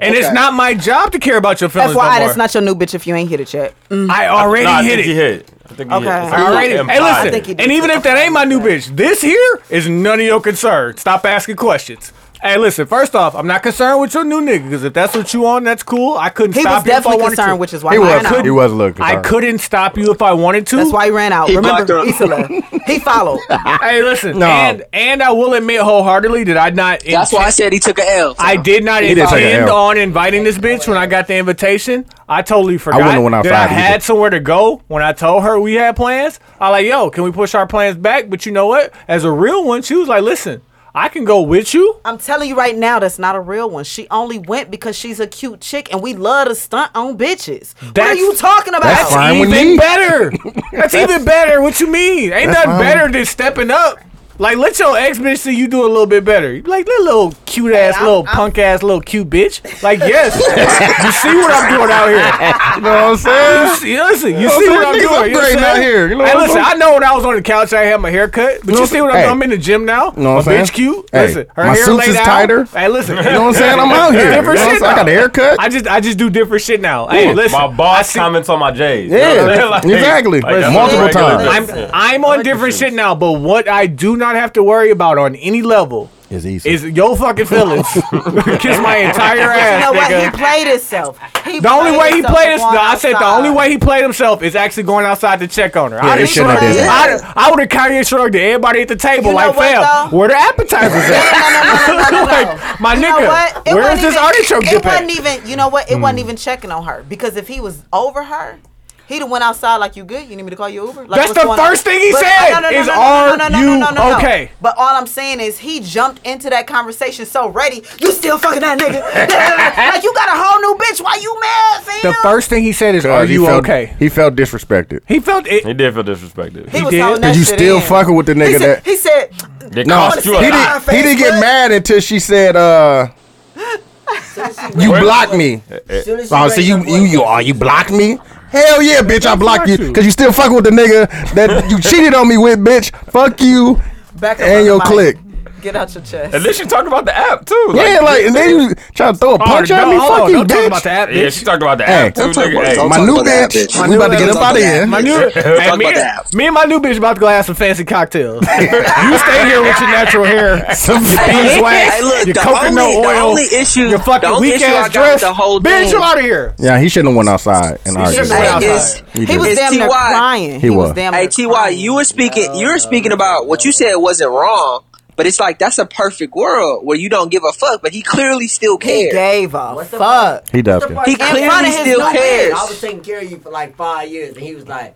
Speaker 1: And it's not my job to care about your feelings.
Speaker 4: FYI,
Speaker 1: no more.
Speaker 4: that's not your new bitch if you ain't hit it yet. Mm,
Speaker 1: I already
Speaker 5: Nah, I
Speaker 1: hit
Speaker 5: think
Speaker 1: it.
Speaker 5: he hit. I think he
Speaker 4: Okay.
Speaker 5: hit. It's
Speaker 4: I
Speaker 1: Alrighty.
Speaker 5: implied.
Speaker 1: Hey,
Speaker 4: think he
Speaker 1: listen.
Speaker 4: did.
Speaker 1: And even if that ain't my new bitch, this here is none of your concern. Stop asking questions. Hey, listen. First off, I'm not concerned with your new nigga because if that's what you on, that's cool. I couldn't
Speaker 4: He
Speaker 1: stop
Speaker 4: was
Speaker 1: you if I
Speaker 4: definitely
Speaker 1: wanted to.
Speaker 4: concerned, which is why
Speaker 2: He
Speaker 4: he
Speaker 2: was.
Speaker 4: ran out.
Speaker 2: He was looking.
Speaker 1: I couldn't stop you if I wanted to.
Speaker 4: That's why he ran out.
Speaker 8: He blocked
Speaker 4: Remember,
Speaker 8: her.
Speaker 4: Issa left. He followed.
Speaker 1: Hey, listen.
Speaker 2: No.
Speaker 1: And and I will admit wholeheartedly that I not.
Speaker 8: That's why I said he took a L.
Speaker 1: I did not
Speaker 2: did take a
Speaker 1: intend
Speaker 2: L.
Speaker 1: on inviting this bitch when I got the invitation. I totally forgot
Speaker 2: wouldn't have went
Speaker 1: that I
Speaker 2: outside
Speaker 1: had
Speaker 2: either.
Speaker 1: somewhere to go when I told her we had plans. I like, yo, can we push our plans back? But you know what? As a real one, she was like, listen, I can go with you.
Speaker 4: I'm telling you right now, that's not a real one. She only went because she's a cute chick, and we love to stunt on bitches. what are
Speaker 1: That's-
Speaker 4: you talking about?
Speaker 2: that's fine. with
Speaker 1: even
Speaker 2: me.
Speaker 1: better. That's even better. What you mean? Ain't
Speaker 2: That's
Speaker 1: nothing
Speaker 2: fine.
Speaker 1: better than stepping up. Like let your ex bitch see you do a little bit better. You be Like that little cute ass,
Speaker 4: I'm-
Speaker 1: little
Speaker 4: I'm-
Speaker 1: punk ass, little cute bitch. Like yes, you see what I'm doing out here.
Speaker 2: You know what I'm
Speaker 1: You
Speaker 2: saying?
Speaker 1: see, listen, you
Speaker 2: know
Speaker 1: see
Speaker 2: what
Speaker 1: what I'm
Speaker 2: I'm saying? Niggas
Speaker 1: doing. You know what I'm
Speaker 2: upgrading out
Speaker 1: saying?
Speaker 2: here, you
Speaker 1: hey,
Speaker 2: know what I'm
Speaker 1: listen,
Speaker 2: saying?
Speaker 1: I know when I was on the couch, I had my hair cut, but you,
Speaker 2: know
Speaker 1: see
Speaker 2: what
Speaker 1: what I'm
Speaker 2: I'm-
Speaker 1: doing? I'm in the gym now.
Speaker 2: know what
Speaker 1: my
Speaker 2: I'm
Speaker 1: bitch
Speaker 2: saying?
Speaker 1: cute.
Speaker 2: Hey,
Speaker 1: listen, her
Speaker 2: my
Speaker 1: hair
Speaker 2: suits
Speaker 1: laid
Speaker 2: is
Speaker 1: out.
Speaker 2: tighter.
Speaker 1: Hey, listen,
Speaker 2: You know what I'm saying? I'm out here. You know
Speaker 1: Different
Speaker 2: what I'm
Speaker 1: shit
Speaker 2: saying? I got a
Speaker 1: now.
Speaker 2: haircut.
Speaker 1: I just, I just do different shit now. Hey,
Speaker 2: Yeah.
Speaker 1: listen,
Speaker 5: My
Speaker 1: I
Speaker 5: boss
Speaker 1: see-
Speaker 5: comments on my J's.
Speaker 2: Yeah,
Speaker 5: You know what I'm saying?
Speaker 2: exactly.
Speaker 5: that's
Speaker 2: Multiple
Speaker 5: what regular
Speaker 2: times.
Speaker 5: bitch
Speaker 1: I'm,
Speaker 5: is.
Speaker 1: I'm on different shit now, but what I do not have to worry about on any level
Speaker 2: It's easy.
Speaker 1: is your fucking feelings. Kiss my entire
Speaker 4: You
Speaker 1: ass,
Speaker 4: know what? He
Speaker 1: nigga.
Speaker 4: played himself. He
Speaker 1: The only way he
Speaker 4: himself
Speaker 1: played, his,
Speaker 4: going
Speaker 1: I said the
Speaker 4: outside.
Speaker 1: only way he played himself is actually going outside to check on her. I
Speaker 2: they
Speaker 1: done
Speaker 2: shouldn't have
Speaker 1: shrugged-
Speaker 2: did
Speaker 1: I,
Speaker 4: that.
Speaker 1: done- I would have Kanye shrugged to everybody at the table
Speaker 4: You know
Speaker 1: like,
Speaker 4: what,
Speaker 1: fam,
Speaker 4: though?
Speaker 1: where the appetizers at?
Speaker 4: No, no, no, no, no, no, no.
Speaker 1: Like, my
Speaker 4: You know
Speaker 1: nigga,
Speaker 4: what? It
Speaker 1: where
Speaker 4: wasn't
Speaker 1: is this
Speaker 4: even-
Speaker 1: artichoke
Speaker 4: It
Speaker 1: dip at?
Speaker 4: wasn't even. You know what? It
Speaker 1: Hmm.
Speaker 4: wasn't even checking on her because if he was over her. He'd have went outside like you good. You need me to call you Uber. Like,
Speaker 1: That's
Speaker 4: what's
Speaker 1: the
Speaker 4: going on?"
Speaker 1: first thing he said is, "Are you okay?"
Speaker 4: But all I'm saying is he jumped into that conversation so ready. You still fucking that nigga? like you got a whole new bitch. Why you mad, fam?
Speaker 1: The first thing he said is,
Speaker 2: Uh,
Speaker 1: are
Speaker 2: he
Speaker 1: you
Speaker 2: felt-
Speaker 1: okay?
Speaker 2: He felt disrespected.
Speaker 1: He felt it.
Speaker 5: He did feel disrespected.
Speaker 4: he was
Speaker 1: did?
Speaker 4: holding that
Speaker 2: Did you
Speaker 4: shit
Speaker 2: still
Speaker 4: in.
Speaker 2: fucking with the
Speaker 4: He
Speaker 2: nigga
Speaker 4: said-
Speaker 2: that?
Speaker 4: He said,
Speaker 5: They
Speaker 2: No,
Speaker 5: cost
Speaker 4: see
Speaker 5: you a
Speaker 2: he
Speaker 5: lot.
Speaker 2: didn't. He didn't get mad until she said, "Uh, you blocked me."
Speaker 7: Soon as she
Speaker 2: Oh, so
Speaker 7: raised
Speaker 2: you
Speaker 7: her
Speaker 2: you
Speaker 7: voice,
Speaker 2: you are you blocked me? Hell yeah, bitch! I blocked you
Speaker 1: blocked you.
Speaker 2: because you still fucking with the nigga that you cheated on me with, bitch. Fuck you
Speaker 4: back up
Speaker 2: and
Speaker 4: on
Speaker 2: your
Speaker 4: the mic.
Speaker 2: clique.
Speaker 4: Get out your chest.
Speaker 5: And then she talked about the app too.
Speaker 2: Yeah, like, and then you trying to throw a punch at me? Fuck you,
Speaker 1: don't talk about
Speaker 2: bitch.
Speaker 1: the app,
Speaker 5: yeah, she
Speaker 1: bitch.
Speaker 5: talked about the
Speaker 2: Hey,
Speaker 5: app too.
Speaker 9: don't talk
Speaker 5: Nigga.
Speaker 9: about-
Speaker 5: Hey,
Speaker 9: don't
Speaker 2: My
Speaker 9: talk
Speaker 2: new
Speaker 9: about that,
Speaker 2: bitch.
Speaker 9: bitch.
Speaker 2: We about to get up
Speaker 9: Talk about
Speaker 2: out of here.
Speaker 9: that.
Speaker 1: I knew it. Hey,
Speaker 9: about
Speaker 1: me,
Speaker 9: the app.
Speaker 1: me and my new bitch about to go have some fancy cocktails. you stay here with your natural hair,
Speaker 2: Some
Speaker 1: beeswax,
Speaker 8: Hey, look,
Speaker 1: your
Speaker 8: the
Speaker 1: coconut
Speaker 8: only- the
Speaker 1: oil,
Speaker 8: only issue-
Speaker 1: your fucking
Speaker 8: the only
Speaker 1: weak
Speaker 8: issue I
Speaker 1: ass
Speaker 8: got with
Speaker 1: dress.
Speaker 8: the whole
Speaker 1: bitch,
Speaker 8: thing-
Speaker 1: you out of here.
Speaker 2: Yeah, he shouldn't have went outside and argued.
Speaker 1: shouldn't have went
Speaker 8: Hey, it's,
Speaker 1: outside.
Speaker 2: He
Speaker 4: He was
Speaker 2: did.
Speaker 8: It's
Speaker 4: damn near
Speaker 8: TY.
Speaker 4: crying.
Speaker 2: He was.
Speaker 4: damn near
Speaker 8: hey, Ty,
Speaker 4: crying.
Speaker 8: you were speaking. you were speaking about what you said wasn't wrong, but it's like that's a perfect world where you don't give a fuck. But he clearly still
Speaker 4: He
Speaker 8: cares.
Speaker 4: gave a
Speaker 7: What's the
Speaker 4: fuck.
Speaker 2: He does care.
Speaker 8: He
Speaker 7: And
Speaker 4: front of
Speaker 8: clearly
Speaker 4: his
Speaker 8: still
Speaker 4: new
Speaker 8: cares.
Speaker 4: bitch.
Speaker 7: I was taking care of you for like five years, and he was like,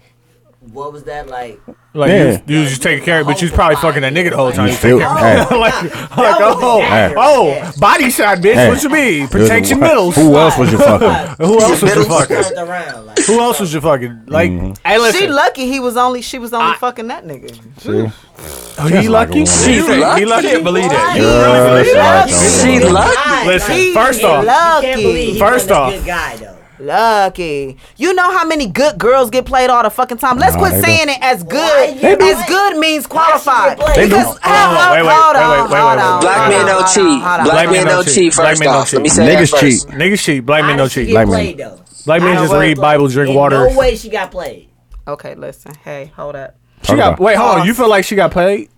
Speaker 7: "What was that like?"
Speaker 1: Like
Speaker 2: Yeah.
Speaker 1: you, you was just taking care of, it, but you was probably fucking that nigga the whole time.
Speaker 2: You
Speaker 1: You taking
Speaker 2: feel-
Speaker 1: care of
Speaker 2: hey.
Speaker 1: it. like, like oh,
Speaker 2: Hey.
Speaker 1: oh, body shot, bitch.
Speaker 2: Hey.
Speaker 1: What you mean?
Speaker 2: It was-
Speaker 1: Protect your middles.
Speaker 2: Who else was you fucking?
Speaker 1: Who else was you
Speaker 8: Middles.
Speaker 1: fucking?
Speaker 7: Turned around, like,
Speaker 1: Who else was you fucking? Like,
Speaker 2: Mm-hmm.
Speaker 1: hey,
Speaker 4: She
Speaker 1: listen,
Speaker 4: lucky he was only she was only fucking that nigga.
Speaker 1: Oh, he lucky.
Speaker 2: Just
Speaker 1: She
Speaker 8: lucky.
Speaker 1: He lucky.
Speaker 5: Can't believe that.
Speaker 4: He
Speaker 2: Just like
Speaker 4: lucky.
Speaker 2: a
Speaker 8: She
Speaker 2: woman.
Speaker 8: lucky.
Speaker 1: Listen,
Speaker 4: He
Speaker 1: first off,
Speaker 7: you can't believe
Speaker 4: lucky,
Speaker 7: he
Speaker 1: First
Speaker 7: wasn't
Speaker 1: off.
Speaker 7: a good guy though.
Speaker 4: lucky. You know how many good girls get played all the fucking time. Let's
Speaker 2: Nah,
Speaker 4: quit
Speaker 2: they do.
Speaker 4: saying it as good. As good means qualified.
Speaker 7: Why she get played?
Speaker 4: Because-
Speaker 1: Hold on,
Speaker 4: hold
Speaker 1: wait, wait,
Speaker 4: on,
Speaker 1: wait, wait,
Speaker 4: hold
Speaker 1: wait,
Speaker 4: on,
Speaker 1: wait, wait.
Speaker 4: hold
Speaker 8: Black
Speaker 4: on,
Speaker 8: men
Speaker 4: hold
Speaker 8: don't
Speaker 4: on,
Speaker 8: cheat.
Speaker 4: hold on.
Speaker 8: Black men don't cheat.
Speaker 1: Black
Speaker 8: First
Speaker 1: men don't
Speaker 8: off, let me
Speaker 1: cheat.
Speaker 8: say that
Speaker 2: Niggas cheat.
Speaker 8: first.
Speaker 1: niggas cheat. Black men
Speaker 7: Why
Speaker 1: don't
Speaker 7: she
Speaker 1: cheat.
Speaker 7: get
Speaker 2: Black men.
Speaker 7: played though.
Speaker 1: Black men
Speaker 7: How
Speaker 1: just
Speaker 7: was
Speaker 1: read
Speaker 7: it?
Speaker 1: Bibles, drink
Speaker 7: Ain't
Speaker 1: water.
Speaker 7: No way she got played.
Speaker 4: Okay, listen. Hey, hold up.
Speaker 1: She got.
Speaker 2: about it.
Speaker 1: Wait, hold on. You feel like she got played?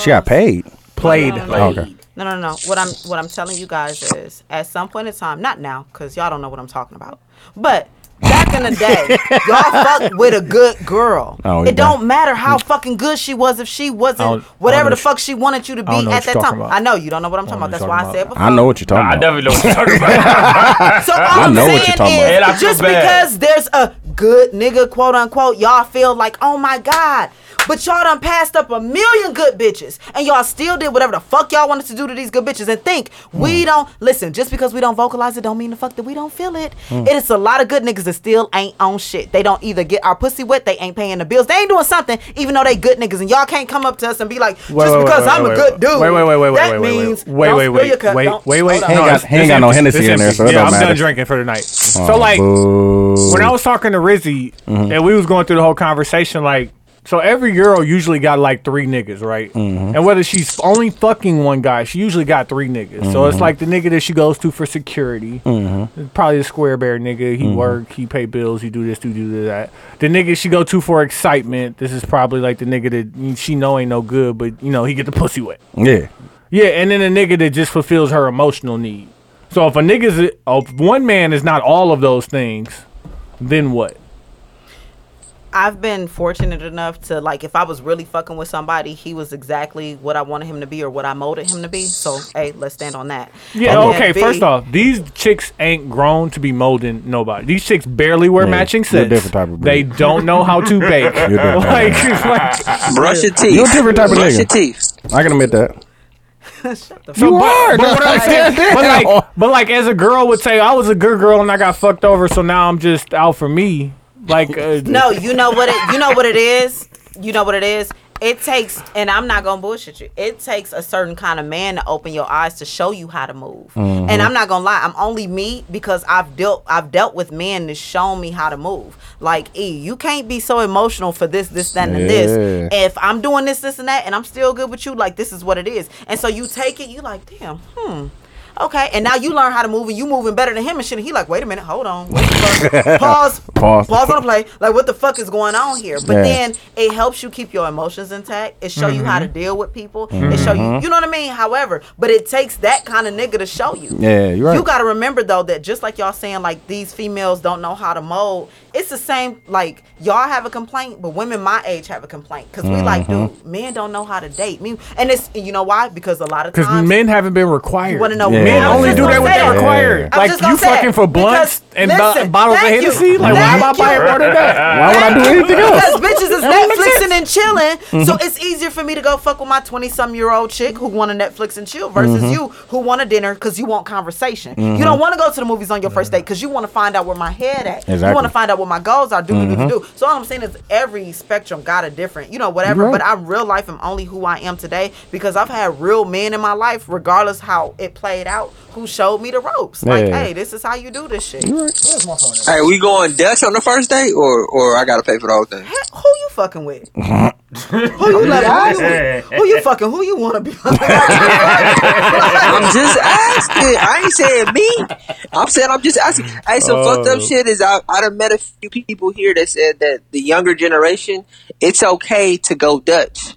Speaker 2: She got paid.
Speaker 1: Played.
Speaker 2: Okay.
Speaker 4: No, no, no. What I'm what I'm telling you guys is, at some point in time, not now, cause y'all don't know what I'm talking about. But back in the day, y'all fucked with a good girl.
Speaker 2: Oh,
Speaker 4: it
Speaker 2: yeah.
Speaker 4: don't matter how fucking good she was if she
Speaker 1: I
Speaker 4: wasn't
Speaker 1: don't- I don't
Speaker 4: whatever
Speaker 1: know what
Speaker 4: the fuck she wanted you to
Speaker 1: don't
Speaker 4: be
Speaker 1: know
Speaker 4: at
Speaker 1: what
Speaker 4: that
Speaker 1: you're
Speaker 4: time.
Speaker 1: talking about.
Speaker 4: I know you don't know what I'm talking
Speaker 1: know what
Speaker 4: about. That's
Speaker 1: you're
Speaker 4: why I
Speaker 1: talking
Speaker 4: said before.
Speaker 2: I know what you're
Speaker 5: I
Speaker 2: talking about.
Speaker 5: definitely know what you're talking about.
Speaker 4: So all
Speaker 2: I
Speaker 4: I'm
Speaker 2: know what
Speaker 4: saying
Speaker 2: you're talking about.
Speaker 4: is,
Speaker 5: And I feel
Speaker 4: just
Speaker 5: bad.
Speaker 4: because there's a good nigga, quote unquote, y'all feel like, oh my god. But y'all done passed up a million good bitches, and y'all still did whatever the fuck y'all wanted to do to these good bitches. And think we
Speaker 1: Hmm.
Speaker 4: don't listen. Just because we don't vocalize it, don't mean the fuck that we don't feel it.
Speaker 1: Hmm.
Speaker 4: It is a lot of good niggas that still ain't on shit. They don't either get our pussy wet, they ain't paying the bills, they ain't doing something, even though they good niggas. And y'all can't come up to us and be like, just
Speaker 1: Wait, wait, wait,
Speaker 4: because
Speaker 1: wait,
Speaker 4: I'm a
Speaker 1: wait,
Speaker 4: good
Speaker 1: wait.
Speaker 4: dude.
Speaker 1: Wait, wait, wait, wait, wait,
Speaker 4: that
Speaker 1: wait, wait,
Speaker 4: means
Speaker 1: wait,
Speaker 4: don't
Speaker 1: wait,
Speaker 4: spill
Speaker 1: wait,
Speaker 4: your cup,
Speaker 1: wait,
Speaker 4: don't-
Speaker 1: wait, wait.
Speaker 4: hold
Speaker 1: He
Speaker 4: on.
Speaker 2: Ain't got- he ain't got no Hennessy in there, so it
Speaker 1: yeah,
Speaker 2: don't
Speaker 1: I'm
Speaker 2: matter.
Speaker 1: done drinking for the night. so
Speaker 2: Oh,
Speaker 1: like,
Speaker 2: boo.
Speaker 1: when I was talking to Rizzy and we was going through the whole conversation, like, so every girl usually got like three niggas, right? And whether she's only fucking one guy, she usually got three niggas. So it's like the nigga that she goes to for security, probably a square bear nigga. He work, he pay bills, he do this, do do that. The nigga she go to for excitement, this is probably like the nigga that she know ain't no good, but you know he get the pussy wet.
Speaker 2: yeah.
Speaker 1: Yeah, and then a nigga that just fulfills her emotional need. So if a nigga's if one man is not all of those things, then what?
Speaker 4: I've been fortunate enough to like if I was really fucking with somebody, he was exactly what I wanted him to be or what I molded him to be. So hey, let's stand on that.
Speaker 1: Yeah,
Speaker 2: Oh,
Speaker 4: And
Speaker 1: okay.
Speaker 4: B,
Speaker 1: First off, these chicks ain't grown to be molding nobody. These chicks barely wear
Speaker 2: Yeah,
Speaker 1: matching
Speaker 2: you're a
Speaker 1: sets.
Speaker 2: different type of
Speaker 1: they
Speaker 2: breed.
Speaker 1: don't know how to bake.
Speaker 2: You're a different
Speaker 1: like,
Speaker 2: type
Speaker 1: like,
Speaker 8: Brush your teeth.
Speaker 2: You're a different type of
Speaker 8: Brush
Speaker 2: nigga.
Speaker 8: your teeth.
Speaker 2: I can admit that.
Speaker 1: so, but,
Speaker 2: are,
Speaker 1: but what I'm
Speaker 2: dog.
Speaker 1: saying,
Speaker 2: Goddamn.
Speaker 1: but like, but like, as a girl would say, I was a good girl and I got fucked over, so now I'm just out for me. Like, uh,
Speaker 4: No, you know what it you know what it is? You know what it is? It takes and I'm not gonna bullshit you, it takes a certain kind of man to open your eyes to show you how to move.
Speaker 2: Mm-hmm.
Speaker 4: And I'm not gonna lie, I'm only me because I've dealt I've dealt with men that shown me how to move. Like, E, you can't be so emotional for this, this, that, and this.
Speaker 2: Yeah.
Speaker 4: If I'm doing this, this, and that, and I'm still good with you, like this is what it is. And so you take it, you like, damn, hmm. Okay, and now you learn how to move, and you moving better than him and shit. And he like, wait a minute, hold on, wait the fuck. pause,
Speaker 2: Pause.
Speaker 4: pause on the play. Like, what the fuck is going on here? But
Speaker 2: Yeah.
Speaker 4: then it helps you keep your emotions intact. It show you how to deal with people. It show
Speaker 2: Mm-hmm.
Speaker 4: you, you know what I mean. However, but it takes that kind of nigga to show you.
Speaker 2: Yeah, you're right.
Speaker 4: You got to remember though that just like y'all saying, like these females don't know how to mold. It's the same. Like y'all have a complaint, but women my age have a complaint because we like,
Speaker 2: Mm-hmm.
Speaker 4: dude, men don't know how to date. Me, and it's you know why? Because a lot of
Speaker 1: because
Speaker 4: times
Speaker 1: men haven't been required.
Speaker 4: You Um, wanna know
Speaker 2: Yeah.
Speaker 1: Men
Speaker 2: I was
Speaker 1: only
Speaker 2: just
Speaker 1: do that
Speaker 2: gonna
Speaker 1: when
Speaker 2: say
Speaker 1: they're
Speaker 2: it.
Speaker 1: required.
Speaker 4: I was
Speaker 1: Like
Speaker 4: just gonna
Speaker 1: you
Speaker 4: say it,
Speaker 1: fucking for blunts
Speaker 4: because-
Speaker 1: and, bo-
Speaker 4: listen,
Speaker 1: and bottles of
Speaker 4: thank you,
Speaker 1: Hennessy. Like why am I
Speaker 4: thank
Speaker 1: buying
Speaker 4: you.
Speaker 1: more than that?
Speaker 2: Why would I do anything else? Mm-hmm.
Speaker 4: Because bitches is Netflixing and chilling, so it's easier for me to go fuck with my twenty some year old chick who want to Netflix and chill versus
Speaker 2: Mm-hmm.
Speaker 4: you who want a dinner because you want conversation. You don't want to go to the movies on your first date because you want to find out where my head at. You
Speaker 2: Exactly.
Speaker 4: want to find out what my goals are. Do do do do. So all I'm saying is every spectrum got a different, you know, whatever.
Speaker 2: You're right.
Speaker 4: But I real life am only who I am today because I've had real men in my life, regardless how it played out, who showed me the ropes. Like,
Speaker 2: Yeah.
Speaker 4: hey, this is how you do this shit.
Speaker 8: Hey, we going Dutch on the first date, or or I gotta pay for the whole thing?
Speaker 4: Heck, Who you fucking with? who you like? Who you, with? who you fucking? Who you want to be?
Speaker 8: I'm just asking. I ain't saying me. I'm saying I'm just asking. Hey, some fucked
Speaker 2: Oh.
Speaker 8: up shit is I I done met a few people here that said that the younger generation, it's okay to go Dutch.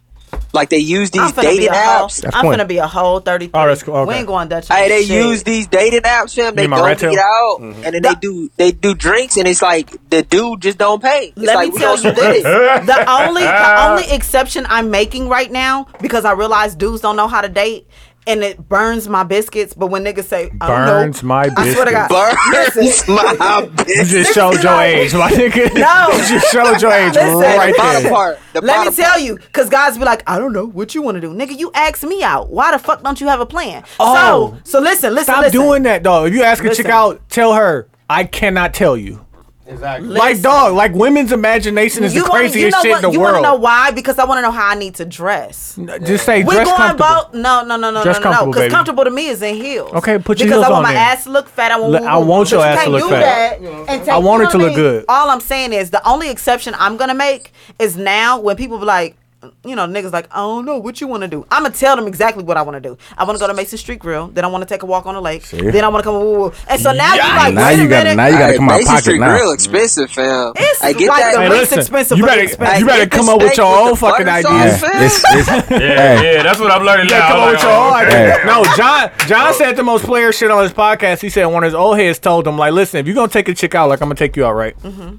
Speaker 8: Like they use
Speaker 4: I'm
Speaker 8: these
Speaker 4: finna be
Speaker 8: dating
Speaker 4: a hoe.
Speaker 8: apps.
Speaker 2: That's
Speaker 4: I'm
Speaker 2: point.
Speaker 4: finna be a whole thirty.
Speaker 1: Oh, that's cool. Okay.
Speaker 4: We ain't going Dutch.
Speaker 8: Hey, they
Speaker 4: shit.
Speaker 8: use these dating apps, fam. They
Speaker 1: and my
Speaker 8: go
Speaker 1: rat
Speaker 8: to
Speaker 1: tail?
Speaker 8: get out, and then they do they do drinks, and it's like the dude just don't pay. It's
Speaker 4: Let
Speaker 8: like,
Speaker 4: me
Speaker 8: we
Speaker 4: tell
Speaker 8: gonna
Speaker 4: you
Speaker 8: split
Speaker 4: this:
Speaker 8: it.
Speaker 4: the only the only exception I'm making right now because I realize dudes don't know how to date, and it burns my biscuits. But when niggas say I don't know-
Speaker 1: Burns my
Speaker 4: I swear to God,
Speaker 8: Burns my
Speaker 1: You
Speaker 8: bitch.
Speaker 1: just showed your
Speaker 4: like-
Speaker 1: age, my nigga.
Speaker 4: No.
Speaker 1: you just showed your age
Speaker 4: Listen.
Speaker 1: right
Speaker 8: Bottom
Speaker 1: there.
Speaker 8: part. The
Speaker 4: Let me
Speaker 8: bottom
Speaker 4: tell you, because guys be like, I don't know what you want to do. Nigga, you asked me out. Why the fuck don't you have a plan?
Speaker 1: Oh.
Speaker 4: So, so listen, listen,
Speaker 1: Stop
Speaker 4: listen.
Speaker 1: doing that, dog. If you ask a
Speaker 4: Listen.
Speaker 1: chick out, tell her I cannot tell you.
Speaker 7: Exactly.
Speaker 1: Like, dog, like women's imagination is
Speaker 4: You
Speaker 1: the
Speaker 4: wanna-
Speaker 1: craziest
Speaker 4: you know
Speaker 1: shit
Speaker 4: what,
Speaker 1: in the
Speaker 4: you wanna
Speaker 1: world.
Speaker 4: know why? Because I want to know how I need to dress.
Speaker 1: Just say
Speaker 4: We're
Speaker 1: dress
Speaker 4: going
Speaker 1: comfortable.
Speaker 4: both. No, no, no, no,
Speaker 1: Dress
Speaker 4: no, no.
Speaker 1: comfortable,
Speaker 4: Because
Speaker 1: baby.
Speaker 4: comfortable to me is in heels.
Speaker 1: Okay, put your
Speaker 4: because
Speaker 1: heels
Speaker 4: I want
Speaker 1: on
Speaker 4: my
Speaker 1: then.
Speaker 4: ass to look fat. I want.
Speaker 1: Look, I want
Speaker 4: but
Speaker 1: your
Speaker 4: you
Speaker 1: ass to
Speaker 4: can't
Speaker 1: look
Speaker 4: do
Speaker 1: fat.
Speaker 4: that and take-
Speaker 1: I
Speaker 4: you
Speaker 1: want
Speaker 4: know
Speaker 1: it to
Speaker 4: what
Speaker 1: look
Speaker 4: I mean?
Speaker 1: good.
Speaker 4: All I'm saying is the only exception I'm gonna make is now when people be like. You know, niggas like, I don't know what you want to do. I'm gonna tell them exactly what I want to do. I want to go to Mason Street Grill. Then I want to take a walk on the lake. Then I want to come. Woo, woo. And so now you like,
Speaker 2: now
Speaker 4: wait
Speaker 2: you
Speaker 4: a
Speaker 2: gotta
Speaker 4: minute.
Speaker 2: now you gotta
Speaker 8: Hey,
Speaker 2: come out
Speaker 8: Mason
Speaker 2: pocket
Speaker 8: Street
Speaker 2: now. Mm.
Speaker 8: Grill expensive, fam.
Speaker 4: It's
Speaker 8: I get
Speaker 4: like
Speaker 8: that.
Speaker 4: the
Speaker 1: Hey,
Speaker 4: least
Speaker 1: listen,
Speaker 4: expensive
Speaker 1: you
Speaker 4: but
Speaker 1: better
Speaker 4: expensive.
Speaker 1: you better
Speaker 8: Get the
Speaker 1: come up with
Speaker 8: steak
Speaker 1: your
Speaker 8: with
Speaker 1: own
Speaker 8: the
Speaker 1: fucking
Speaker 8: butter
Speaker 1: ideas.
Speaker 8: sauce.
Speaker 2: Yeah, it's, it's,
Speaker 5: Yeah,
Speaker 2: Hey.
Speaker 5: yeah, that's what I'm learning
Speaker 1: Yeah,
Speaker 5: now.
Speaker 1: come on
Speaker 5: I'm
Speaker 1: with
Speaker 5: like,
Speaker 1: your
Speaker 5: oh,
Speaker 1: old
Speaker 5: okay.
Speaker 1: idea.
Speaker 2: Hey.
Speaker 1: No, John John said the most player shit on his podcast. He said one of his old heads told him, like, listen, if you're gonna take a chick out, like I'm gonna take you out, right?
Speaker 4: Mm-hmm.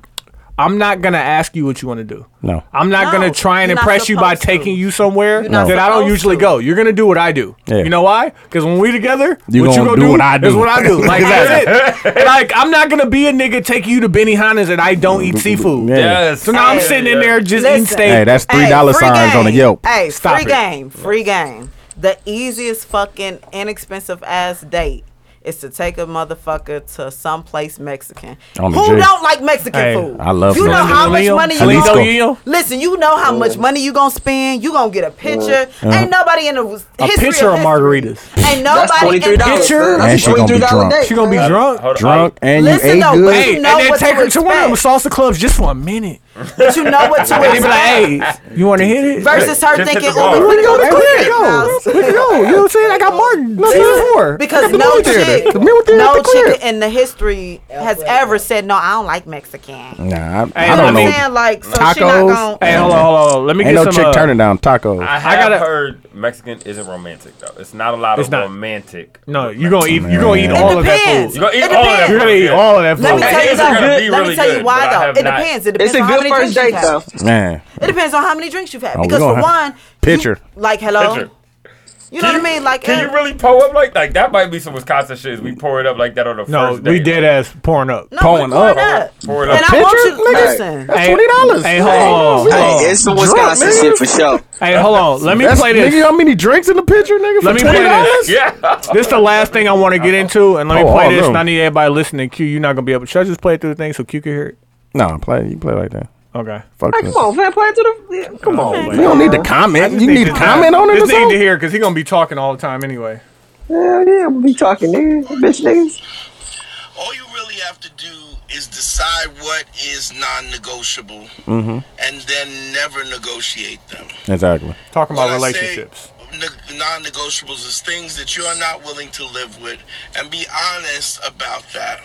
Speaker 1: I'm not gonna ask you what you wanna do.
Speaker 2: no.
Speaker 1: I'm not
Speaker 4: No,
Speaker 1: gonna try and
Speaker 4: you're not
Speaker 1: impress you by
Speaker 4: supposed to.
Speaker 1: taking you somewhere
Speaker 4: not
Speaker 1: that I don't
Speaker 4: supposed
Speaker 1: usually
Speaker 4: to.
Speaker 1: go. You're gonna do what I do.
Speaker 2: Yeah.
Speaker 1: You know why? Because when we together,
Speaker 2: You
Speaker 1: what
Speaker 2: gonna
Speaker 1: you gonna
Speaker 2: do what I
Speaker 1: Is
Speaker 2: do.
Speaker 1: what I do. Like that's it. And like I'm not gonna be a nigga take you to Benny Hanna's and I don't eat seafood.
Speaker 2: Mm-hmm. Yeah.
Speaker 5: Yes.
Speaker 1: So now I'm
Speaker 5: Hey,
Speaker 1: sitting in
Speaker 5: yeah.
Speaker 1: there just eating
Speaker 4: Listen.
Speaker 1: steak.
Speaker 2: Hey, that's three dollar
Speaker 4: free
Speaker 2: signs on the
Speaker 4: game.
Speaker 2: Yelp.
Speaker 4: Hey,
Speaker 1: Stop
Speaker 4: free
Speaker 1: it.
Speaker 4: game, free game. The easiest fucking inexpensive ass date is to take a motherfucker to someplace Mexican.
Speaker 2: On the
Speaker 4: Who
Speaker 2: J.
Speaker 4: don't like Mexican
Speaker 1: Hey,
Speaker 4: food?
Speaker 2: I love
Speaker 4: You know
Speaker 2: Mexican
Speaker 4: how
Speaker 2: food.
Speaker 4: much
Speaker 1: Leo,
Speaker 4: money you
Speaker 2: Jalisco.
Speaker 1: Toledo
Speaker 4: gonna
Speaker 1: Yeo?
Speaker 4: Listen, you know how much money you gonna spend. You gonna get a picture.
Speaker 2: Uh-huh.
Speaker 4: Ain't nobody in the
Speaker 1: A
Speaker 4: history
Speaker 1: picture of
Speaker 4: history.
Speaker 1: margaritas.
Speaker 8: That's
Speaker 4: Ain't nobody
Speaker 8: twenty
Speaker 4: in
Speaker 8: three dollars.
Speaker 1: Picture?
Speaker 2: And
Speaker 8: That's
Speaker 2: she gonna
Speaker 8: twenty
Speaker 2: be
Speaker 8: three
Speaker 2: drunk.
Speaker 8: dollars date.
Speaker 1: She gonna be
Speaker 8: fam.
Speaker 1: drunk.
Speaker 5: Hold on.
Speaker 2: Drunk and you
Speaker 4: Listen,
Speaker 2: ate
Speaker 4: though,
Speaker 2: good.
Speaker 4: but
Speaker 1: Hey,
Speaker 4: you know
Speaker 1: and then
Speaker 4: what
Speaker 1: take
Speaker 4: to
Speaker 1: her to one of them
Speaker 4: expect.
Speaker 1: salsa clubs just for a minute.
Speaker 4: But you know what
Speaker 1: And
Speaker 4: you
Speaker 1: they be like, hey, you want to hit it?
Speaker 4: versus her
Speaker 5: Just hit
Speaker 4: thinking,
Speaker 5: the
Speaker 4: "Oh,
Speaker 5: bar.
Speaker 4: we finna go to
Speaker 2: Hey, where
Speaker 4: Clear
Speaker 2: you go?
Speaker 4: House."
Speaker 2: Where you go? You know what I'm saying? I got Martin. Let's do more.
Speaker 4: Because no chick, no chick in the history has ever said, "No, I don't like Mexican."
Speaker 1: Hey,
Speaker 2: Nah, I, I
Speaker 1: let
Speaker 2: don't
Speaker 1: me-
Speaker 2: know.
Speaker 4: I'm saying like so she
Speaker 2: Tacos.
Speaker 4: not
Speaker 1: Hey,
Speaker 4: going
Speaker 1: hold on, hold on. Let me get
Speaker 2: Ain't no
Speaker 1: some.
Speaker 2: chick
Speaker 1: uh,
Speaker 2: turning down tacos.
Speaker 5: I have
Speaker 1: gotta-
Speaker 5: heard Mexican isn't romantic though. It's not a lot
Speaker 1: It's
Speaker 5: of
Speaker 1: not.
Speaker 5: romantic.
Speaker 1: No, you gonna eat. You
Speaker 2: Man.
Speaker 1: gonna eat
Speaker 2: It
Speaker 1: all
Speaker 4: depends.
Speaker 5: You
Speaker 1: of that
Speaker 5: gonna eat
Speaker 4: It
Speaker 5: all that.
Speaker 1: food. You're gonna eat all of that food.
Speaker 4: Let me
Speaker 5: Hey,
Speaker 4: tell you
Speaker 5: it's
Speaker 4: though.
Speaker 5: gonna be
Speaker 4: Let me
Speaker 5: really
Speaker 4: tell you
Speaker 5: good,
Speaker 4: why
Speaker 5: but I have
Speaker 4: though. It
Speaker 5: not-
Speaker 4: depends. It depends
Speaker 8: It's a
Speaker 4: on how
Speaker 8: good
Speaker 4: many
Speaker 8: first
Speaker 4: drinks
Speaker 8: date
Speaker 4: you've had.
Speaker 8: though.
Speaker 2: Man,
Speaker 4: It depends on how many drinks you've had.
Speaker 2: we
Speaker 4: Because
Speaker 2: gonna
Speaker 4: for
Speaker 2: have-
Speaker 4: one,
Speaker 2: Picture.
Speaker 4: you- like hello,
Speaker 5: Picture.
Speaker 4: you know what I mean? Like
Speaker 5: Can
Speaker 4: eh,
Speaker 5: you really pour up like like that? Might be some Wisconsin shit. is We pour it up like that on the
Speaker 1: No,
Speaker 5: first day.
Speaker 1: we dead ass pouring up.
Speaker 4: no,
Speaker 2: pouring
Speaker 4: pouring
Speaker 2: up.
Speaker 4: up. up.
Speaker 5: Pouring
Speaker 4: and
Speaker 5: up.
Speaker 4: I want
Speaker 2: Picture,
Speaker 4: you
Speaker 2: nigga?
Speaker 4: listen.
Speaker 2: that's
Speaker 1: Hey,
Speaker 2: twenty dollars.
Speaker 1: Hey, hold on. hold
Speaker 2: Oh.
Speaker 8: Hey,
Speaker 1: on.
Speaker 8: it's some Wisconsin
Speaker 2: man.
Speaker 8: shit for sure.
Speaker 1: Hey, hold on. Let me
Speaker 2: That's,
Speaker 1: play
Speaker 2: nigga,
Speaker 1: this.
Speaker 2: how many drinks in the picture, nigga?
Speaker 1: Let
Speaker 2: for
Speaker 1: me play
Speaker 2: $20?
Speaker 1: this.
Speaker 5: Yeah.
Speaker 1: This the last thing I want to get into, and let me
Speaker 2: Oh,
Speaker 1: play
Speaker 2: oh,
Speaker 1: this.
Speaker 2: no.
Speaker 1: And I need everybody listening. Q, you're not gonna be able. Should I just play it through the thing so Q can hear it?
Speaker 2: No, play. You play like that.
Speaker 1: Okay.
Speaker 2: Fuck
Speaker 8: Hey,
Speaker 2: this.
Speaker 8: come on, Oh, fam, play it to the. yeah, Come on,
Speaker 2: You don't need to comment. You need to comment on it or
Speaker 1: Just need to
Speaker 2: something.
Speaker 1: hear because he's gonna be talking all the time anyway.
Speaker 8: Hell yeah, I'm gonna be talking niggas, bitch niggas.
Speaker 10: all you really have to do is decide what is non-negotiable
Speaker 2: Mm-hmm.
Speaker 10: and then never negotiate them
Speaker 2: Exactly.
Speaker 1: Talking about
Speaker 10: When I say
Speaker 1: relationships.
Speaker 10: ne- non-negotiables is things that you are not willing to live with and be honest about that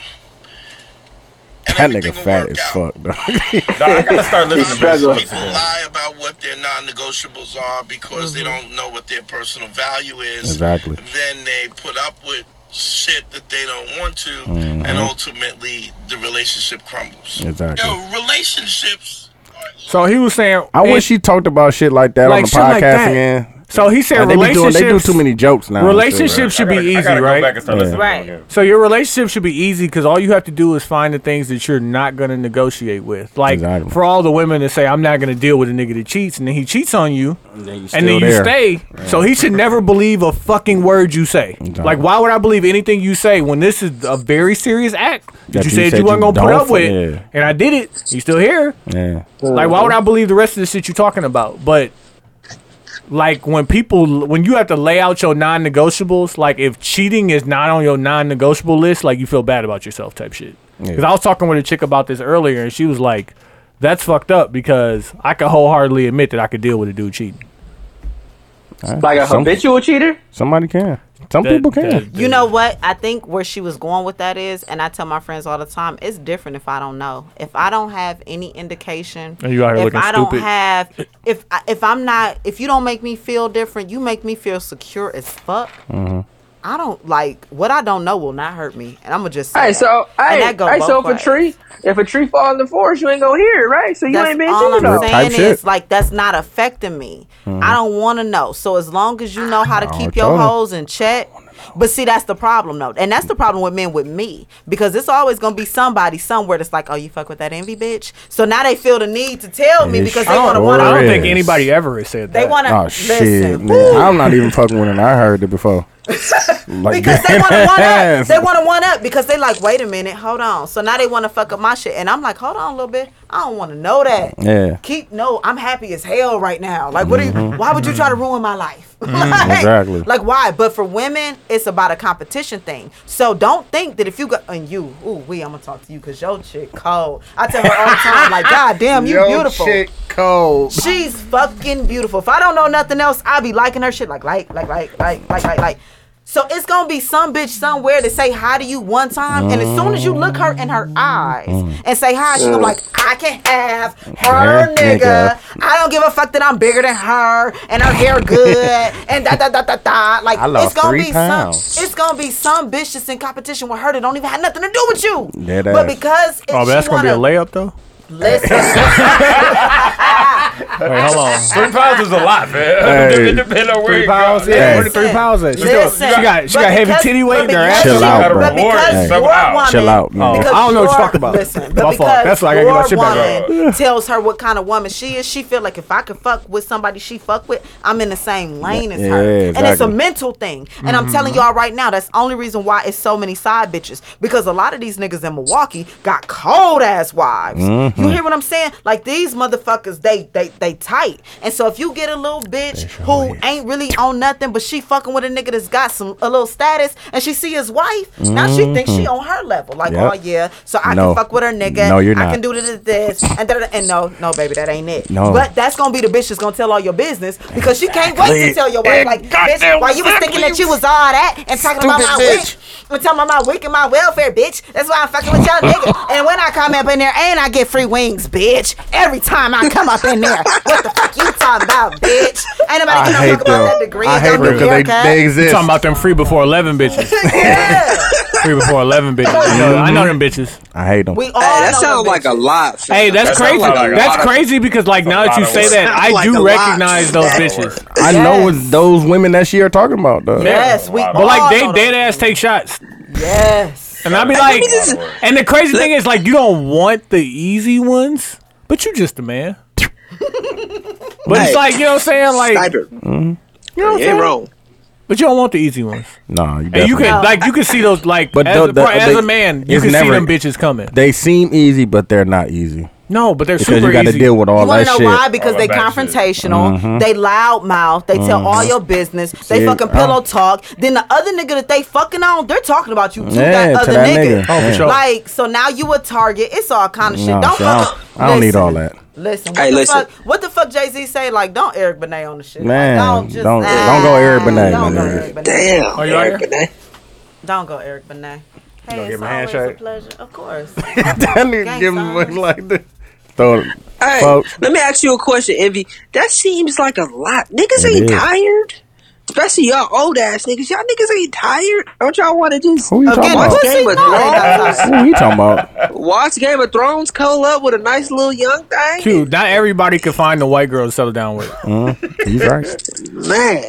Speaker 10: and
Speaker 2: That
Speaker 10: everything
Speaker 2: nigga
Speaker 10: will
Speaker 2: fat
Speaker 10: work
Speaker 2: as
Speaker 10: out.
Speaker 2: fuck, dog.
Speaker 5: Nah, I gotta start listening to
Speaker 8: Struggle.
Speaker 5: this.
Speaker 10: People lie about what their non-negotiables are because they don't know what their personal value is.
Speaker 2: Exactly.
Speaker 10: Then they put up with shit that they don't want to, and ultimately the relationship crumbles.
Speaker 2: Exactly.
Speaker 10: You know, relationships.
Speaker 1: So he was saying.
Speaker 2: I wish she talked about shit like that on
Speaker 1: Like
Speaker 2: the
Speaker 1: shit like
Speaker 2: podcast
Speaker 1: that.
Speaker 2: again.
Speaker 1: So he said
Speaker 2: Like, they, be doing, they do
Speaker 1: relationships-
Speaker 2: too many jokes now.
Speaker 1: Relationships should be
Speaker 5: I gotta- I
Speaker 1: easy,
Speaker 5: gotta go
Speaker 1: right?
Speaker 5: back and start
Speaker 2: Yeah.
Speaker 5: listening to
Speaker 4: Right.
Speaker 5: it again.
Speaker 1: So your relationship should be easy because all you have to do is find the things that you're not going to negotiate with. Like
Speaker 2: Exactly.
Speaker 1: for all the women that say I'm not going to deal with a nigga that cheats and then he cheats on you and
Speaker 2: then you,
Speaker 1: then you stay. So he should never believe a fucking word you say. Like why would I believe anything you say when this is a very serious act that,
Speaker 2: That
Speaker 1: you
Speaker 2: you
Speaker 1: said,
Speaker 2: said
Speaker 1: you weren't
Speaker 2: you
Speaker 1: going to put
Speaker 2: don't
Speaker 1: up
Speaker 2: fu-
Speaker 1: with?
Speaker 2: yeah.
Speaker 1: And I did it. You still here?
Speaker 2: Yeah.
Speaker 1: Like, why would I believe the rest of the shit you're talking about? But like when people when you have to lay out your non-negotiables, like if cheating is not on your non-negotiable list, like you feel bad about yourself type shit. Because I was talking with a chick about this earlier, and she was like, That's fucked up because I could wholeheartedly admit that I could deal with a dude cheating.
Speaker 8: Like a habitual cheater?
Speaker 2: Somebody can. Some
Speaker 1: That-
Speaker 2: people can.
Speaker 1: that-
Speaker 4: You know what? I think where she was going with that is, and I tell my friends all the time, it's different if I don't know. If I don't have any indication,
Speaker 1: And you out here
Speaker 4: if
Speaker 1: looking
Speaker 4: I don't
Speaker 1: stupid.
Speaker 4: have, if I, if I'm not, if you don't make me feel different, you make me feel secure as fuck.
Speaker 1: Mm-hmm.
Speaker 4: I don't like what I don't know will not hurt me, and I'm gonna just say.
Speaker 8: All right,
Speaker 4: that.
Speaker 8: so
Speaker 4: and
Speaker 8: I,
Speaker 4: that go
Speaker 8: I
Speaker 4: both
Speaker 8: so if a
Speaker 4: ways.
Speaker 8: tree, if a tree fall in the forest, you ain't gonna hear it, right? So you
Speaker 4: That's
Speaker 8: ain't been
Speaker 4: all
Speaker 8: cheated
Speaker 4: I'm
Speaker 8: on.
Speaker 2: Real type
Speaker 4: saying is
Speaker 2: shit. Hmm.
Speaker 4: like that's not affecting me. I don't want to know. So as long as you know how to
Speaker 2: I told
Speaker 4: keep your
Speaker 2: her.
Speaker 4: hoes in check, but see that's the problem though, and that's the problem with men with me because it's always gonna be somebody somewhere that's like, oh you fuck with that envy bitch. So now they feel the need to tell me
Speaker 2: It
Speaker 4: because they
Speaker 2: sure
Speaker 4: want to
Speaker 1: I
Speaker 4: want
Speaker 1: don't
Speaker 4: to.
Speaker 2: is.
Speaker 1: think anybody ever has said that.
Speaker 4: They want to
Speaker 2: Oh shit, man.
Speaker 4: listen. woo,
Speaker 2: I'm not even fucking with it. I heard it before. Like
Speaker 4: because they want to one up.
Speaker 2: yes.
Speaker 4: They want to one up because they like, wait a minute, hold on. So now they want to fuck up my shit, and I'm like, hold on a little bit. I don't want to know that.
Speaker 2: Yeah. Mm-hmm.
Speaker 4: Keep no. I'm happy as hell right now. Like, what are you? Why would you try to ruin my life? like,
Speaker 2: Exactly.
Speaker 4: Like why? But for women, it's about a competition thing. So don't think that if you go and you, ooh, we, I'm gonna talk to you because your chick cold. I tell her all the time, like, God damn, you beautiful.
Speaker 2: cold.
Speaker 4: She's fucking beautiful. If I don't know nothing else, I'll be liking her shit like like like like like like like like. So it's gonna be some bitch somewhere to say hi to you one time, and as soon as you look her in her eyes and say hi, she gonna be like, I can have her
Speaker 2: Mm. Her
Speaker 4: nigga.
Speaker 2: nigga.
Speaker 4: I don't give a fuck that I'm bigger than her and her hair good and da da da da da. Like
Speaker 2: I lost
Speaker 4: it's gonna
Speaker 2: three
Speaker 4: be
Speaker 2: pounds.
Speaker 4: some it's gonna be some bitch that's in competition with her that don't even have nothing to do with you.
Speaker 2: Dead
Speaker 4: but
Speaker 2: ass.
Speaker 4: because if
Speaker 1: Oh, but
Speaker 4: she
Speaker 1: that's gonna be a
Speaker 4: wanna
Speaker 1: layup though.
Speaker 4: listen.
Speaker 1: Wait, hold on.
Speaker 5: Three pounds is a lot, man.
Speaker 2: Hey.
Speaker 5: it depends on where
Speaker 1: Three
Speaker 5: you
Speaker 1: pounds,
Speaker 5: go.
Speaker 1: yeah.
Speaker 2: Hey.
Speaker 1: Where the three pounds at? She, got- she
Speaker 4: Listen,
Speaker 1: got, she
Speaker 4: but
Speaker 1: got heavy
Speaker 4: because-
Speaker 1: titty
Speaker 4: but
Speaker 1: weight in her
Speaker 4: because
Speaker 1: ass.
Speaker 2: Chill
Speaker 4: you-
Speaker 2: out, bro.
Speaker 4: But because
Speaker 5: Hey.
Speaker 4: your woman,
Speaker 2: Chill out, man.
Speaker 4: because
Speaker 1: I don't know what you're
Speaker 4: your-
Speaker 1: talking about.
Speaker 4: Listen,
Speaker 1: My
Speaker 4: but
Speaker 1: fault.
Speaker 4: because
Speaker 1: That's why I gotta
Speaker 4: your
Speaker 1: get my shit back
Speaker 5: up.
Speaker 4: woman tells her what kind of woman she is. She feel like if I could fuck with somebody she fuck with, I'm in the same lane as
Speaker 2: Yeah,
Speaker 4: her, and it's a
Speaker 2: exactly.
Speaker 4: mental thing. And I'm telling
Speaker 2: Mm-hmm.
Speaker 4: y'all right now, that's the only reason why it's so many side bitches because a lot of these niggas in Milwaukee got cold ass wives.
Speaker 2: Mm-hmm.
Speaker 4: You hear what I'm saying? Like these motherfuckers, they they they tight. And so if you get a little bitch who ain't really on nothing, but she fucking with a nigga that's got some a little status, and she see his wife, now she thinks she on her level. Like,
Speaker 2: Mm-hmm. Yep.
Speaker 4: oh yeah, so I
Speaker 2: No.
Speaker 4: can fuck with her nigga.
Speaker 2: No, you're
Speaker 4: I
Speaker 2: not.
Speaker 4: can do this, this, this, and da, da, da. and no, no, baby, that ain't it.
Speaker 2: No.
Speaker 4: But that's gonna be the bitch that's gonna tell all your business because she can't wait to tell your wife like, bitch, why you was thinking that you was all that and talking about my wick and talking about my wick and my welfare, bitch. That's why I'm fucking with y'all nigga. And when I come up in there and I get free wings, bitch, every time I come up in there, what the fuck you talking about, bitch? Ain't nobody
Speaker 2: I
Speaker 4: gonna
Speaker 2: hate
Speaker 4: talk about
Speaker 2: them.
Speaker 4: that degree.
Speaker 2: I hate
Speaker 4: don't do
Speaker 2: them because they,
Speaker 4: haircut.
Speaker 2: they
Speaker 1: You
Speaker 2: exist.
Speaker 1: talking about them free before eleven bitches?
Speaker 4: yeah,
Speaker 1: Free before eleven bitches. I know, I know them bitches.
Speaker 2: I hate them.
Speaker 4: we all.
Speaker 8: Hey,
Speaker 4: know
Speaker 8: that
Speaker 4: them
Speaker 8: sounds like a
Speaker 4: bitches.
Speaker 8: lot. fam.
Speaker 1: Hey, that's
Speaker 5: That sounds
Speaker 1: crazy.
Speaker 5: like a lot
Speaker 1: that's
Speaker 5: of-
Speaker 1: crazy because like now that
Speaker 5: lot
Speaker 1: you
Speaker 5: of
Speaker 1: say
Speaker 5: work.
Speaker 1: that, I
Speaker 8: Like a
Speaker 1: do
Speaker 8: lot.
Speaker 1: recognize those
Speaker 5: That's
Speaker 1: bitches.
Speaker 5: work.
Speaker 2: I know it's those women that she are talking about though.
Speaker 4: Yes, we.
Speaker 1: But
Speaker 4: all
Speaker 1: like they
Speaker 4: know them.
Speaker 1: dead ass take shots,
Speaker 4: Yes.
Speaker 1: and I'd be like, and the crazy thing is like you don't want the easy ones, but you just a man. But it's
Speaker 8: Hey.
Speaker 1: like you know what I'm saying, like
Speaker 8: Sniper.
Speaker 1: you know what I'm
Speaker 8: Mm-hmm. You ain't
Speaker 1: saying?
Speaker 8: wrong.
Speaker 1: but you don't want the easy ones.
Speaker 2: Nah,
Speaker 1: And
Speaker 2: you,
Speaker 1: you
Speaker 2: definitely-
Speaker 1: can like you can see those like
Speaker 2: But
Speaker 1: as,
Speaker 2: the-
Speaker 1: a-
Speaker 2: the-
Speaker 1: as
Speaker 2: they-
Speaker 1: a man you
Speaker 2: it's
Speaker 1: can see
Speaker 2: never-
Speaker 1: them bitches coming.
Speaker 2: They seem easy, but they're not easy
Speaker 1: No, but they're
Speaker 2: because
Speaker 1: super
Speaker 2: you got to
Speaker 1: easy.
Speaker 2: deal with all
Speaker 4: you
Speaker 2: that
Speaker 4: want to know
Speaker 2: shit. Mm-hmm.
Speaker 4: why? Because
Speaker 5: All
Speaker 4: they
Speaker 5: that shit.
Speaker 4: confrontational. They loud mouth. They tell all your business. They
Speaker 2: See,
Speaker 4: fucking
Speaker 2: Mm-hmm. uh.
Speaker 4: pillow talk. Then the other nigga that they fucking on, they're talking about you to
Speaker 2: Yeah,
Speaker 4: that
Speaker 2: to
Speaker 4: other
Speaker 2: that
Speaker 4: nigga.
Speaker 2: nigga. Oh, for
Speaker 1: Yeah. sure.
Speaker 4: Like so now you a target. It's all kind of shit.
Speaker 2: Nah,
Speaker 4: don't
Speaker 2: see, I
Speaker 4: fuck.
Speaker 2: don't, I don't need all that.
Speaker 4: Listen, what
Speaker 8: Hey,
Speaker 4: the
Speaker 8: listen.
Speaker 4: fuck? What the fuck? Jay Z say like, don't Eric Benet on the shit. Like,
Speaker 2: Man,
Speaker 4: just-
Speaker 2: don't-
Speaker 4: ah,
Speaker 2: don't go Eric Benet,
Speaker 4: Don't
Speaker 2: my
Speaker 4: go
Speaker 2: nigga.
Speaker 4: Eric Benet.
Speaker 8: Damn.
Speaker 1: Are you out here?
Speaker 4: Don't go Eric Benet. Hey,
Speaker 1: give
Speaker 4: it's
Speaker 1: him a
Speaker 4: always a
Speaker 1: handshake?
Speaker 4: pleasure. Of course.
Speaker 2: that nigga give him
Speaker 4: Gangsta.
Speaker 2: one like this. Throw it.
Speaker 8: Hey,
Speaker 2: Folks.
Speaker 8: let me ask you a question, Envy. That seems like a lot. Niggas
Speaker 2: It
Speaker 8: ain't
Speaker 2: is.
Speaker 8: tired. Especially y'all old ass niggas. Y'all niggas ain't tired. Don't y'all want to just
Speaker 2: Who you talking
Speaker 4: Again,
Speaker 2: about?
Speaker 8: watch
Speaker 4: pussy.
Speaker 8: Game of
Speaker 4: No, they not
Speaker 8: Thrones?
Speaker 4: tired.
Speaker 2: Who you talking about?
Speaker 8: Watch Game of Thrones, curl up with a nice little young thing.
Speaker 1: Dude, not everybody can find the white girl to settle down with.
Speaker 2: He's right.
Speaker 8: Man,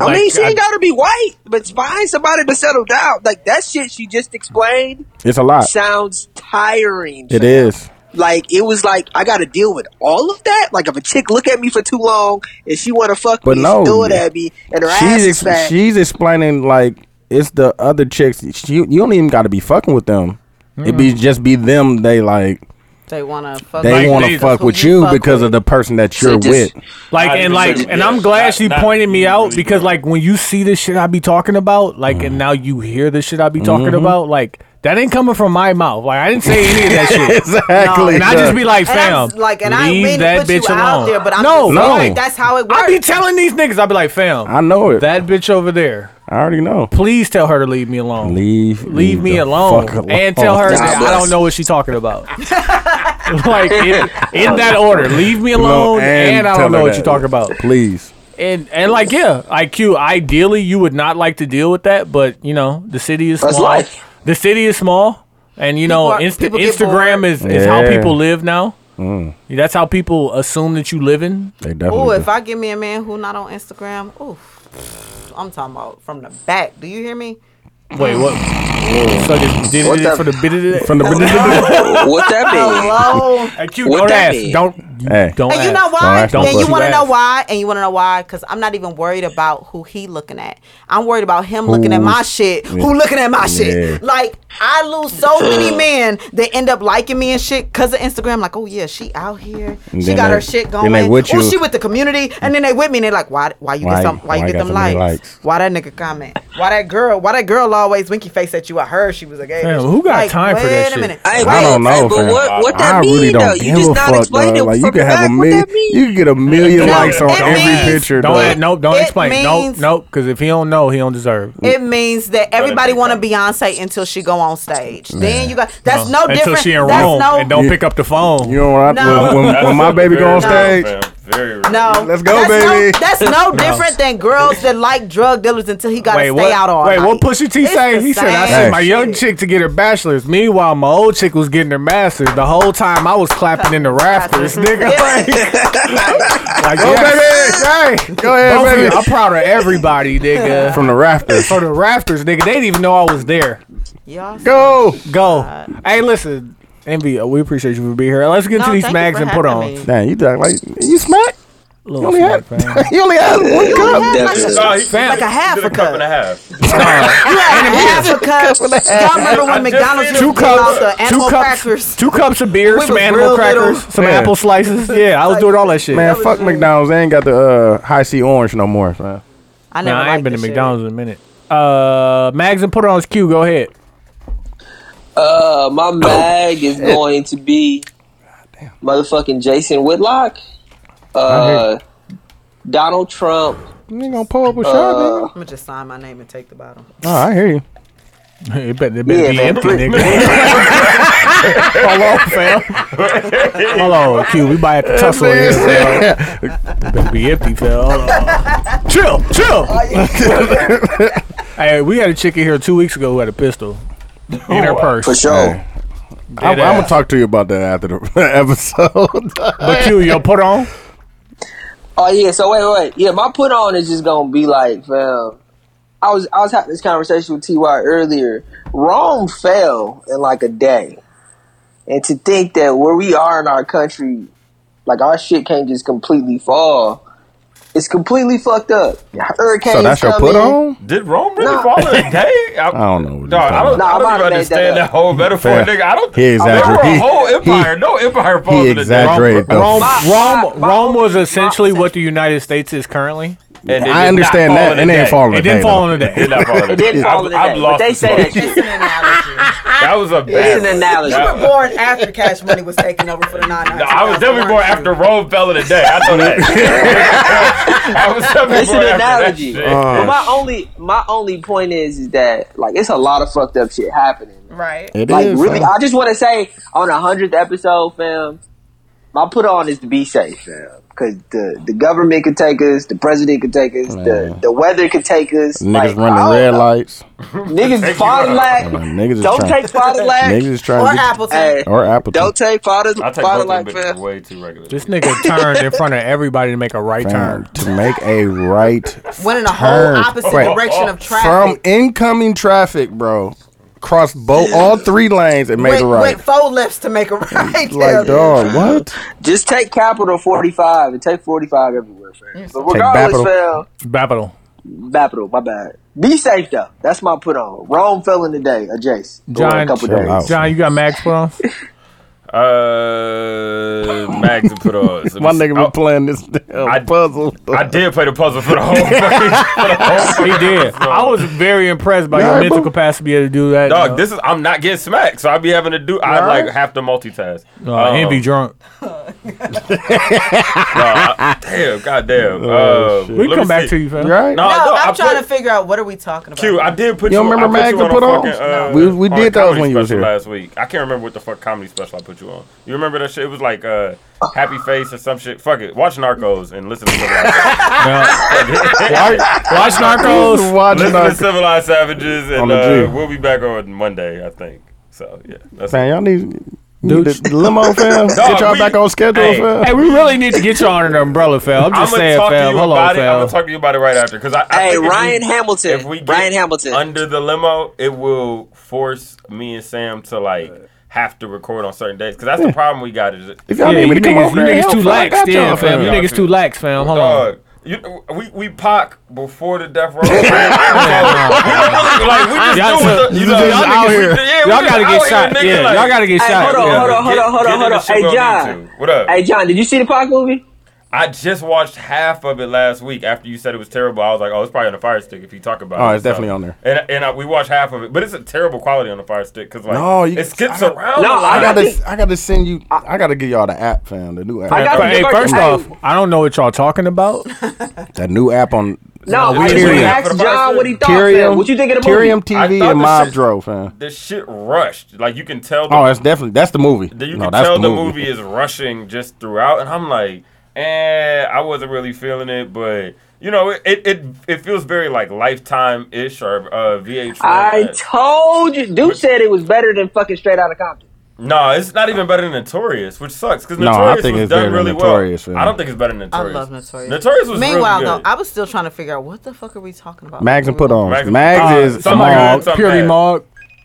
Speaker 8: I
Speaker 1: Like,
Speaker 8: mean, she
Speaker 1: I-
Speaker 8: ain't gotta be white, but find somebody to settle down. Like that shit she just explained
Speaker 2: It's a lot.
Speaker 8: sounds tiring.
Speaker 2: It
Speaker 8: fam.
Speaker 2: is.
Speaker 8: Like it was like I gotta deal with all of that. Like if a chick look at me for too long and she wanna fuck
Speaker 2: But
Speaker 8: me,
Speaker 2: no.
Speaker 8: she do it at me, and her ass
Speaker 2: She's
Speaker 8: is
Speaker 2: ex-
Speaker 8: fat.
Speaker 2: she's explaining like it's the other chicks. She, you don't even got to be fucking with them. It be just be them. They like
Speaker 4: They wanna fuck.
Speaker 2: they
Speaker 1: Mm. Like,
Speaker 2: want
Speaker 1: they-
Speaker 2: to fuck
Speaker 4: who
Speaker 2: with you
Speaker 4: fuck
Speaker 2: because
Speaker 4: with.
Speaker 2: of the person that you're
Speaker 8: just-
Speaker 2: with.
Speaker 1: Like and
Speaker 5: even
Speaker 1: like
Speaker 5: really
Speaker 1: and
Speaker 5: good.
Speaker 1: I'm glad
Speaker 5: Not-
Speaker 1: she
Speaker 5: not
Speaker 1: pointed me out
Speaker 5: really
Speaker 1: because
Speaker 5: good.
Speaker 2: Mm-hmm.
Speaker 1: like when you see the shit I be talking about, like and now you hear the shit I be talking about, like That ain't coming from my mouth. Like I didn't say any of that shit.
Speaker 2: Exactly,
Speaker 1: And I just
Speaker 2: yeah.
Speaker 1: be like,
Speaker 4: And
Speaker 1: fam,
Speaker 4: I'm s- like, and I ain't
Speaker 1: leave
Speaker 4: mean to
Speaker 1: that
Speaker 4: put you
Speaker 1: bitch alone.
Speaker 4: out there, but I'm
Speaker 1: no,
Speaker 4: just
Speaker 1: no.
Speaker 4: saying, like, that's how it
Speaker 1: I be
Speaker 4: works.
Speaker 1: telling these niggas, I be like, fam,
Speaker 2: I know it.
Speaker 1: that bitch over there.
Speaker 2: I already know.
Speaker 1: Please tell her to leave me alone.
Speaker 2: Leave,
Speaker 1: leave me
Speaker 2: the
Speaker 1: alone.
Speaker 2: fuck alone.
Speaker 1: and tell her that I
Speaker 8: bless.
Speaker 1: don't know what she's talking about. like in, in that order, leave me alone, and, I
Speaker 2: tell
Speaker 1: don't know
Speaker 2: her
Speaker 1: what
Speaker 2: that.
Speaker 1: you're talking about.
Speaker 2: Please.
Speaker 1: And and like yeah, IQ. Ideally, you would not like to deal with that, but you know the city is small.
Speaker 8: That's life.
Speaker 1: The city is small, and you know
Speaker 4: People are-
Speaker 1: Inst-
Speaker 4: people get
Speaker 1: Instagram
Speaker 4: bored.
Speaker 1: is, is how
Speaker 2: Yeah. Mm.
Speaker 1: people live now. That's how people assume that you live in.
Speaker 2: They definitely.
Speaker 4: Ooh,
Speaker 2: do.
Speaker 4: if I give me a man who not on Instagram, ooh, I'm talking about from the back. Do you hear me?
Speaker 1: Wait, what? So just did
Speaker 8: What
Speaker 1: it
Speaker 8: the-
Speaker 1: for the bit of it.
Speaker 2: Mm. From the
Speaker 8: What that mean?
Speaker 4: Hello.
Speaker 1: IQ,
Speaker 8: what
Speaker 1: don't
Speaker 8: that
Speaker 1: ask.
Speaker 8: mean?
Speaker 1: Don't you
Speaker 2: Hey.
Speaker 1: don't.
Speaker 4: And you
Speaker 1: ask.
Speaker 4: know why?
Speaker 2: Don't ask no
Speaker 4: and you
Speaker 2: questions.
Speaker 4: want to know
Speaker 1: Ask.
Speaker 4: why? And you want to know why? Because I'm not even worried about who he looking at. I'm worried about him looking at my
Speaker 2: Who's-
Speaker 4: shit. Who looking at my
Speaker 2: Yeah.
Speaker 4: shit? Like I lose so many men that end up liking me and shit because of Instagram. Like, oh yeah, she out here.
Speaker 2: And
Speaker 4: She
Speaker 2: then
Speaker 4: got
Speaker 2: they-
Speaker 4: her shit
Speaker 2: then
Speaker 4: going.
Speaker 2: they with
Speaker 4: Oh,
Speaker 2: you.
Speaker 4: she with the community, and then they with me. and They like, why? Why you
Speaker 2: Why-
Speaker 4: get some? Why,
Speaker 2: why
Speaker 4: you
Speaker 2: I
Speaker 4: get
Speaker 2: got
Speaker 4: them
Speaker 2: so many
Speaker 4: likes?
Speaker 2: likes?
Speaker 4: Why that nigga comment? Why that girl? Why that girl always winky face at you? I heard she was a gay.
Speaker 1: Damn,
Speaker 4: bitch.
Speaker 1: who got
Speaker 4: Like,
Speaker 1: time for that
Speaker 4: wait a
Speaker 1: shit?
Speaker 4: minute.
Speaker 8: I,
Speaker 2: I don't know,
Speaker 8: but
Speaker 2: fam.
Speaker 8: what what that
Speaker 2: I
Speaker 8: mean
Speaker 2: really
Speaker 8: though?
Speaker 2: don't
Speaker 8: You
Speaker 2: give
Speaker 8: just
Speaker 2: a
Speaker 8: not
Speaker 2: fuck,
Speaker 8: explained
Speaker 2: bro.
Speaker 8: it.
Speaker 2: Like you
Speaker 8: from
Speaker 2: can
Speaker 8: the
Speaker 2: have
Speaker 8: back.
Speaker 2: a
Speaker 8: What
Speaker 2: million,
Speaker 8: that mean?
Speaker 2: you can get a million
Speaker 4: No,
Speaker 2: likes on
Speaker 4: it
Speaker 2: every
Speaker 4: means-
Speaker 2: picture.
Speaker 1: Don't
Speaker 2: dog.
Speaker 1: ask, nope. Don't
Speaker 4: It
Speaker 1: explain. nope.
Speaker 4: means-
Speaker 1: Nope. Because if he don't know, he don't deserve.
Speaker 4: It means that everybody want to Beyonce until she go on stage. Then you got that's no,
Speaker 1: Until
Speaker 4: different.
Speaker 1: she in
Speaker 4: that's
Speaker 1: Rome
Speaker 4: no,
Speaker 1: and don't
Speaker 2: You-
Speaker 1: pick up the phone.
Speaker 2: You know what? I,
Speaker 4: No.
Speaker 2: when, when, when my baby go on
Speaker 5: Very
Speaker 2: stage,
Speaker 5: rare, fam. Very rare.
Speaker 4: no.
Speaker 2: Let's go,
Speaker 4: that's
Speaker 2: baby.
Speaker 4: No, that's no different than girls that like drug dealers until he got to
Speaker 1: Wait,
Speaker 4: stay
Speaker 1: what?
Speaker 4: out all
Speaker 1: wait,
Speaker 4: night.
Speaker 1: what Pusha T
Speaker 4: It's
Speaker 1: say?
Speaker 4: the
Speaker 1: He said, "I
Speaker 4: same
Speaker 1: sent my young
Speaker 4: shit.
Speaker 1: chick to get her bachelor's. Meanwhile, my old chick was getting her master's. The whole time I was clapping in the rafters, nigga. Like, like,
Speaker 2: go
Speaker 1: yes.
Speaker 2: baby, hey, go
Speaker 1: Both of you-
Speaker 2: ahead,
Speaker 1: I'm
Speaker 2: baby.
Speaker 1: proud of everybody, nigga.
Speaker 2: From the rafters,
Speaker 1: For the rafters, nigga, they didn't even know I was there.
Speaker 4: Y'all s-
Speaker 2: go.
Speaker 1: Go. Hey, listen, Envy, uh, we appreciate you for being here. Let's get
Speaker 4: Uh, No,
Speaker 1: to these
Speaker 4: thank you
Speaker 1: mags
Speaker 4: for
Speaker 1: and put
Speaker 4: having
Speaker 1: on.
Speaker 4: me.
Speaker 2: Damn, you talk like you smack.
Speaker 1: Little
Speaker 2: You only
Speaker 1: smack,
Speaker 2: had,
Speaker 1: fam.
Speaker 2: you only had one cup.
Speaker 8: Definitely.
Speaker 5: No, he-
Speaker 1: Fam.
Speaker 5: he did
Speaker 4: Like a half
Speaker 5: did
Speaker 4: a
Speaker 5: cup and a
Speaker 4: cup.
Speaker 5: half.
Speaker 4: You had half a cup. Y'all remember when McDonald's used
Speaker 1: Two
Speaker 4: to give out
Speaker 1: cups,
Speaker 4: the
Speaker 1: two
Speaker 4: animal
Speaker 1: cups,
Speaker 4: crackers?
Speaker 1: two cups of beer,
Speaker 4: We
Speaker 1: some
Speaker 4: was
Speaker 1: animal
Speaker 4: real little.
Speaker 1: crackers, some
Speaker 2: Man.
Speaker 1: apple slices. Yeah, I was doing all that shit.
Speaker 2: Man, fuck McDonald's. They ain't got the uh, high C orange no more, man.
Speaker 4: I
Speaker 1: Nah,
Speaker 4: never
Speaker 1: I ain't
Speaker 4: liked
Speaker 1: been to
Speaker 4: this shit.
Speaker 1: McDonald's in a minute. Uh, Mags and put it on his cue. Go ahead.
Speaker 3: Uh, my mag is going to be motherfucking Jason Whitlock, uh, Donald Trump,
Speaker 2: You ain't gonna pull up a shot,
Speaker 3: uh,
Speaker 4: I'm gonna just sign my name and take the bottom.
Speaker 2: Oh, I hear you.
Speaker 1: it better, it better
Speaker 3: Yeah,
Speaker 1: be
Speaker 3: man,
Speaker 1: empty,
Speaker 3: put-
Speaker 1: nigga. Hold on, fam. Hold on, Q. We might have to tussle
Speaker 2: Oh,
Speaker 1: here, fam. It better be empty, fam. Hold on. Chill, chill.
Speaker 3: Oh,
Speaker 1: hey, we had a chick in here two weeks ago who had a pistol in her purse.
Speaker 3: Oh, for sure.
Speaker 2: Hey, I'm,
Speaker 1: Dead
Speaker 2: I'm
Speaker 1: ass.
Speaker 2: gonna talk to you about that after the episode.
Speaker 1: But Q, yo, put on.
Speaker 3: Oh yeah, so wait, wait, wait. yeah. My put on is just gonna be like, fam. I was I was having this conversation with Ty earlier. Rome fell in like a day, and to think that where we are in our country, like our shit can't just completely fall. It's completely fucked up. Hurricanes
Speaker 2: so that's your
Speaker 3: coming.
Speaker 2: put on?
Speaker 5: Did Rome really
Speaker 3: Nah.
Speaker 5: fall in a day? I,
Speaker 2: don't know
Speaker 3: talking
Speaker 2: what you're
Speaker 5: Dog, I don't, I
Speaker 3: about. Nah,
Speaker 5: don't
Speaker 3: I'm about to
Speaker 5: even
Speaker 3: make that
Speaker 5: understand that
Speaker 3: up.
Speaker 5: whole metaphor,
Speaker 2: Fair.
Speaker 5: nigga. I don't.
Speaker 2: He exaggerated.
Speaker 5: There were a
Speaker 2: He-
Speaker 5: whole
Speaker 2: he-
Speaker 5: empire. no empire falls
Speaker 2: He
Speaker 5: in a day.
Speaker 2: exaggerated. the
Speaker 1: Rome,
Speaker 2: f-
Speaker 1: Rome,
Speaker 3: my-
Speaker 1: Rome
Speaker 3: my-
Speaker 1: was
Speaker 3: my
Speaker 1: essentially
Speaker 3: obsession-
Speaker 1: what the United States is currently.
Speaker 5: And it did
Speaker 2: I
Speaker 5: not
Speaker 2: understand
Speaker 5: fall
Speaker 2: that. It
Speaker 5: in a
Speaker 2: ain't
Speaker 5: day.
Speaker 2: falling.
Speaker 1: It didn't fall in a
Speaker 5: It did
Speaker 1: day.
Speaker 5: not fall in a
Speaker 3: It
Speaker 5: day.
Speaker 3: didn't fall in a
Speaker 5: I've-
Speaker 3: day,
Speaker 5: I've
Speaker 3: but
Speaker 5: lost
Speaker 3: they
Speaker 5: the
Speaker 3: say
Speaker 5: plot.
Speaker 3: that
Speaker 4: It's an analogy.
Speaker 5: That was a bad.
Speaker 3: an analogy.
Speaker 5: That-
Speaker 4: You were born after Cash Money was taking over for the nine.
Speaker 5: No, I was definitely born after Rome fell in a day. I know that. I was definitely
Speaker 3: It's an
Speaker 5: born after
Speaker 3: analogy.
Speaker 2: Uh,
Speaker 5: that shit.
Speaker 3: But my only my only point is, is that like it's a lot of fucked up shit happening.
Speaker 4: Right.
Speaker 2: It
Speaker 3: Like
Speaker 2: is,
Speaker 3: really,
Speaker 2: fam.
Speaker 3: I just want to say on a hundredth episode, fam, my put on is to be safe, fam, because the the government could take us, the president could take us, the
Speaker 2: Man.
Speaker 3: the weather could take us.
Speaker 2: Niggas
Speaker 3: like, I
Speaker 2: running
Speaker 3: don't
Speaker 2: red
Speaker 3: know.
Speaker 2: lights.
Speaker 3: niggas
Speaker 5: Take
Speaker 3: spotted
Speaker 5: you out.
Speaker 2: Man,
Speaker 3: light.
Speaker 2: niggas is
Speaker 3: Don't
Speaker 2: trying.
Speaker 3: take spotted light.
Speaker 2: Niggas is
Speaker 4: Or
Speaker 2: trying. to
Speaker 4: Appleton.
Speaker 3: Hey,
Speaker 2: get- Or Appleton.
Speaker 3: don't take spotted
Speaker 5: I take
Speaker 3: spotted
Speaker 5: both of
Speaker 3: light,
Speaker 5: them bitches
Speaker 3: fam.
Speaker 5: way too regularly.
Speaker 1: This nigga turned in front of everybody to make a right
Speaker 2: Fam,
Speaker 1: turn.
Speaker 2: to make a right
Speaker 4: Went in a whole
Speaker 2: Turn.
Speaker 4: opposite
Speaker 2: Wait.
Speaker 4: direction of
Speaker 2: from
Speaker 4: traffic.
Speaker 2: incoming traffic, bro. Cross both all three lanes and make
Speaker 4: went,
Speaker 2: a right.
Speaker 4: went four lefts to make a right.
Speaker 2: Like dog, what?
Speaker 3: Just take Capital forty five and take forty five everywhere, fam. But regardless,
Speaker 2: Bapital.
Speaker 3: fam,
Speaker 1: Babel.
Speaker 3: Bapital, my bad. Be safe though. That's my put on. Rome fell in the day, adjacent. Or a
Speaker 1: John,
Speaker 3: couple
Speaker 2: Chill
Speaker 3: days.
Speaker 2: out.
Speaker 1: John, you got Mags put on?
Speaker 5: Uh, Mags and Pedals.
Speaker 2: My nigga been playing this damn
Speaker 5: I-
Speaker 2: puzzle.
Speaker 5: I did play the puzzle for the whole. fucking- for the
Speaker 1: Oh,
Speaker 5: whole
Speaker 1: He did. I was very impressed by your
Speaker 2: Nah,
Speaker 1: mental
Speaker 2: bro.
Speaker 1: capacity to do that.
Speaker 5: Dog,
Speaker 1: uh,
Speaker 5: this is I'm not getting smacked, so I be having to do. I like have to multitask. Um,
Speaker 1: uh, and
Speaker 5: Oh.
Speaker 1: be drunk.
Speaker 5: Uh, damn, goddamn.
Speaker 2: Oh,
Speaker 5: uh,
Speaker 1: We can come back to you, fam.
Speaker 2: right?
Speaker 5: No,
Speaker 4: No,
Speaker 5: no,
Speaker 4: I'm
Speaker 5: I
Speaker 4: trying to
Speaker 5: put,
Speaker 4: figure out what are we talking about.
Speaker 5: Q. I did put
Speaker 2: You
Speaker 5: you.
Speaker 2: don't remember
Speaker 5: I
Speaker 2: Mags and
Speaker 5: put you on a
Speaker 2: Put
Speaker 5: fucking,
Speaker 2: On?
Speaker 5: uh,
Speaker 2: We- we
Speaker 5: on a
Speaker 2: did those
Speaker 5: comedy
Speaker 2: when you was
Speaker 5: special
Speaker 2: here.
Speaker 5: last week. I can't remember what the fuck comedy special I put you on. You remember that shit? It was like uh, Happy Face or some shit. Fuck it. Watch Narcos and listen to Civilized.
Speaker 1: Watch Narcos.
Speaker 2: Watching
Speaker 5: listen to
Speaker 2: us.
Speaker 5: Civilized Savages,
Speaker 2: On
Speaker 5: and
Speaker 2: the
Speaker 5: uh,
Speaker 2: G.
Speaker 5: we'll be back on Monday, I think. So yeah, that's
Speaker 2: Man, y'all need, need
Speaker 1: Dude.
Speaker 2: the limo, fam. Get y'all
Speaker 5: we-
Speaker 2: back on schedule,
Speaker 5: Hey,
Speaker 2: fam.
Speaker 1: Hey, we really need to get you under the umbrella, fam. I'm
Speaker 5: I'm
Speaker 1: just
Speaker 5: gonna
Speaker 1: saying,
Speaker 5: talk to
Speaker 1: fam.
Speaker 5: you
Speaker 1: Hold on,
Speaker 5: about it. I'm
Speaker 1: fam.
Speaker 5: gonna talk to you about it right after because I, I
Speaker 8: Hey,
Speaker 5: think if
Speaker 8: Ryan
Speaker 5: we,
Speaker 8: Hamilton.
Speaker 5: If we get
Speaker 8: Ryan Hamilton.
Speaker 5: under the limo, it will force me and Sam to like have to record on certain days because that's the problem we got is
Speaker 2: If y'all
Speaker 1: yeah,
Speaker 2: need
Speaker 1: you
Speaker 2: me to come
Speaker 1: niggas,
Speaker 2: over
Speaker 1: you
Speaker 2: there,
Speaker 1: niggas
Speaker 2: hell,
Speaker 1: too
Speaker 2: fam, I
Speaker 1: lax,
Speaker 2: got y'all,
Speaker 1: damn, fam. You
Speaker 5: fam.
Speaker 1: niggas too lax, fam. Hold on.
Speaker 5: dog. You, we we Pac before the death row. So, we don't really, like we just
Speaker 1: Y'all
Speaker 5: doing
Speaker 1: so-
Speaker 5: the- you
Speaker 1: you
Speaker 5: know,
Speaker 1: just
Speaker 5: y'all
Speaker 1: out
Speaker 5: niggas-
Speaker 1: here.
Speaker 5: yeah, we
Speaker 1: Y'all
Speaker 5: just
Speaker 1: gotta
Speaker 5: out
Speaker 1: get
Speaker 5: here,
Speaker 1: shot.
Speaker 5: nigga,
Speaker 1: Yeah,
Speaker 5: like-
Speaker 1: y'all gotta get
Speaker 8: Hey,
Speaker 1: shot.
Speaker 8: hold on,
Speaker 1: yeah.
Speaker 8: hold on, hold on, hold on,
Speaker 5: Get- get
Speaker 8: hold
Speaker 5: in
Speaker 8: on.
Speaker 5: the
Speaker 8: Hey,
Speaker 5: shit we don't
Speaker 8: John.
Speaker 5: need to. What up?
Speaker 8: Hey, John, did you see the Pac movie?
Speaker 5: I just watched half of it last week after you said it was terrible. I was like, oh, it's probably on the Fire Stick if you talk about it.
Speaker 2: Oh,
Speaker 5: and
Speaker 2: it's definitely
Speaker 5: stuff.
Speaker 2: on there.
Speaker 5: And and I, we watched half of it, but it's a terrible quality on the Fire Stick because like
Speaker 2: No, you-
Speaker 5: it skips
Speaker 2: I-
Speaker 5: around.
Speaker 8: No,
Speaker 5: a lot.
Speaker 2: I
Speaker 8: got
Speaker 2: gotta, I gotta send you. I gotta give y'all the app, fam. The new app.
Speaker 8: I got
Speaker 1: But,
Speaker 8: the
Speaker 1: hey,
Speaker 8: first-
Speaker 1: first
Speaker 8: hey,
Speaker 1: off, I don't know what y'all talking about.
Speaker 2: that new app on
Speaker 8: No,
Speaker 5: we
Speaker 8: I
Speaker 5: didn't
Speaker 8: just
Speaker 5: do
Speaker 8: asked
Speaker 5: that.
Speaker 8: John what he thought.
Speaker 2: Tyrium.
Speaker 8: man. What you think of the movie?
Speaker 2: Tyrium
Speaker 5: I
Speaker 2: TV
Speaker 5: thought
Speaker 2: and
Speaker 5: this
Speaker 2: Mob
Speaker 5: shit-
Speaker 2: Dro, fam.
Speaker 5: This shit rushed. Like you can tell. The,
Speaker 2: Oh, that's definitely that's the movie.
Speaker 5: the- you
Speaker 2: no,
Speaker 5: can
Speaker 2: that's
Speaker 5: tell the movie is rushing just throughout, and I'm like, eh, I wasn't really feeling it, but. You know, it, it, it, it feels very like lifetime ish or uh, VH1.
Speaker 8: I told you. Dude said it was better than fucking Straight Outta Compton.
Speaker 5: No, it's not even better than Notorious, which sucks because
Speaker 2: No, I
Speaker 5: Notorious
Speaker 2: think
Speaker 5: was
Speaker 2: it's better
Speaker 5: done
Speaker 2: than
Speaker 5: really
Speaker 2: Notorious,
Speaker 5: well.
Speaker 2: man.
Speaker 5: I don't think it's better than Notorious.
Speaker 4: love Notorious.
Speaker 5: Notorious was
Speaker 4: Meanwhile,
Speaker 5: really
Speaker 4: though,
Speaker 5: good.
Speaker 4: I was still trying to figure out what the fuck are we talking about.
Speaker 2: Mags and put on.
Speaker 5: Mags
Speaker 2: Mags,
Speaker 5: and-
Speaker 2: is
Speaker 5: Uh,
Speaker 2: small.
Speaker 5: somebody good, something
Speaker 1: Purely
Speaker 5: bad.
Speaker 1: mog.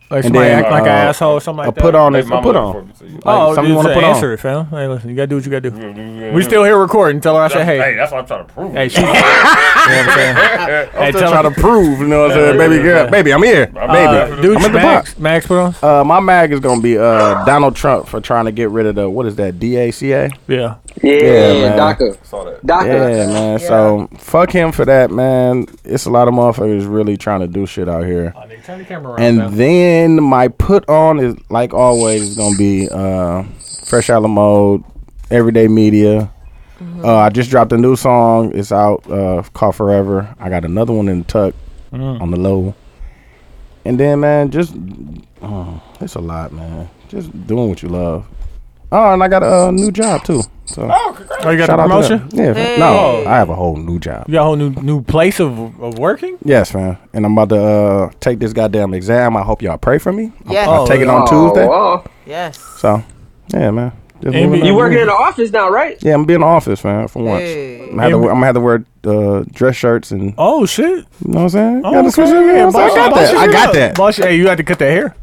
Speaker 1: Like somebody
Speaker 2: then,
Speaker 1: act like an
Speaker 2: uh,
Speaker 1: asshole or something
Speaker 2: I
Speaker 1: like that.
Speaker 2: put on
Speaker 5: Like,
Speaker 2: this. I
Speaker 5: mama
Speaker 2: put on.
Speaker 5: before you say
Speaker 2: Like,
Speaker 1: Oh,
Speaker 2: something you
Speaker 1: dude,
Speaker 2: wanna
Speaker 1: just
Speaker 2: put on.
Speaker 1: answer it, fam. Hey, listen, you gotta do what you gotta do.
Speaker 5: it.
Speaker 1: We still here recording. Tell her I said,
Speaker 5: That's-
Speaker 1: hey,
Speaker 5: that's what I'm trying to prove.
Speaker 1: hey, she. You know what I'm saying? Hey,
Speaker 2: Still
Speaker 1: tell
Speaker 2: trying
Speaker 1: her,
Speaker 2: to prove, you know what I'm saying, baby girl, baby, I'm here,
Speaker 5: Uh,
Speaker 2: baby.
Speaker 1: dude,
Speaker 2: I'm at the
Speaker 1: Max,
Speaker 2: box.
Speaker 1: Max put on.
Speaker 2: Uh, my mag is gonna be uh, Donald Trump for trying to get rid of the what is that DACA?
Speaker 1: Yeah.
Speaker 3: Yeah,
Speaker 2: Yeah, man.
Speaker 3: DACA.
Speaker 5: Saw that.
Speaker 3: DACA.
Speaker 2: Yeah, man. So fuck him for that, man. It's a lot of motherfuckers really trying to do shit out here.
Speaker 1: Turn the camera
Speaker 2: And then my put on is like always is gonna be uh, fresh out of mode, everyday media. Uh, I just dropped a new song. It's out uh, called Forever. I got another one in the tuck on the low. And then man, just oh, it's a lot, man. Just doing what you love. Oh, and I got a uh, new job too. So
Speaker 1: Oh, you got
Speaker 2: shout
Speaker 1: the
Speaker 2: out to them.
Speaker 1: promotion?
Speaker 2: Yeah. fam. No, I have a whole new job.
Speaker 1: You got a whole new new place of, of working?
Speaker 2: Yes, man. And I'm about to uh, take this goddamn exam. I hope y'all pray for me.
Speaker 4: Yes.
Speaker 1: Oh,
Speaker 2: Take it on
Speaker 3: Oh,
Speaker 2: Tuesday.
Speaker 3: wow.
Speaker 4: Yes.
Speaker 2: So, yeah, man. Just
Speaker 1: And you
Speaker 2: moving on.
Speaker 3: You working in the
Speaker 2: Mm.
Speaker 3: office now, right?
Speaker 2: Yeah, I'm being in the office, man, for once.
Speaker 4: Hey.
Speaker 2: I'm, gonna have to, wear- I'm gonna have to wear uh, dress shirts and
Speaker 1: Oh shit!
Speaker 2: you know what I'm saying.
Speaker 1: Oh,
Speaker 2: Gotta switch it, you know what I'm saying? I got that. I got that.
Speaker 1: Boss, hey, you had to cut that hair.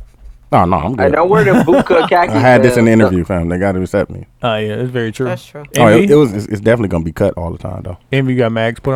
Speaker 2: No, no, I'm
Speaker 3: Hey,
Speaker 2: good.
Speaker 3: don't wear the buka khakis.
Speaker 2: I had this in the
Speaker 3: uh,
Speaker 2: interview, fam. They gotta accept me.
Speaker 1: Oh yeah, that's very true.
Speaker 4: That's true.
Speaker 2: Oh,
Speaker 1: Envy,
Speaker 2: it, it was. It's, it's definitely gonna be cut all the time, though.
Speaker 1: Envy you got mags put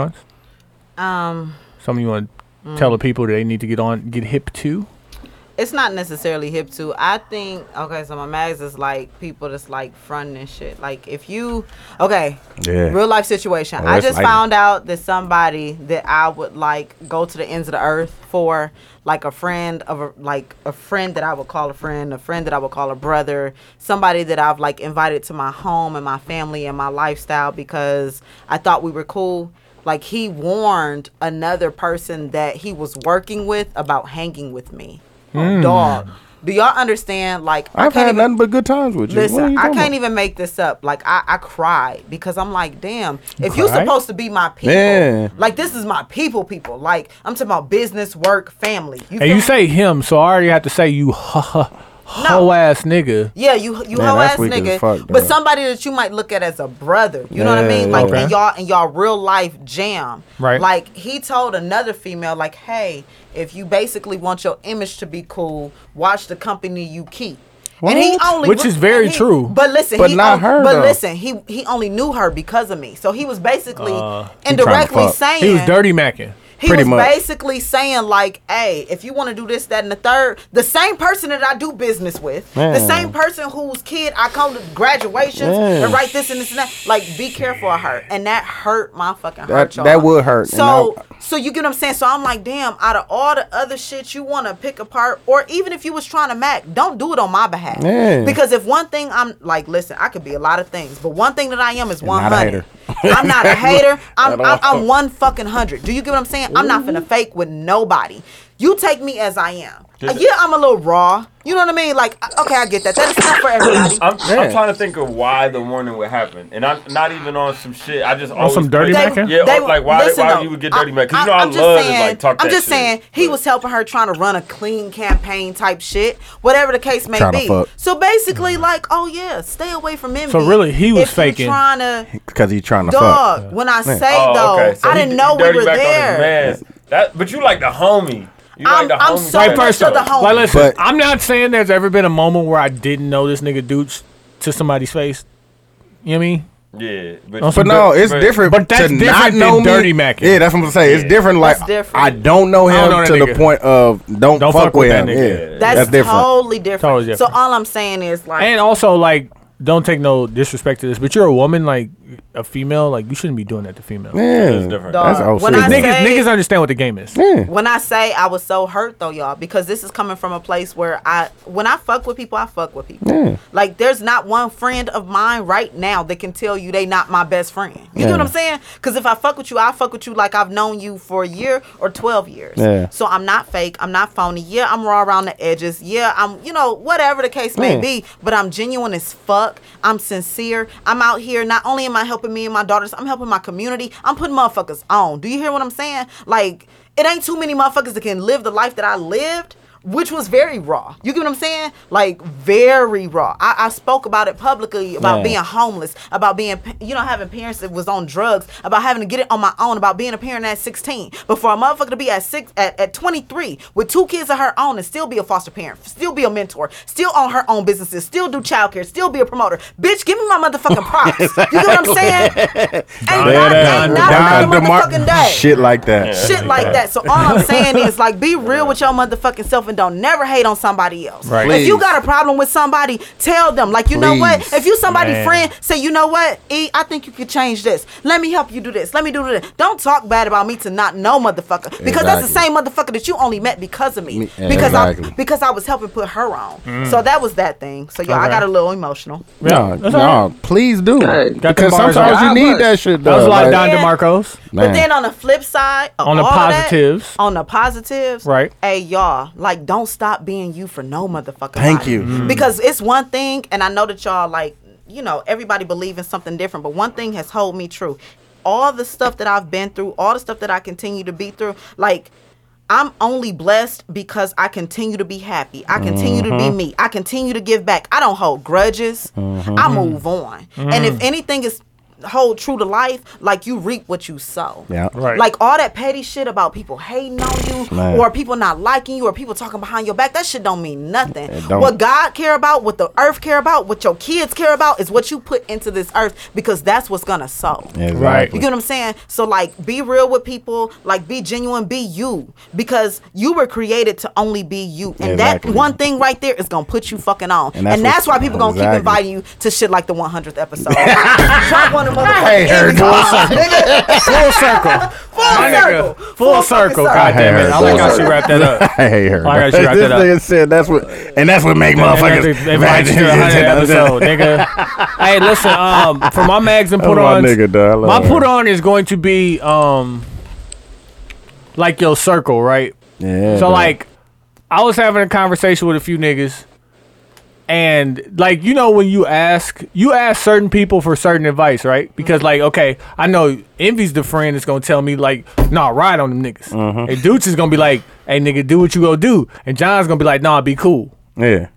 Speaker 1: on.
Speaker 4: Um,
Speaker 1: Something you want to tell the people that they need to get on, get hip to.
Speaker 4: Mm. it's not necessarily hip to. I think okay, so my mags is like people that's like fronting and shit. Like if you okay,
Speaker 2: Yeah.
Speaker 4: real life situation.
Speaker 2: Oh,
Speaker 4: I
Speaker 2: that's
Speaker 4: just
Speaker 2: lightning.
Speaker 4: found out that somebody that I would like go to the ends of the earth for, like a friend of a like a friend that I would call a friend, a friend that I would call a brother, somebody that I've like invited to my home and my family and my lifestyle because I thought we were cool. Like he warned another person that he was working with about hanging with me. Dog. Do y'all understand? Like I
Speaker 2: I've
Speaker 4: can't
Speaker 2: had
Speaker 4: even-
Speaker 2: nothing but good times with you. What are
Speaker 4: Listen,
Speaker 2: you
Speaker 4: I
Speaker 2: talking
Speaker 4: can't
Speaker 2: about?
Speaker 4: even make this up. Like I, I cried because I'm like, damn, if you're
Speaker 2: cried?
Speaker 4: supposed to be my people,
Speaker 2: Man.
Speaker 4: like this is my people, people. Like I'm talking about business, work, family. You
Speaker 1: And you
Speaker 4: me?
Speaker 1: say him, so I already have to say you, ha ha,
Speaker 4: No.
Speaker 1: ho ass nigga.
Speaker 4: Yeah, you you
Speaker 2: Man,
Speaker 4: hoe
Speaker 2: that's
Speaker 4: ass
Speaker 2: weak as
Speaker 4: nigga,
Speaker 2: fuck,
Speaker 4: but
Speaker 2: dog.
Speaker 4: somebody that you might look at as a brother. You know what I
Speaker 2: Yeah,
Speaker 4: mean? Like
Speaker 2: yeah.
Speaker 4: in y'all in y'all real life jam.
Speaker 1: Right.
Speaker 4: Like he told another female, like, hey, if you basically want your image to be cool, watch the company you keep. And he
Speaker 2: What?
Speaker 4: only,
Speaker 1: Which is very
Speaker 4: and he-
Speaker 1: true.
Speaker 4: But listen,
Speaker 2: But
Speaker 4: he
Speaker 2: not
Speaker 4: on-
Speaker 2: her,
Speaker 4: But
Speaker 2: though.
Speaker 4: listen, he he only knew her because of me. So he was basically
Speaker 1: Uh,
Speaker 2: he trying to
Speaker 4: indirectly
Speaker 2: fuck.
Speaker 4: saying
Speaker 1: He was dirty macking.
Speaker 4: He
Speaker 2: Pretty
Speaker 4: was
Speaker 2: much.
Speaker 4: basically saying like, "Hey, if you want to do this, that, and the third, the same person that I do business with, the
Speaker 2: Man.
Speaker 4: same person whose kid I come to graduations
Speaker 2: Man.
Speaker 4: and write this and this and that, like, be careful of her." And that hurt my fucking
Speaker 2: That-
Speaker 4: heart. y'all.
Speaker 2: that would hurt, and
Speaker 4: So,
Speaker 2: I-
Speaker 4: so you get what I'm saying? So I'm like, damn. Out of all the other shit you want to pick apart, or even if you was trying to mac, don't do it on my behalf.
Speaker 2: Yeah.
Speaker 4: Because if one thing I'm like, listen, I could be a lot of things, but one thing that I am is one
Speaker 2: not a
Speaker 4: hundred.
Speaker 2: hater.
Speaker 4: I'm not a hater. I'm,
Speaker 2: At
Speaker 4: I'm,
Speaker 2: all.
Speaker 4: I'm
Speaker 1: Oh.
Speaker 4: one fucking hundred. Do you get what I'm saying? I'm not finna fake with nobody. You take me as I am. Uh, yeah, I'm a little raw. You know what I mean? Like, uh, okay, I get that. That is not for everybody.
Speaker 5: I'm, I'm
Speaker 2: Yeah.
Speaker 5: trying to think of why the warning would happen, and I'm not even on some shit. I just always
Speaker 1: some dirty
Speaker 5: think-
Speaker 1: macking?
Speaker 5: Yeah, oh,
Speaker 4: They-
Speaker 5: like why?
Speaker 4: listen
Speaker 5: why
Speaker 4: though,
Speaker 5: you would get dirty
Speaker 4: I-
Speaker 5: macking? 'Cause
Speaker 4: I-
Speaker 5: you know I love is like talk
Speaker 4: I'm
Speaker 5: that
Speaker 4: just
Speaker 5: shit.
Speaker 4: saying he was helping her trying to run a clean campaign type shit, whatever the case may
Speaker 2: Tryna
Speaker 4: be.
Speaker 2: fuck.
Speaker 4: So basically, like, oh yeah, stay away from envy.
Speaker 1: really, he was
Speaker 4: if you're
Speaker 1: faking.
Speaker 4: Trying to
Speaker 2: because he's trying to
Speaker 4: dog.
Speaker 2: fuck.
Speaker 4: When I
Speaker 2: Yeah.
Speaker 4: say
Speaker 5: Oh,
Speaker 4: though,
Speaker 5: okay. So
Speaker 4: I
Speaker 5: he-
Speaker 4: didn't
Speaker 5: he
Speaker 4: know we
Speaker 5: dirty
Speaker 4: were
Speaker 5: backed on his
Speaker 4: there.
Speaker 5: mans. That, but you like the homie. You
Speaker 4: I'm-
Speaker 5: like the
Speaker 4: I'm
Speaker 5: homie.
Speaker 4: so
Speaker 5: type
Speaker 4: much
Speaker 1: Like
Speaker 4: Right,
Speaker 1: first
Speaker 4: of
Speaker 1: off,
Speaker 4: the home.
Speaker 1: like listen,
Speaker 2: But-
Speaker 1: I'm not saying there's ever been a moment where I didn't know this nigga dude sh- to somebody's face. You know what I mean?
Speaker 5: Yeah,
Speaker 1: But
Speaker 2: But Oh, no, it's
Speaker 5: but-
Speaker 2: different.
Speaker 1: but that's
Speaker 2: to
Speaker 1: different
Speaker 2: not
Speaker 1: than
Speaker 2: know me.
Speaker 1: dirty macking.
Speaker 2: Yeah, that's what I'm saying.
Speaker 5: Yeah.
Speaker 2: It's different. Like
Speaker 4: That's different.
Speaker 2: I don't know
Speaker 1: I
Speaker 2: him
Speaker 1: don't know that
Speaker 2: to
Speaker 1: nigga.
Speaker 2: the point of don't, fuck, with
Speaker 1: that
Speaker 2: him.
Speaker 1: nigga.
Speaker 2: Yeah,
Speaker 4: That's,
Speaker 2: different.
Speaker 4: totally different.
Speaker 1: Totally different.
Speaker 4: So all I'm saying is like,
Speaker 1: And also, like, don't take no disrespect to this, but you're a woman, like a female, like you shouldn't be doing that to female.
Speaker 2: yeah,
Speaker 5: It's different.
Speaker 2: That's
Speaker 4: Dog,
Speaker 2: oh,
Speaker 4: when I
Speaker 2: serious.
Speaker 1: Niggas,
Speaker 4: Say-
Speaker 1: niggas understand what the game is.
Speaker 2: yeah.
Speaker 4: when I say I was so hurt though, y'all, because this is coming from a place where I, when I fuck with people, I fuck with people.
Speaker 2: Yeah.
Speaker 4: Like, there's not one friend of mine right now that can tell you they not my best friend. You
Speaker 2: Yeah.
Speaker 4: get what I'm saying? Because if I fuck with you, I fuck with you like I've known you for a year or 12 years.
Speaker 2: Yeah.
Speaker 4: So I'm not fake. I'm not phony. Yeah, I'm raw around the edges. Yeah, I'm, you know, whatever the case may
Speaker 2: Yeah.
Speaker 4: be, but I'm genuine as fuck. I'm sincere. I'm out here. Not only am I helping me and my daughters, I'm helping my community. I'm putting motherfuckers on. Do you hear what I'm saying? Like, it ain't too many motherfuckers that can live the life that I lived which was very raw. You get what I'm saying? Like very raw. I, I spoke about it publicly about
Speaker 2: Yeah.
Speaker 4: being homeless, about being pa- you know having parents that was on drugs, about having to get it on my own, about being a parent at 16. But for a motherfucker to be at six at, at 23 with two kids of her own and still be a foster parent, still be a mentor, still own her own businesses, still do childcare, still be a promoter. Bitch, give me my motherfucking props. You get what I'm saying? Ain't
Speaker 1: Don-
Speaker 4: not, ain't not
Speaker 2: Don
Speaker 4: another
Speaker 2: DeMar-
Speaker 4: motherfucking day
Speaker 2: shit like that.
Speaker 4: shit like that. So all I'm saying is like be real with your motherfucking self and don't never hate on somebody else.
Speaker 1: Right.
Speaker 4: If you
Speaker 2: Please.
Speaker 4: got a problem with somebody, tell them. Like you know what?
Speaker 2: Please.
Speaker 4: If you somebody
Speaker 1: Man.
Speaker 4: friend, say you know what? E, I think you could change this. Let me help you do this. Let me do this. Don't talk bad about me to not know motherfucker because that's the
Speaker 2: Exactly.
Speaker 4: same motherfucker that you only met because of me.
Speaker 2: Me- yeah,
Speaker 4: because I
Speaker 2: exactly.
Speaker 4: because I was helping put her on. So that was that thing. So y'all, I
Speaker 1: Okay.
Speaker 4: got a little emotional.
Speaker 2: No,
Speaker 1: that's
Speaker 2: no, please do.
Speaker 8: Hey, got
Speaker 1: them
Speaker 2: Because
Speaker 1: bars
Speaker 2: sometimes
Speaker 8: out.
Speaker 2: you need that shit.
Speaker 1: That was a
Speaker 2: though,
Speaker 1: lot of Don
Speaker 2: like-
Speaker 4: Yeah.
Speaker 1: DeMarcos.
Speaker 4: But
Speaker 2: Man.
Speaker 4: then on the flip side, of
Speaker 1: On the
Speaker 4: all of that,
Speaker 1: positives.
Speaker 4: on the positives,
Speaker 1: Right.
Speaker 4: Hey, y'all, like don't stop being you for no motherfucker.
Speaker 2: Thank
Speaker 4: body.
Speaker 2: you. Mm.
Speaker 1: Mm-hmm.
Speaker 4: Because it's one thing, and I know that y'all like, you know, everybody believe in something different, but one thing has hold me true. All the stuff that I've been through, all the stuff that I continue to be through, like I'm only blessed because I continue to be happy. I continue to
Speaker 2: Mm-hmm.
Speaker 4: be me. I continue to give back. I don't hold grudges.
Speaker 2: Mm-hmm.
Speaker 4: I move on. And
Speaker 2: Mm.
Speaker 4: if anything is hold true to life, like you reap what you sow.
Speaker 2: Yeah.
Speaker 1: Right.
Speaker 4: Like all that petty shit about people hating on you
Speaker 2: Man.
Speaker 4: or people not liking you or people talking behind your back, that shit don't mean nothing.
Speaker 2: It don't.
Speaker 4: What God care about, what the earth care about, what your kids care about is what you put into this earth because that's what's gonna sow.
Speaker 2: Exactly.
Speaker 1: Right.
Speaker 4: You get what I'm saying? So like be real with people, like be genuine, be you. Because you were created to only be you. And
Speaker 2: Exactly.
Speaker 4: that one thing right there is gonna put you fucking on.
Speaker 2: And
Speaker 4: And that's,
Speaker 2: that's what-
Speaker 4: why people gonna keep
Speaker 2: Exactly.
Speaker 4: inviting you to shit like the one hundredth episode. Drop one of the motherfucking
Speaker 2: Hey,
Speaker 4: end
Speaker 2: Eric,
Speaker 4: cards, nigga.
Speaker 1: Full circle.
Speaker 4: Full
Speaker 1: My
Speaker 4: circle.
Speaker 1: nigga. Full circle. God
Speaker 2: I hate
Speaker 1: damn it.
Speaker 2: her.
Speaker 1: I like
Speaker 2: Full
Speaker 1: how she
Speaker 2: circle.
Speaker 1: wrapped that up.
Speaker 2: I hate her.
Speaker 1: I gotta wrap
Speaker 2: this
Speaker 1: that up.
Speaker 2: nigga said that's what, and that's what make motherfuckers.
Speaker 1: They might just do a hundred episode, nigga. Hey, listen. Um, for my mags and
Speaker 2: That's
Speaker 1: put
Speaker 2: Oh, my
Speaker 1: on,
Speaker 2: nigga, dog. I
Speaker 1: my
Speaker 2: love him.
Speaker 1: put on is going to be um, like your circle, right?
Speaker 2: Yeah.
Speaker 1: so
Speaker 2: dog.
Speaker 1: like, I was having a conversation with a few niggas, and like you know when you ask you ask certain people for certain advice, right? Because like okay, I know envy's the friend that's gonna tell me like, nah, ride on them niggas. And Dooch is gonna be like, hey nigga, do what you gonna do, and John's gonna be like, nah, be cool.
Speaker 2: yeah.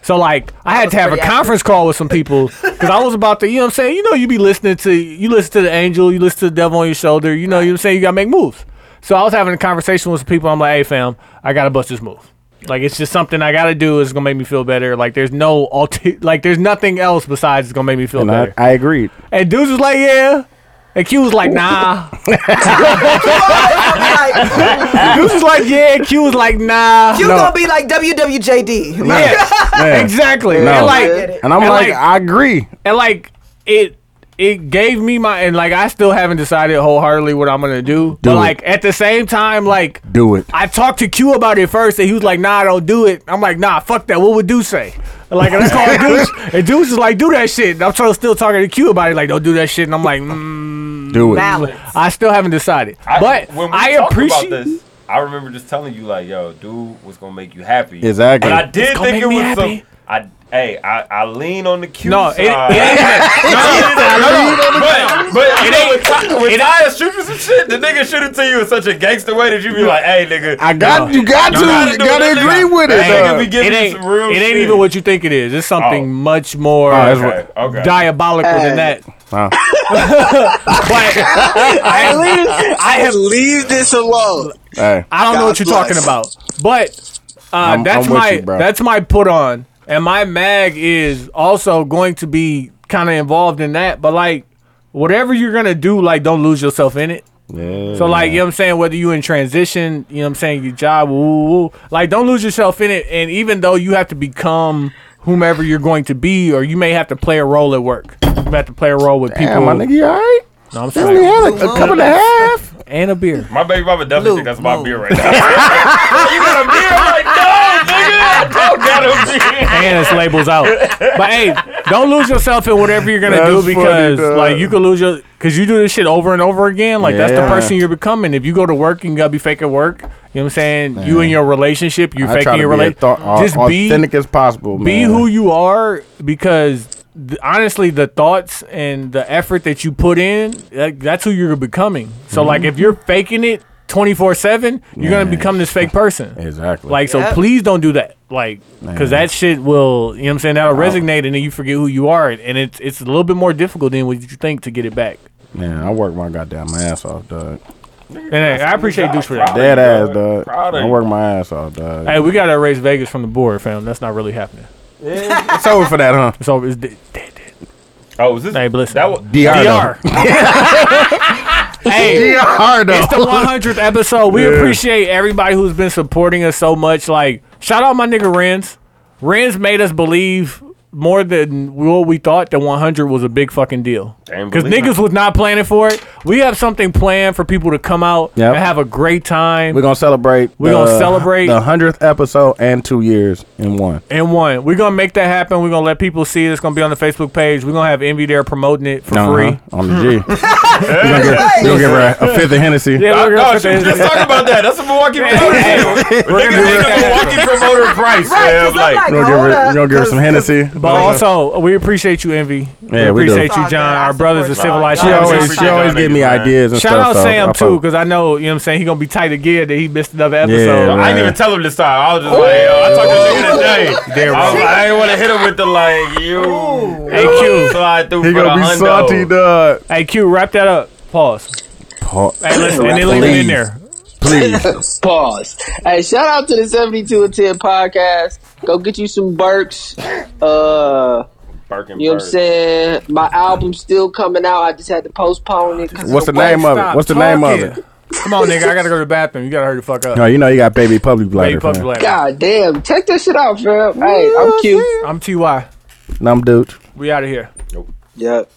Speaker 1: So like I had
Speaker 4: was
Speaker 1: to have a
Speaker 4: pretty accurate.
Speaker 1: conference call with some people because I was about to, you know what I'm saying? You know you be listening to you listen to the angel, you listen to the devil on your shoulder, you know you know what I'm saying? You got to make moves. So I was having a conversation with some people. I'm like, "Hey fam, I got to bust this move." Like it's just something I got to do. It's going to make me feel better. Like there's no alter- like there's nothing else besides it's going to make me feel
Speaker 2: And I,
Speaker 1: better.
Speaker 2: I agreed.
Speaker 1: and dudes was like, "Yeah." And Q was like, nah.
Speaker 4: like,
Speaker 1: Q was like, yeah. Q was like, nah.
Speaker 4: You
Speaker 1: No.
Speaker 4: gonna be like WWJD?
Speaker 1: Yeah, exactly.
Speaker 2: No.
Speaker 1: And like,
Speaker 2: And I'm like, I agree.
Speaker 1: and like it it gave me my and like I still haven't decided wholeheartedly what I'm gonna do.
Speaker 2: Do
Speaker 1: but
Speaker 2: it.
Speaker 1: like at the same time, like
Speaker 2: Do it.
Speaker 1: I talked to Q about it first and he was like, nah, don't do it. I'm like, nah, fuck that. What would Deuce say? And, Like let's call Deuce and Deuce is like, do that shit. And I'm trying, still talking to Q about it, like, don't do that shit. And I'm like, mm,
Speaker 2: Do it.
Speaker 4: Balance.
Speaker 1: I still haven't decided.
Speaker 5: I,
Speaker 1: but
Speaker 5: when we
Speaker 1: I
Speaker 5: talked
Speaker 1: appreciate
Speaker 5: about this. I remember just telling you like, yo, dude was gonna make you happy.
Speaker 2: Exactly.
Speaker 5: And I did
Speaker 1: gonna
Speaker 5: think it
Speaker 1: make me
Speaker 5: was some.
Speaker 1: happy.
Speaker 5: I hey, I, I lean on the Q
Speaker 1: No, it, it ain't
Speaker 5: side.
Speaker 1: that.
Speaker 5: But, but you
Speaker 1: ain't-
Speaker 5: know, with Ty- with Tyre shooters and shit, the nigga shoot it to you in such a gangster way that you be like, hey, nigga.
Speaker 2: I got you. Got
Speaker 5: No,
Speaker 2: to.
Speaker 5: no, no,
Speaker 2: you
Speaker 5: no,
Speaker 2: gotta
Speaker 5: no,
Speaker 2: agree
Speaker 5: no.
Speaker 2: with it.
Speaker 5: Hey,
Speaker 2: dog.
Speaker 5: nigga, we
Speaker 1: It
Speaker 5: giving you
Speaker 1: ain't,
Speaker 5: some real
Speaker 1: it ain't
Speaker 5: shit.
Speaker 1: even what you think it is. It's something
Speaker 5: Oh.
Speaker 1: much more
Speaker 2: that's
Speaker 5: Okay, okay.
Speaker 1: diabolical than that.
Speaker 2: Huh.
Speaker 1: But
Speaker 9: Hey, leave, I have leave this alone.
Speaker 2: Hey.
Speaker 1: I don't know what
Speaker 9: God
Speaker 1: you're
Speaker 9: bless.
Speaker 1: talking about. But uh,
Speaker 2: I'm-
Speaker 1: that's
Speaker 2: I'm with
Speaker 1: my
Speaker 2: you, bro.
Speaker 1: that's my put on, and my mag is also going to be kind of involved in that. But like, whatever you're gonna do, like, don't lose yourself in it.
Speaker 2: Yeah.
Speaker 1: So like you know what I'm saying, whether you in transition, you know what I'm saying, your job, woo, woo, woo, like don't lose yourself in it. And even though you have to become whomever you're going to be, or you may have to play a role at work. You have to play a role with people.
Speaker 2: Damn, my nigga, you all right?
Speaker 1: No, I'm
Speaker 2: You only
Speaker 1: sorry.
Speaker 2: had a, a cup and a half.
Speaker 1: And a beer.
Speaker 5: My baby mama definitely
Speaker 4: Lou,
Speaker 5: think that's my
Speaker 4: Lou.
Speaker 5: beer right now. you got a beer? I'm like, no, nigga, I don't got a beer.
Speaker 1: and it's labels out. But hey, don't lose yourself in whatever you're gonna do
Speaker 2: That's funny,
Speaker 1: because
Speaker 2: dog.
Speaker 1: like you could lose your because you do this shit over and over again. Like that's the
Speaker 2: Yeah.
Speaker 1: person you're becoming. If you go to work and you gotta be fake at work, you know what I'm saying. You and your relationship, you
Speaker 2: I try
Speaker 1: faking
Speaker 2: to
Speaker 1: your
Speaker 2: be as
Speaker 1: relationship.
Speaker 2: thought- au-
Speaker 1: Just be
Speaker 2: authentic as possible, man.
Speaker 1: be who you are because th- honestly the thoughts and the effort that you put in that, that's who you're becoming so
Speaker 2: Mm-hmm.
Speaker 1: like if you're faking it 24-7 you're gonna become this fake person
Speaker 2: Exactly.
Speaker 1: like so
Speaker 4: Yep.
Speaker 1: please don't do that like because
Speaker 2: Man.
Speaker 1: that shit will you know what i'm saying that'll resonate and then you forget who you are and it's it's a little bit more difficult than what you think to get it back
Speaker 2: Man, I work my goddamn ass off, dog.
Speaker 1: and hey, i appreciate Deuce for that
Speaker 2: Dead
Speaker 5: Proud of
Speaker 2: ass,
Speaker 5: you, dog.
Speaker 2: dog.
Speaker 5: Proud of
Speaker 2: I
Speaker 5: you.
Speaker 2: work my ass off, dog.
Speaker 1: hey we gotta erase vegas from the board fam that's not really happening
Speaker 2: It's over for that, huh?
Speaker 1: it's over it's dead, dead, dead.
Speaker 5: Oh, is this?
Speaker 1: Hey, listen.
Speaker 5: That was,
Speaker 2: DR.
Speaker 1: dr hey
Speaker 2: DR, though.
Speaker 1: It's the 100th episode. We appreciate everybody who's been supporting us so much. Like, shout out my nigga Renz. Renz made us believe more than what we thought that 100 was a big fucking deal.
Speaker 5: Damn,
Speaker 1: Because
Speaker 5: believe
Speaker 1: niggas
Speaker 5: it.
Speaker 1: was not planning for it. We have something planned for people to come out
Speaker 2: Yep.
Speaker 1: and have a great time.
Speaker 2: We're gonna celebrate.
Speaker 1: We gonna celebrate.
Speaker 2: the hundredth episode and two years in one.
Speaker 1: and one, we're gonna make that happen. We're gonna let people see it. It's gonna be on the Facebook page. We're gonna have Envy there promoting it for
Speaker 2: Uh-huh.
Speaker 1: free. Hmm.
Speaker 2: on the G. we gonna give, we gonna give her a, a fifth of Hennessy.
Speaker 1: Yeah,
Speaker 5: I,
Speaker 1: we're
Speaker 5: no,
Speaker 1: gonna put
Speaker 5: shit,
Speaker 1: that-
Speaker 5: just talk about that. That's a Milwaukee promoter. shit.
Speaker 1: We're gonna
Speaker 5: Niggas ain't
Speaker 1: do
Speaker 5: a
Speaker 1: that.
Speaker 5: Milwaukee promoter
Speaker 4: Right, 'cause
Speaker 5: price, man.
Speaker 4: I'm
Speaker 5: Like,
Speaker 4: like,
Speaker 2: We gonna give her, we gonna give her some
Speaker 4: Hold up,
Speaker 2: Hennessy.
Speaker 1: But also, we appreciate you, Envy.
Speaker 2: Yeah, we do.
Speaker 1: appreciate you,
Speaker 4: Fuck
Speaker 1: John.
Speaker 4: that. I
Speaker 1: Our brothers of
Speaker 4: support
Speaker 1: civilized.
Speaker 2: she
Speaker 4: y'all. Yeah,
Speaker 1: Civilizations.
Speaker 2: always
Speaker 5: appreciate
Speaker 2: she always
Speaker 5: y'all
Speaker 2: give me
Speaker 5: niggas, man.
Speaker 2: ideas and
Speaker 1: Shout
Speaker 2: stuff.
Speaker 1: out
Speaker 2: so I
Speaker 1: Sam
Speaker 2: fuck
Speaker 1: too,
Speaker 2: with-
Speaker 1: because I know you know what I'm saying he gonna be tight again that he missed another episode.
Speaker 5: I didn't
Speaker 2: man.
Speaker 5: even tell him this time. I was just like, yo, I talked to him today.
Speaker 1: Damn
Speaker 5: I, was
Speaker 1: right.
Speaker 5: like, I didn't want to hit him with the like, you.
Speaker 1: Hey, Q.
Speaker 5: Slide through
Speaker 2: He
Speaker 5: for
Speaker 2: gonna
Speaker 5: the
Speaker 2: be
Speaker 5: hundo.
Speaker 2: salty, dog.
Speaker 1: Hey Q, wrap that up. Pause. Hey, listen, and then leave it in there.
Speaker 2: Please,
Speaker 3: Pause. Hey, shout out to the 72 and 10 podcast. Go get you some Burks. Uh,
Speaker 5: Birkin
Speaker 3: you know what I'm
Speaker 5: Bird.
Speaker 3: saying? My album's still coming out. I just had to postpone it. 'cause
Speaker 2: what's the
Speaker 3: of weather.
Speaker 2: name of it? What's the name of it?
Speaker 1: Come on, nigga, I gotta go to the bathroom. You gotta hurry the fuck up.
Speaker 2: No, you know you got baby public
Speaker 1: Baby
Speaker 2: bladder.
Speaker 1: fuck
Speaker 2: fam.
Speaker 1: black.
Speaker 3: God damn. Check that shit out, fam. Hey, I'm cute.
Speaker 1: I'm Ty.
Speaker 2: Numb dude.
Speaker 1: We out of here.
Speaker 3: Yep.